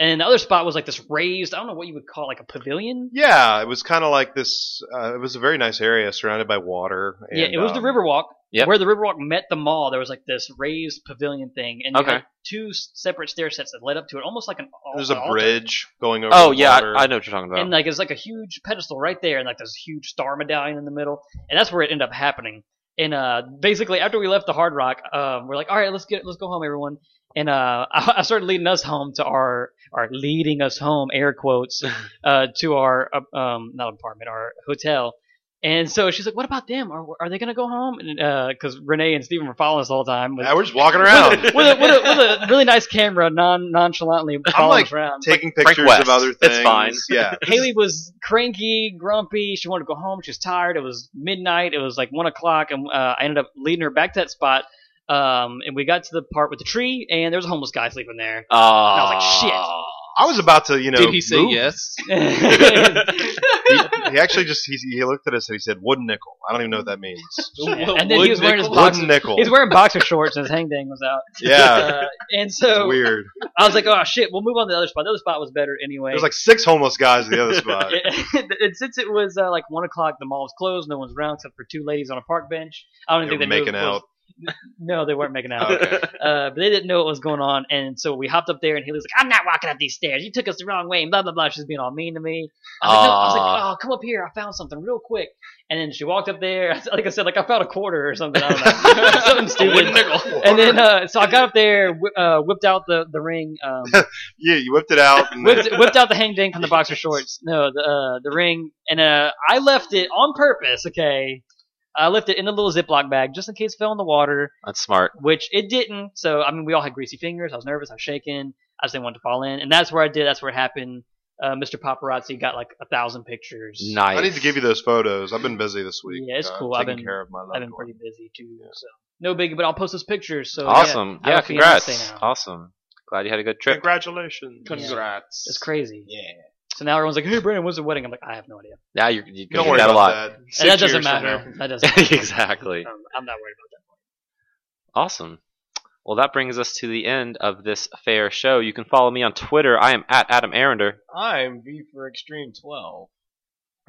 [SPEAKER 5] And the other spot was like this raised. I don't know what you would call it, like a pavilion.
[SPEAKER 2] yeah, it was kind of like this. Uh, it was a very nice area surrounded by water. And,
[SPEAKER 5] yeah, it was the
[SPEAKER 2] um,
[SPEAKER 5] Riverwalk.
[SPEAKER 1] Yep.
[SPEAKER 5] Where the Riverwalk met the mall, there was like this raised pavilion thing, and you
[SPEAKER 1] Okay.
[SPEAKER 5] had two s- separate stair sets that led up to it, almost like an. al-
[SPEAKER 2] There's
[SPEAKER 5] an
[SPEAKER 2] a
[SPEAKER 5] altar.
[SPEAKER 2] bridge going over.
[SPEAKER 1] Oh
[SPEAKER 2] the
[SPEAKER 1] yeah,
[SPEAKER 2] water.
[SPEAKER 1] I, I know what you're talking about.
[SPEAKER 5] and like it's like a huge pedestal right there, and like this huge star medallion in the middle, and that's where it ended up happening. And uh, basically, after we left the Hard Rock, um, we're like, all right, let's get let's go home, everyone. And uh, I, I started leading us home to our our leading us home air quotes uh, to our uh, um not apartment our hotel. And so she's like, "What about them? Are, are they gonna go home?" And because Renee and Steven were following us the whole time with,
[SPEAKER 2] Yeah, we're just walking around,
[SPEAKER 5] with, a, with, a, with a really nice camera, non nonchalantly following
[SPEAKER 2] like,
[SPEAKER 5] us around.
[SPEAKER 2] taking
[SPEAKER 1] Frank
[SPEAKER 2] pictures
[SPEAKER 1] West.
[SPEAKER 2] of other
[SPEAKER 1] It's
[SPEAKER 2] things.
[SPEAKER 1] fine.
[SPEAKER 2] Yeah,
[SPEAKER 5] Haley was cranky, grumpy. She wanted to go home. She was tired. It was midnight. It was like one o'clock, and uh, I ended up leading her back to that spot. Um, and we got to the part with the tree, and there was a homeless guy sleeping there.
[SPEAKER 1] oh, I
[SPEAKER 5] was like, shit.
[SPEAKER 2] I was about to, you know.
[SPEAKER 3] Did he say
[SPEAKER 2] move.
[SPEAKER 3] yes?
[SPEAKER 2] He actually just he, he looked at us and he said wooden nickel. I don't even know what that means.
[SPEAKER 5] and then he was wearing his
[SPEAKER 3] Wood
[SPEAKER 5] boxer.
[SPEAKER 2] wooden nickel.
[SPEAKER 5] He's wearing boxer shorts, and his hang dang was out.
[SPEAKER 2] yeah,
[SPEAKER 5] Uh, and
[SPEAKER 2] it's
[SPEAKER 5] so
[SPEAKER 2] weird.
[SPEAKER 5] I was like, "Oh shit, we'll move on to the other spot. The other spot was better anyway."
[SPEAKER 2] There's like six homeless guys at the other spot.
[SPEAKER 5] and and since it was uh, like one o'clock, the mall was closed. No one's around except for two ladies on a park bench. I don't
[SPEAKER 2] They
[SPEAKER 5] think
[SPEAKER 2] were
[SPEAKER 5] they knew it
[SPEAKER 2] making
[SPEAKER 5] was-
[SPEAKER 2] out.
[SPEAKER 5] No, they weren't making out.
[SPEAKER 2] Okay.
[SPEAKER 5] Uh, but they didn't know what was going on, and so we hopped up there, and Haley's like, "I'm not walking up these stairs. You took us the wrong way." And blah blah blah. She's being all mean to me.
[SPEAKER 1] Ah.
[SPEAKER 5] I was, like, no. I was like, "Oh, come up here. I found something real quick." And then she walked up there. Like I said, like I found a quarter or something. I don't
[SPEAKER 1] Ah.
[SPEAKER 5] know, something stupid. And then uh, so I got up there, whi- uh, whipped out the the ring, um,
[SPEAKER 2] Yeah, you whipped it out. And
[SPEAKER 5] whipped, whipped out the hang dang from the boxer shorts. No, the uh, the ring, and uh, I left it on purpose. Okay, I left it in a little Ziploc bag just in case it fell in the water
[SPEAKER 1] That's smart.
[SPEAKER 5] which it didn't. So I mean, we all had greasy fingers. I was nervous. I was shaking. I just didn't want it to fall in, and that's where I did. That's where it happened. Uh, Mr. Paparazzi got like a thousand pictures.
[SPEAKER 1] Nice.
[SPEAKER 2] I need to give you those photos. I've been busy this week.
[SPEAKER 5] Yeah, it's
[SPEAKER 2] uh,
[SPEAKER 5] cool. I've
[SPEAKER 2] Taking
[SPEAKER 5] been-
[SPEAKER 2] care of my loved
[SPEAKER 5] I've been
[SPEAKER 2] one.
[SPEAKER 5] pretty busy too, so no biggie. But I'll post those pictures. So yeah,
[SPEAKER 1] awesome.
[SPEAKER 5] I
[SPEAKER 1] Yeah,
[SPEAKER 5] have a fiancé
[SPEAKER 1] congrats.
[SPEAKER 5] now.
[SPEAKER 1] Awesome. Glad you had a good trip.
[SPEAKER 2] Congratulations.
[SPEAKER 4] Congrats.
[SPEAKER 5] It's crazy.
[SPEAKER 4] Yeah.
[SPEAKER 5] So now everyone's like, "Hey, Brandon, when's the wedding?" I'm like, "I have no idea."
[SPEAKER 1] Now you're, you're
[SPEAKER 2] Don't
[SPEAKER 1] gonna
[SPEAKER 2] worry
[SPEAKER 1] get that a
[SPEAKER 2] about
[SPEAKER 1] lot.
[SPEAKER 2] that.
[SPEAKER 5] And that
[SPEAKER 2] Six
[SPEAKER 5] doesn't
[SPEAKER 2] years from
[SPEAKER 5] matter.
[SPEAKER 2] now.
[SPEAKER 5] That doesn't. matter.
[SPEAKER 1] exactly.
[SPEAKER 5] Um, I'm not worried about that.
[SPEAKER 1] Awesome. Well, that brings us to the end of this fair show. You can follow me on Twitter. I am at Adam Arender.
[SPEAKER 4] I'm V for Extreme 12.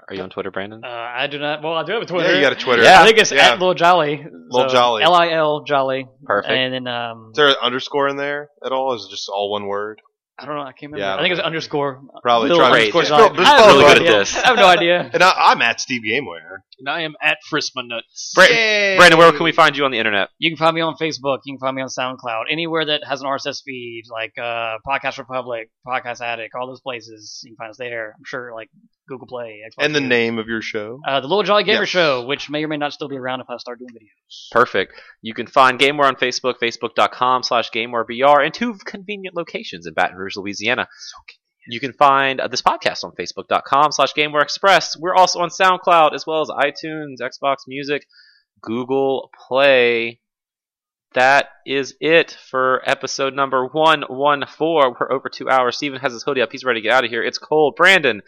[SPEAKER 1] Are you on Twitter, Brandon?
[SPEAKER 5] Uh, I do not. Well, I do have a Twitter.
[SPEAKER 2] Yeah, you got a Twitter.
[SPEAKER 1] Yeah.
[SPEAKER 5] I think it's
[SPEAKER 2] Yeah.
[SPEAKER 5] at Lil Jolly.
[SPEAKER 2] Lil Jolly.
[SPEAKER 5] L I L Jolly.
[SPEAKER 1] Perfect.
[SPEAKER 5] And then um,
[SPEAKER 2] Is there an underscore in there at all? Is it just all one word?
[SPEAKER 5] I don't know. I can't remember.
[SPEAKER 2] Yeah, I
[SPEAKER 5] I, think
[SPEAKER 2] don't
[SPEAKER 5] it's underscore.
[SPEAKER 2] Probably
[SPEAKER 5] Little
[SPEAKER 2] try to
[SPEAKER 1] Great.
[SPEAKER 5] underscore
[SPEAKER 2] just
[SPEAKER 5] Sonic.
[SPEAKER 2] go- just
[SPEAKER 5] I have
[SPEAKER 2] follow
[SPEAKER 5] no
[SPEAKER 1] really good
[SPEAKER 5] idea.
[SPEAKER 1] at this.
[SPEAKER 5] I have no idea.
[SPEAKER 2] And I, I'm at Steve Gameware.
[SPEAKER 3] And I am at Frisma Nuts.
[SPEAKER 1] Brandon,
[SPEAKER 4] Yay!
[SPEAKER 1] Brandon, where can we find you on the internet?
[SPEAKER 5] You can find me on Facebook. You can find me on SoundCloud. Anywhere that has an RSS feed, like uh, Podcast Republic, Podcast Addict, all those places, you can find us there. I'm sure, like Google Play. Xbox
[SPEAKER 2] And the
[SPEAKER 5] Music.
[SPEAKER 2] name of your show.
[SPEAKER 5] Uh, the Little Jolly Gamer
[SPEAKER 2] Yes.
[SPEAKER 5] Show, which may or may not still be around if I start doing videos.
[SPEAKER 1] Perfect. You can find GameWare on Facebook, facebook.com slash GameWareBR, and two convenient locations in Baton Rouge, Louisiana. You can find uh, this podcast on facebook.com slash GameWare Express. We're also on SoundCloud, as well as iTunes, Xbox Music, Google Play. That is it for episode number 114. We're over two hours. Steven has his hoodie up. He's ready to get out of here. It's cold. Brandon,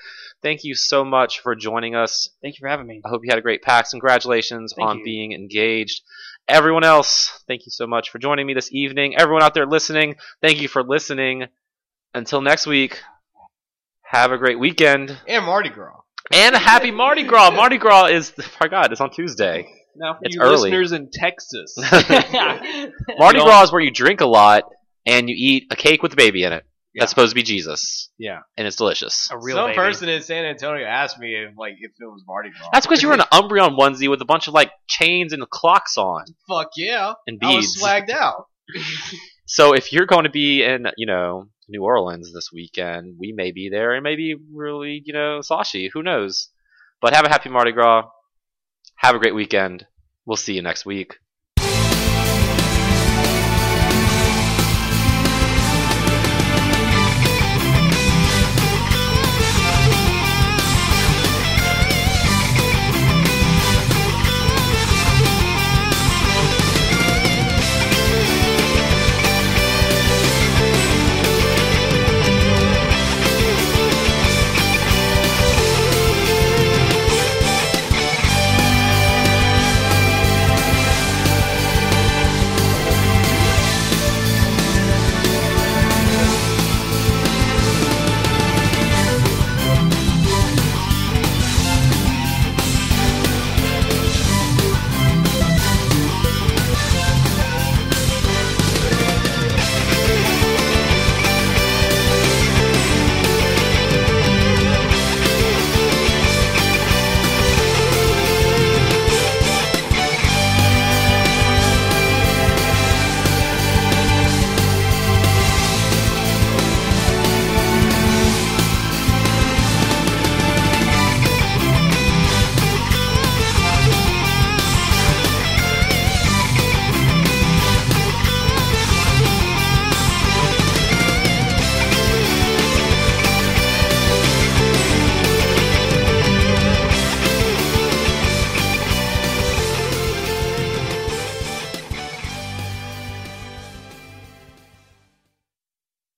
[SPEAKER 1] thank you so much for joining us.
[SPEAKER 5] Thank you for having me.
[SPEAKER 1] I hope you had a great PAX. Congratulations
[SPEAKER 5] Thank
[SPEAKER 1] on
[SPEAKER 5] you.
[SPEAKER 1] being engaged. Everyone else, thank you so much for joining me this evening. Everyone out there listening, thank you for listening. Until next week, have a great weekend
[SPEAKER 4] And Mardi Gras.
[SPEAKER 1] and a happy Mardi Gras. Mardi Gras is, I forgot, it's on Tuesday.
[SPEAKER 3] Now, for
[SPEAKER 1] It's
[SPEAKER 3] you
[SPEAKER 1] early.
[SPEAKER 3] listeners in Texas,
[SPEAKER 1] Mardi
[SPEAKER 3] Y'all-
[SPEAKER 1] Gras is where you drink a lot and you eat a cake with a baby in it.
[SPEAKER 4] Yeah.
[SPEAKER 1] That's supposed to be Jesus.
[SPEAKER 3] Yeah.
[SPEAKER 1] And it's delicious.
[SPEAKER 5] A real
[SPEAKER 4] Some
[SPEAKER 5] baby.
[SPEAKER 4] person in San Antonio asked me if like if it was Mardi Gras.
[SPEAKER 1] That's because you were in an Umbreon onesie with a bunch of like chains and clocks on
[SPEAKER 4] fuck yeah.
[SPEAKER 1] and
[SPEAKER 4] I
[SPEAKER 1] beads.
[SPEAKER 4] was swagged out.
[SPEAKER 1] So if you're going to be in, you know, New Orleans this weekend, we may be there and maybe really, you know, Sashi. Who knows? But have a happy Mardi Gras. Have a great weekend. We'll see you next week.